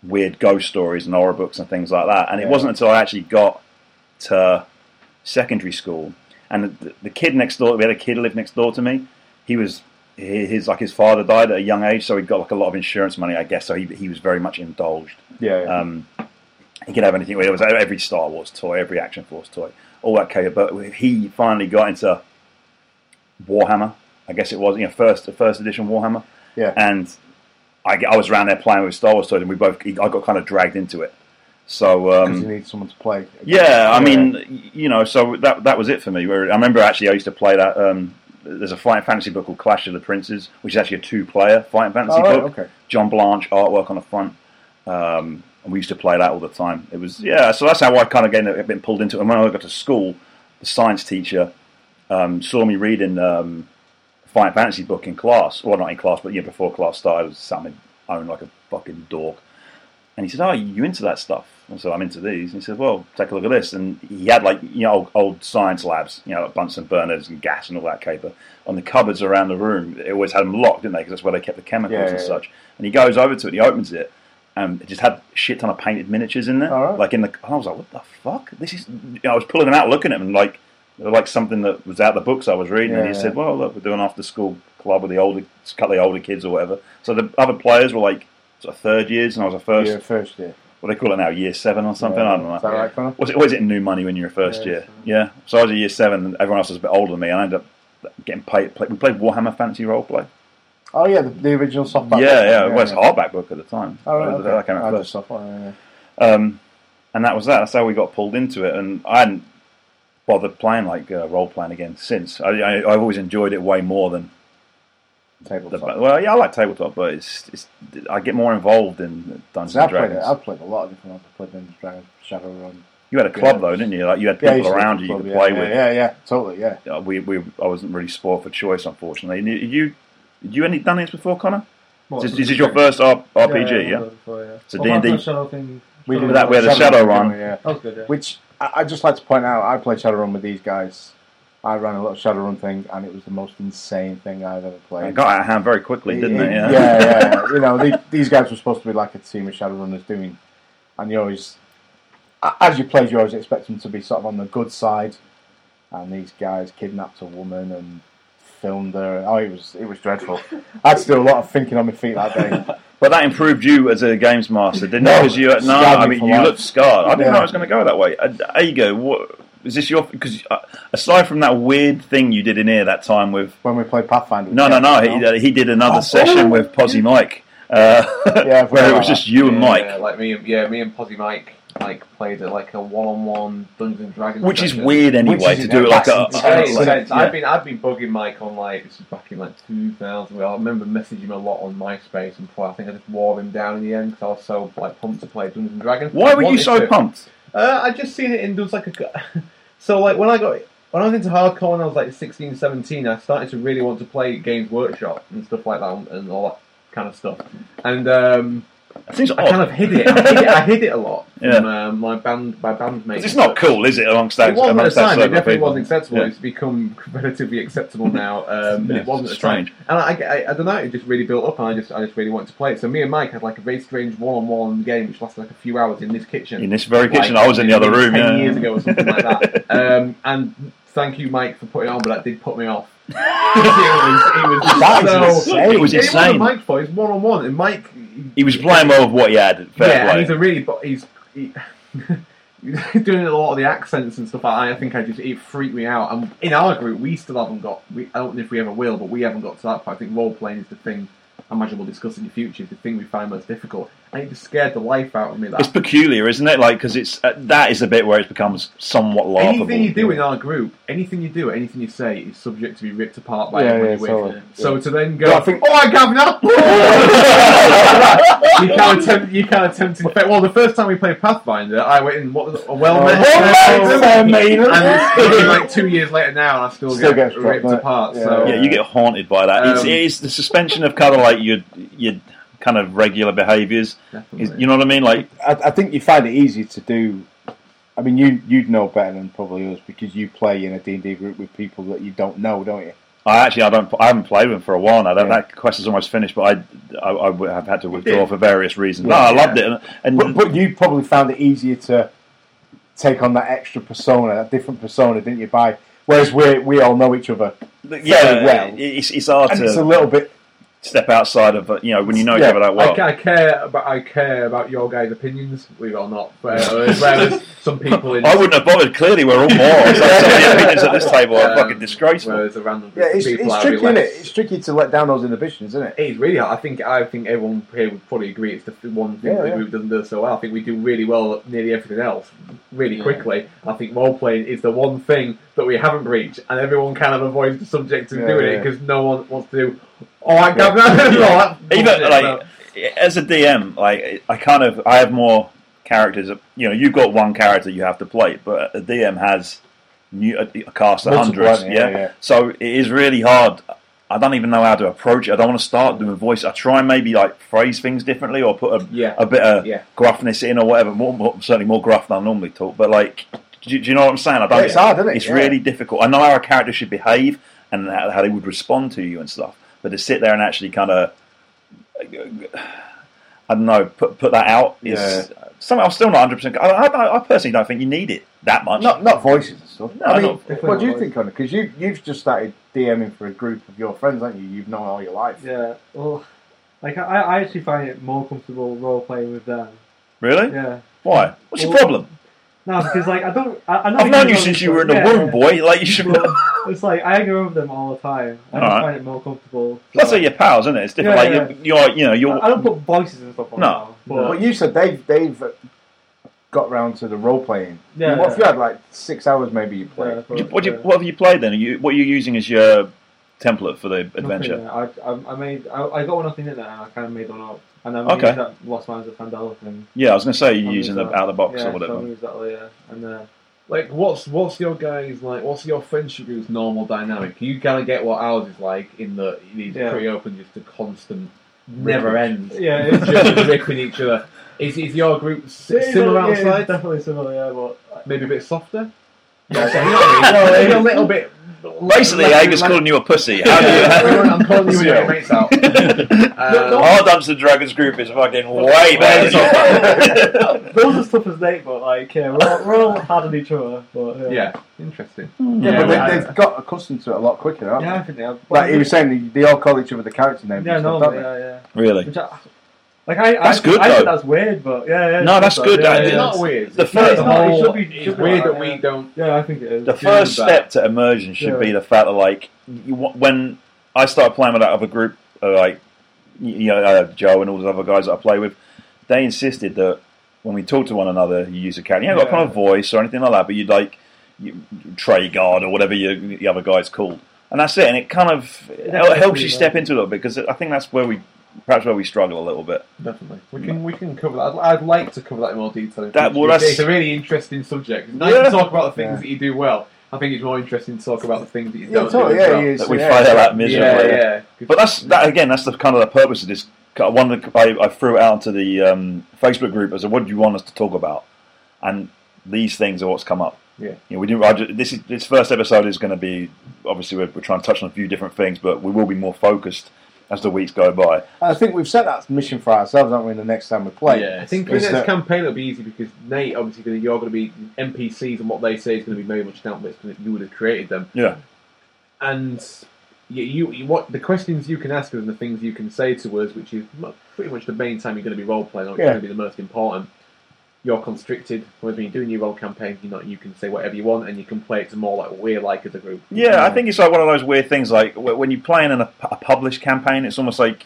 [SPEAKER 2] weird ghost stories and horror books and things like that. And it
[SPEAKER 5] Yeah.
[SPEAKER 2] wasn't until I actually got to secondary school and the, the kid next door we had a kid who lived next door to me. He was he- his like his father died at a young age, so he got like a lot of insurance money, I guess. So he he was very much indulged.
[SPEAKER 5] yeah, yeah.
[SPEAKER 2] Um, he could have anything. Well, It was every Star Wars toy, every Action Force toy, all that kind of. But he finally got into Warhammer. I guess it was you know first the first edition Warhammer.
[SPEAKER 5] Yeah.
[SPEAKER 2] And I, I was around there playing with Star Wars toys, and we both I got kind of dragged into it. So um,
[SPEAKER 5] because you need someone to play.
[SPEAKER 2] yeah, I mean, y- you know, so that that was it for me. Where I remember actually, I used to play that. Um, there's a fighting fantasy book called Clash of the Princes, which is actually a two-player fighting fantasy
[SPEAKER 5] Oh, right,
[SPEAKER 2] book.
[SPEAKER 5] okay.
[SPEAKER 2] John Blanche artwork on the front, um, and we used to play that all the time. It was yeah, so that's how I kind of get been pulled into it. And when I got to school, the science teacher um, saw me reading um, fighting fantasy book in class. Well, not in class, but you know, before class started, I was sat on my own like a fucking dork. And he said, "Oh, you into that stuff?" I said, "I'm into these." And he said, "Well, take a look at this." And he had like you know old, old science labs, you know, like Bunsen burners and gas and all that caper on the cupboards around the room. They always had them locked, didn't they? Because that's where they kept the chemicals
[SPEAKER 5] Yeah,
[SPEAKER 2] and
[SPEAKER 5] yeah,
[SPEAKER 2] such. And he goes over to it, and he opens it, and Um, it just had shit ton of painted miniatures in there,
[SPEAKER 5] All right.
[SPEAKER 2] like in the. And I was like, "What the fuck? This is." You know, I was pulling them out, looking at them, like they were like something that was out of the books I was reading. and he
[SPEAKER 5] Yeah.
[SPEAKER 2] said, "Well, look, we're doing after school club with the older, a couple of the older kids or whatever." So the other players were like sort of third years, and I was a first
[SPEAKER 5] yeah, first year.
[SPEAKER 2] what they call it now, year seven or something.
[SPEAKER 5] Yeah.
[SPEAKER 2] I don't know.
[SPEAKER 5] Is that right, Connor?
[SPEAKER 2] Was it was it new money when you were first
[SPEAKER 6] Yeah,
[SPEAKER 2] year?
[SPEAKER 6] so-
[SPEAKER 2] Yeah. So I was a year seven. And everyone else was a bit older than me. and I ended up getting paid. Play, we played Warhammer Fantasy Roleplay.
[SPEAKER 5] Oh yeah, the, the original softback.
[SPEAKER 2] yeah,
[SPEAKER 5] book.
[SPEAKER 2] yeah. It was hardback book at the time.
[SPEAKER 5] Oh, right,
[SPEAKER 2] That-
[SPEAKER 5] okay.
[SPEAKER 2] That came out
[SPEAKER 5] I
[SPEAKER 2] first.
[SPEAKER 5] just saw- yeah,
[SPEAKER 2] Um, and that was that. That's how we got pulled into it. And I hadn't bothered playing like uh, role playing again since. I, I, I've always enjoyed it way more than the.
[SPEAKER 5] yeah. Tabletop.
[SPEAKER 2] Well, yeah, I like tabletop, but it's, it's I get more involved in Dungeons
[SPEAKER 5] So I
[SPEAKER 2] and
[SPEAKER 5] played it.
[SPEAKER 2] Dragons.
[SPEAKER 5] I played a lot of different ones. I played Dungeons and Dragons, Shadowrun.
[SPEAKER 2] You had a club
[SPEAKER 5] Yeah.
[SPEAKER 2] though, didn't you? Like you had
[SPEAKER 5] Yeah, I
[SPEAKER 2] people
[SPEAKER 5] used to
[SPEAKER 2] around
[SPEAKER 5] do
[SPEAKER 2] you you
[SPEAKER 5] club,
[SPEAKER 2] could
[SPEAKER 5] yeah,
[SPEAKER 2] play
[SPEAKER 5] yeah,
[SPEAKER 2] with.
[SPEAKER 5] Yeah, yeah, totally, yeah.
[SPEAKER 2] uh, we, we I wasn't really spoiled for choice, unfortunately. And you, you, you any done this before, Connor?
[SPEAKER 6] What,
[SPEAKER 2] Is,
[SPEAKER 6] the-
[SPEAKER 2] is this your first R- RPG? Yeah.
[SPEAKER 6] I've done it before, yeah.
[SPEAKER 2] So
[SPEAKER 6] Well, I've
[SPEAKER 2] D&D.
[SPEAKER 6] done Shadow thing.
[SPEAKER 5] We
[SPEAKER 6] Shadow
[SPEAKER 5] did
[SPEAKER 2] Look at that, we had a
[SPEAKER 6] Thing.
[SPEAKER 2] Shadowrun.
[SPEAKER 5] Yeah.
[SPEAKER 6] That was good, yeah.
[SPEAKER 5] Which I, I just like to point out, I played Shadowrun with these guys I ran a little Shadowrun thing, and it was the most insane thing I've ever
[SPEAKER 2] It
[SPEAKER 5] played.
[SPEAKER 2] got out of hand very quickly, didn't it?
[SPEAKER 5] yeah, yeah. you know, the- these guys were supposed to be like a team of Shadowrunners doing, and you always, a- as you played, you always expect them to be sort of on the good side, and these guys kidnapped a woman and filmed her. Oh, it was it was dreadful. I had to do a lot of thinking on my feet that day.
[SPEAKER 2] But that improved you as a games master, didn't
[SPEAKER 5] No,
[SPEAKER 2] it? Because you,
[SPEAKER 5] it
[SPEAKER 2] no,
[SPEAKER 5] scarred
[SPEAKER 2] I
[SPEAKER 5] me
[SPEAKER 2] mean,
[SPEAKER 5] for
[SPEAKER 2] you
[SPEAKER 5] life.
[SPEAKER 2] looked scarred. I didn't know
[SPEAKER 5] Yeah.
[SPEAKER 2] I was going to go that way. Uh, Ago, what is this your? Because uh, aside from that weird thing you did in here that time with
[SPEAKER 5] when we played Pathfinder.
[SPEAKER 2] no, no, no, he, uh, he did
[SPEAKER 4] Oh,
[SPEAKER 2] another session with Posy Mike, uh, (laughs)
[SPEAKER 5] Yeah,
[SPEAKER 2] where it
[SPEAKER 5] I've heard
[SPEAKER 2] was
[SPEAKER 5] about
[SPEAKER 2] just you and
[SPEAKER 4] Yeah,
[SPEAKER 2] Mike.
[SPEAKER 4] like me, and yeah, me and Posy Mike like played at like a one-on-one Dungeons and Dragons,
[SPEAKER 2] Which is
[SPEAKER 4] session.
[SPEAKER 2] weird anyway
[SPEAKER 5] is
[SPEAKER 2] to do it like a.
[SPEAKER 5] insane.
[SPEAKER 4] It's
[SPEAKER 5] Like-
[SPEAKER 4] intense.
[SPEAKER 5] yeah.
[SPEAKER 4] I've been I've been bugging Mike on like this is back in like 2000. I remember messaging him a lot on MySpace, and probably, I think I just wore him down in the end because I was so like pumped to play Dungeons and Dragons.
[SPEAKER 2] Why were you
[SPEAKER 4] Wanted
[SPEAKER 2] so
[SPEAKER 4] to.
[SPEAKER 2] pumped?
[SPEAKER 4] Uh, I just seen it in there was like a. (laughs) so like when I got when I was into hardcore when I was like 16, 17, I started to really want to play Games Workshop and stuff like that and, and all that kind of stuff. And um,
[SPEAKER 2] It seems
[SPEAKER 4] I kind of
[SPEAKER 2] odd.
[SPEAKER 4] hid it. I hid it, I hid it
[SPEAKER 2] (laughs)
[SPEAKER 4] a lot
[SPEAKER 2] Yeah.
[SPEAKER 4] from uh, my band my bandmates.
[SPEAKER 2] 'Cause It's not cool, is it, amongst that?
[SPEAKER 4] It wasn't at
[SPEAKER 2] amongst
[SPEAKER 4] the
[SPEAKER 2] that
[SPEAKER 4] time. It
[SPEAKER 2] circle of
[SPEAKER 4] definitely
[SPEAKER 2] people?
[SPEAKER 4] wasn't acceptable.
[SPEAKER 2] Yeah.
[SPEAKER 4] It's become relatively acceptable
[SPEAKER 2] (laughs)
[SPEAKER 4] now. Um, and
[SPEAKER 2] Yeah,
[SPEAKER 4] it wasn't
[SPEAKER 2] it's
[SPEAKER 4] at the time.
[SPEAKER 2] strange.
[SPEAKER 4] And I, I, I don't know. It just really built up, and I just, I just really wanted to play it. So me and Mike had like a very strange one-on-one game, which lasted like a few hours in this kitchen.
[SPEAKER 2] In this very
[SPEAKER 4] Like,
[SPEAKER 2] kitchen, I was in the other room.
[SPEAKER 4] Ten
[SPEAKER 2] yeah.
[SPEAKER 4] years ago, or something
[SPEAKER 2] (laughs)
[SPEAKER 4] like that. Um, and thank you, Mike, for putting it on, but that did put me off. (laughs) it was, it was
[SPEAKER 5] That is
[SPEAKER 4] so.
[SPEAKER 5] insane.
[SPEAKER 2] It was
[SPEAKER 4] It wasn't
[SPEAKER 2] insane.
[SPEAKER 4] Mike's fault. It's one-on-one, and Mike.
[SPEAKER 2] He was playing well with what he had. Fair
[SPEAKER 4] yeah,
[SPEAKER 2] play.
[SPEAKER 4] and he's a really, but he's he, (laughs) doing a lot of the accents and stuff. I, I think I just it freaked me out. And in our group, we still haven't got. We, I don't know if we ever will, but we haven't got to that point. I think role playing is the thing. I imagine we'll discuss in the future. is The thing we find most difficult, and it just scared the life out of me. That
[SPEAKER 2] It's peculiar, isn't it? Like because it's uh, that is the bit where it becomes somewhat laughable.
[SPEAKER 4] anything you do in our group, anything you do, anything you say, is subject to be ripped apart by
[SPEAKER 5] Yeah,
[SPEAKER 4] everyone
[SPEAKER 5] yeah,
[SPEAKER 4] you
[SPEAKER 5] so-
[SPEAKER 4] with.
[SPEAKER 5] yeah.
[SPEAKER 4] So to then go,
[SPEAKER 5] Yeah, I think-
[SPEAKER 4] oh, I Gavin, you can't attempt. You can't attempt. In fact, well, the first time we played Pathfinder, I went in what was a
[SPEAKER 5] Oh,
[SPEAKER 4] well met. and it's been like two years later now, and I still,
[SPEAKER 5] Still
[SPEAKER 4] get
[SPEAKER 5] gets
[SPEAKER 4] ripped
[SPEAKER 5] dropped,
[SPEAKER 4] apart.
[SPEAKER 5] yeah.
[SPEAKER 4] So
[SPEAKER 2] yeah, you get haunted by that. it's,
[SPEAKER 4] Um,
[SPEAKER 2] it's the suspension of kind of like your your kind of regular behaviours. Is-
[SPEAKER 4] definitely.
[SPEAKER 2] You know what I mean? Like
[SPEAKER 5] (laughs) I, I think you find it easier to do. I mean, you you'd know better than probably us because you play in a D and D group with people that you don't know, don't you?
[SPEAKER 2] I actually I don't I haven't played with him for a while now. That,
[SPEAKER 5] Yeah.
[SPEAKER 2] that quest is almost finished, but I I, I w- have had to withdraw for various reasons.
[SPEAKER 5] Yeah.
[SPEAKER 2] no, I loved it, and,
[SPEAKER 5] But, but you probably found it easier to take on that extra persona, that different persona, didn't you? By whereas we we all know each other,
[SPEAKER 2] yeah,
[SPEAKER 5] fairly well.
[SPEAKER 2] it's, it's hard
[SPEAKER 5] and
[SPEAKER 2] to
[SPEAKER 5] it's a little bit.
[SPEAKER 2] step outside of uh, you know when you know each
[SPEAKER 5] Yeah,
[SPEAKER 2] other that
[SPEAKER 4] I,
[SPEAKER 2] well.
[SPEAKER 4] ca- I care about I care about your guys' opinions, we or not. Whereas, whereas some people in
[SPEAKER 2] I wouldn't have bothered. Clearly, we're all morons. Some of the opinions at this table are
[SPEAKER 4] Um,
[SPEAKER 2] fucking disgraceful.
[SPEAKER 4] (laughs) Whereas a random group
[SPEAKER 5] Yeah, it's,
[SPEAKER 4] of people,
[SPEAKER 5] it's
[SPEAKER 4] I'd be
[SPEAKER 5] tricky, isn't it?
[SPEAKER 4] less-
[SPEAKER 5] It's tricky to let down those inhibitions, isn't it?
[SPEAKER 4] It's really hard. I think I think everyone here would probably agree it's the f- one thing
[SPEAKER 5] Yeah,
[SPEAKER 4] that
[SPEAKER 5] yeah.
[SPEAKER 4] we doesn't do so well. I think we do really well at nearly everything else really
[SPEAKER 6] Yeah.
[SPEAKER 4] quickly. I think role playing is the one thing that we haven't reached, and everyone kind of avoids the subject of
[SPEAKER 5] Yeah,
[SPEAKER 4] doing it
[SPEAKER 5] yeah.
[SPEAKER 4] because no one wants to. do Oh, I got that. (laughs)
[SPEAKER 2] Yeah.
[SPEAKER 4] all that
[SPEAKER 2] even
[SPEAKER 4] bullshit,
[SPEAKER 2] like
[SPEAKER 4] no.
[SPEAKER 2] as a DM, like I kind of I have more characters. that- You know, you've got one character you have to play, but a DM has new, a, a cast of
[SPEAKER 5] Multiple,
[SPEAKER 2] hundreds.
[SPEAKER 5] yeah,
[SPEAKER 2] Yeah?
[SPEAKER 5] yeah.
[SPEAKER 2] so it is really hard. I don't even know how to approach it. I don't want to start doing voice. I try and maybe like phrase things differently or put a,
[SPEAKER 4] Yeah.
[SPEAKER 2] a bit of
[SPEAKER 4] Yeah.
[SPEAKER 2] gruffness in or whatever. More, more, certainly more gruff than I normally talk, but like, do, you- do you know what I'm saying? I don't.
[SPEAKER 5] Yeah, it's hard, isn't it?
[SPEAKER 2] It's
[SPEAKER 5] Yeah.
[SPEAKER 2] really difficult. I know how a character should behave and how, how they would respond to you and stuff, but to sit there and actually kind of I don't know, put put that out is something I'm still not 100%. I, I, I personally don't think you need it that much.
[SPEAKER 5] Not not voices and stuff.
[SPEAKER 2] No,
[SPEAKER 5] I mean,
[SPEAKER 2] not-
[SPEAKER 6] definitely
[SPEAKER 5] what do you
[SPEAKER 6] not
[SPEAKER 5] think, Connor? Because you you've just started DMing for a group of your friends, haven't you? You've known all your life.
[SPEAKER 6] Yeah, well, like I, I actually find it more comfortable role playing with them.
[SPEAKER 2] Really?
[SPEAKER 6] Yeah.
[SPEAKER 2] Why? What's your
[SPEAKER 6] Well,
[SPEAKER 2] problem?
[SPEAKER 6] No, because like I don't. I, I know
[SPEAKER 2] I've
[SPEAKER 6] they
[SPEAKER 2] known
[SPEAKER 6] do
[SPEAKER 2] you
[SPEAKER 6] all
[SPEAKER 2] since
[SPEAKER 6] this
[SPEAKER 2] you were in the
[SPEAKER 6] stuff, yeah,
[SPEAKER 2] womb, boy. Like you should.
[SPEAKER 6] yeah.
[SPEAKER 2] (laughs)
[SPEAKER 6] Well, it's like I go over them all the time. I just
[SPEAKER 2] Alright.
[SPEAKER 6] find it more comfortable.
[SPEAKER 2] Plus,
[SPEAKER 6] So,
[SPEAKER 2] they're your pals, isn't it? It's different.
[SPEAKER 6] Yeah,
[SPEAKER 2] like You're, you're, you know,
[SPEAKER 6] I, I
[SPEAKER 2] you're.
[SPEAKER 6] don't put voices and stuff on.
[SPEAKER 2] No.
[SPEAKER 6] now, but-
[SPEAKER 5] But you said they've they've got round to the role playing.
[SPEAKER 6] Yeah,
[SPEAKER 5] what if you
[SPEAKER 6] yeah.
[SPEAKER 5] had like six hours maybe you played?
[SPEAKER 6] Yeah,
[SPEAKER 2] What,
[SPEAKER 6] but,
[SPEAKER 2] do you,
[SPEAKER 6] yeah.
[SPEAKER 2] what have you played then? Are you, what are you using as your template for the adventure?
[SPEAKER 6] Nothing, I, I, I made. I, I got nothing in there. and I kind of made one up, and then we
[SPEAKER 2] Okay.
[SPEAKER 6] used that Lost Minds of Fandela thing.
[SPEAKER 2] Yeah, I was going to say you're
[SPEAKER 6] I'll
[SPEAKER 2] using
[SPEAKER 6] use
[SPEAKER 2] the
[SPEAKER 6] that.
[SPEAKER 2] out of the box
[SPEAKER 6] yeah,
[SPEAKER 2] or whatever.
[SPEAKER 6] So I'm gonna use that later. And uh,
[SPEAKER 4] Like, what's what's your guys like? What's your friendship group's normal dynamic? You kind of get what ours is like in that it's
[SPEAKER 6] Yeah.
[SPEAKER 4] pretty open, just a constant, never ends. (laughs)
[SPEAKER 6] Yeah,
[SPEAKER 4] it's
[SPEAKER 6] it's-
[SPEAKER 4] just ripping each other. Is, is your group s- similar
[SPEAKER 6] yeah, it's
[SPEAKER 4] outside?
[SPEAKER 6] Definitely similar. Yeah, but uh,
[SPEAKER 4] Maybe a bit softer. (laughs) Well, maybe a little bit.
[SPEAKER 2] Basically,
[SPEAKER 4] less-
[SPEAKER 2] Ager's
[SPEAKER 4] less- (laughs)
[SPEAKER 2] calling you a pussy. How do (laughs) you?
[SPEAKER 4] I'm calling you and your mates (laughs) out.
[SPEAKER 2] Uh, Hard Dumpster Dragons group is fucking way better. (laughs)
[SPEAKER 6] That was as tough as Nate, but like, yeah, we're all, we're all hard on each other. But yeah,
[SPEAKER 4] Yeah, interesting.
[SPEAKER 5] Yeah,
[SPEAKER 4] Yeah,
[SPEAKER 5] but
[SPEAKER 4] well,
[SPEAKER 5] they, they've got accustomed to it a lot quicker, haven't
[SPEAKER 6] yeah, I
[SPEAKER 5] they?
[SPEAKER 6] think they have.
[SPEAKER 5] Like he was saying, they, they all call each other the character names.
[SPEAKER 6] yeah,
[SPEAKER 5] and stuff,
[SPEAKER 6] no,
[SPEAKER 5] don't they?
[SPEAKER 6] yeah, yeah.
[SPEAKER 2] really?
[SPEAKER 6] Which I, like I,
[SPEAKER 2] That's
[SPEAKER 6] I,
[SPEAKER 2] good,
[SPEAKER 6] I think
[SPEAKER 2] though.
[SPEAKER 6] that's weird, but yeah, yeah
[SPEAKER 2] No,
[SPEAKER 6] it's
[SPEAKER 2] that's
[SPEAKER 6] good,
[SPEAKER 2] good.
[SPEAKER 6] though,
[SPEAKER 2] I
[SPEAKER 6] Yeah,
[SPEAKER 2] did
[SPEAKER 4] It's
[SPEAKER 6] yeah.
[SPEAKER 4] not weird.
[SPEAKER 2] The
[SPEAKER 4] It's
[SPEAKER 6] No, it's
[SPEAKER 2] first,
[SPEAKER 6] not. It
[SPEAKER 4] whole-
[SPEAKER 6] should be,
[SPEAKER 4] it's
[SPEAKER 6] should be
[SPEAKER 4] weird
[SPEAKER 6] like
[SPEAKER 4] that
[SPEAKER 6] yeah.
[SPEAKER 4] we don't.
[SPEAKER 6] Yeah, I think it is.
[SPEAKER 2] the first step to immersion should
[SPEAKER 6] Yeah.
[SPEAKER 2] be the fact that, like, you, when I started playing with that other group, uh, like, you know, uh, Joe and all those other guys that I play with, they insisted that when we talk to one another, you use a character. You haven't got a kind of voice or anything like that, but you'd like you, Trey Guard or whatever you, the other guy's called, and that's it. And it kind of it
[SPEAKER 6] That's
[SPEAKER 2] helps you
[SPEAKER 6] really
[SPEAKER 2] step
[SPEAKER 6] nice.
[SPEAKER 2] into it a little bit because I think that's where we perhaps where we struggle a little bit.
[SPEAKER 4] Definitely, we can we can cover that. I'd, I'd like to cover that in more detail. in
[SPEAKER 2] That-
[SPEAKER 4] future.
[SPEAKER 2] well,
[SPEAKER 4] It's-
[SPEAKER 2] that's-
[SPEAKER 4] it's a really interesting subject. It's nice
[SPEAKER 2] Yeah.
[SPEAKER 4] to talk about the things
[SPEAKER 5] Yeah.
[SPEAKER 4] that you do well. I think it's more interesting to talk about the things that you
[SPEAKER 5] Yeah,
[SPEAKER 4] don't
[SPEAKER 5] totally,
[SPEAKER 4] do as
[SPEAKER 5] yeah,
[SPEAKER 4] well.
[SPEAKER 5] you-
[SPEAKER 2] That we
[SPEAKER 5] yeah,
[SPEAKER 2] find out that
[SPEAKER 4] yeah,
[SPEAKER 2] miserably.
[SPEAKER 4] yeah.
[SPEAKER 2] But that's that again. That's the kind of the purpose of this. One of the, I, I threw it out to the um, Facebook group. I said, "What do you want us to talk about?" And these things are what's come up.
[SPEAKER 4] Yeah.
[SPEAKER 2] you know, we do. I ju- this is this first episode is going to be obviously we're, we're trying to touch on a few different things, but we will be more focused as the weeks go by.
[SPEAKER 5] I think we've set that mission for ourselves, haven't we? The next time we play,
[SPEAKER 4] I think the
[SPEAKER 5] Is
[SPEAKER 4] next
[SPEAKER 5] that-
[SPEAKER 4] campaign will be easy because Nate, obviously, gonna, you're going to be NPCs, and what they say is going to be very much down to because you would have created them.
[SPEAKER 2] Yeah.
[SPEAKER 4] And you, you, you, what the questions you can ask us and the things you can say to us, which is mu- pretty much the main time you're going to be role playing, or it's
[SPEAKER 5] Yeah.
[SPEAKER 4] going to be the most important. You're constricted. Whereas when you're doing your role campaign, you know you can say whatever you want, and you can play it to more like what we're like as a group.
[SPEAKER 2] Yeah, I think it's like one of those weird things. Like wh- when you're playing in a, a published campaign, it's almost like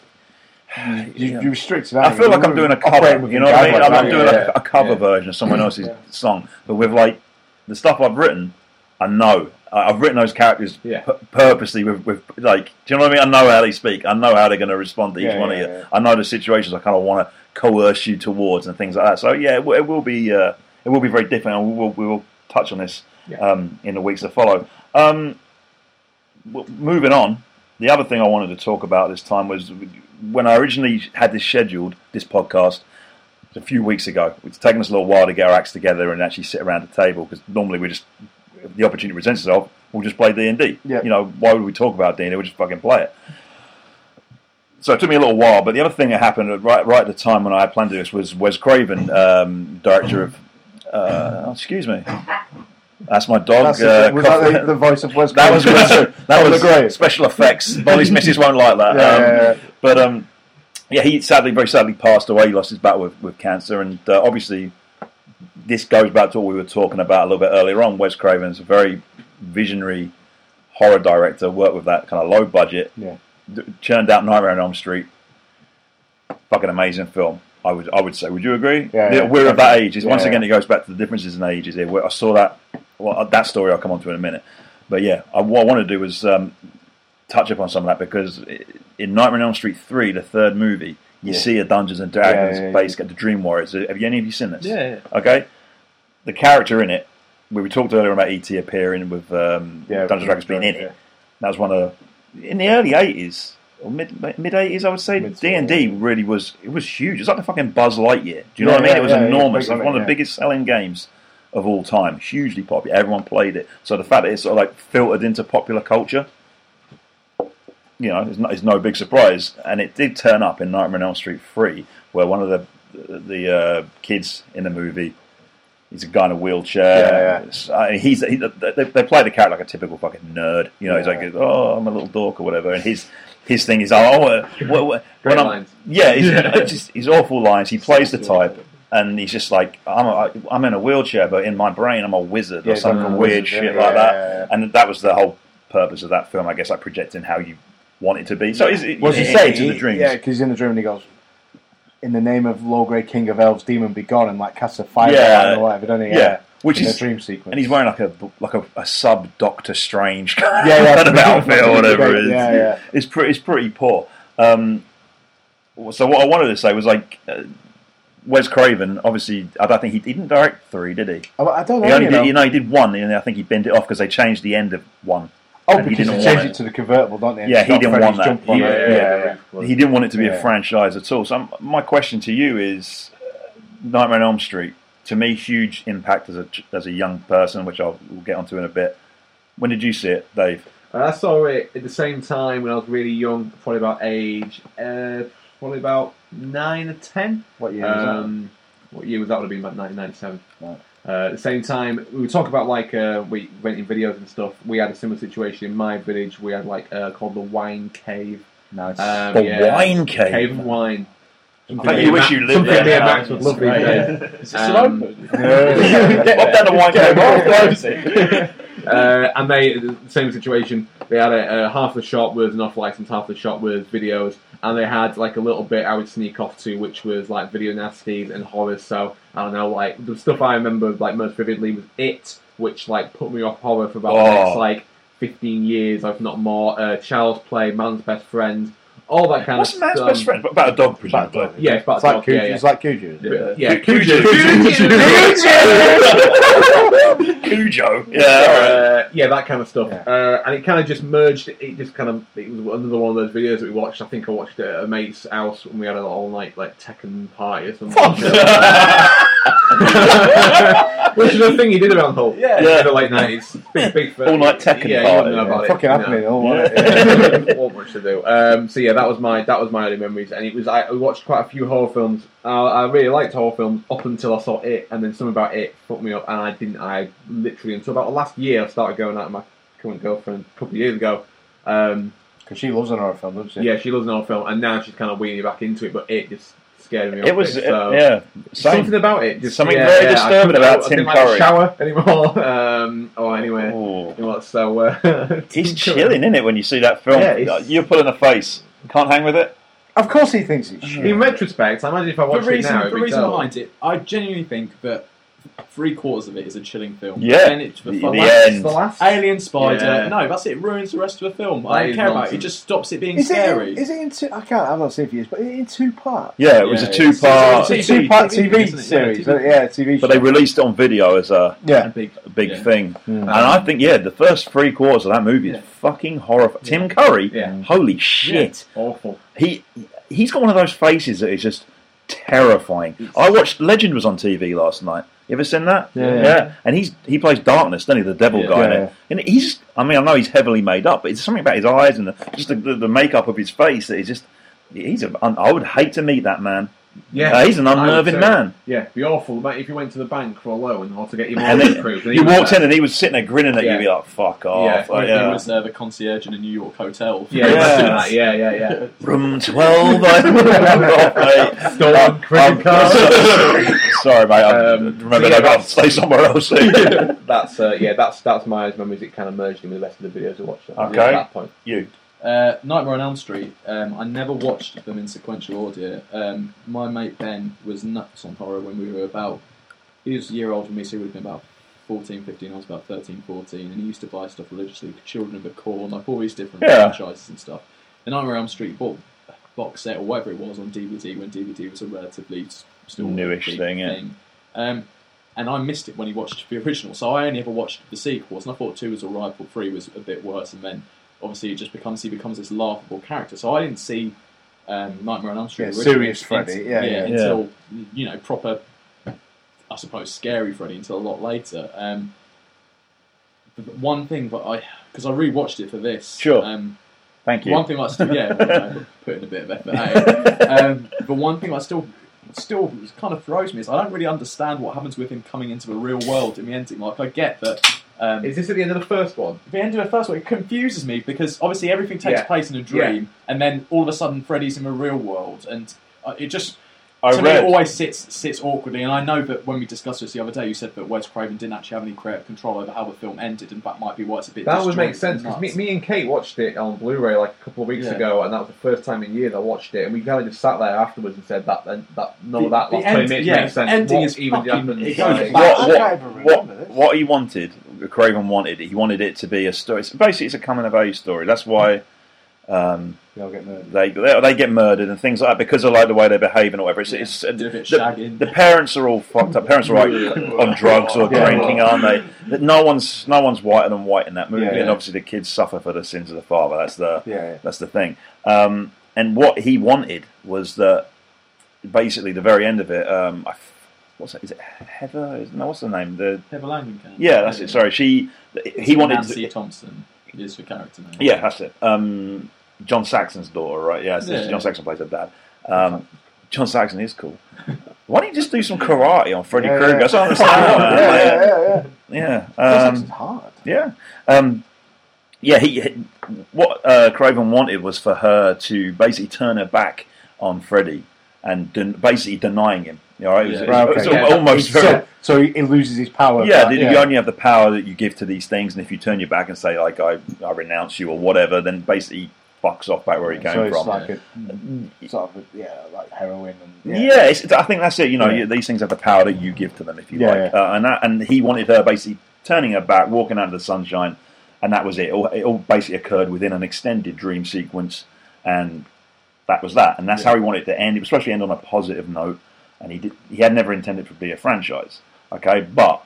[SPEAKER 5] you,
[SPEAKER 2] Yeah.
[SPEAKER 5] you're restricted.
[SPEAKER 2] I
[SPEAKER 5] aren't
[SPEAKER 2] feel
[SPEAKER 5] you?
[SPEAKER 2] like I'm
[SPEAKER 5] You're
[SPEAKER 2] doing a
[SPEAKER 5] operating
[SPEAKER 2] cover.
[SPEAKER 5] within
[SPEAKER 2] You know what I mean?
[SPEAKER 5] guidelines,
[SPEAKER 2] I'm, I'm
[SPEAKER 5] aren't you?
[SPEAKER 2] doing
[SPEAKER 5] Yeah.
[SPEAKER 2] a, a cover
[SPEAKER 4] Yeah.
[SPEAKER 2] version of someone else's
[SPEAKER 6] Yeah.
[SPEAKER 2] song, but with like the stuff I've written, I know. I- I've written those characters
[SPEAKER 4] Yeah.
[SPEAKER 2] pu- purposely with, with like, do you know what I mean? I know how they speak. I know how they're going to respond to each
[SPEAKER 5] Yeah,
[SPEAKER 2] one
[SPEAKER 5] yeah,
[SPEAKER 2] of you.
[SPEAKER 5] yeah.
[SPEAKER 2] I know the situations I kind of want to coerce you towards and things like that. So yeah, it, w- it will be uh, it will be very different, and we will we will touch on this
[SPEAKER 4] Yeah.
[SPEAKER 2] um, in the weeks that follow. Um, w- moving on, the other thing I wanted to talk about this time was when I originally had this scheduled, this podcast, a few weeks ago. It's taken us a little while to get our acts together and actually sit around the table because normally we just, if the opportunity presents itself, we'll just play D and D.
[SPEAKER 5] Yeah.
[SPEAKER 2] You know, why would we talk about D and D? We'll just fucking play it. So it took me a little while, but the other thing that happened right right at the time when I had planned to do this was Wes Craven, um, director of. Uh, oh, excuse me, that's my dog.
[SPEAKER 5] That's
[SPEAKER 2] uh,
[SPEAKER 5] it. was that
[SPEAKER 2] coughing.
[SPEAKER 5] the, the voice of Wes?
[SPEAKER 2] That was
[SPEAKER 5] Craven? (laughs)
[SPEAKER 2] that
[SPEAKER 5] On
[SPEAKER 2] was
[SPEAKER 5] the grave.
[SPEAKER 2] special effects. Molly's missus won't like that.
[SPEAKER 5] (laughs) Yeah,
[SPEAKER 2] um,
[SPEAKER 5] yeah, yeah.
[SPEAKER 2] But um, yeah, he sadly, very sadly, passed away. He lost his battle with, with cancer, and uh, obviously, this goes back to what we were talking about a little bit earlier on. Wes Craven's a very visionary horror director. Worked with that kind of low budget.
[SPEAKER 5] Yeah.
[SPEAKER 2] d- churned out Nightmare on Elm Street. Fucking amazing film. I would, I would say. Would you agree?
[SPEAKER 5] Yeah, yeah,
[SPEAKER 2] we're of that age. It's,
[SPEAKER 5] Yeah,
[SPEAKER 2] once
[SPEAKER 5] yeah.
[SPEAKER 2] again, it goes back to the differences in ages. Here, Where I saw that. Well, uh, that story I'll come on to in a minute. But yeah, I, what I want to do is um, touch upon some of that because i- in Nightmare on Elm Street three, the third movie, you
[SPEAKER 5] Yeah.
[SPEAKER 2] see a Dungeons and Dragons
[SPEAKER 5] Yeah, yeah, yeah.
[SPEAKER 2] base at the Dream Warriors. Have you, any of you seen this?
[SPEAKER 3] Yeah.
[SPEAKER 2] Okay. The character in it, we we talked earlier about ET appearing with um,
[SPEAKER 5] Yeah,
[SPEAKER 2] Dungeons and Dragons being in it. That was one of the, in the early eighties or mid mid eighties, I would say.
[SPEAKER 5] Mid-
[SPEAKER 2] D and D really was it was huge. It was like the fucking Buzz Lightyear. Do you know
[SPEAKER 5] Yeah,
[SPEAKER 2] what I mean?
[SPEAKER 5] yeah,
[SPEAKER 2] it was
[SPEAKER 5] yeah, yeah,
[SPEAKER 2] enormous.
[SPEAKER 5] big
[SPEAKER 2] it was
[SPEAKER 5] on
[SPEAKER 2] one
[SPEAKER 5] it,
[SPEAKER 2] of the
[SPEAKER 5] yeah.
[SPEAKER 2] biggest selling games of all time. Hugely popular. Everyone played it. So the fact that it's sort of like filtered into popular culture, you know, is no, is no big surprise. And it did turn up in Nightmare on Elm Street three, where one of the the uh, kids in the movie. He's a guy in a
[SPEAKER 5] Yeah, yeah.
[SPEAKER 2] wheelchair. It's- I mean, he's he, they, they play the character like a typical fucking nerd. You know, he's
[SPEAKER 5] Yeah.
[SPEAKER 2] like, oh, I'm a little dork or whatever. And his his thing is, oh, uh, what, what,
[SPEAKER 4] Great
[SPEAKER 2] when I'm-
[SPEAKER 4] lines.
[SPEAKER 2] yeah, he's, it's just, he's awful lines. He plays the type, and he's just like, I'm a, I'm in a wheelchair, but in my brain, I'm a wizard or
[SPEAKER 5] Yeah,
[SPEAKER 2] some
[SPEAKER 5] he's like a
[SPEAKER 2] weird
[SPEAKER 5] wizard,
[SPEAKER 2] shit
[SPEAKER 5] yeah,
[SPEAKER 2] like
[SPEAKER 5] yeah,
[SPEAKER 2] that.
[SPEAKER 5] yeah, yeah.
[SPEAKER 2] And that was the whole purpose of that film, I guess, like projecting how you want it to be. So, is it,
[SPEAKER 5] What's he
[SPEAKER 2] it-
[SPEAKER 5] say?
[SPEAKER 2] it's in the dreams?
[SPEAKER 5] Yeah, because he's in the dream and he goes, "In the name of Logre, King of Elves, demon be gone," and like casts a fire
[SPEAKER 2] Yeah.
[SPEAKER 5] down or whatever, doesn't he?
[SPEAKER 2] Yeah. Which
[SPEAKER 5] in
[SPEAKER 2] is
[SPEAKER 5] a dream sequence.
[SPEAKER 2] and he's wearing like a like a, a sub Doctor Strange (laughs) kind
[SPEAKER 5] Yeah, yeah. (laughs)
[SPEAKER 2] of outfit or whatever
[SPEAKER 5] Yeah,
[SPEAKER 2] it is.
[SPEAKER 5] yeah.
[SPEAKER 2] It's pretty it's pretty poor. Um, so what I wanted to say was like uh, Wes Craven. Obviously, I don't think he, he didn't direct three, did he?
[SPEAKER 5] Oh, I don't know.
[SPEAKER 2] He only
[SPEAKER 5] you
[SPEAKER 2] did,
[SPEAKER 5] know.
[SPEAKER 2] you know he did one, and I think he binned it off because they changed the end of one.
[SPEAKER 5] oh,
[SPEAKER 2] and he
[SPEAKER 5] because
[SPEAKER 2] didn't
[SPEAKER 5] he
[SPEAKER 2] want
[SPEAKER 5] changed
[SPEAKER 2] it.
[SPEAKER 5] it to the convertible, don't he?
[SPEAKER 2] Yeah, he didn't want that.
[SPEAKER 5] Jump on
[SPEAKER 2] Yeah,
[SPEAKER 5] it.
[SPEAKER 2] yeah,
[SPEAKER 5] yeah,
[SPEAKER 2] He didn't want it to be a
[SPEAKER 5] Yeah.
[SPEAKER 2] um, franchise at all. So I'm- my question to you is, uh, Nightmare on Elm Street. to me, huge impact as a ch- as a young person, which I'll we'll get onto in a bit. When did you see it, Dave?
[SPEAKER 4] Uh, I saw it at the same time when I was really young, probably about age, uh, probably about nine or ten.
[SPEAKER 2] What year
[SPEAKER 4] Um, what year was that? Would have been about 1997.
[SPEAKER 2] Right.
[SPEAKER 4] Uh, at the same time, we were talking about like uh, we went in videos and stuff. We had a similar situation in my village. We had like uh, called the wine cave,
[SPEAKER 5] Nice.
[SPEAKER 4] um, (laughs)
[SPEAKER 2] The
[SPEAKER 4] yeah,
[SPEAKER 2] wine cave.
[SPEAKER 4] cave of wine.
[SPEAKER 2] I bet you wish you lived
[SPEAKER 4] Something
[SPEAKER 2] there.
[SPEAKER 4] me and
[SPEAKER 3] now.
[SPEAKER 4] Max would love these
[SPEAKER 3] Right,
[SPEAKER 4] days.
[SPEAKER 3] Is it
[SPEAKER 4] Um,
[SPEAKER 3] still (laughs) open?
[SPEAKER 2] (laughs) Get up down the wine cave.
[SPEAKER 4] uh, and they the same situation. They had a, a half the shop was an off license, half the shop was videos, and they had like a little bit I would sneak off to, which was like video nasties and horrors. So I don't know, like the stuff I remember like most vividly was it, which like put me off horror for about the
[SPEAKER 2] Oh.
[SPEAKER 4] next, like fifteen years, if not more. Uh, Child's Play, Man's Best Friend, all that kind
[SPEAKER 2] What's
[SPEAKER 4] of
[SPEAKER 2] a man's
[SPEAKER 4] stuff.
[SPEAKER 2] best friend? um, About a dog, presumably.
[SPEAKER 4] Yeah, it's about
[SPEAKER 5] It's like
[SPEAKER 4] dog,
[SPEAKER 5] Cujo.
[SPEAKER 4] yeah, yeah.
[SPEAKER 5] It's like Cujo. isn't it?
[SPEAKER 4] But, yeah,
[SPEAKER 2] Cujo. (laughs) Cujo. Cujo. Yeah. all right.
[SPEAKER 4] uh, yeah, that kind of stuff.
[SPEAKER 5] Yeah.
[SPEAKER 4] Uh, and it kind of just merged. It just kind of it was another one of those videos that we watched. I think I watched it at a mate's house when we had an all night like Tekken party or something. (laughs) Which is a thing he did around Hull.
[SPEAKER 2] Yeah.
[SPEAKER 4] in the late nineties. Big, big fan.
[SPEAKER 2] All-night Tekken
[SPEAKER 4] yeah,
[SPEAKER 2] party,
[SPEAKER 4] You wouldn't know about it.
[SPEAKER 5] Fucking
[SPEAKER 4] No.
[SPEAKER 5] happening. all right.
[SPEAKER 4] (laughs) Yeah. Not much to do. Um, so yeah, that was my that was my early memories, and it was I I watched quite a few horror films. I, I really liked horror films up until I saw it, and then something about it fucked me up, and I didn't. I literally until about the last year I started going out with my current girlfriend a couple of years ago. Um,
[SPEAKER 5] Because she loves an horror film, doesn't she?
[SPEAKER 4] yeah, she loves an horror film, and now she's kind of weaning back into it, but it just scared me. off
[SPEAKER 2] It was,
[SPEAKER 4] so.
[SPEAKER 2] yeah. Same.
[SPEAKER 4] Something about it. Just,
[SPEAKER 2] Something
[SPEAKER 4] yeah,
[SPEAKER 2] very
[SPEAKER 4] yeah, I
[SPEAKER 2] disturbing
[SPEAKER 4] couldn't-
[SPEAKER 2] about Tim
[SPEAKER 4] I didn't like the
[SPEAKER 2] Curry.
[SPEAKER 4] shower anymore. (laughs) Um, or anywhere.
[SPEAKER 2] Ooh.
[SPEAKER 4] You know, what, so uh, (laughs)
[SPEAKER 2] He's
[SPEAKER 4] Tim Curry.
[SPEAKER 2] chilling, isn't it, when you see that film?
[SPEAKER 4] Yeah, he's-
[SPEAKER 2] You're pulling a face. Can't hang with it.
[SPEAKER 5] Of course he thinks it's
[SPEAKER 2] Mm.
[SPEAKER 5] shit.
[SPEAKER 4] In retrospect, I imagine if I
[SPEAKER 3] The
[SPEAKER 4] watched
[SPEAKER 3] reason,
[SPEAKER 4] it now, it'd
[SPEAKER 3] the
[SPEAKER 4] be
[SPEAKER 3] reason
[SPEAKER 4] dull.
[SPEAKER 3] behind it, I genuinely think that three quarters of it is a chilling film.
[SPEAKER 2] Yeah.
[SPEAKER 3] Then it's the,
[SPEAKER 2] The-
[SPEAKER 3] fun-
[SPEAKER 2] the
[SPEAKER 3] last-
[SPEAKER 2] end.
[SPEAKER 4] The last
[SPEAKER 3] Alien Spider.
[SPEAKER 4] Yeah.
[SPEAKER 3] No, that's it. Ruins the rest of the film.
[SPEAKER 4] That
[SPEAKER 3] I don't
[SPEAKER 4] is
[SPEAKER 3] care about it. It
[SPEAKER 4] nonsense.
[SPEAKER 3] just stops it being
[SPEAKER 5] Is it,
[SPEAKER 3] scary.
[SPEAKER 5] in, is it in two? I can't. I've not seen it for years, but is it in two parts.
[SPEAKER 2] Yeah, it was
[SPEAKER 3] Yeah,
[SPEAKER 2] a
[SPEAKER 3] it's-
[SPEAKER 2] two part,
[SPEAKER 5] It's a
[SPEAKER 3] TV,
[SPEAKER 5] two-part
[SPEAKER 3] TV,
[SPEAKER 5] TV,
[SPEAKER 3] isn't it?
[SPEAKER 5] series.
[SPEAKER 3] Yeah,
[SPEAKER 5] Yeah,
[SPEAKER 3] TV.
[SPEAKER 5] TV.
[SPEAKER 2] but they
[SPEAKER 5] show.
[SPEAKER 2] released it on video as a,
[SPEAKER 3] A
[SPEAKER 5] yeah.
[SPEAKER 3] big,
[SPEAKER 2] a big
[SPEAKER 3] yeah. Um,
[SPEAKER 2] thing.
[SPEAKER 5] Mm.
[SPEAKER 2] And I think, yeah, the first three quarters of that movie
[SPEAKER 3] Yeah.
[SPEAKER 2] is fucking horrible. Tim Curry,
[SPEAKER 4] Yeah.
[SPEAKER 2] holy shit.
[SPEAKER 4] awful.
[SPEAKER 2] he he's got one of those faces that is just terrifying. I watched Legend was on TV last night. You ever seen that?
[SPEAKER 5] Yeah.
[SPEAKER 2] And he's he plays Darkness, doesn't he? The devil
[SPEAKER 3] Yeah.
[SPEAKER 2] guy. in
[SPEAKER 5] Yeah.
[SPEAKER 2] it. And he's I mean I know he's heavily made up, but it's something about his eyes and the, just the, the, the makeup of his face that is just he's a I would hate to meet that man.
[SPEAKER 4] Yeah,
[SPEAKER 2] Uh, he's an
[SPEAKER 4] I would
[SPEAKER 2] unnerving
[SPEAKER 4] say-
[SPEAKER 2] man.
[SPEAKER 4] Yeah, it'd be awful. Mate, if you went to the bank for a loan or to get your
[SPEAKER 2] And
[SPEAKER 4] mortgage
[SPEAKER 2] then
[SPEAKER 4] approved,
[SPEAKER 2] you walked in and he was sitting there grinning at you,
[SPEAKER 4] Yeah.
[SPEAKER 2] you'd be like, "Fuck off!"
[SPEAKER 4] Yeah.
[SPEAKER 2] Like,
[SPEAKER 3] He
[SPEAKER 2] yeah.
[SPEAKER 3] was uh, the concierge in a New York hotel.
[SPEAKER 4] Yeah,
[SPEAKER 2] Yeah.
[SPEAKER 4] imagine that. yeah, yeah, yeah.
[SPEAKER 2] Room twelve.
[SPEAKER 4] (laughs)
[SPEAKER 2] I
[SPEAKER 4] Stolen
[SPEAKER 2] Um,
[SPEAKER 4] credit
[SPEAKER 2] um,
[SPEAKER 4] card.
[SPEAKER 2] Sorry, mate. I
[SPEAKER 4] Um,
[SPEAKER 2] remember
[SPEAKER 4] so yeah,
[SPEAKER 2] I got to
[SPEAKER 4] that's-
[SPEAKER 2] stay somewhere else.
[SPEAKER 4] (laughs)
[SPEAKER 2] (laughs)
[SPEAKER 4] that's uh, yeah, that's that's my my music kind of merged in with the rest of the videos I watched. At
[SPEAKER 2] Okay.
[SPEAKER 4] that point,
[SPEAKER 2] you.
[SPEAKER 3] Uh, Nightmare on Elm Street. Um, I never watched them in sequential order. Um, my mate Ben was nuts on horror when we were about. He was a year older than me, so he would have been about 14, 15. I was about 13, 14, and he used to buy stuff religiously, Children of the Corn, like all these different
[SPEAKER 2] Yeah.
[SPEAKER 3] franchises and stuff. The Nightmare on Elm Street bought a box set or whatever it was on DVD when DVD was a relatively s- still
[SPEAKER 2] Newish
[SPEAKER 3] big
[SPEAKER 2] thing, yeah.
[SPEAKER 3] Um, and I missed it when he watched the (laughs) original, so I only ever watched the sequels, and I thought two was alright, but three was a bit worse, and then obviously it just becomes he becomes this laughable character. So I didn't see um, Nightmare on Elm Street
[SPEAKER 5] Yeah,
[SPEAKER 3] originally
[SPEAKER 5] serious
[SPEAKER 3] in-
[SPEAKER 5] Freddy, yeah, yeah.
[SPEAKER 3] until you know proper, I suppose scary Freddy until a lot later. Um, but one thing that I because I rewatched it for this.
[SPEAKER 2] Sure.
[SPEAKER 3] Um,
[SPEAKER 2] Thank you.
[SPEAKER 3] one thing I still
[SPEAKER 5] (laughs)
[SPEAKER 3] yeah well, no, put in a bit of effort. eh? um, but one thing I still still kind of throws me is I don't really understand what happens with him coming into the real world in the ending. Like I get that. Um,
[SPEAKER 4] is this at the end of the first one?
[SPEAKER 3] the end of the first one, it confuses me because obviously everything takes
[SPEAKER 4] Yeah.
[SPEAKER 3] place in a dream, and then all of a sudden Freddy's in the real world, and uh, it just
[SPEAKER 2] I
[SPEAKER 3] to me
[SPEAKER 2] read-
[SPEAKER 3] it always sits sits awkwardly. And I know that when we discussed this the other day, you said that Wes Craven didn't actually have any creative control over how the film ended, and that might be why it's a bit.
[SPEAKER 4] That would
[SPEAKER 3] disjointed
[SPEAKER 4] make sense because
[SPEAKER 3] and
[SPEAKER 4] me,
[SPEAKER 3] nuts.
[SPEAKER 4] me and Kate watched it on Blu-ray like a couple of weeks
[SPEAKER 3] Yeah.
[SPEAKER 4] ago, and that was the first time in years I watched it, and we kind of just sat there afterwards and said that that, that none
[SPEAKER 3] The-
[SPEAKER 4] of that
[SPEAKER 3] the
[SPEAKER 4] last
[SPEAKER 3] end-
[SPEAKER 4] twenty minutes
[SPEAKER 3] yeah,
[SPEAKER 4] makes sense.
[SPEAKER 3] ending
[SPEAKER 4] What
[SPEAKER 3] is
[SPEAKER 4] even
[SPEAKER 3] fucking-
[SPEAKER 4] happened?
[SPEAKER 3] it goes
[SPEAKER 4] Like,
[SPEAKER 3] back.
[SPEAKER 2] what,
[SPEAKER 5] I can't
[SPEAKER 2] what,
[SPEAKER 5] even remember
[SPEAKER 2] what,
[SPEAKER 5] this.
[SPEAKER 2] what he wanted, Craven wanted, he wanted it to be a story. It's basically, it's a coming of age story. That's why um,
[SPEAKER 5] You'll get murdered.
[SPEAKER 2] they, they they get murdered and things like that because of like the way they behave and whatever. It's, it's
[SPEAKER 3] Do a bit
[SPEAKER 2] the,
[SPEAKER 3] shagging.
[SPEAKER 2] the parents are all fucked up. Parents are like on drugs or
[SPEAKER 5] Yeah.
[SPEAKER 2] drinking, aren't they? That No one's no one's whiter than white in that movie,
[SPEAKER 5] Yeah.
[SPEAKER 2] and obviously the kids suffer for the sins of the father. That's the
[SPEAKER 5] Yeah, yeah.
[SPEAKER 2] that's the thing. Um, and what he wanted was that basically the very end of it. Um, I f- what's that? Is it Heather? No, what's the name? The
[SPEAKER 3] Pippa Langton.
[SPEAKER 2] yeah, that's it. Sorry, she he wanted
[SPEAKER 3] Nancy
[SPEAKER 2] to,
[SPEAKER 3] Thompson is the character name.
[SPEAKER 2] yeah, that's it. Um, John Saxon's daughter, right? Yeah, it's- it's
[SPEAKER 3] Yeah.
[SPEAKER 2] John Saxon plays her dad. Um, John Saxon is cool. Why don't you just do some karate on Freddy
[SPEAKER 5] Yeah,
[SPEAKER 2] Krueger?
[SPEAKER 5] yeah.
[SPEAKER 2] That's what I'm saying.
[SPEAKER 5] (laughs) yeah,
[SPEAKER 2] man. Like,
[SPEAKER 5] yeah,
[SPEAKER 2] (laughs)
[SPEAKER 5] yeah.
[SPEAKER 2] yeah.
[SPEAKER 5] That's
[SPEAKER 2] Um,
[SPEAKER 5] hard.
[SPEAKER 2] yeah. Um, yeah. He, he- what uh, Craven wanted was for her to basically turn her back on Freddy and den- basically denying him. You know, right? It was,
[SPEAKER 3] Yeah.
[SPEAKER 2] it was- it was
[SPEAKER 5] Okay.
[SPEAKER 4] Yeah,
[SPEAKER 2] almost
[SPEAKER 5] So-
[SPEAKER 2] very,
[SPEAKER 5] so he he loses his power.
[SPEAKER 2] yeah,
[SPEAKER 5] but-
[SPEAKER 2] that, you only have the power that you give to these things, and if you turn your back and say like I, I renounce you or whatever, then basically fucks off back where he
[SPEAKER 5] so
[SPEAKER 2] came
[SPEAKER 5] it's
[SPEAKER 2] from.
[SPEAKER 5] like a sort of a- yeah, like heroin and
[SPEAKER 2] yeah, it's, it's- I think that's it. You know,
[SPEAKER 5] Yeah.
[SPEAKER 2] you, these things have the power that you give to them if you
[SPEAKER 5] Yeah,
[SPEAKER 2] like, Uh, and that, and he wanted her basically turning her back, walking out of the sunshine, and that was it. It all, it all basically occurred within an extended dream sequence, and that was that. And that's how he wanted it to end. It was supposed to end on a positive note, and he did. He had never intended for it to be a franchise. Okay, but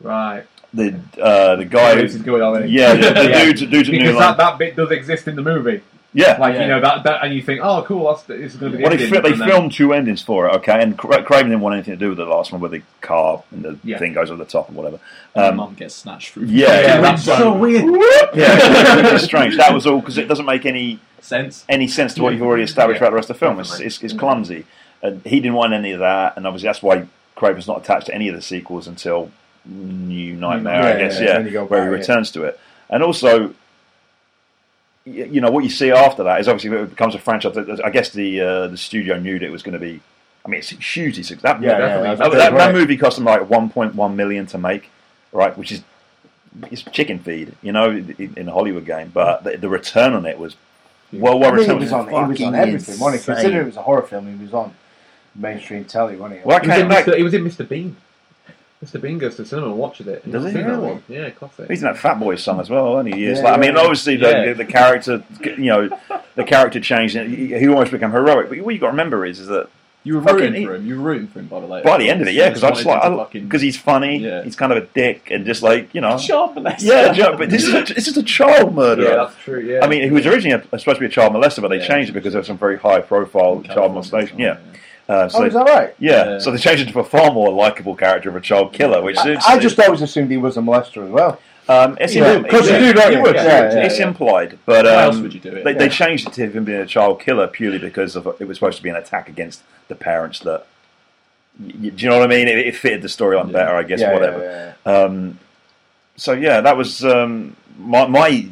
[SPEAKER 4] Right.
[SPEAKER 2] the uh, the guy
[SPEAKER 4] This is
[SPEAKER 2] who
[SPEAKER 4] going on.
[SPEAKER 2] yeah, the, the
[SPEAKER 4] Yeah.
[SPEAKER 2] dude's, the dude's a new
[SPEAKER 4] Because
[SPEAKER 2] line.
[SPEAKER 4] that, that bit does exist
[SPEAKER 6] (laughs)
[SPEAKER 4] in the movie.
[SPEAKER 2] yeah.
[SPEAKER 4] Like,
[SPEAKER 3] Yeah.
[SPEAKER 4] you know, that, that and you think, oh, cool, that's, this is going to be
[SPEAKER 2] well, they,
[SPEAKER 4] ending,
[SPEAKER 2] fi- they
[SPEAKER 4] and then-
[SPEAKER 2] filmed two endings for it, okay? And Cra- Craven didn't want anything to do with the last one where the car and the
[SPEAKER 4] Yeah.
[SPEAKER 2] thing goes over the top and whatever.
[SPEAKER 3] And
[SPEAKER 2] Um,
[SPEAKER 3] the mum gets snatched through.
[SPEAKER 2] yeah,
[SPEAKER 4] Yeah,
[SPEAKER 2] yeah,
[SPEAKER 4] that's so
[SPEAKER 5] weird.
[SPEAKER 2] (laughs) yeah, which is strange. That was all because it doesn't make any
[SPEAKER 3] sense.
[SPEAKER 2] any sense to what you've already established
[SPEAKER 4] Yeah.
[SPEAKER 2] throughout the rest of the film. It's,
[SPEAKER 4] Definitely.
[SPEAKER 2] it's, it's clumsy. And he didn't want any of that, and obviously that's why Craven's not attached to any of the sequels until New Nightmare, I
[SPEAKER 5] Yeah,
[SPEAKER 2] guess,
[SPEAKER 5] yeah,
[SPEAKER 2] yeah,
[SPEAKER 5] when you go
[SPEAKER 2] where he
[SPEAKER 5] back, yeah.
[SPEAKER 2] returns to it. And also, y- you know, what you see after that is obviously it becomes a franchise. that- that- I guess the uh, the studio knew that it was going to be. I mean, it's hugely successful. That,
[SPEAKER 5] Yeah,
[SPEAKER 4] definitely.
[SPEAKER 5] yeah,
[SPEAKER 2] that,
[SPEAKER 5] that's
[SPEAKER 2] that- that
[SPEAKER 5] right.
[SPEAKER 2] movie cost them like 1.1 million to make, right? Which is it's chicken feed, you know, in in a Hollywood game. But the, the return on it was well, well
[SPEAKER 5] I mean, he
[SPEAKER 2] returned.
[SPEAKER 5] was on, he was on
[SPEAKER 2] Fucking
[SPEAKER 5] everything, wasn't he?
[SPEAKER 2] insane.
[SPEAKER 5] Considering it was a horror film, he was on mainstream telly, wasn't he?
[SPEAKER 2] Well, I
[SPEAKER 4] He was,
[SPEAKER 2] came
[SPEAKER 4] in
[SPEAKER 2] back.
[SPEAKER 4] Mr. he was in Mr. Bean. Mr. Bean goes to the cinema and watches it.
[SPEAKER 2] Does he?
[SPEAKER 4] Seen that
[SPEAKER 2] Really?
[SPEAKER 4] one. Yeah, classic.
[SPEAKER 2] He's in that Fat Boy song as well, isn't he? It's
[SPEAKER 5] Yeah,
[SPEAKER 2] like, I
[SPEAKER 5] yeah,
[SPEAKER 2] mean,
[SPEAKER 5] yeah.
[SPEAKER 2] obviously the,
[SPEAKER 4] Yeah.
[SPEAKER 2] the, the character, you know, the character changed. and He he almost became heroic. But what you got to remember is, is that
[SPEAKER 3] You were
[SPEAKER 2] Fucking
[SPEAKER 3] rooting
[SPEAKER 2] he-
[SPEAKER 3] for him. You were rooting for him by the way.
[SPEAKER 2] by the end of it, yeah, because I
[SPEAKER 3] just
[SPEAKER 2] just like
[SPEAKER 3] wanted him to fucking-
[SPEAKER 2] because he's funny,
[SPEAKER 3] Yeah.
[SPEAKER 2] he's kind of a dick, and just like you know,
[SPEAKER 3] Sharp Lester.
[SPEAKER 2] yeah, jo- but this is a, this is a child murderer.
[SPEAKER 4] yeah, that's true. Yeah.
[SPEAKER 2] I mean, he was originally a, supposed to be a child molester, but they
[SPEAKER 3] Yeah.
[SPEAKER 2] changed it because there was some very high-profile child
[SPEAKER 3] California
[SPEAKER 2] molestation.
[SPEAKER 3] song,
[SPEAKER 2] Yeah, uh, so
[SPEAKER 5] oh, is that right?
[SPEAKER 2] yeah.
[SPEAKER 3] Yeah.
[SPEAKER 2] so they changed it to a far more likable character of a child killer, which
[SPEAKER 5] I,
[SPEAKER 2] is
[SPEAKER 5] I just always assumed he was a molester as well.
[SPEAKER 2] Um, it's
[SPEAKER 5] Yeah,
[SPEAKER 2] impl-
[SPEAKER 5] 'cause you do, don't you?
[SPEAKER 2] would,
[SPEAKER 5] Yeah,
[SPEAKER 2] would.
[SPEAKER 5] yeah,
[SPEAKER 2] it's
[SPEAKER 3] yeah.
[SPEAKER 2] implied, but um,
[SPEAKER 3] Why else would you do it?
[SPEAKER 2] They, they
[SPEAKER 5] Yeah.
[SPEAKER 2] changed it to him being a child killer purely because of it was supposed to be an attack against the parents. That y- y- do you know what I mean? It, it fitted the storyline
[SPEAKER 3] Yeah.
[SPEAKER 2] better, I guess.
[SPEAKER 5] Yeah, yeah,
[SPEAKER 2] whatever.
[SPEAKER 5] yeah,
[SPEAKER 2] Um, so yeah, that was um, my my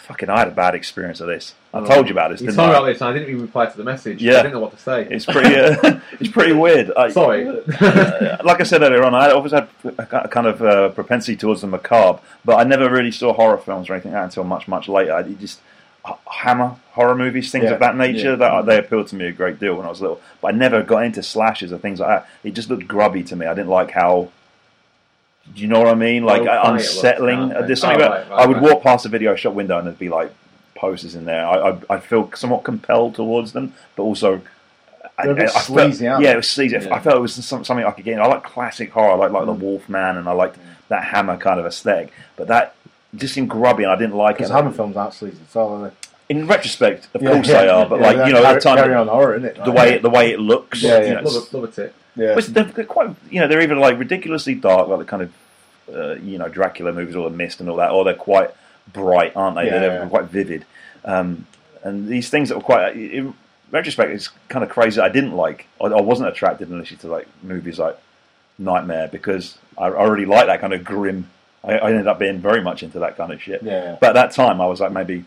[SPEAKER 2] fucking. I had a bad experience of this. I told you about this,
[SPEAKER 4] Oh, You
[SPEAKER 2] didn't
[SPEAKER 4] Um, told me about
[SPEAKER 2] I?
[SPEAKER 4] this, and I didn't even reply to the message.
[SPEAKER 2] Yeah.
[SPEAKER 4] I didn't know what to say.
[SPEAKER 2] It's pretty. Uh, (laughs) it's pretty weird. I,
[SPEAKER 4] Sorry. (laughs)
[SPEAKER 2] uh, (laughs) like I said earlier on, I always had a ki- kind of uh, propensity towards the macabre, but I never really saw horror films or anything like that until much, much later. I it just h- hammer horror movies, things
[SPEAKER 5] Yeah.
[SPEAKER 2] of that nature.
[SPEAKER 3] Yeah.
[SPEAKER 2] That uh, they appealed to me a great deal when I was little, but I never got into slashes or things like that. It just looked grubby to me. I didn't like how. Do you know what I mean? Like uh,
[SPEAKER 4] How quiet Oh, it was.
[SPEAKER 2] unsettling.
[SPEAKER 4] Oh, okay.
[SPEAKER 2] There's something
[SPEAKER 4] Oh,
[SPEAKER 2] about.
[SPEAKER 4] right, right,
[SPEAKER 2] I would
[SPEAKER 4] right.
[SPEAKER 2] walk past a video shop window and there'd be like posters in there. I, I, I'd feel somewhat compelled towards them, but also
[SPEAKER 5] They're a bit sleazy,
[SPEAKER 2] felt,
[SPEAKER 5] aren't
[SPEAKER 2] yeah,
[SPEAKER 5] they?
[SPEAKER 2] it was sleazy.
[SPEAKER 3] Yeah.
[SPEAKER 2] I felt it was some, something I could get. in. I like classic horror, like
[SPEAKER 5] Mm.
[SPEAKER 2] like the Wolfman, and I liked that Hammer kind of aesthetic. But that just seemed grubby, and I didn't like it.
[SPEAKER 5] Because Hammer films aren't sleazy at all, are they?
[SPEAKER 2] In retrospect, of
[SPEAKER 5] Yeah,
[SPEAKER 2] course
[SPEAKER 5] yeah,
[SPEAKER 2] they are, but
[SPEAKER 5] yeah,
[SPEAKER 2] like
[SPEAKER 5] they're
[SPEAKER 2] you know, at
[SPEAKER 5] carry,
[SPEAKER 2] the time,
[SPEAKER 5] carry on horror, isn't it?
[SPEAKER 2] the way the way it looks,
[SPEAKER 5] Yeah,
[SPEAKER 2] you
[SPEAKER 5] yeah.
[SPEAKER 2] know, it's-
[SPEAKER 4] love, a, love a tip.
[SPEAKER 5] yeah.
[SPEAKER 2] but they're they're quite, you know, they're either like ridiculously dark, like the kind of, uh, you know, Dracula movies, all the mist and all that, or they're quite bright, aren't they?
[SPEAKER 5] Yeah,
[SPEAKER 2] they're
[SPEAKER 5] yeah.
[SPEAKER 2] quite vivid. Um, and these things that were quite, in retrospect, it's kind of crazy. that I didn't like, I, I wasn't attracted initially to like movies like Nightmare because I, I already like that kind of grim. I, I ended up being very much into that kind of shit.
[SPEAKER 5] Yeah.
[SPEAKER 2] But at that time, I was like maybe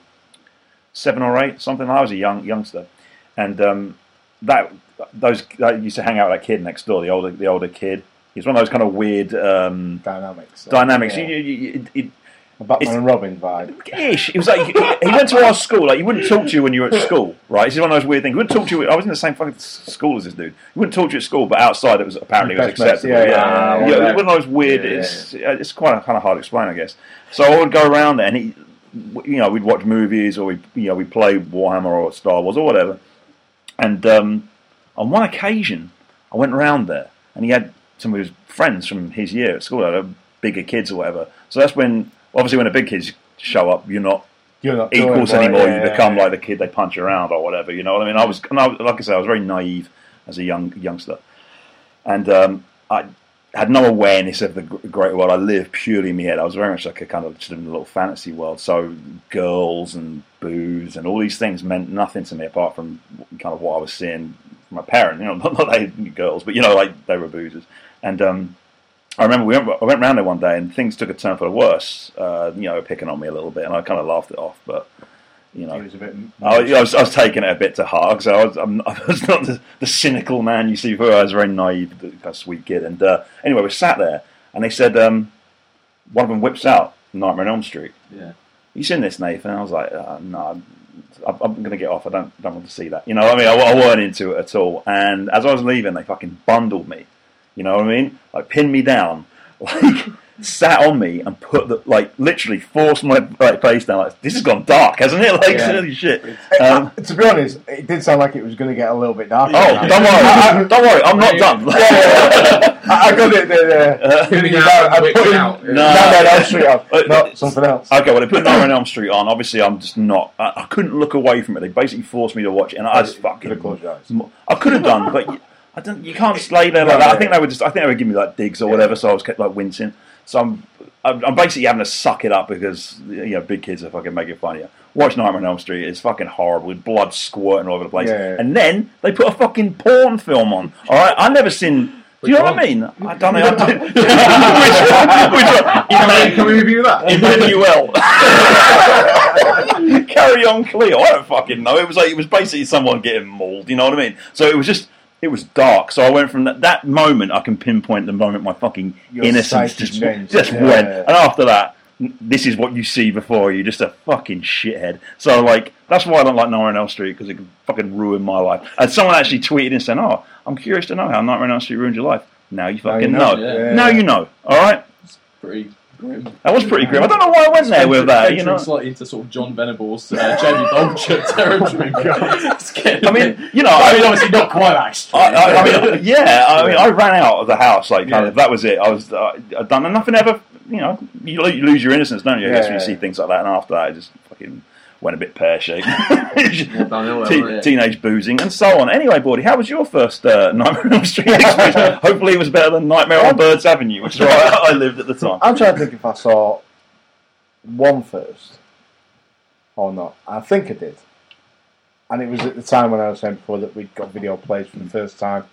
[SPEAKER 2] seven or eight, something. I was a young youngster, and um, that those I used to hang out with that kid next door, the older the older kid. He's one of those kind of weird um,
[SPEAKER 5] Dynamics.
[SPEAKER 2] dynamics.
[SPEAKER 5] Yeah.
[SPEAKER 2] You, you, you, it, it,
[SPEAKER 5] A Batman
[SPEAKER 2] it's-
[SPEAKER 5] and Robin vibe.
[SPEAKER 2] ish. It was like he went to our school. Like he wouldn't talk to you when you were at school, right? This is one of those weird things. He wouldn't talk to you. I was in the same fucking s- school as this dude. He wouldn't talk to you at school, but outside it was apparently it was
[SPEAKER 5] Best mates,
[SPEAKER 2] acceptable.
[SPEAKER 5] yeah,
[SPEAKER 4] yeah, yeah,
[SPEAKER 2] Yeah,
[SPEAKER 4] yeah.
[SPEAKER 2] It was one of those weird.
[SPEAKER 4] Yeah, yeah,
[SPEAKER 2] it's it's quite kind of hard to explain, I guess. So I would go around there, and he, you know, we'd watch movies or we, you know, we play Warhammer or Star Wars or whatever. And um, on one occasion, I went round there, and he had some of his friends from his year at school, like, bigger kids or whatever. So that's when, obviously, when the big kids show up, you're not
[SPEAKER 5] You're not doing
[SPEAKER 2] equals
[SPEAKER 5] right,
[SPEAKER 2] anymore.
[SPEAKER 5] yeah,
[SPEAKER 2] you
[SPEAKER 5] yeah,
[SPEAKER 2] become
[SPEAKER 5] yeah.
[SPEAKER 2] like the kid they punch around or whatever. You know what I mean? I was, and I, was- like I said, I was very naive as a young youngster, and um, I had no awareness of the gr- great world. I lived purely in my head. I was very much like a kind of just in a little fantasy world. So girls and booze and all these things meant nothing to me apart from kind of what I was seeing from my parents. You know, (laughs) not, not they girls, but you know, like they were boozers. And um, I remember we went, I went round there one day and things took a turn for the worse. Uh, you know, picking on me a little bit, and I kind of laughed it off. But you know,
[SPEAKER 5] He was a bit.
[SPEAKER 2] I, was- I, was, I was taking it a bit to heart because I was, I'm, I was not (laughs) the, the cynical man you see before. I was very naive, the kind of sweet kid. And uh, anyway, we sat there, and they said um, one of them whips out Nightmare on Elm Street.
[SPEAKER 3] Yeah.
[SPEAKER 2] You seen this, Nathan? I was like, uh, no, I, I'm going to get off. I don't don't want to see that. You know, what I mean, I, I weren't into it at all. And as I was leaving, they fucking bundled me. You know what I mean? Like pinned me down, (laughs) like sat on me and put the like literally forced my like, face down. Like this has gone dark, hasn't it? (laughs) Like
[SPEAKER 4] Yeah.
[SPEAKER 2] holy shit. Um,
[SPEAKER 5] Um, to be honest, it did sound like it was going to get a little bit dark.
[SPEAKER 2] Oh, don't worry, don't worry, I'm not done. (laughs)
[SPEAKER 5] I, I got it. There, there.
[SPEAKER 4] Put me
[SPEAKER 5] You know,
[SPEAKER 4] out,
[SPEAKER 5] I
[SPEAKER 4] whip
[SPEAKER 5] put
[SPEAKER 4] me
[SPEAKER 5] him-
[SPEAKER 4] out.
[SPEAKER 5] No, no, no, straight up.
[SPEAKER 2] Uh,
[SPEAKER 5] No, something else.
[SPEAKER 2] Okay, well, they
[SPEAKER 5] (coughs)
[SPEAKER 2] put Nightmare on Elm Street on. Obviously, I'm just not. I, I couldn't look away from it. They basically forced me to watch it, and I just fucking.
[SPEAKER 5] Could've closed your eyes.
[SPEAKER 2] I could have done, but you, I don't. You can't just lay there like
[SPEAKER 5] No,
[SPEAKER 2] that.
[SPEAKER 5] no,
[SPEAKER 2] I think
[SPEAKER 5] no.
[SPEAKER 2] they were just. I think they were giving me like digs or whatever. So I was kept like wincing. So I'm. I'm I'm basically having to suck it up because you know big kids are fucking making fun of you. Watch Nightmare on Elm Street. It's fucking horrible. With blood squirting all over the place.
[SPEAKER 5] Yeah, yeah.
[SPEAKER 2] And then they put a fucking porn film on. All right, I've never seen. Do you know what I mean? I don't know. I don't- (laughs) which one? Which
[SPEAKER 5] (laughs)
[SPEAKER 2] one?
[SPEAKER 4] Hey, Can we review that?
[SPEAKER 2] (laughs) Emmanuel. Carry on, Cleo. I don't fucking know. It was like it was basically someone getting mauled. You know what I mean? So it was just it was dark. So I went from that, that moment. I can pinpoint the moment my fucking
[SPEAKER 5] Your
[SPEAKER 2] innocence
[SPEAKER 5] psyche
[SPEAKER 2] just
[SPEAKER 5] changed.
[SPEAKER 2] just
[SPEAKER 5] Yeah.
[SPEAKER 2] went. And after that, n- this is what you see before you. Just a fucking shithead. So like that's why I don't like Nightmare on Elm Street because it can fucking ruin my life. And someone actually tweeted and said, "Oh, I'm curious to know how Nightmare on Elm Street ruined your life." Now you fucking
[SPEAKER 5] you
[SPEAKER 2] know.
[SPEAKER 5] know.
[SPEAKER 3] Yeah.
[SPEAKER 2] Now you know. All right.
[SPEAKER 3] Pretty grim.
[SPEAKER 2] That was pretty grim. I don't know why I went there with that. You
[SPEAKER 3] Venturing
[SPEAKER 2] know.
[SPEAKER 3] slightly into sort of John Venables, uh, Jamie Bolger (laughs) territory. It's getting
[SPEAKER 2] I
[SPEAKER 3] a bit-
[SPEAKER 2] mean, you know, I mean, obviously,
[SPEAKER 3] not quite actually.
[SPEAKER 2] I, I, I (laughs) mean, yeah, I mean, I ran out of the house, like, kind of, that was it. I was, uh, I'd done, and nothing ever, you know, you, lo- you lose your innocence, don't you? I guess when you
[SPEAKER 5] Yeah.
[SPEAKER 2] see things like that, and after that, I just fucking went a bit pear shaped. (laughs)
[SPEAKER 4] downhill, wasn't
[SPEAKER 2] Te-
[SPEAKER 4] it?
[SPEAKER 2] teenage boozing and so on. Anyway, Bordy, how was your first uh, (laughs) Nightmare on Elm Street
[SPEAKER 5] (laughs)
[SPEAKER 2] experience? Hopefully, it was better than Nightmare on Birds Avenue, which is where I, I lived at the
[SPEAKER 5] (laughs)
[SPEAKER 2] time.
[SPEAKER 5] I'm trying to think if I saw one first or not. I think I did. And it was at the time when I was saying before that we'd got video plays for the first time.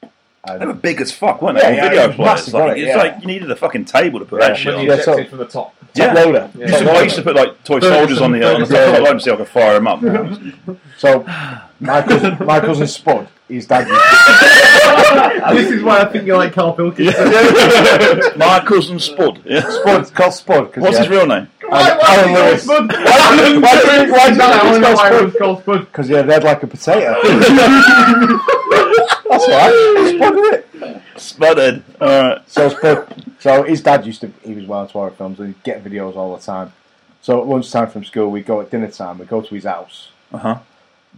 [SPEAKER 2] They were
[SPEAKER 5] And
[SPEAKER 2] big as fuck, weren't they?
[SPEAKER 5] Yeah, yeah,
[SPEAKER 2] Video
[SPEAKER 5] it was
[SPEAKER 2] players,
[SPEAKER 5] massive,
[SPEAKER 2] like,
[SPEAKER 5] wasn't it?
[SPEAKER 2] it's
[SPEAKER 5] Yeah.
[SPEAKER 2] like you needed a fucking table to put
[SPEAKER 5] Yeah.
[SPEAKER 2] that shit on.
[SPEAKER 5] When
[SPEAKER 4] When
[SPEAKER 5] Yeah,
[SPEAKER 4] you
[SPEAKER 5] so-
[SPEAKER 4] ejected from the top.
[SPEAKER 5] top
[SPEAKER 2] Yeah.
[SPEAKER 5] loader.
[SPEAKER 4] Yeah.
[SPEAKER 2] Used to- I used to put like toy soldiers on the, on the top of the so I could fire them up.
[SPEAKER 5] So my cousin, my cousin Spud, his dad. Used
[SPEAKER 6] this is why I think you like Carl Wilkins.
[SPEAKER 2] (laughs) My cousin Spud. Yeah.
[SPEAKER 5] Spud, it's called Spud. 'cause
[SPEAKER 2] What's
[SPEAKER 5] he
[SPEAKER 2] his real name?
[SPEAKER 5] had- Alan Lewis. (laughs) Why is that? It's called Spud. Because you're red like a (laughs) potato. That's right. Spud, isn't it?
[SPEAKER 2] Spudded. Alright.
[SPEAKER 5] So Spud, so his dad used to he was well into horror films and he'd get videos all the time. So at lunchtime from school we'd go at dinner time, we'd go to his house.
[SPEAKER 2] Uh-huh.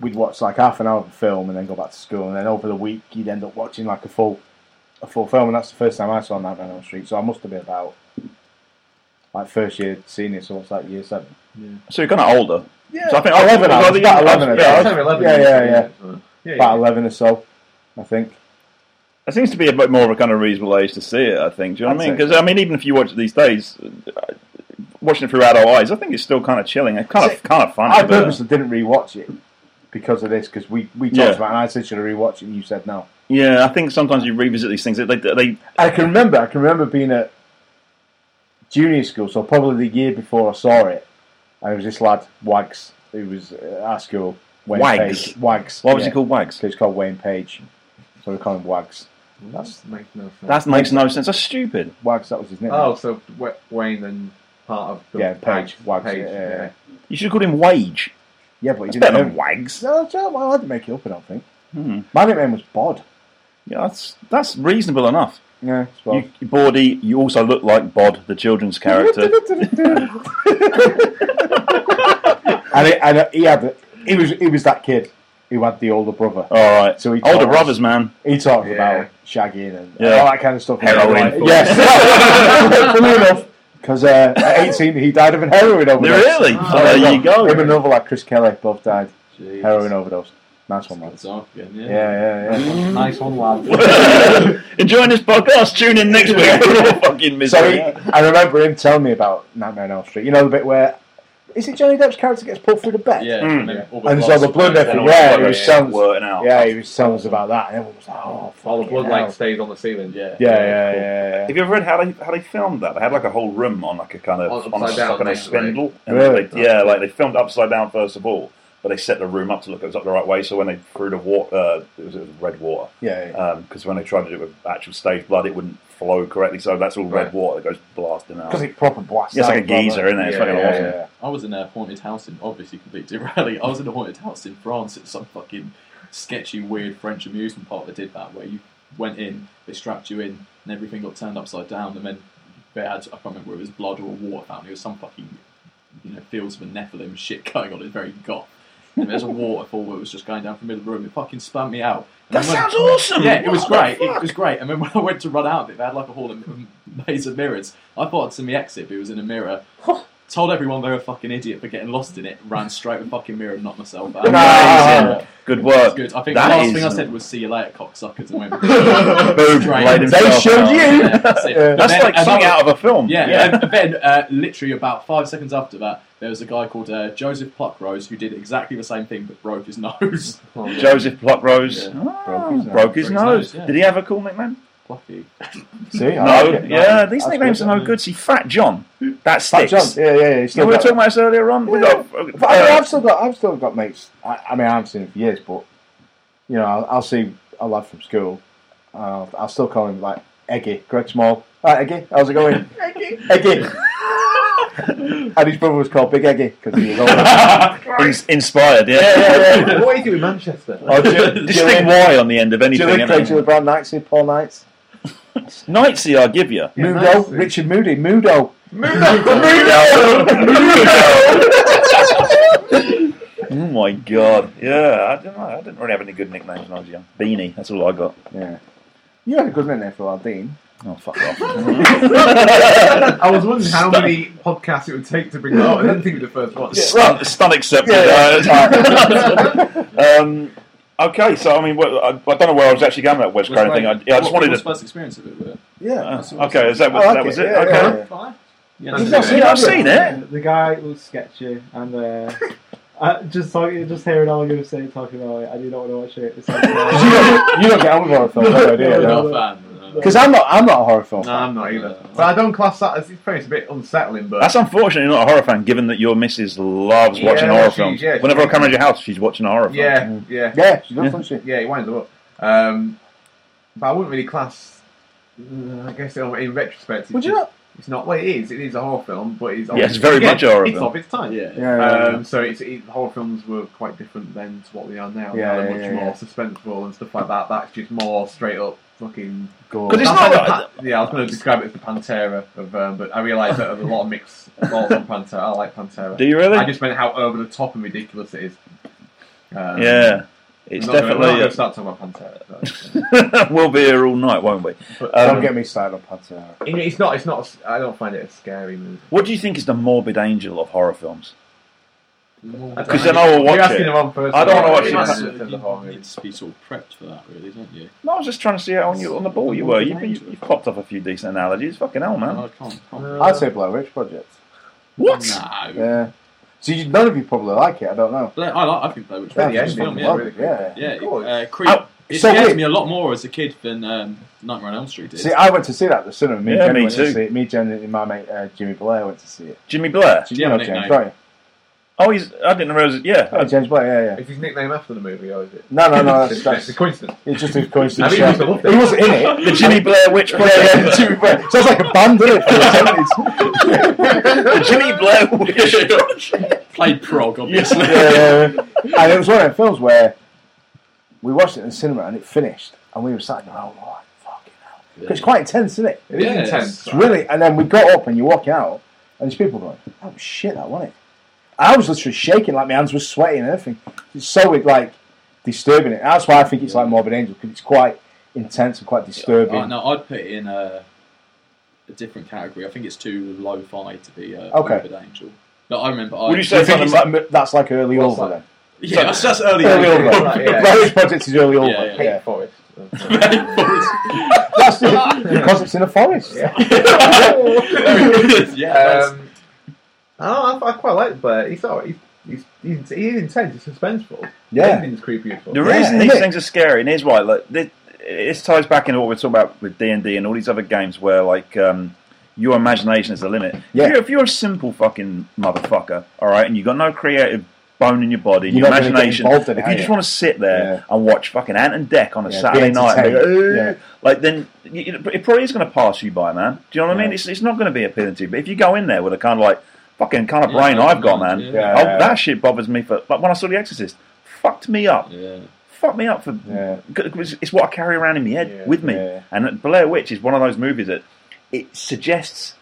[SPEAKER 5] We'd watch like half an hour of a film and then go back to school and then over the week you'd end up watching like a full a full film and that's the first time I saw Nightmare on Elm Street, so I must have been about like first year senior, so it's like year seven.
[SPEAKER 2] So you're kind of older. Yeah. So I think I-
[SPEAKER 5] Eleven, I
[SPEAKER 2] well,
[SPEAKER 5] was
[SPEAKER 2] the-
[SPEAKER 5] about eleven at
[SPEAKER 2] yeah,
[SPEAKER 5] the time. Oh, Yeah, yeah, yeah. About eleven or so, I think.
[SPEAKER 2] It seems to be a bit more of a kind of reasonable age to see it, I think. Do you know what I
[SPEAKER 5] I'd
[SPEAKER 2] mean?
[SPEAKER 5] say
[SPEAKER 2] Because, I mean, even if you watch it these days, uh, watching it through adult eyes, I think it's still kind of chilling. It's kind of, kind of funny.
[SPEAKER 5] I
[SPEAKER 2] but-
[SPEAKER 5] purposely didn't rewatch it because of this, because we, we talked
[SPEAKER 2] Yeah.
[SPEAKER 5] about it and I said, should I rewatch it? And you said no.
[SPEAKER 2] yeah, I think sometimes you revisit these things. They, they, they
[SPEAKER 5] I can remember. I can remember being at junior school, so probably the year before I saw it. And it was this lad Wags who was at our school. Wayne
[SPEAKER 2] Wags?
[SPEAKER 5] Page. Wags.
[SPEAKER 2] what was
[SPEAKER 5] yeah.
[SPEAKER 2] he called? Wags?
[SPEAKER 5] So he's called Wayne Page. So we call him Wags. That's
[SPEAKER 4] Make no sense.
[SPEAKER 2] That makes no sense. That's stupid.
[SPEAKER 5] Wags. That was his name.
[SPEAKER 4] Oh, so W- Wayne and part of the
[SPEAKER 5] Yeah, Page, Wags,
[SPEAKER 4] Page,
[SPEAKER 5] yeah, yeah, yeah.
[SPEAKER 2] You should have called him Wage.
[SPEAKER 5] yeah, but he
[SPEAKER 2] It's
[SPEAKER 5] didn't.
[SPEAKER 2] better than
[SPEAKER 5] Know.
[SPEAKER 2] Wags.
[SPEAKER 5] No, no, well, I didn't make it up. I don't think.
[SPEAKER 2] Hmm.
[SPEAKER 5] My nickname was Bod.
[SPEAKER 2] Yeah, that's, that's reasonable enough.
[SPEAKER 5] Yeah, it's Bod.
[SPEAKER 2] You, Bordy, you also look like Bod, the children's (laughs) character.
[SPEAKER 5] (laughs) and, it, and he had. He was. He was that kid who had the older brother.
[SPEAKER 2] All right.
[SPEAKER 5] So he
[SPEAKER 2] Older
[SPEAKER 5] talks-
[SPEAKER 2] brothers, (laughs) man.
[SPEAKER 5] He talked
[SPEAKER 4] Yeah.
[SPEAKER 5] about shagging and
[SPEAKER 2] Yeah.
[SPEAKER 5] all that kind of stuff.
[SPEAKER 2] Heroin.
[SPEAKER 5] Yes. (laughs) Funny enough, because uh, at 18 he died of a heroin overdose.
[SPEAKER 2] Really? So there you go.
[SPEAKER 5] Him and another like Chris Kelly both died
[SPEAKER 3] Jeez.
[SPEAKER 5] heroin overdose. Nice one, man.
[SPEAKER 3] It's off again, yeah.
[SPEAKER 5] Yeah, yeah,
[SPEAKER 2] Mm-hmm.
[SPEAKER 5] yeah.
[SPEAKER 6] Nice one, lad.
[SPEAKER 2] Enjoying this podcast. Tune in next (laughs) week for more fucking
[SPEAKER 5] So he,
[SPEAKER 2] misery.
[SPEAKER 5] I remember him telling me about Nightmare on Elm Street. You know the bit where is it Johnny Depp's character gets pulled through the bed?
[SPEAKER 3] (laughs) Yeah,
[SPEAKER 2] Mm.
[SPEAKER 3] and then all
[SPEAKER 5] And
[SPEAKER 3] the
[SPEAKER 5] so the
[SPEAKER 3] blood
[SPEAKER 5] blood
[SPEAKER 2] And
[SPEAKER 3] splatters
[SPEAKER 2] all the
[SPEAKER 3] out.
[SPEAKER 5] Yeah, it
[SPEAKER 2] blood
[SPEAKER 5] was
[SPEAKER 2] is
[SPEAKER 5] sounds-
[SPEAKER 2] working out.
[SPEAKER 5] Yeah, he was telling us about that, and everyone was like, "Oh,
[SPEAKER 4] All the
[SPEAKER 5] fucking
[SPEAKER 4] blood like
[SPEAKER 5] hell.
[SPEAKER 4] stays on the ceiling.
[SPEAKER 3] Yeah.
[SPEAKER 5] Yeah, yeah, yeah, yeah.
[SPEAKER 2] Have you ever read how they how they filmed that? They had like a whole room on like a kind of
[SPEAKER 4] On-
[SPEAKER 2] on, a,
[SPEAKER 4] Oh, upside down,
[SPEAKER 2] on a
[SPEAKER 4] yeah,
[SPEAKER 2] spindle. And
[SPEAKER 5] Really?
[SPEAKER 2] they- yeah, like they filmed upside down first of all, but they set the room up to look it was up the right way. So when they threw the water, uh, it, was, it was red water
[SPEAKER 5] Yeah, yeah.
[SPEAKER 2] because Um, when they tried to do it with actual stage blood, it wouldn't flow correctly. So that's all red
[SPEAKER 4] Right.
[SPEAKER 2] water that goes blasting out.
[SPEAKER 5] Because it Uh, proper blasts.
[SPEAKER 2] Yeah, it's like a
[SPEAKER 5] out, brother.
[SPEAKER 2] geezer, isn't it? It's
[SPEAKER 5] Yeah,
[SPEAKER 2] fucking
[SPEAKER 5] yeah,
[SPEAKER 2] awesome.
[SPEAKER 5] yeah.
[SPEAKER 3] I was in a haunted house in obviously completely (laughs) rally. I was in a haunted house in France at some fucking sketchy, weird French amusement park that did that, where you went in, they strapped you in, and everything got turned upside down, and then they had I can't remember if it was blood or a water fountain. It was some fucking you know fields of a Nephilim shit going on. It's very goth. And there's a waterfall that was just going down from the middle of the room. It fucking spun me out. And
[SPEAKER 2] That
[SPEAKER 3] then when-
[SPEAKER 2] sounds awesome.
[SPEAKER 3] yeah, it was
[SPEAKER 2] What the
[SPEAKER 3] great. It
[SPEAKER 2] fuck?
[SPEAKER 3] was great. And then when I went to run out of it, they had like a whole m- maze of mirrors. I thought it's in the exit, but it was in a mirror. Told everyone they were a fucking idiot for getting lost in it. Ran straight with fucking mirror and knocked myself out.
[SPEAKER 2] Nah.
[SPEAKER 3] Amazing.
[SPEAKER 2] Good
[SPEAKER 3] That's
[SPEAKER 2] work.
[SPEAKER 3] good. I think
[SPEAKER 2] That
[SPEAKER 3] the last
[SPEAKER 2] is-
[SPEAKER 3] thing I said was "see you later,
[SPEAKER 2] (laughs)
[SPEAKER 3] cocksuckers," and went.
[SPEAKER 2] Boom,
[SPEAKER 3] Straight.
[SPEAKER 2] laid
[SPEAKER 5] They
[SPEAKER 2] himself
[SPEAKER 5] showed
[SPEAKER 2] out.
[SPEAKER 5] you.
[SPEAKER 3] Yeah, that's it. But
[SPEAKER 2] That's
[SPEAKER 3] then
[SPEAKER 2] like something
[SPEAKER 3] another-
[SPEAKER 2] out of a film.
[SPEAKER 3] yeah, and then uh, literally about five seconds after that, there was a guy called uh, Joseph Pluckrose who did exactly the same thing but broke his (laughs) nose.
[SPEAKER 2] (laughs) Joseph Pluckrose
[SPEAKER 3] Yeah.
[SPEAKER 2] Ah,
[SPEAKER 5] Broke
[SPEAKER 2] broke his
[SPEAKER 5] his nose.
[SPEAKER 3] Broke his
[SPEAKER 2] nose.
[SPEAKER 3] nose, yeah.
[SPEAKER 2] Did he have a cool nickname?
[SPEAKER 3] Plucky.
[SPEAKER 5] See, I
[SPEAKER 2] No,
[SPEAKER 5] like it.
[SPEAKER 2] yeah, these
[SPEAKER 5] That's
[SPEAKER 2] nicknames
[SPEAKER 5] good.
[SPEAKER 2] are no good. See, Fat John, that
[SPEAKER 5] Fat
[SPEAKER 2] sticks.
[SPEAKER 5] John. Yeah, yeah, yeah. he's
[SPEAKER 2] You know, we
[SPEAKER 5] still
[SPEAKER 2] were
[SPEAKER 5] got
[SPEAKER 2] talking about this earlier on. We
[SPEAKER 5] Yeah.
[SPEAKER 2] got, uh,
[SPEAKER 5] But I mean, I've still got, I've still got mates. I, I mean, I haven't seen him for years, but you know, I'll, I'll see a lad from school. Uh, I'll still call him like Eggy, Greg Small. Hi, Eggy, how's it going? Eggy, Eggy. (laughs) and his brother was called Big Eggy
[SPEAKER 2] (laughs)
[SPEAKER 5] because he was older.
[SPEAKER 2] uh, ins- inspired, yeah. (laughs)
[SPEAKER 4] What do you do in Manchester?
[SPEAKER 5] (laughs) Or Jill,
[SPEAKER 2] Just think
[SPEAKER 5] Jill,
[SPEAKER 2] why on the end of anything.
[SPEAKER 5] Jill,
[SPEAKER 2] innit?
[SPEAKER 5] Jill Brown Knightsey, Paul Knights,
[SPEAKER 2] Knightsy, I give you.
[SPEAKER 5] Mudo,
[SPEAKER 4] Knightsey.
[SPEAKER 5] Richard Moody, Mudo. (laughs)
[SPEAKER 2] Oh my god, yeah. I didn't, know. I didn't really have any good nicknames when I was young. Beanie, that's all I got.
[SPEAKER 5] Yeah, you had a good nickname for Aldine.
[SPEAKER 2] Oh fuck
[SPEAKER 4] (laughs)
[SPEAKER 2] off. (laughs)
[SPEAKER 4] I was wondering how many podcasts it would take to bring that up. I didn't think of the first one.
[SPEAKER 2] Stun, stun accepted. (laughs)
[SPEAKER 5] Yeah,
[SPEAKER 2] um, okay, so I mean, well, I, I don't know where I was actually going with that West Crown thing. I, yeah, I just
[SPEAKER 3] What-
[SPEAKER 2] wanted
[SPEAKER 3] what's
[SPEAKER 2] to.
[SPEAKER 3] first experience of it. Were?
[SPEAKER 5] Yeah,
[SPEAKER 2] Uh, okay, is that,
[SPEAKER 5] I like
[SPEAKER 2] that
[SPEAKER 5] it,
[SPEAKER 2] was it?
[SPEAKER 5] Oh, yeah,
[SPEAKER 2] okay.
[SPEAKER 5] yeah.
[SPEAKER 3] Fine.
[SPEAKER 4] That's
[SPEAKER 5] You've
[SPEAKER 4] it.
[SPEAKER 5] not seen
[SPEAKER 2] I've
[SPEAKER 5] it, have you?
[SPEAKER 2] seen it.
[SPEAKER 6] Uh, The guy was sketchy, and uh, I, just like just hearing all you were saying talking about it, I do not want to watch it. It's like,
[SPEAKER 5] You
[SPEAKER 6] uh,
[SPEAKER 5] don't, you don't get on with horror films, no idea.
[SPEAKER 6] Yeah.
[SPEAKER 5] No.
[SPEAKER 3] Not a fan. uh,
[SPEAKER 5] Because I'm not, I'm not a horror film.
[SPEAKER 4] No, I'm not either.
[SPEAKER 3] Uh,
[SPEAKER 4] But I don't class that as it's probably a bit unsettling, but
[SPEAKER 2] That's unfortunate you're not a horror fan, given that your missus loves
[SPEAKER 4] Yeah,
[SPEAKER 2] watching horror
[SPEAKER 4] she-
[SPEAKER 2] films.
[SPEAKER 4] yeah, she-
[SPEAKER 2] Whenever I come around your house, she's watching a horror film.
[SPEAKER 5] Mm.
[SPEAKER 4] yeah, yeah,
[SPEAKER 5] Yeah, she does, doesn't she?
[SPEAKER 4] yeah, he winds them up. Um, but I wouldn't really class. uh, I guess in in retrospect, it's,
[SPEAKER 5] Would you
[SPEAKER 4] just-
[SPEAKER 5] not?
[SPEAKER 4] it's not. Well, it is. It is a horror film, but it's
[SPEAKER 2] Yeah, it's
[SPEAKER 4] (laughs)
[SPEAKER 2] very
[SPEAKER 4] again,
[SPEAKER 2] much a horror
[SPEAKER 4] It's
[SPEAKER 2] film.
[SPEAKER 4] of its time.
[SPEAKER 3] yeah.
[SPEAKER 5] Yeah, yeah,
[SPEAKER 4] Um, so it's, it, horror films were quite different then to what they are now. now
[SPEAKER 5] Yeah,
[SPEAKER 4] they're
[SPEAKER 5] yeah,
[SPEAKER 4] much
[SPEAKER 5] yeah,
[SPEAKER 4] more
[SPEAKER 5] yeah.
[SPEAKER 4] suspenseful and stuff like that. That's just more straight up fucking.
[SPEAKER 5] go.
[SPEAKER 2] 'Cause But it's
[SPEAKER 4] That's
[SPEAKER 2] not
[SPEAKER 4] like the
[SPEAKER 2] like-
[SPEAKER 4] Pa- yeah, I was going to describe it as the Pantera of, um, but I realised that there's a lot of mixed thoughts on Pantera. I like Pantera.
[SPEAKER 2] Do you really?
[SPEAKER 4] I just meant how over the top and ridiculous it is. Um,
[SPEAKER 2] yeah. It's
[SPEAKER 4] I'm not Gonna, I'm not
[SPEAKER 2] definitely.
[SPEAKER 4] gonna start talking about Pantera.
[SPEAKER 2] (laughs)
[SPEAKER 4] though.
[SPEAKER 2] we'll be here all night, won't we? (laughs)
[SPEAKER 4] But,
[SPEAKER 2] Um,
[SPEAKER 5] don't get me started on Pantera.
[SPEAKER 4] It- it's not. It's not. a s- I don't find it a scary movie.
[SPEAKER 2] What do you think is the morbid angel of horror films?
[SPEAKER 4] don't
[SPEAKER 2] Because then
[SPEAKER 4] know.
[SPEAKER 2] I will watch
[SPEAKER 4] You're asking
[SPEAKER 2] it.
[SPEAKER 4] the wrong person.
[SPEAKER 2] I don't wanna
[SPEAKER 4] Yeah,
[SPEAKER 2] watch
[SPEAKER 4] it's
[SPEAKER 2] it.
[SPEAKER 4] not-
[SPEAKER 2] That's-
[SPEAKER 4] it's a horror
[SPEAKER 3] You
[SPEAKER 4] movie.
[SPEAKER 3] need to be sort of prepped for that, really, don't you?
[SPEAKER 2] No, I was just trying to see how on you on the ball you were. You've, been, you've popped off a few decent analogies. Fucking hell,
[SPEAKER 4] Oh,
[SPEAKER 2] man.
[SPEAKER 3] I can't. can't
[SPEAKER 5] I'd say Blair Witch Project.
[SPEAKER 2] What?
[SPEAKER 3] No.
[SPEAKER 5] Yeah. So you, none of you probably like it. I don't know.
[SPEAKER 3] Blair, I, like, I think Blair Witch Project
[SPEAKER 4] Yeah,
[SPEAKER 3] is a
[SPEAKER 4] yeah,
[SPEAKER 3] film,
[SPEAKER 4] yeah.
[SPEAKER 3] yeah.
[SPEAKER 5] Love it, yeah.
[SPEAKER 3] Yeah,
[SPEAKER 4] course.
[SPEAKER 3] uh, creep.
[SPEAKER 2] Oh,
[SPEAKER 3] it
[SPEAKER 5] so
[SPEAKER 3] scared
[SPEAKER 5] wait.
[SPEAKER 3] me a lot more as a kid than um, Nightmare on Elm Street did.
[SPEAKER 5] See, I went to see that at the cinema. Me, and
[SPEAKER 2] Yeah,
[SPEAKER 5] Jenny
[SPEAKER 2] me
[SPEAKER 5] went
[SPEAKER 2] too.
[SPEAKER 5] to see it. Me, Jenny, and my mate uh, Jimmy Blair went to see it.
[SPEAKER 2] Jimmy Blair.
[SPEAKER 3] Do
[SPEAKER 5] So
[SPEAKER 3] you
[SPEAKER 5] you
[SPEAKER 3] have
[SPEAKER 5] know
[SPEAKER 3] a
[SPEAKER 5] James,
[SPEAKER 3] nickname?
[SPEAKER 5] right?
[SPEAKER 2] Oh, he's. I didn't realize. It. Yeah.
[SPEAKER 5] Oh, James Blair, yeah, yeah.
[SPEAKER 4] Is his nickname after the movie, or is it?
[SPEAKER 5] No, no, no. Uh, That's,
[SPEAKER 4] It's it's (laughs)
[SPEAKER 5] that's,
[SPEAKER 4] a coincidence.
[SPEAKER 5] it's just a coincidence.
[SPEAKER 4] I mean, he was loved
[SPEAKER 5] yeah.
[SPEAKER 4] it.
[SPEAKER 5] He wasn't in it.
[SPEAKER 2] the Jimmy Blair Witch
[SPEAKER 4] (laughs)
[SPEAKER 5] (laughs) Yeah, yeah,
[SPEAKER 2] Project. (laughs)
[SPEAKER 5] Jimmy Blair. Sounds like a band, doesn't it? From the 70s.
[SPEAKER 2] the (laughs) Jimmy Blair Witch Project.
[SPEAKER 3] Played prog, obviously.
[SPEAKER 5] yeah, yeah, yeah. And it was one of the films where we watched it in the cinema and it finished, and we were sat there, oh my fucking hell. 'Cause It's quite intense, isn't it?
[SPEAKER 4] It is
[SPEAKER 3] Yeah,
[SPEAKER 4] intense.
[SPEAKER 5] It's really. And then we got up and you're walking out, and there's people going, oh shit, that wasn't it. I was literally shaking, like my hands were sweating and everything. It's so like disturbing it. That's why I think it's like Morbid Angel because it's quite intense and quite disturbing.
[SPEAKER 3] Uh, no, I'd put it in a, a different category. I think it's too lo-fi to be a
[SPEAKER 5] Okay.
[SPEAKER 3] Morbid Angel. But I remember I
[SPEAKER 2] Would you
[SPEAKER 5] Do
[SPEAKER 2] say
[SPEAKER 5] you think
[SPEAKER 2] something
[SPEAKER 5] it's
[SPEAKER 2] like-
[SPEAKER 5] like, that's like early
[SPEAKER 4] What's
[SPEAKER 5] over
[SPEAKER 4] that?
[SPEAKER 5] then?
[SPEAKER 7] Yeah, that's, that's early.
[SPEAKER 5] Early
[SPEAKER 7] on.
[SPEAKER 5] over.
[SPEAKER 3] (laughs)
[SPEAKER 4] Right, yeah.
[SPEAKER 5] Various projects is early over.
[SPEAKER 3] Yeah, yeah.
[SPEAKER 4] Hate forest.
[SPEAKER 3] (laughs)
[SPEAKER 5] That's it. Because it's in a forest.
[SPEAKER 3] yeah, that's-
[SPEAKER 4] Um, oh, I, I quite like Blair. He's alright. He's, he's, he's, he's intense. He's suspenseful.
[SPEAKER 5] Yeah.
[SPEAKER 4] Everything's creepy as fuck.
[SPEAKER 2] The
[SPEAKER 5] Yeah,
[SPEAKER 2] reason
[SPEAKER 5] isn't
[SPEAKER 2] these
[SPEAKER 5] it?
[SPEAKER 2] things are scary, and here's why: like this, this ties back into what we're talking about with D and D and all these other games where like um, your imagination is the limit.
[SPEAKER 5] Yeah.
[SPEAKER 2] If, you're, if you're a simple fucking motherfucker, all right, and you've got no creative bone in your body, and
[SPEAKER 5] You're
[SPEAKER 2] your
[SPEAKER 5] not gonna get
[SPEAKER 2] imagination,
[SPEAKER 5] involved in it,
[SPEAKER 2] if
[SPEAKER 5] are
[SPEAKER 2] you
[SPEAKER 5] you?
[SPEAKER 2] just want to sit there and watch fucking Ant and Deck on a
[SPEAKER 5] Yeah, be
[SPEAKER 2] Saturday night, and
[SPEAKER 5] entertained.
[SPEAKER 2] go, "Ugh,"
[SPEAKER 5] Yeah.
[SPEAKER 2] like then you, you- it probably is going to pass you by, man. Do you know what I mean?
[SPEAKER 5] Yeah.
[SPEAKER 2] It's, it's not going to be appealing to you. But if you go in there with a kind of like fucking kind of
[SPEAKER 7] Yeah,
[SPEAKER 2] brain I've got, man,
[SPEAKER 7] yeah.
[SPEAKER 5] Yeah.
[SPEAKER 2] oh, that shit bothers me. For like when I saw The Exorcist, fucked me up
[SPEAKER 7] Yeah.
[SPEAKER 2] fuck me up for
[SPEAKER 5] Yeah.
[SPEAKER 2] it's, it's what I carry around in my head
[SPEAKER 4] Yeah.
[SPEAKER 2] with me.
[SPEAKER 5] Yeah.
[SPEAKER 2] And Blair Witch is one of those movies that it suggests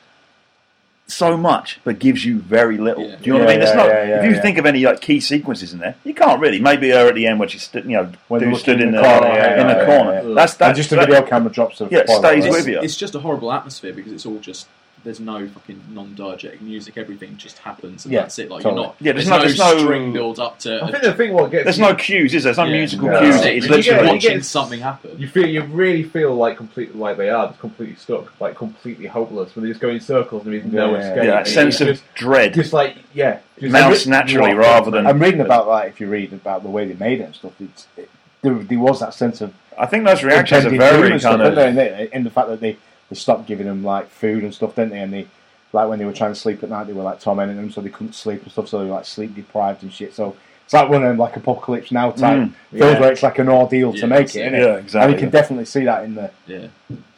[SPEAKER 2] so much but gives you very little.
[SPEAKER 7] Yeah.
[SPEAKER 2] Do you know
[SPEAKER 5] Yeah,
[SPEAKER 2] what I mean? It's
[SPEAKER 5] yeah,
[SPEAKER 2] not
[SPEAKER 5] yeah, yeah,
[SPEAKER 2] if you
[SPEAKER 5] yeah.
[SPEAKER 2] think of any like key sequences in there, you can't really. Maybe her at the end when she stood, you know,
[SPEAKER 5] When
[SPEAKER 2] who
[SPEAKER 5] looking
[SPEAKER 2] stood
[SPEAKER 5] in
[SPEAKER 2] in the,
[SPEAKER 5] the corner,
[SPEAKER 2] in
[SPEAKER 5] yeah,
[SPEAKER 2] the
[SPEAKER 5] yeah,
[SPEAKER 2] corner.
[SPEAKER 5] yeah,
[SPEAKER 7] yeah.
[SPEAKER 2] That's
[SPEAKER 5] And
[SPEAKER 2] that's
[SPEAKER 5] just the
[SPEAKER 2] that-
[SPEAKER 5] video camera drops of
[SPEAKER 2] Yeah, it
[SPEAKER 5] Twilight,
[SPEAKER 2] stays
[SPEAKER 5] right?
[SPEAKER 7] It's,
[SPEAKER 2] with you.
[SPEAKER 7] it's just a horrible atmosphere because it's all just there's no fucking non-diegetic music. Everything just happens and
[SPEAKER 5] Yeah,
[SPEAKER 7] that's it. Like
[SPEAKER 5] totally.
[SPEAKER 7] you're not.
[SPEAKER 2] Yeah,
[SPEAKER 7] there's,
[SPEAKER 2] there's
[SPEAKER 7] no,
[SPEAKER 2] no- there's no-
[SPEAKER 7] string build up to.
[SPEAKER 4] I think the thing what gets
[SPEAKER 2] There's
[SPEAKER 4] you-
[SPEAKER 2] no cues, is there? There's no
[SPEAKER 7] Yeah.
[SPEAKER 2] musical
[SPEAKER 5] Yeah.
[SPEAKER 2] cues.
[SPEAKER 5] That's
[SPEAKER 7] it.
[SPEAKER 2] It's
[SPEAKER 7] You get-
[SPEAKER 2] literally
[SPEAKER 4] you
[SPEAKER 2] watching.
[SPEAKER 7] watching
[SPEAKER 4] get-
[SPEAKER 7] something happen.
[SPEAKER 4] You feel you really feel like complete like they are just completely stuck, like completely hopeless. When they just go in circles and there is no
[SPEAKER 5] Yeah,
[SPEAKER 4] escape.
[SPEAKER 2] Yeah, that
[SPEAKER 4] It's
[SPEAKER 2] sense of
[SPEAKER 4] just,
[SPEAKER 2] dread.
[SPEAKER 4] just like yeah, just
[SPEAKER 2] Mounts naturally rather than
[SPEAKER 5] I'm reading about that. If you read about the way they made it and stuff, it's, it, there, there was that sense of
[SPEAKER 2] I think those reactions are
[SPEAKER 5] impending doom
[SPEAKER 2] very
[SPEAKER 5] and stuff,
[SPEAKER 2] kind of
[SPEAKER 5] isn't there? And, they- and the fact that they, they stopped giving them like food and stuff, didn't they? And they like when they were trying to sleep at night, they were like tormenting them, so they couldn't sleep and stuff, so they were like sleep deprived and shit. So it's like one of them like apocalypse now type
[SPEAKER 2] Mm,
[SPEAKER 5] films
[SPEAKER 4] yeah.
[SPEAKER 5] where it's like an ordeal
[SPEAKER 7] Yeah,
[SPEAKER 5] to make
[SPEAKER 7] that's
[SPEAKER 5] it.
[SPEAKER 7] it.
[SPEAKER 5] Isn't
[SPEAKER 2] Yeah,
[SPEAKER 5] it? And
[SPEAKER 2] exactly.
[SPEAKER 5] you can definitely see that in the
[SPEAKER 7] Yeah.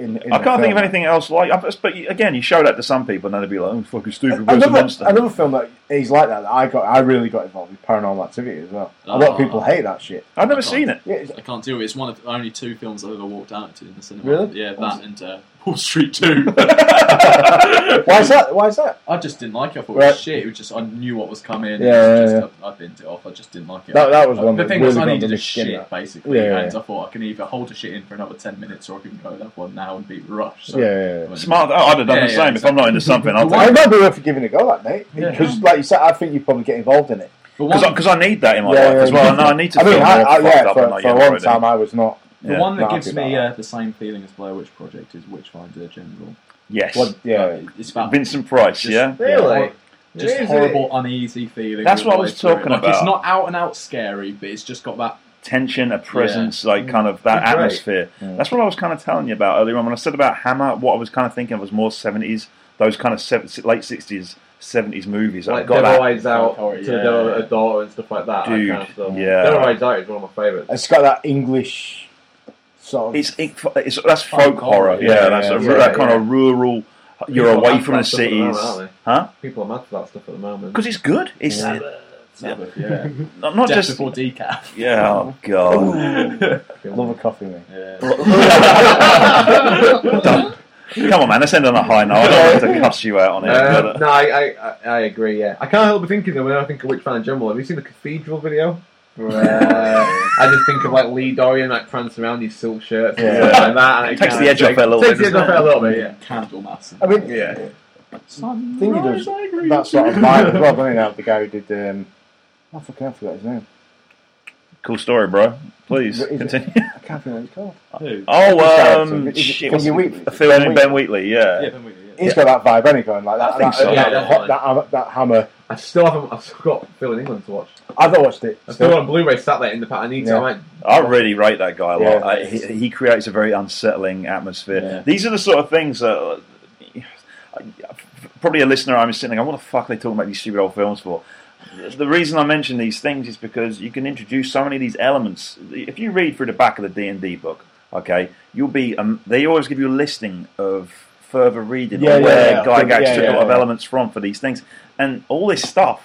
[SPEAKER 5] in. in
[SPEAKER 2] I
[SPEAKER 5] the
[SPEAKER 2] can't think
[SPEAKER 5] film.
[SPEAKER 2] of anything else like. I- But you- again, you show that to some people, and they'd be like, "Oh, fucking stupid, where's the
[SPEAKER 5] Another,
[SPEAKER 2] monster?"
[SPEAKER 5] another film that is like that, that I got, I really got involved with Paranormal Activity as well. A lot
[SPEAKER 7] Ah.
[SPEAKER 5] of people hate that shit.
[SPEAKER 2] I've never seen it.
[SPEAKER 5] Yeah, it's-
[SPEAKER 7] I can't deal with it. It's one of the only two films I've ever walked out to in the cinema.
[SPEAKER 5] Really?
[SPEAKER 7] Yeah, that and uh, Wall Street 2.
[SPEAKER 5] (laughs)
[SPEAKER 2] (laughs)
[SPEAKER 5] why is that? Why is that?
[SPEAKER 7] I just didn't like it. I thought it
[SPEAKER 5] Right.
[SPEAKER 7] was shit. It was just, I knew what was coming.
[SPEAKER 5] Yeah,
[SPEAKER 7] It was
[SPEAKER 5] yeah,
[SPEAKER 7] just, I, I binned it off. I just didn't like it.
[SPEAKER 5] That, that was one.
[SPEAKER 7] the
[SPEAKER 5] that
[SPEAKER 7] thing
[SPEAKER 5] really
[SPEAKER 7] was, I
[SPEAKER 5] got
[SPEAKER 7] needed
[SPEAKER 5] under
[SPEAKER 7] a
[SPEAKER 5] my skin,
[SPEAKER 7] shit,
[SPEAKER 5] that.
[SPEAKER 7] basically.
[SPEAKER 5] Yeah, yeah,
[SPEAKER 7] and
[SPEAKER 5] yeah.
[SPEAKER 7] I thought I can either hold a shit in for another 10 minutes or I can go that one now and beat Rush. So
[SPEAKER 5] Yeah, yeah, yeah.
[SPEAKER 7] I went-
[SPEAKER 2] Smart. oh, I'd have done
[SPEAKER 7] Yeah,
[SPEAKER 2] the
[SPEAKER 7] yeah,
[SPEAKER 2] same if I'm not into something. I'll
[SPEAKER 5] I
[SPEAKER 2] take
[SPEAKER 5] might be worth giving it a go, that mate,
[SPEAKER 7] Yeah.
[SPEAKER 5] because like you said, I think you probably get involved in it.
[SPEAKER 7] But one,
[SPEAKER 2] because I, need that in my
[SPEAKER 5] Yeah,
[SPEAKER 2] life
[SPEAKER 5] yeah,
[SPEAKER 2] as well. I
[SPEAKER 5] yeah.
[SPEAKER 2] know I need to
[SPEAKER 5] I
[SPEAKER 2] feel
[SPEAKER 5] mean,
[SPEAKER 2] more
[SPEAKER 5] I, I,
[SPEAKER 2] fucked
[SPEAKER 5] yeah,
[SPEAKER 2] up
[SPEAKER 5] for,
[SPEAKER 2] and like
[SPEAKER 5] for a
[SPEAKER 2] yeah,
[SPEAKER 5] long
[SPEAKER 2] already.
[SPEAKER 5] time I was not.
[SPEAKER 7] the
[SPEAKER 2] Yeah,
[SPEAKER 7] one that
[SPEAKER 5] not happy
[SPEAKER 7] gives me
[SPEAKER 5] about
[SPEAKER 7] uh, the same feeling as Blair Witch Project is Witchfinder General.
[SPEAKER 2] Yes,
[SPEAKER 5] What, yeah,
[SPEAKER 7] Like, it's about
[SPEAKER 2] Vincent Price.
[SPEAKER 7] Just-
[SPEAKER 2] yeah,
[SPEAKER 4] really
[SPEAKER 7] just
[SPEAKER 4] Is
[SPEAKER 7] horrible, uneasy feeling.
[SPEAKER 2] That's
[SPEAKER 7] all
[SPEAKER 2] what I
[SPEAKER 7] the
[SPEAKER 2] was
[SPEAKER 7] way through it.
[SPEAKER 2] talking
[SPEAKER 7] Like,
[SPEAKER 2] about.
[SPEAKER 7] It's not out and out scary, but it's just got that.
[SPEAKER 2] tension, a presence,
[SPEAKER 5] Mm.
[SPEAKER 2] like kind of that
[SPEAKER 4] That's right.
[SPEAKER 2] atmosphere. That's what I was kind of telling you about earlier on when I said about Hammer. What I was kind of thinking was more seventies, those kind of seven, late sixties, seventies movies.
[SPEAKER 4] like
[SPEAKER 2] I got
[SPEAKER 4] Devil
[SPEAKER 2] that.
[SPEAKER 4] Eyes Out
[SPEAKER 7] Horror,
[SPEAKER 4] to
[SPEAKER 7] yeah,
[SPEAKER 4] Devil-
[SPEAKER 7] yeah.
[SPEAKER 4] a Daughter and stuff like that. that
[SPEAKER 2] Dude,
[SPEAKER 4] kind of stuff.
[SPEAKER 2] yeah.
[SPEAKER 4] Devil Eyes Out is one of my favourites.
[SPEAKER 5] it's got that English sort of.
[SPEAKER 2] It's, it, it's that's folk horror. Yeah,
[SPEAKER 5] yeah,
[SPEAKER 2] that's a,
[SPEAKER 5] yeah,
[SPEAKER 2] that
[SPEAKER 5] yeah.
[SPEAKER 2] kind of rural. You're
[SPEAKER 4] People
[SPEAKER 2] away
[SPEAKER 4] have
[SPEAKER 2] from the
[SPEAKER 4] that stuff at the
[SPEAKER 2] cities,
[SPEAKER 4] moment, aren't
[SPEAKER 2] huh?
[SPEAKER 4] People are mad for that stuff at the moment.
[SPEAKER 2] Because it's good. It's
[SPEAKER 7] Sabbath, yeah.
[SPEAKER 2] (laughs) not, not
[SPEAKER 7] Death
[SPEAKER 2] just
[SPEAKER 7] before decaf.
[SPEAKER 2] yeah. Oh god.
[SPEAKER 5] Love a coffee, mate.
[SPEAKER 2] (laughs)
[SPEAKER 4] (laughs)
[SPEAKER 2] Come on, man. Let's end on a high note. I don't want to cuss you out on it.
[SPEAKER 4] Um,
[SPEAKER 2] but, uh,
[SPEAKER 4] no, I, I, I- I agree. Yeah, I can't help but thinking though when I think of Witchfinder General. Have you seen the Cathedral video?
[SPEAKER 2] (laughs)
[SPEAKER 4] Where uh, I just think of like Lee Dorian like prancing around his silk shirts and
[SPEAKER 5] Yeah.
[SPEAKER 4] stuff like that. And
[SPEAKER 2] Takes
[SPEAKER 4] kinda
[SPEAKER 2] the edge off
[SPEAKER 4] takes-
[SPEAKER 2] it a little bit,
[SPEAKER 4] takes the edge
[SPEAKER 2] doesn't
[SPEAKER 4] off it a little bit. Yeah.
[SPEAKER 7] Oh, Candle mass. and-
[SPEAKER 5] I mean,
[SPEAKER 4] Yeah.
[SPEAKER 5] thing he does that sort of vibe as well, don't you know, The guy who did. Um, I fucking I forgot his name.
[SPEAKER 2] cool story, bro. Please
[SPEAKER 5] Is it-
[SPEAKER 2] continue.
[SPEAKER 5] I can't think what he's called.
[SPEAKER 7] Who?
[SPEAKER 2] Oh, um,
[SPEAKER 5] Is it-
[SPEAKER 2] shit,
[SPEAKER 5] Can
[SPEAKER 2] what's
[SPEAKER 5] you
[SPEAKER 2] it-
[SPEAKER 5] Wheatley?
[SPEAKER 2] a Phil and
[SPEAKER 5] Ben
[SPEAKER 2] Ben Wheatley. Yeah.
[SPEAKER 7] Yeah, Ben Wheatley, yeah.
[SPEAKER 5] He's got that vibe, ain't he? Going like that.
[SPEAKER 2] I think
[SPEAKER 5] that,
[SPEAKER 2] so.
[SPEAKER 5] That,
[SPEAKER 7] Yeah,
[SPEAKER 5] that,
[SPEAKER 7] definitely.
[SPEAKER 5] hot- that, hammer- that hammer.
[SPEAKER 4] I still haven't. I've still got Phil in England to watch.
[SPEAKER 5] I've not watched it.
[SPEAKER 4] I still got on Blu-ray sat there in the pack. I need to.
[SPEAKER 5] Yeah.
[SPEAKER 4] I might
[SPEAKER 2] I really rate that guy a lot.
[SPEAKER 5] Yeah.
[SPEAKER 2] I, he, he creates a very unsettling atmosphere.
[SPEAKER 5] Yeah.
[SPEAKER 2] These are the sort of things that uh, probably a listener I'm sitting there, what the fuck are they talking about these stupid old films for? The reason I mention these things is because you can introduce so many of these elements. If you read through the back of the D and D book, okay, you'll be. Um, they always give you a listing of further reading
[SPEAKER 5] Yeah,
[SPEAKER 2] or
[SPEAKER 5] yeah,
[SPEAKER 2] where
[SPEAKER 5] yeah.
[SPEAKER 2] Gygax
[SPEAKER 5] Yeah,
[SPEAKER 2] took
[SPEAKER 5] yeah,
[SPEAKER 2] a lot of
[SPEAKER 5] yeah.
[SPEAKER 2] elements from for these things, and all this stuff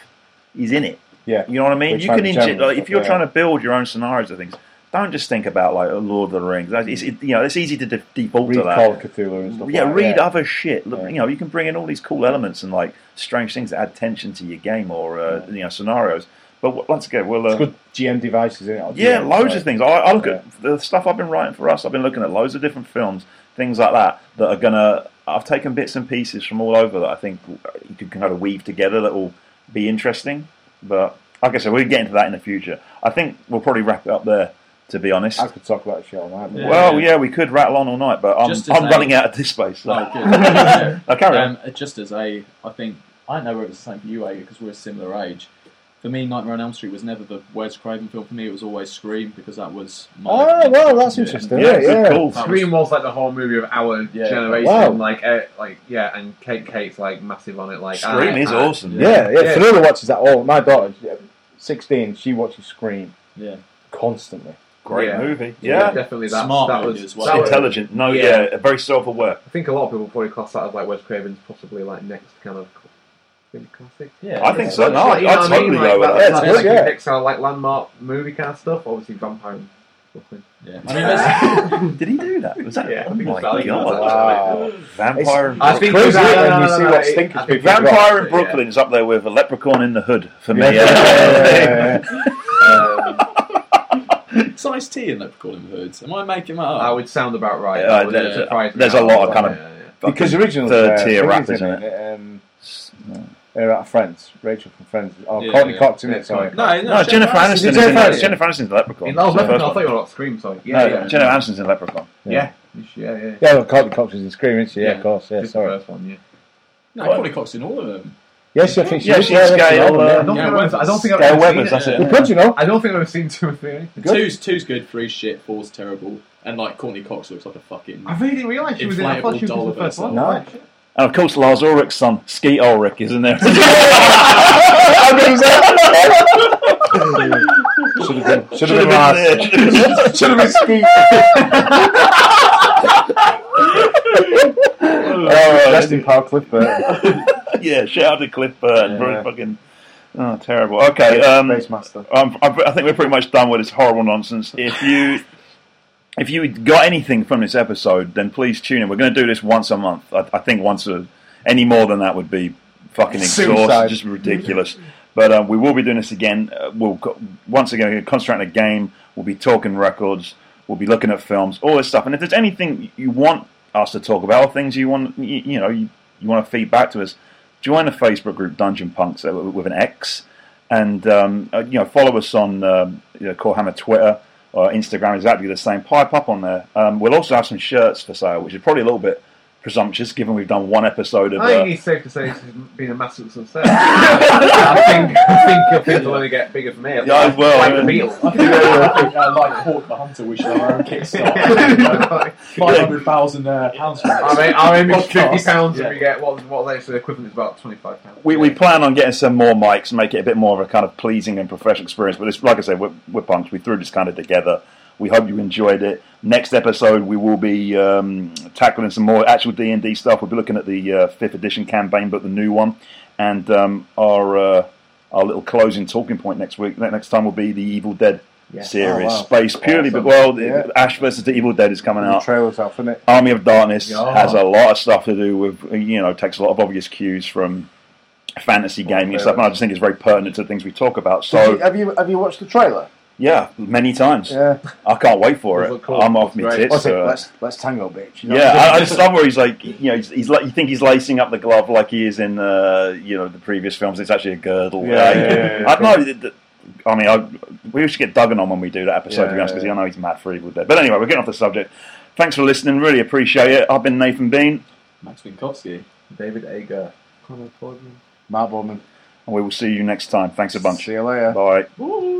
[SPEAKER 2] is in it.
[SPEAKER 5] Yeah.
[SPEAKER 2] You know what I mean?
[SPEAKER 5] Which
[SPEAKER 2] you can
[SPEAKER 5] might be
[SPEAKER 2] inject,
[SPEAKER 5] general,
[SPEAKER 2] like, if you're
[SPEAKER 5] yeah.
[SPEAKER 2] trying to build your own scenarios of things, don't just think about like oh, Lord of the Rings. Like, It's, it, you know, it's easy to de- default
[SPEAKER 5] Read
[SPEAKER 2] to that.
[SPEAKER 5] Call of Cthulhu and stuff.
[SPEAKER 2] yeah,
[SPEAKER 5] like,
[SPEAKER 2] read
[SPEAKER 5] that.
[SPEAKER 2] other shit. Look,
[SPEAKER 5] Yeah.
[SPEAKER 2] You know, you can bring in all these cool elements and like strange things that add tension to your game or uh, you know scenarios. But w- once again, we'll.
[SPEAKER 5] It's
[SPEAKER 2] Uh,
[SPEAKER 5] good GM devices in it. or
[SPEAKER 2] yeah,
[SPEAKER 5] GM,
[SPEAKER 2] loads
[SPEAKER 5] sorry.
[SPEAKER 2] of things. I, I look
[SPEAKER 5] Yeah.
[SPEAKER 2] at the stuff I've been writing for us. I've been looking at loads of different films, things like that, that are gonna. I've taken bits and pieces from all over that I think you can kind of weave together that will be interesting. But like I said, we'll get into that in the future. I think we'll probably wrap it up there. To be honest,
[SPEAKER 5] I could talk about shit all night.
[SPEAKER 7] Yeah.
[SPEAKER 2] well, yeah, we could rattle on all night, but I'm,
[SPEAKER 7] Just to
[SPEAKER 2] I'm
[SPEAKER 7] say-
[SPEAKER 2] running out of this space. So. (laughs)
[SPEAKER 7] Oh, good. Yeah.
[SPEAKER 2] Oh, carry on.
[SPEAKER 7] um, just as a, I think I don't know whether it's the same for you, Aga, because we're a similar age. For me, Nightmare on Elm Street was never the Wes Craven film. For me, it was always Scream because that was. My
[SPEAKER 5] Oh, well, that's interesting. Yeah,
[SPEAKER 2] good
[SPEAKER 5] yeah.
[SPEAKER 7] Oh,
[SPEAKER 2] call.
[SPEAKER 4] Scream was like the whole movie of our
[SPEAKER 7] Yeah.
[SPEAKER 4] generation.
[SPEAKER 5] Wow.
[SPEAKER 4] Like, uh, like yeah, and Kate Kate's like massive on it. Like,
[SPEAKER 7] uh,
[SPEAKER 2] Scream
[SPEAKER 4] I-
[SPEAKER 2] is
[SPEAKER 4] I-
[SPEAKER 2] awesome.
[SPEAKER 5] Yeah, yeah.
[SPEAKER 4] Yeah.
[SPEAKER 5] Fernanda watches that all. My daughter, yeah, 16, she watches Scream
[SPEAKER 7] Yeah.
[SPEAKER 5] constantly.
[SPEAKER 2] great
[SPEAKER 4] Yeah.
[SPEAKER 2] movie.
[SPEAKER 4] Yeah,
[SPEAKER 2] Yeah,
[SPEAKER 4] definitely that.
[SPEAKER 7] Smart
[SPEAKER 4] that
[SPEAKER 7] movie
[SPEAKER 4] was
[SPEAKER 7] as well.
[SPEAKER 4] that was-
[SPEAKER 2] intelligent. No, yeah,
[SPEAKER 4] Yeah.
[SPEAKER 2] very self-aware.
[SPEAKER 4] I think a lot of people probably class that as like Wes Craven's possibly like next kind of cl- maybe classic.
[SPEAKER 7] Yeah,
[SPEAKER 2] I think so. No,
[SPEAKER 4] Like, you
[SPEAKER 2] I, I
[SPEAKER 4] know what
[SPEAKER 2] totally
[SPEAKER 4] mean?
[SPEAKER 2] go with
[SPEAKER 4] like,
[SPEAKER 2] that.
[SPEAKER 5] that's
[SPEAKER 4] Like,
[SPEAKER 5] good,
[SPEAKER 4] like,
[SPEAKER 5] yeah.
[SPEAKER 4] Next kind of like landmark movie kind of stuff. Obviously, Vampire in Brooklyn.
[SPEAKER 7] (laughs) Yeah. I mean, there's-
[SPEAKER 2] Did he do that? Was that?
[SPEAKER 4] Yeah, I
[SPEAKER 2] oh
[SPEAKER 4] think it
[SPEAKER 2] my
[SPEAKER 4] was Valiant
[SPEAKER 2] god!
[SPEAKER 4] that was
[SPEAKER 5] Wow.
[SPEAKER 2] Vampire.
[SPEAKER 4] I
[SPEAKER 5] It's
[SPEAKER 4] think
[SPEAKER 5] crazy
[SPEAKER 4] that- no,
[SPEAKER 5] when
[SPEAKER 4] no,
[SPEAKER 5] you
[SPEAKER 4] no,
[SPEAKER 5] see
[SPEAKER 4] no,
[SPEAKER 5] what
[SPEAKER 4] it-
[SPEAKER 5] stinkers
[SPEAKER 4] I think
[SPEAKER 5] people
[SPEAKER 4] Vampire
[SPEAKER 5] got.
[SPEAKER 2] Vampire in
[SPEAKER 4] Yeah.
[SPEAKER 2] Brooklyn is up there with a leprechaun in the hood for me. Yeah.
[SPEAKER 5] Yeah.
[SPEAKER 2] (laughs)
[SPEAKER 4] Um,
[SPEAKER 7] it's Ice T in Leprechaun in the Hoods. Am I making that up?
[SPEAKER 4] I would sound about right.
[SPEAKER 2] Yeah,
[SPEAKER 4] That would
[SPEAKER 2] there's-
[SPEAKER 4] surprise me
[SPEAKER 2] there's
[SPEAKER 4] how
[SPEAKER 2] a lot of
[SPEAKER 4] well,
[SPEAKER 2] kind of-
[SPEAKER 4] yeah, yeah.
[SPEAKER 5] Because originally,
[SPEAKER 2] third
[SPEAKER 5] uh,
[SPEAKER 2] tier
[SPEAKER 5] Finger's
[SPEAKER 2] rappers,
[SPEAKER 5] in
[SPEAKER 2] isn't
[SPEAKER 5] it, Um, they're out of Friends. Rachel from Friends. Oh,
[SPEAKER 7] Yeah,
[SPEAKER 5] Courtney
[SPEAKER 7] yeah.
[SPEAKER 5] Cox in
[SPEAKER 4] Yeah,
[SPEAKER 5] it. Sorry.
[SPEAKER 4] Courtney Cox.
[SPEAKER 7] No, no,
[SPEAKER 2] No, Jennifer Aniston. is in
[SPEAKER 5] Jennifer
[SPEAKER 2] that-
[SPEAKER 5] Aniston.
[SPEAKER 2] Jennifer Aniston's the leprechaun.
[SPEAKER 4] In- oh,
[SPEAKER 2] It's the
[SPEAKER 4] Leprechaun,
[SPEAKER 2] first
[SPEAKER 4] I thought
[SPEAKER 2] one.
[SPEAKER 4] you were about Scream, sorry.
[SPEAKER 2] No,
[SPEAKER 4] Yeah, yeah.
[SPEAKER 2] Jennifer Aniston's in leprechaun.
[SPEAKER 4] Yeah. Yeah, yeah.
[SPEAKER 5] Yeah, well, Courtney Cox was in Scream, isn't she? Yeah,
[SPEAKER 7] Yeah.
[SPEAKER 5] of course. Yeah,
[SPEAKER 4] Just the
[SPEAKER 5] sorry.
[SPEAKER 4] first one, yeah.
[SPEAKER 7] No, Courtney Cox in all of them.
[SPEAKER 5] Yes, I think she
[SPEAKER 2] Yeah,
[SPEAKER 5] was.
[SPEAKER 2] she's
[SPEAKER 5] yeah, that's
[SPEAKER 2] Gail,
[SPEAKER 5] another
[SPEAKER 2] uh,
[SPEAKER 4] I
[SPEAKER 5] one,
[SPEAKER 4] don't
[SPEAKER 5] yeah.
[SPEAKER 4] think
[SPEAKER 7] Yeah,
[SPEAKER 4] I've ever- I don't think I've
[SPEAKER 2] Gail
[SPEAKER 4] ever
[SPEAKER 2] Weathers,
[SPEAKER 4] seen
[SPEAKER 2] that's
[SPEAKER 4] it.
[SPEAKER 2] it.
[SPEAKER 5] Well, Good, you know.
[SPEAKER 4] I don't think I've ever seen two or three.
[SPEAKER 5] Good.
[SPEAKER 7] Two's two's good, three's shit, four's terrible, and like Courtney Cox looks like a fucking.
[SPEAKER 4] I really didn't realise she was in. I thought she was in the
[SPEAKER 7] Inflatable
[SPEAKER 4] first
[SPEAKER 7] doll
[SPEAKER 4] one.
[SPEAKER 5] No.
[SPEAKER 4] Right.
[SPEAKER 2] And of course, Lars Ulrich's son, Skeet Ulrich, is in
[SPEAKER 4] (laughs)
[SPEAKER 2] there. (laughs)
[SPEAKER 5] Should have been. Should
[SPEAKER 2] Should've
[SPEAKER 5] have been last.
[SPEAKER 2] been there.
[SPEAKER 5] (laughs) Should have been Skeet.
[SPEAKER 2] Oh, right.
[SPEAKER 5] Oh, Rest in power, Cliff Burton.
[SPEAKER 2] yeah, shout out to Cliff Burton.
[SPEAKER 5] Yeah.
[SPEAKER 2] Very fucking. Oh, terrible. Okay. (laughs) Um,
[SPEAKER 5] Space Master.
[SPEAKER 2] um, I, I think we're pretty much done with this horrible nonsense. If you if you got anything from this episode, then please tune in. We're going to do this once a month. I, I think once a any more than that would be fucking
[SPEAKER 5] Suicide.
[SPEAKER 2] exhausting, just ridiculous. But um, we will be doing this again. Uh, we'll co- once again we're concentrating on a game. We'll be talking records. We'll be looking at films, all this stuff. And if there's anything you want us to talk about, or things you want, you, you know, you, you want to feed back to us, join the Facebook group Dungeon Punks uh, with an X and um, uh, you know follow us on um, you know, Core Hammer Twitter or Instagram exactly the same. Pipe up on there. Um, we'll also have some shirts for sale, which is probably a little bit presumptuous given we've done one episode of.
[SPEAKER 4] I think
[SPEAKER 2] Uh,
[SPEAKER 4] it's safe to say this has been a massive
[SPEAKER 2] (laughs)
[SPEAKER 4] success. I think I think your things will only get bigger from here.
[SPEAKER 2] Yeah, I will,
[SPEAKER 4] Like
[SPEAKER 2] yeah.
[SPEAKER 4] the
[SPEAKER 7] I
[SPEAKER 2] (laughs)
[SPEAKER 4] Beatles.
[SPEAKER 7] think, I think, uh, like Hawk the Hunter, we should have our own
[SPEAKER 4] (laughs)
[SPEAKER 7] Kickstarter. Five hundred thousand uh, pounds. For
[SPEAKER 4] Our
[SPEAKER 7] this.
[SPEAKER 4] aim- our aim is
[SPEAKER 7] Podcast.
[SPEAKER 4] fifty pounds
[SPEAKER 7] Yeah.
[SPEAKER 4] if we get what what's actually equivalent is about twenty five pounds.
[SPEAKER 2] we, we plan on getting some more mics, make it a bit more of a kind of pleasing and professional experience. But it's like I said, we're, we're punks. We threw this kind of together. We hope you enjoyed it. Next episode, we will be um, tackling some more actual D and D stuff. We'll be looking at the uh, fifth edition campaign, but the new one, and um, our uh, our little closing talking point next week. ne- Next time will be the Evil Dead series,
[SPEAKER 5] Oh, wow.
[SPEAKER 2] based purely. But
[SPEAKER 5] Awesome.
[SPEAKER 2] well, the-
[SPEAKER 5] Yeah.
[SPEAKER 2] Ash versus the Evil Dead is coming
[SPEAKER 5] The
[SPEAKER 2] out.
[SPEAKER 5] trailer's out, isn't it?
[SPEAKER 2] Army of Darkness
[SPEAKER 4] Yeah.
[SPEAKER 2] has a lot of stuff to do with you know takes a lot of obvious cues from fantasy gaming and stuff, and I just think it's very pertinent to things we talk about.
[SPEAKER 5] Did you-
[SPEAKER 2] So
[SPEAKER 5] have you have you watched the trailer?
[SPEAKER 2] yeah, many times
[SPEAKER 5] Yeah.
[SPEAKER 2] I can't wait for
[SPEAKER 4] Those
[SPEAKER 2] it.
[SPEAKER 4] look cool.
[SPEAKER 2] I'm off my
[SPEAKER 4] Great.
[SPEAKER 2] tits.
[SPEAKER 5] What's it?
[SPEAKER 2] so-
[SPEAKER 5] Let's let's tango, bitch. You know
[SPEAKER 2] uh, yeah,
[SPEAKER 5] what
[SPEAKER 2] I,
[SPEAKER 5] I'm
[SPEAKER 2] I
[SPEAKER 5] saying?
[SPEAKER 2] just love where he's like, you know, he's, he's like, you think he's lacing up the glove like he is in, uh, you know, the previous films. It's actually a girdle.
[SPEAKER 5] Yeah,
[SPEAKER 2] Like,
[SPEAKER 5] yeah, yeah, yeah.
[SPEAKER 2] I don't know. th- th- I mean, I, we should get Duggan on when we do that episode, to
[SPEAKER 5] Yeah,
[SPEAKER 2] be honest,
[SPEAKER 5] yeah,
[SPEAKER 2] because I know he's mad for Evil Dead. But anyway, we're getting off the subject. Thanks for listening. Really appreciate it. I've been Nathan Bean,
[SPEAKER 7] Max Winkowski.
[SPEAKER 4] David Ager.
[SPEAKER 6] Connor Portman.
[SPEAKER 5] Matt Bowman.
[SPEAKER 2] and we will see you next time. Thanks a bunch.
[SPEAKER 5] See you later.
[SPEAKER 2] Bye.
[SPEAKER 7] Woo.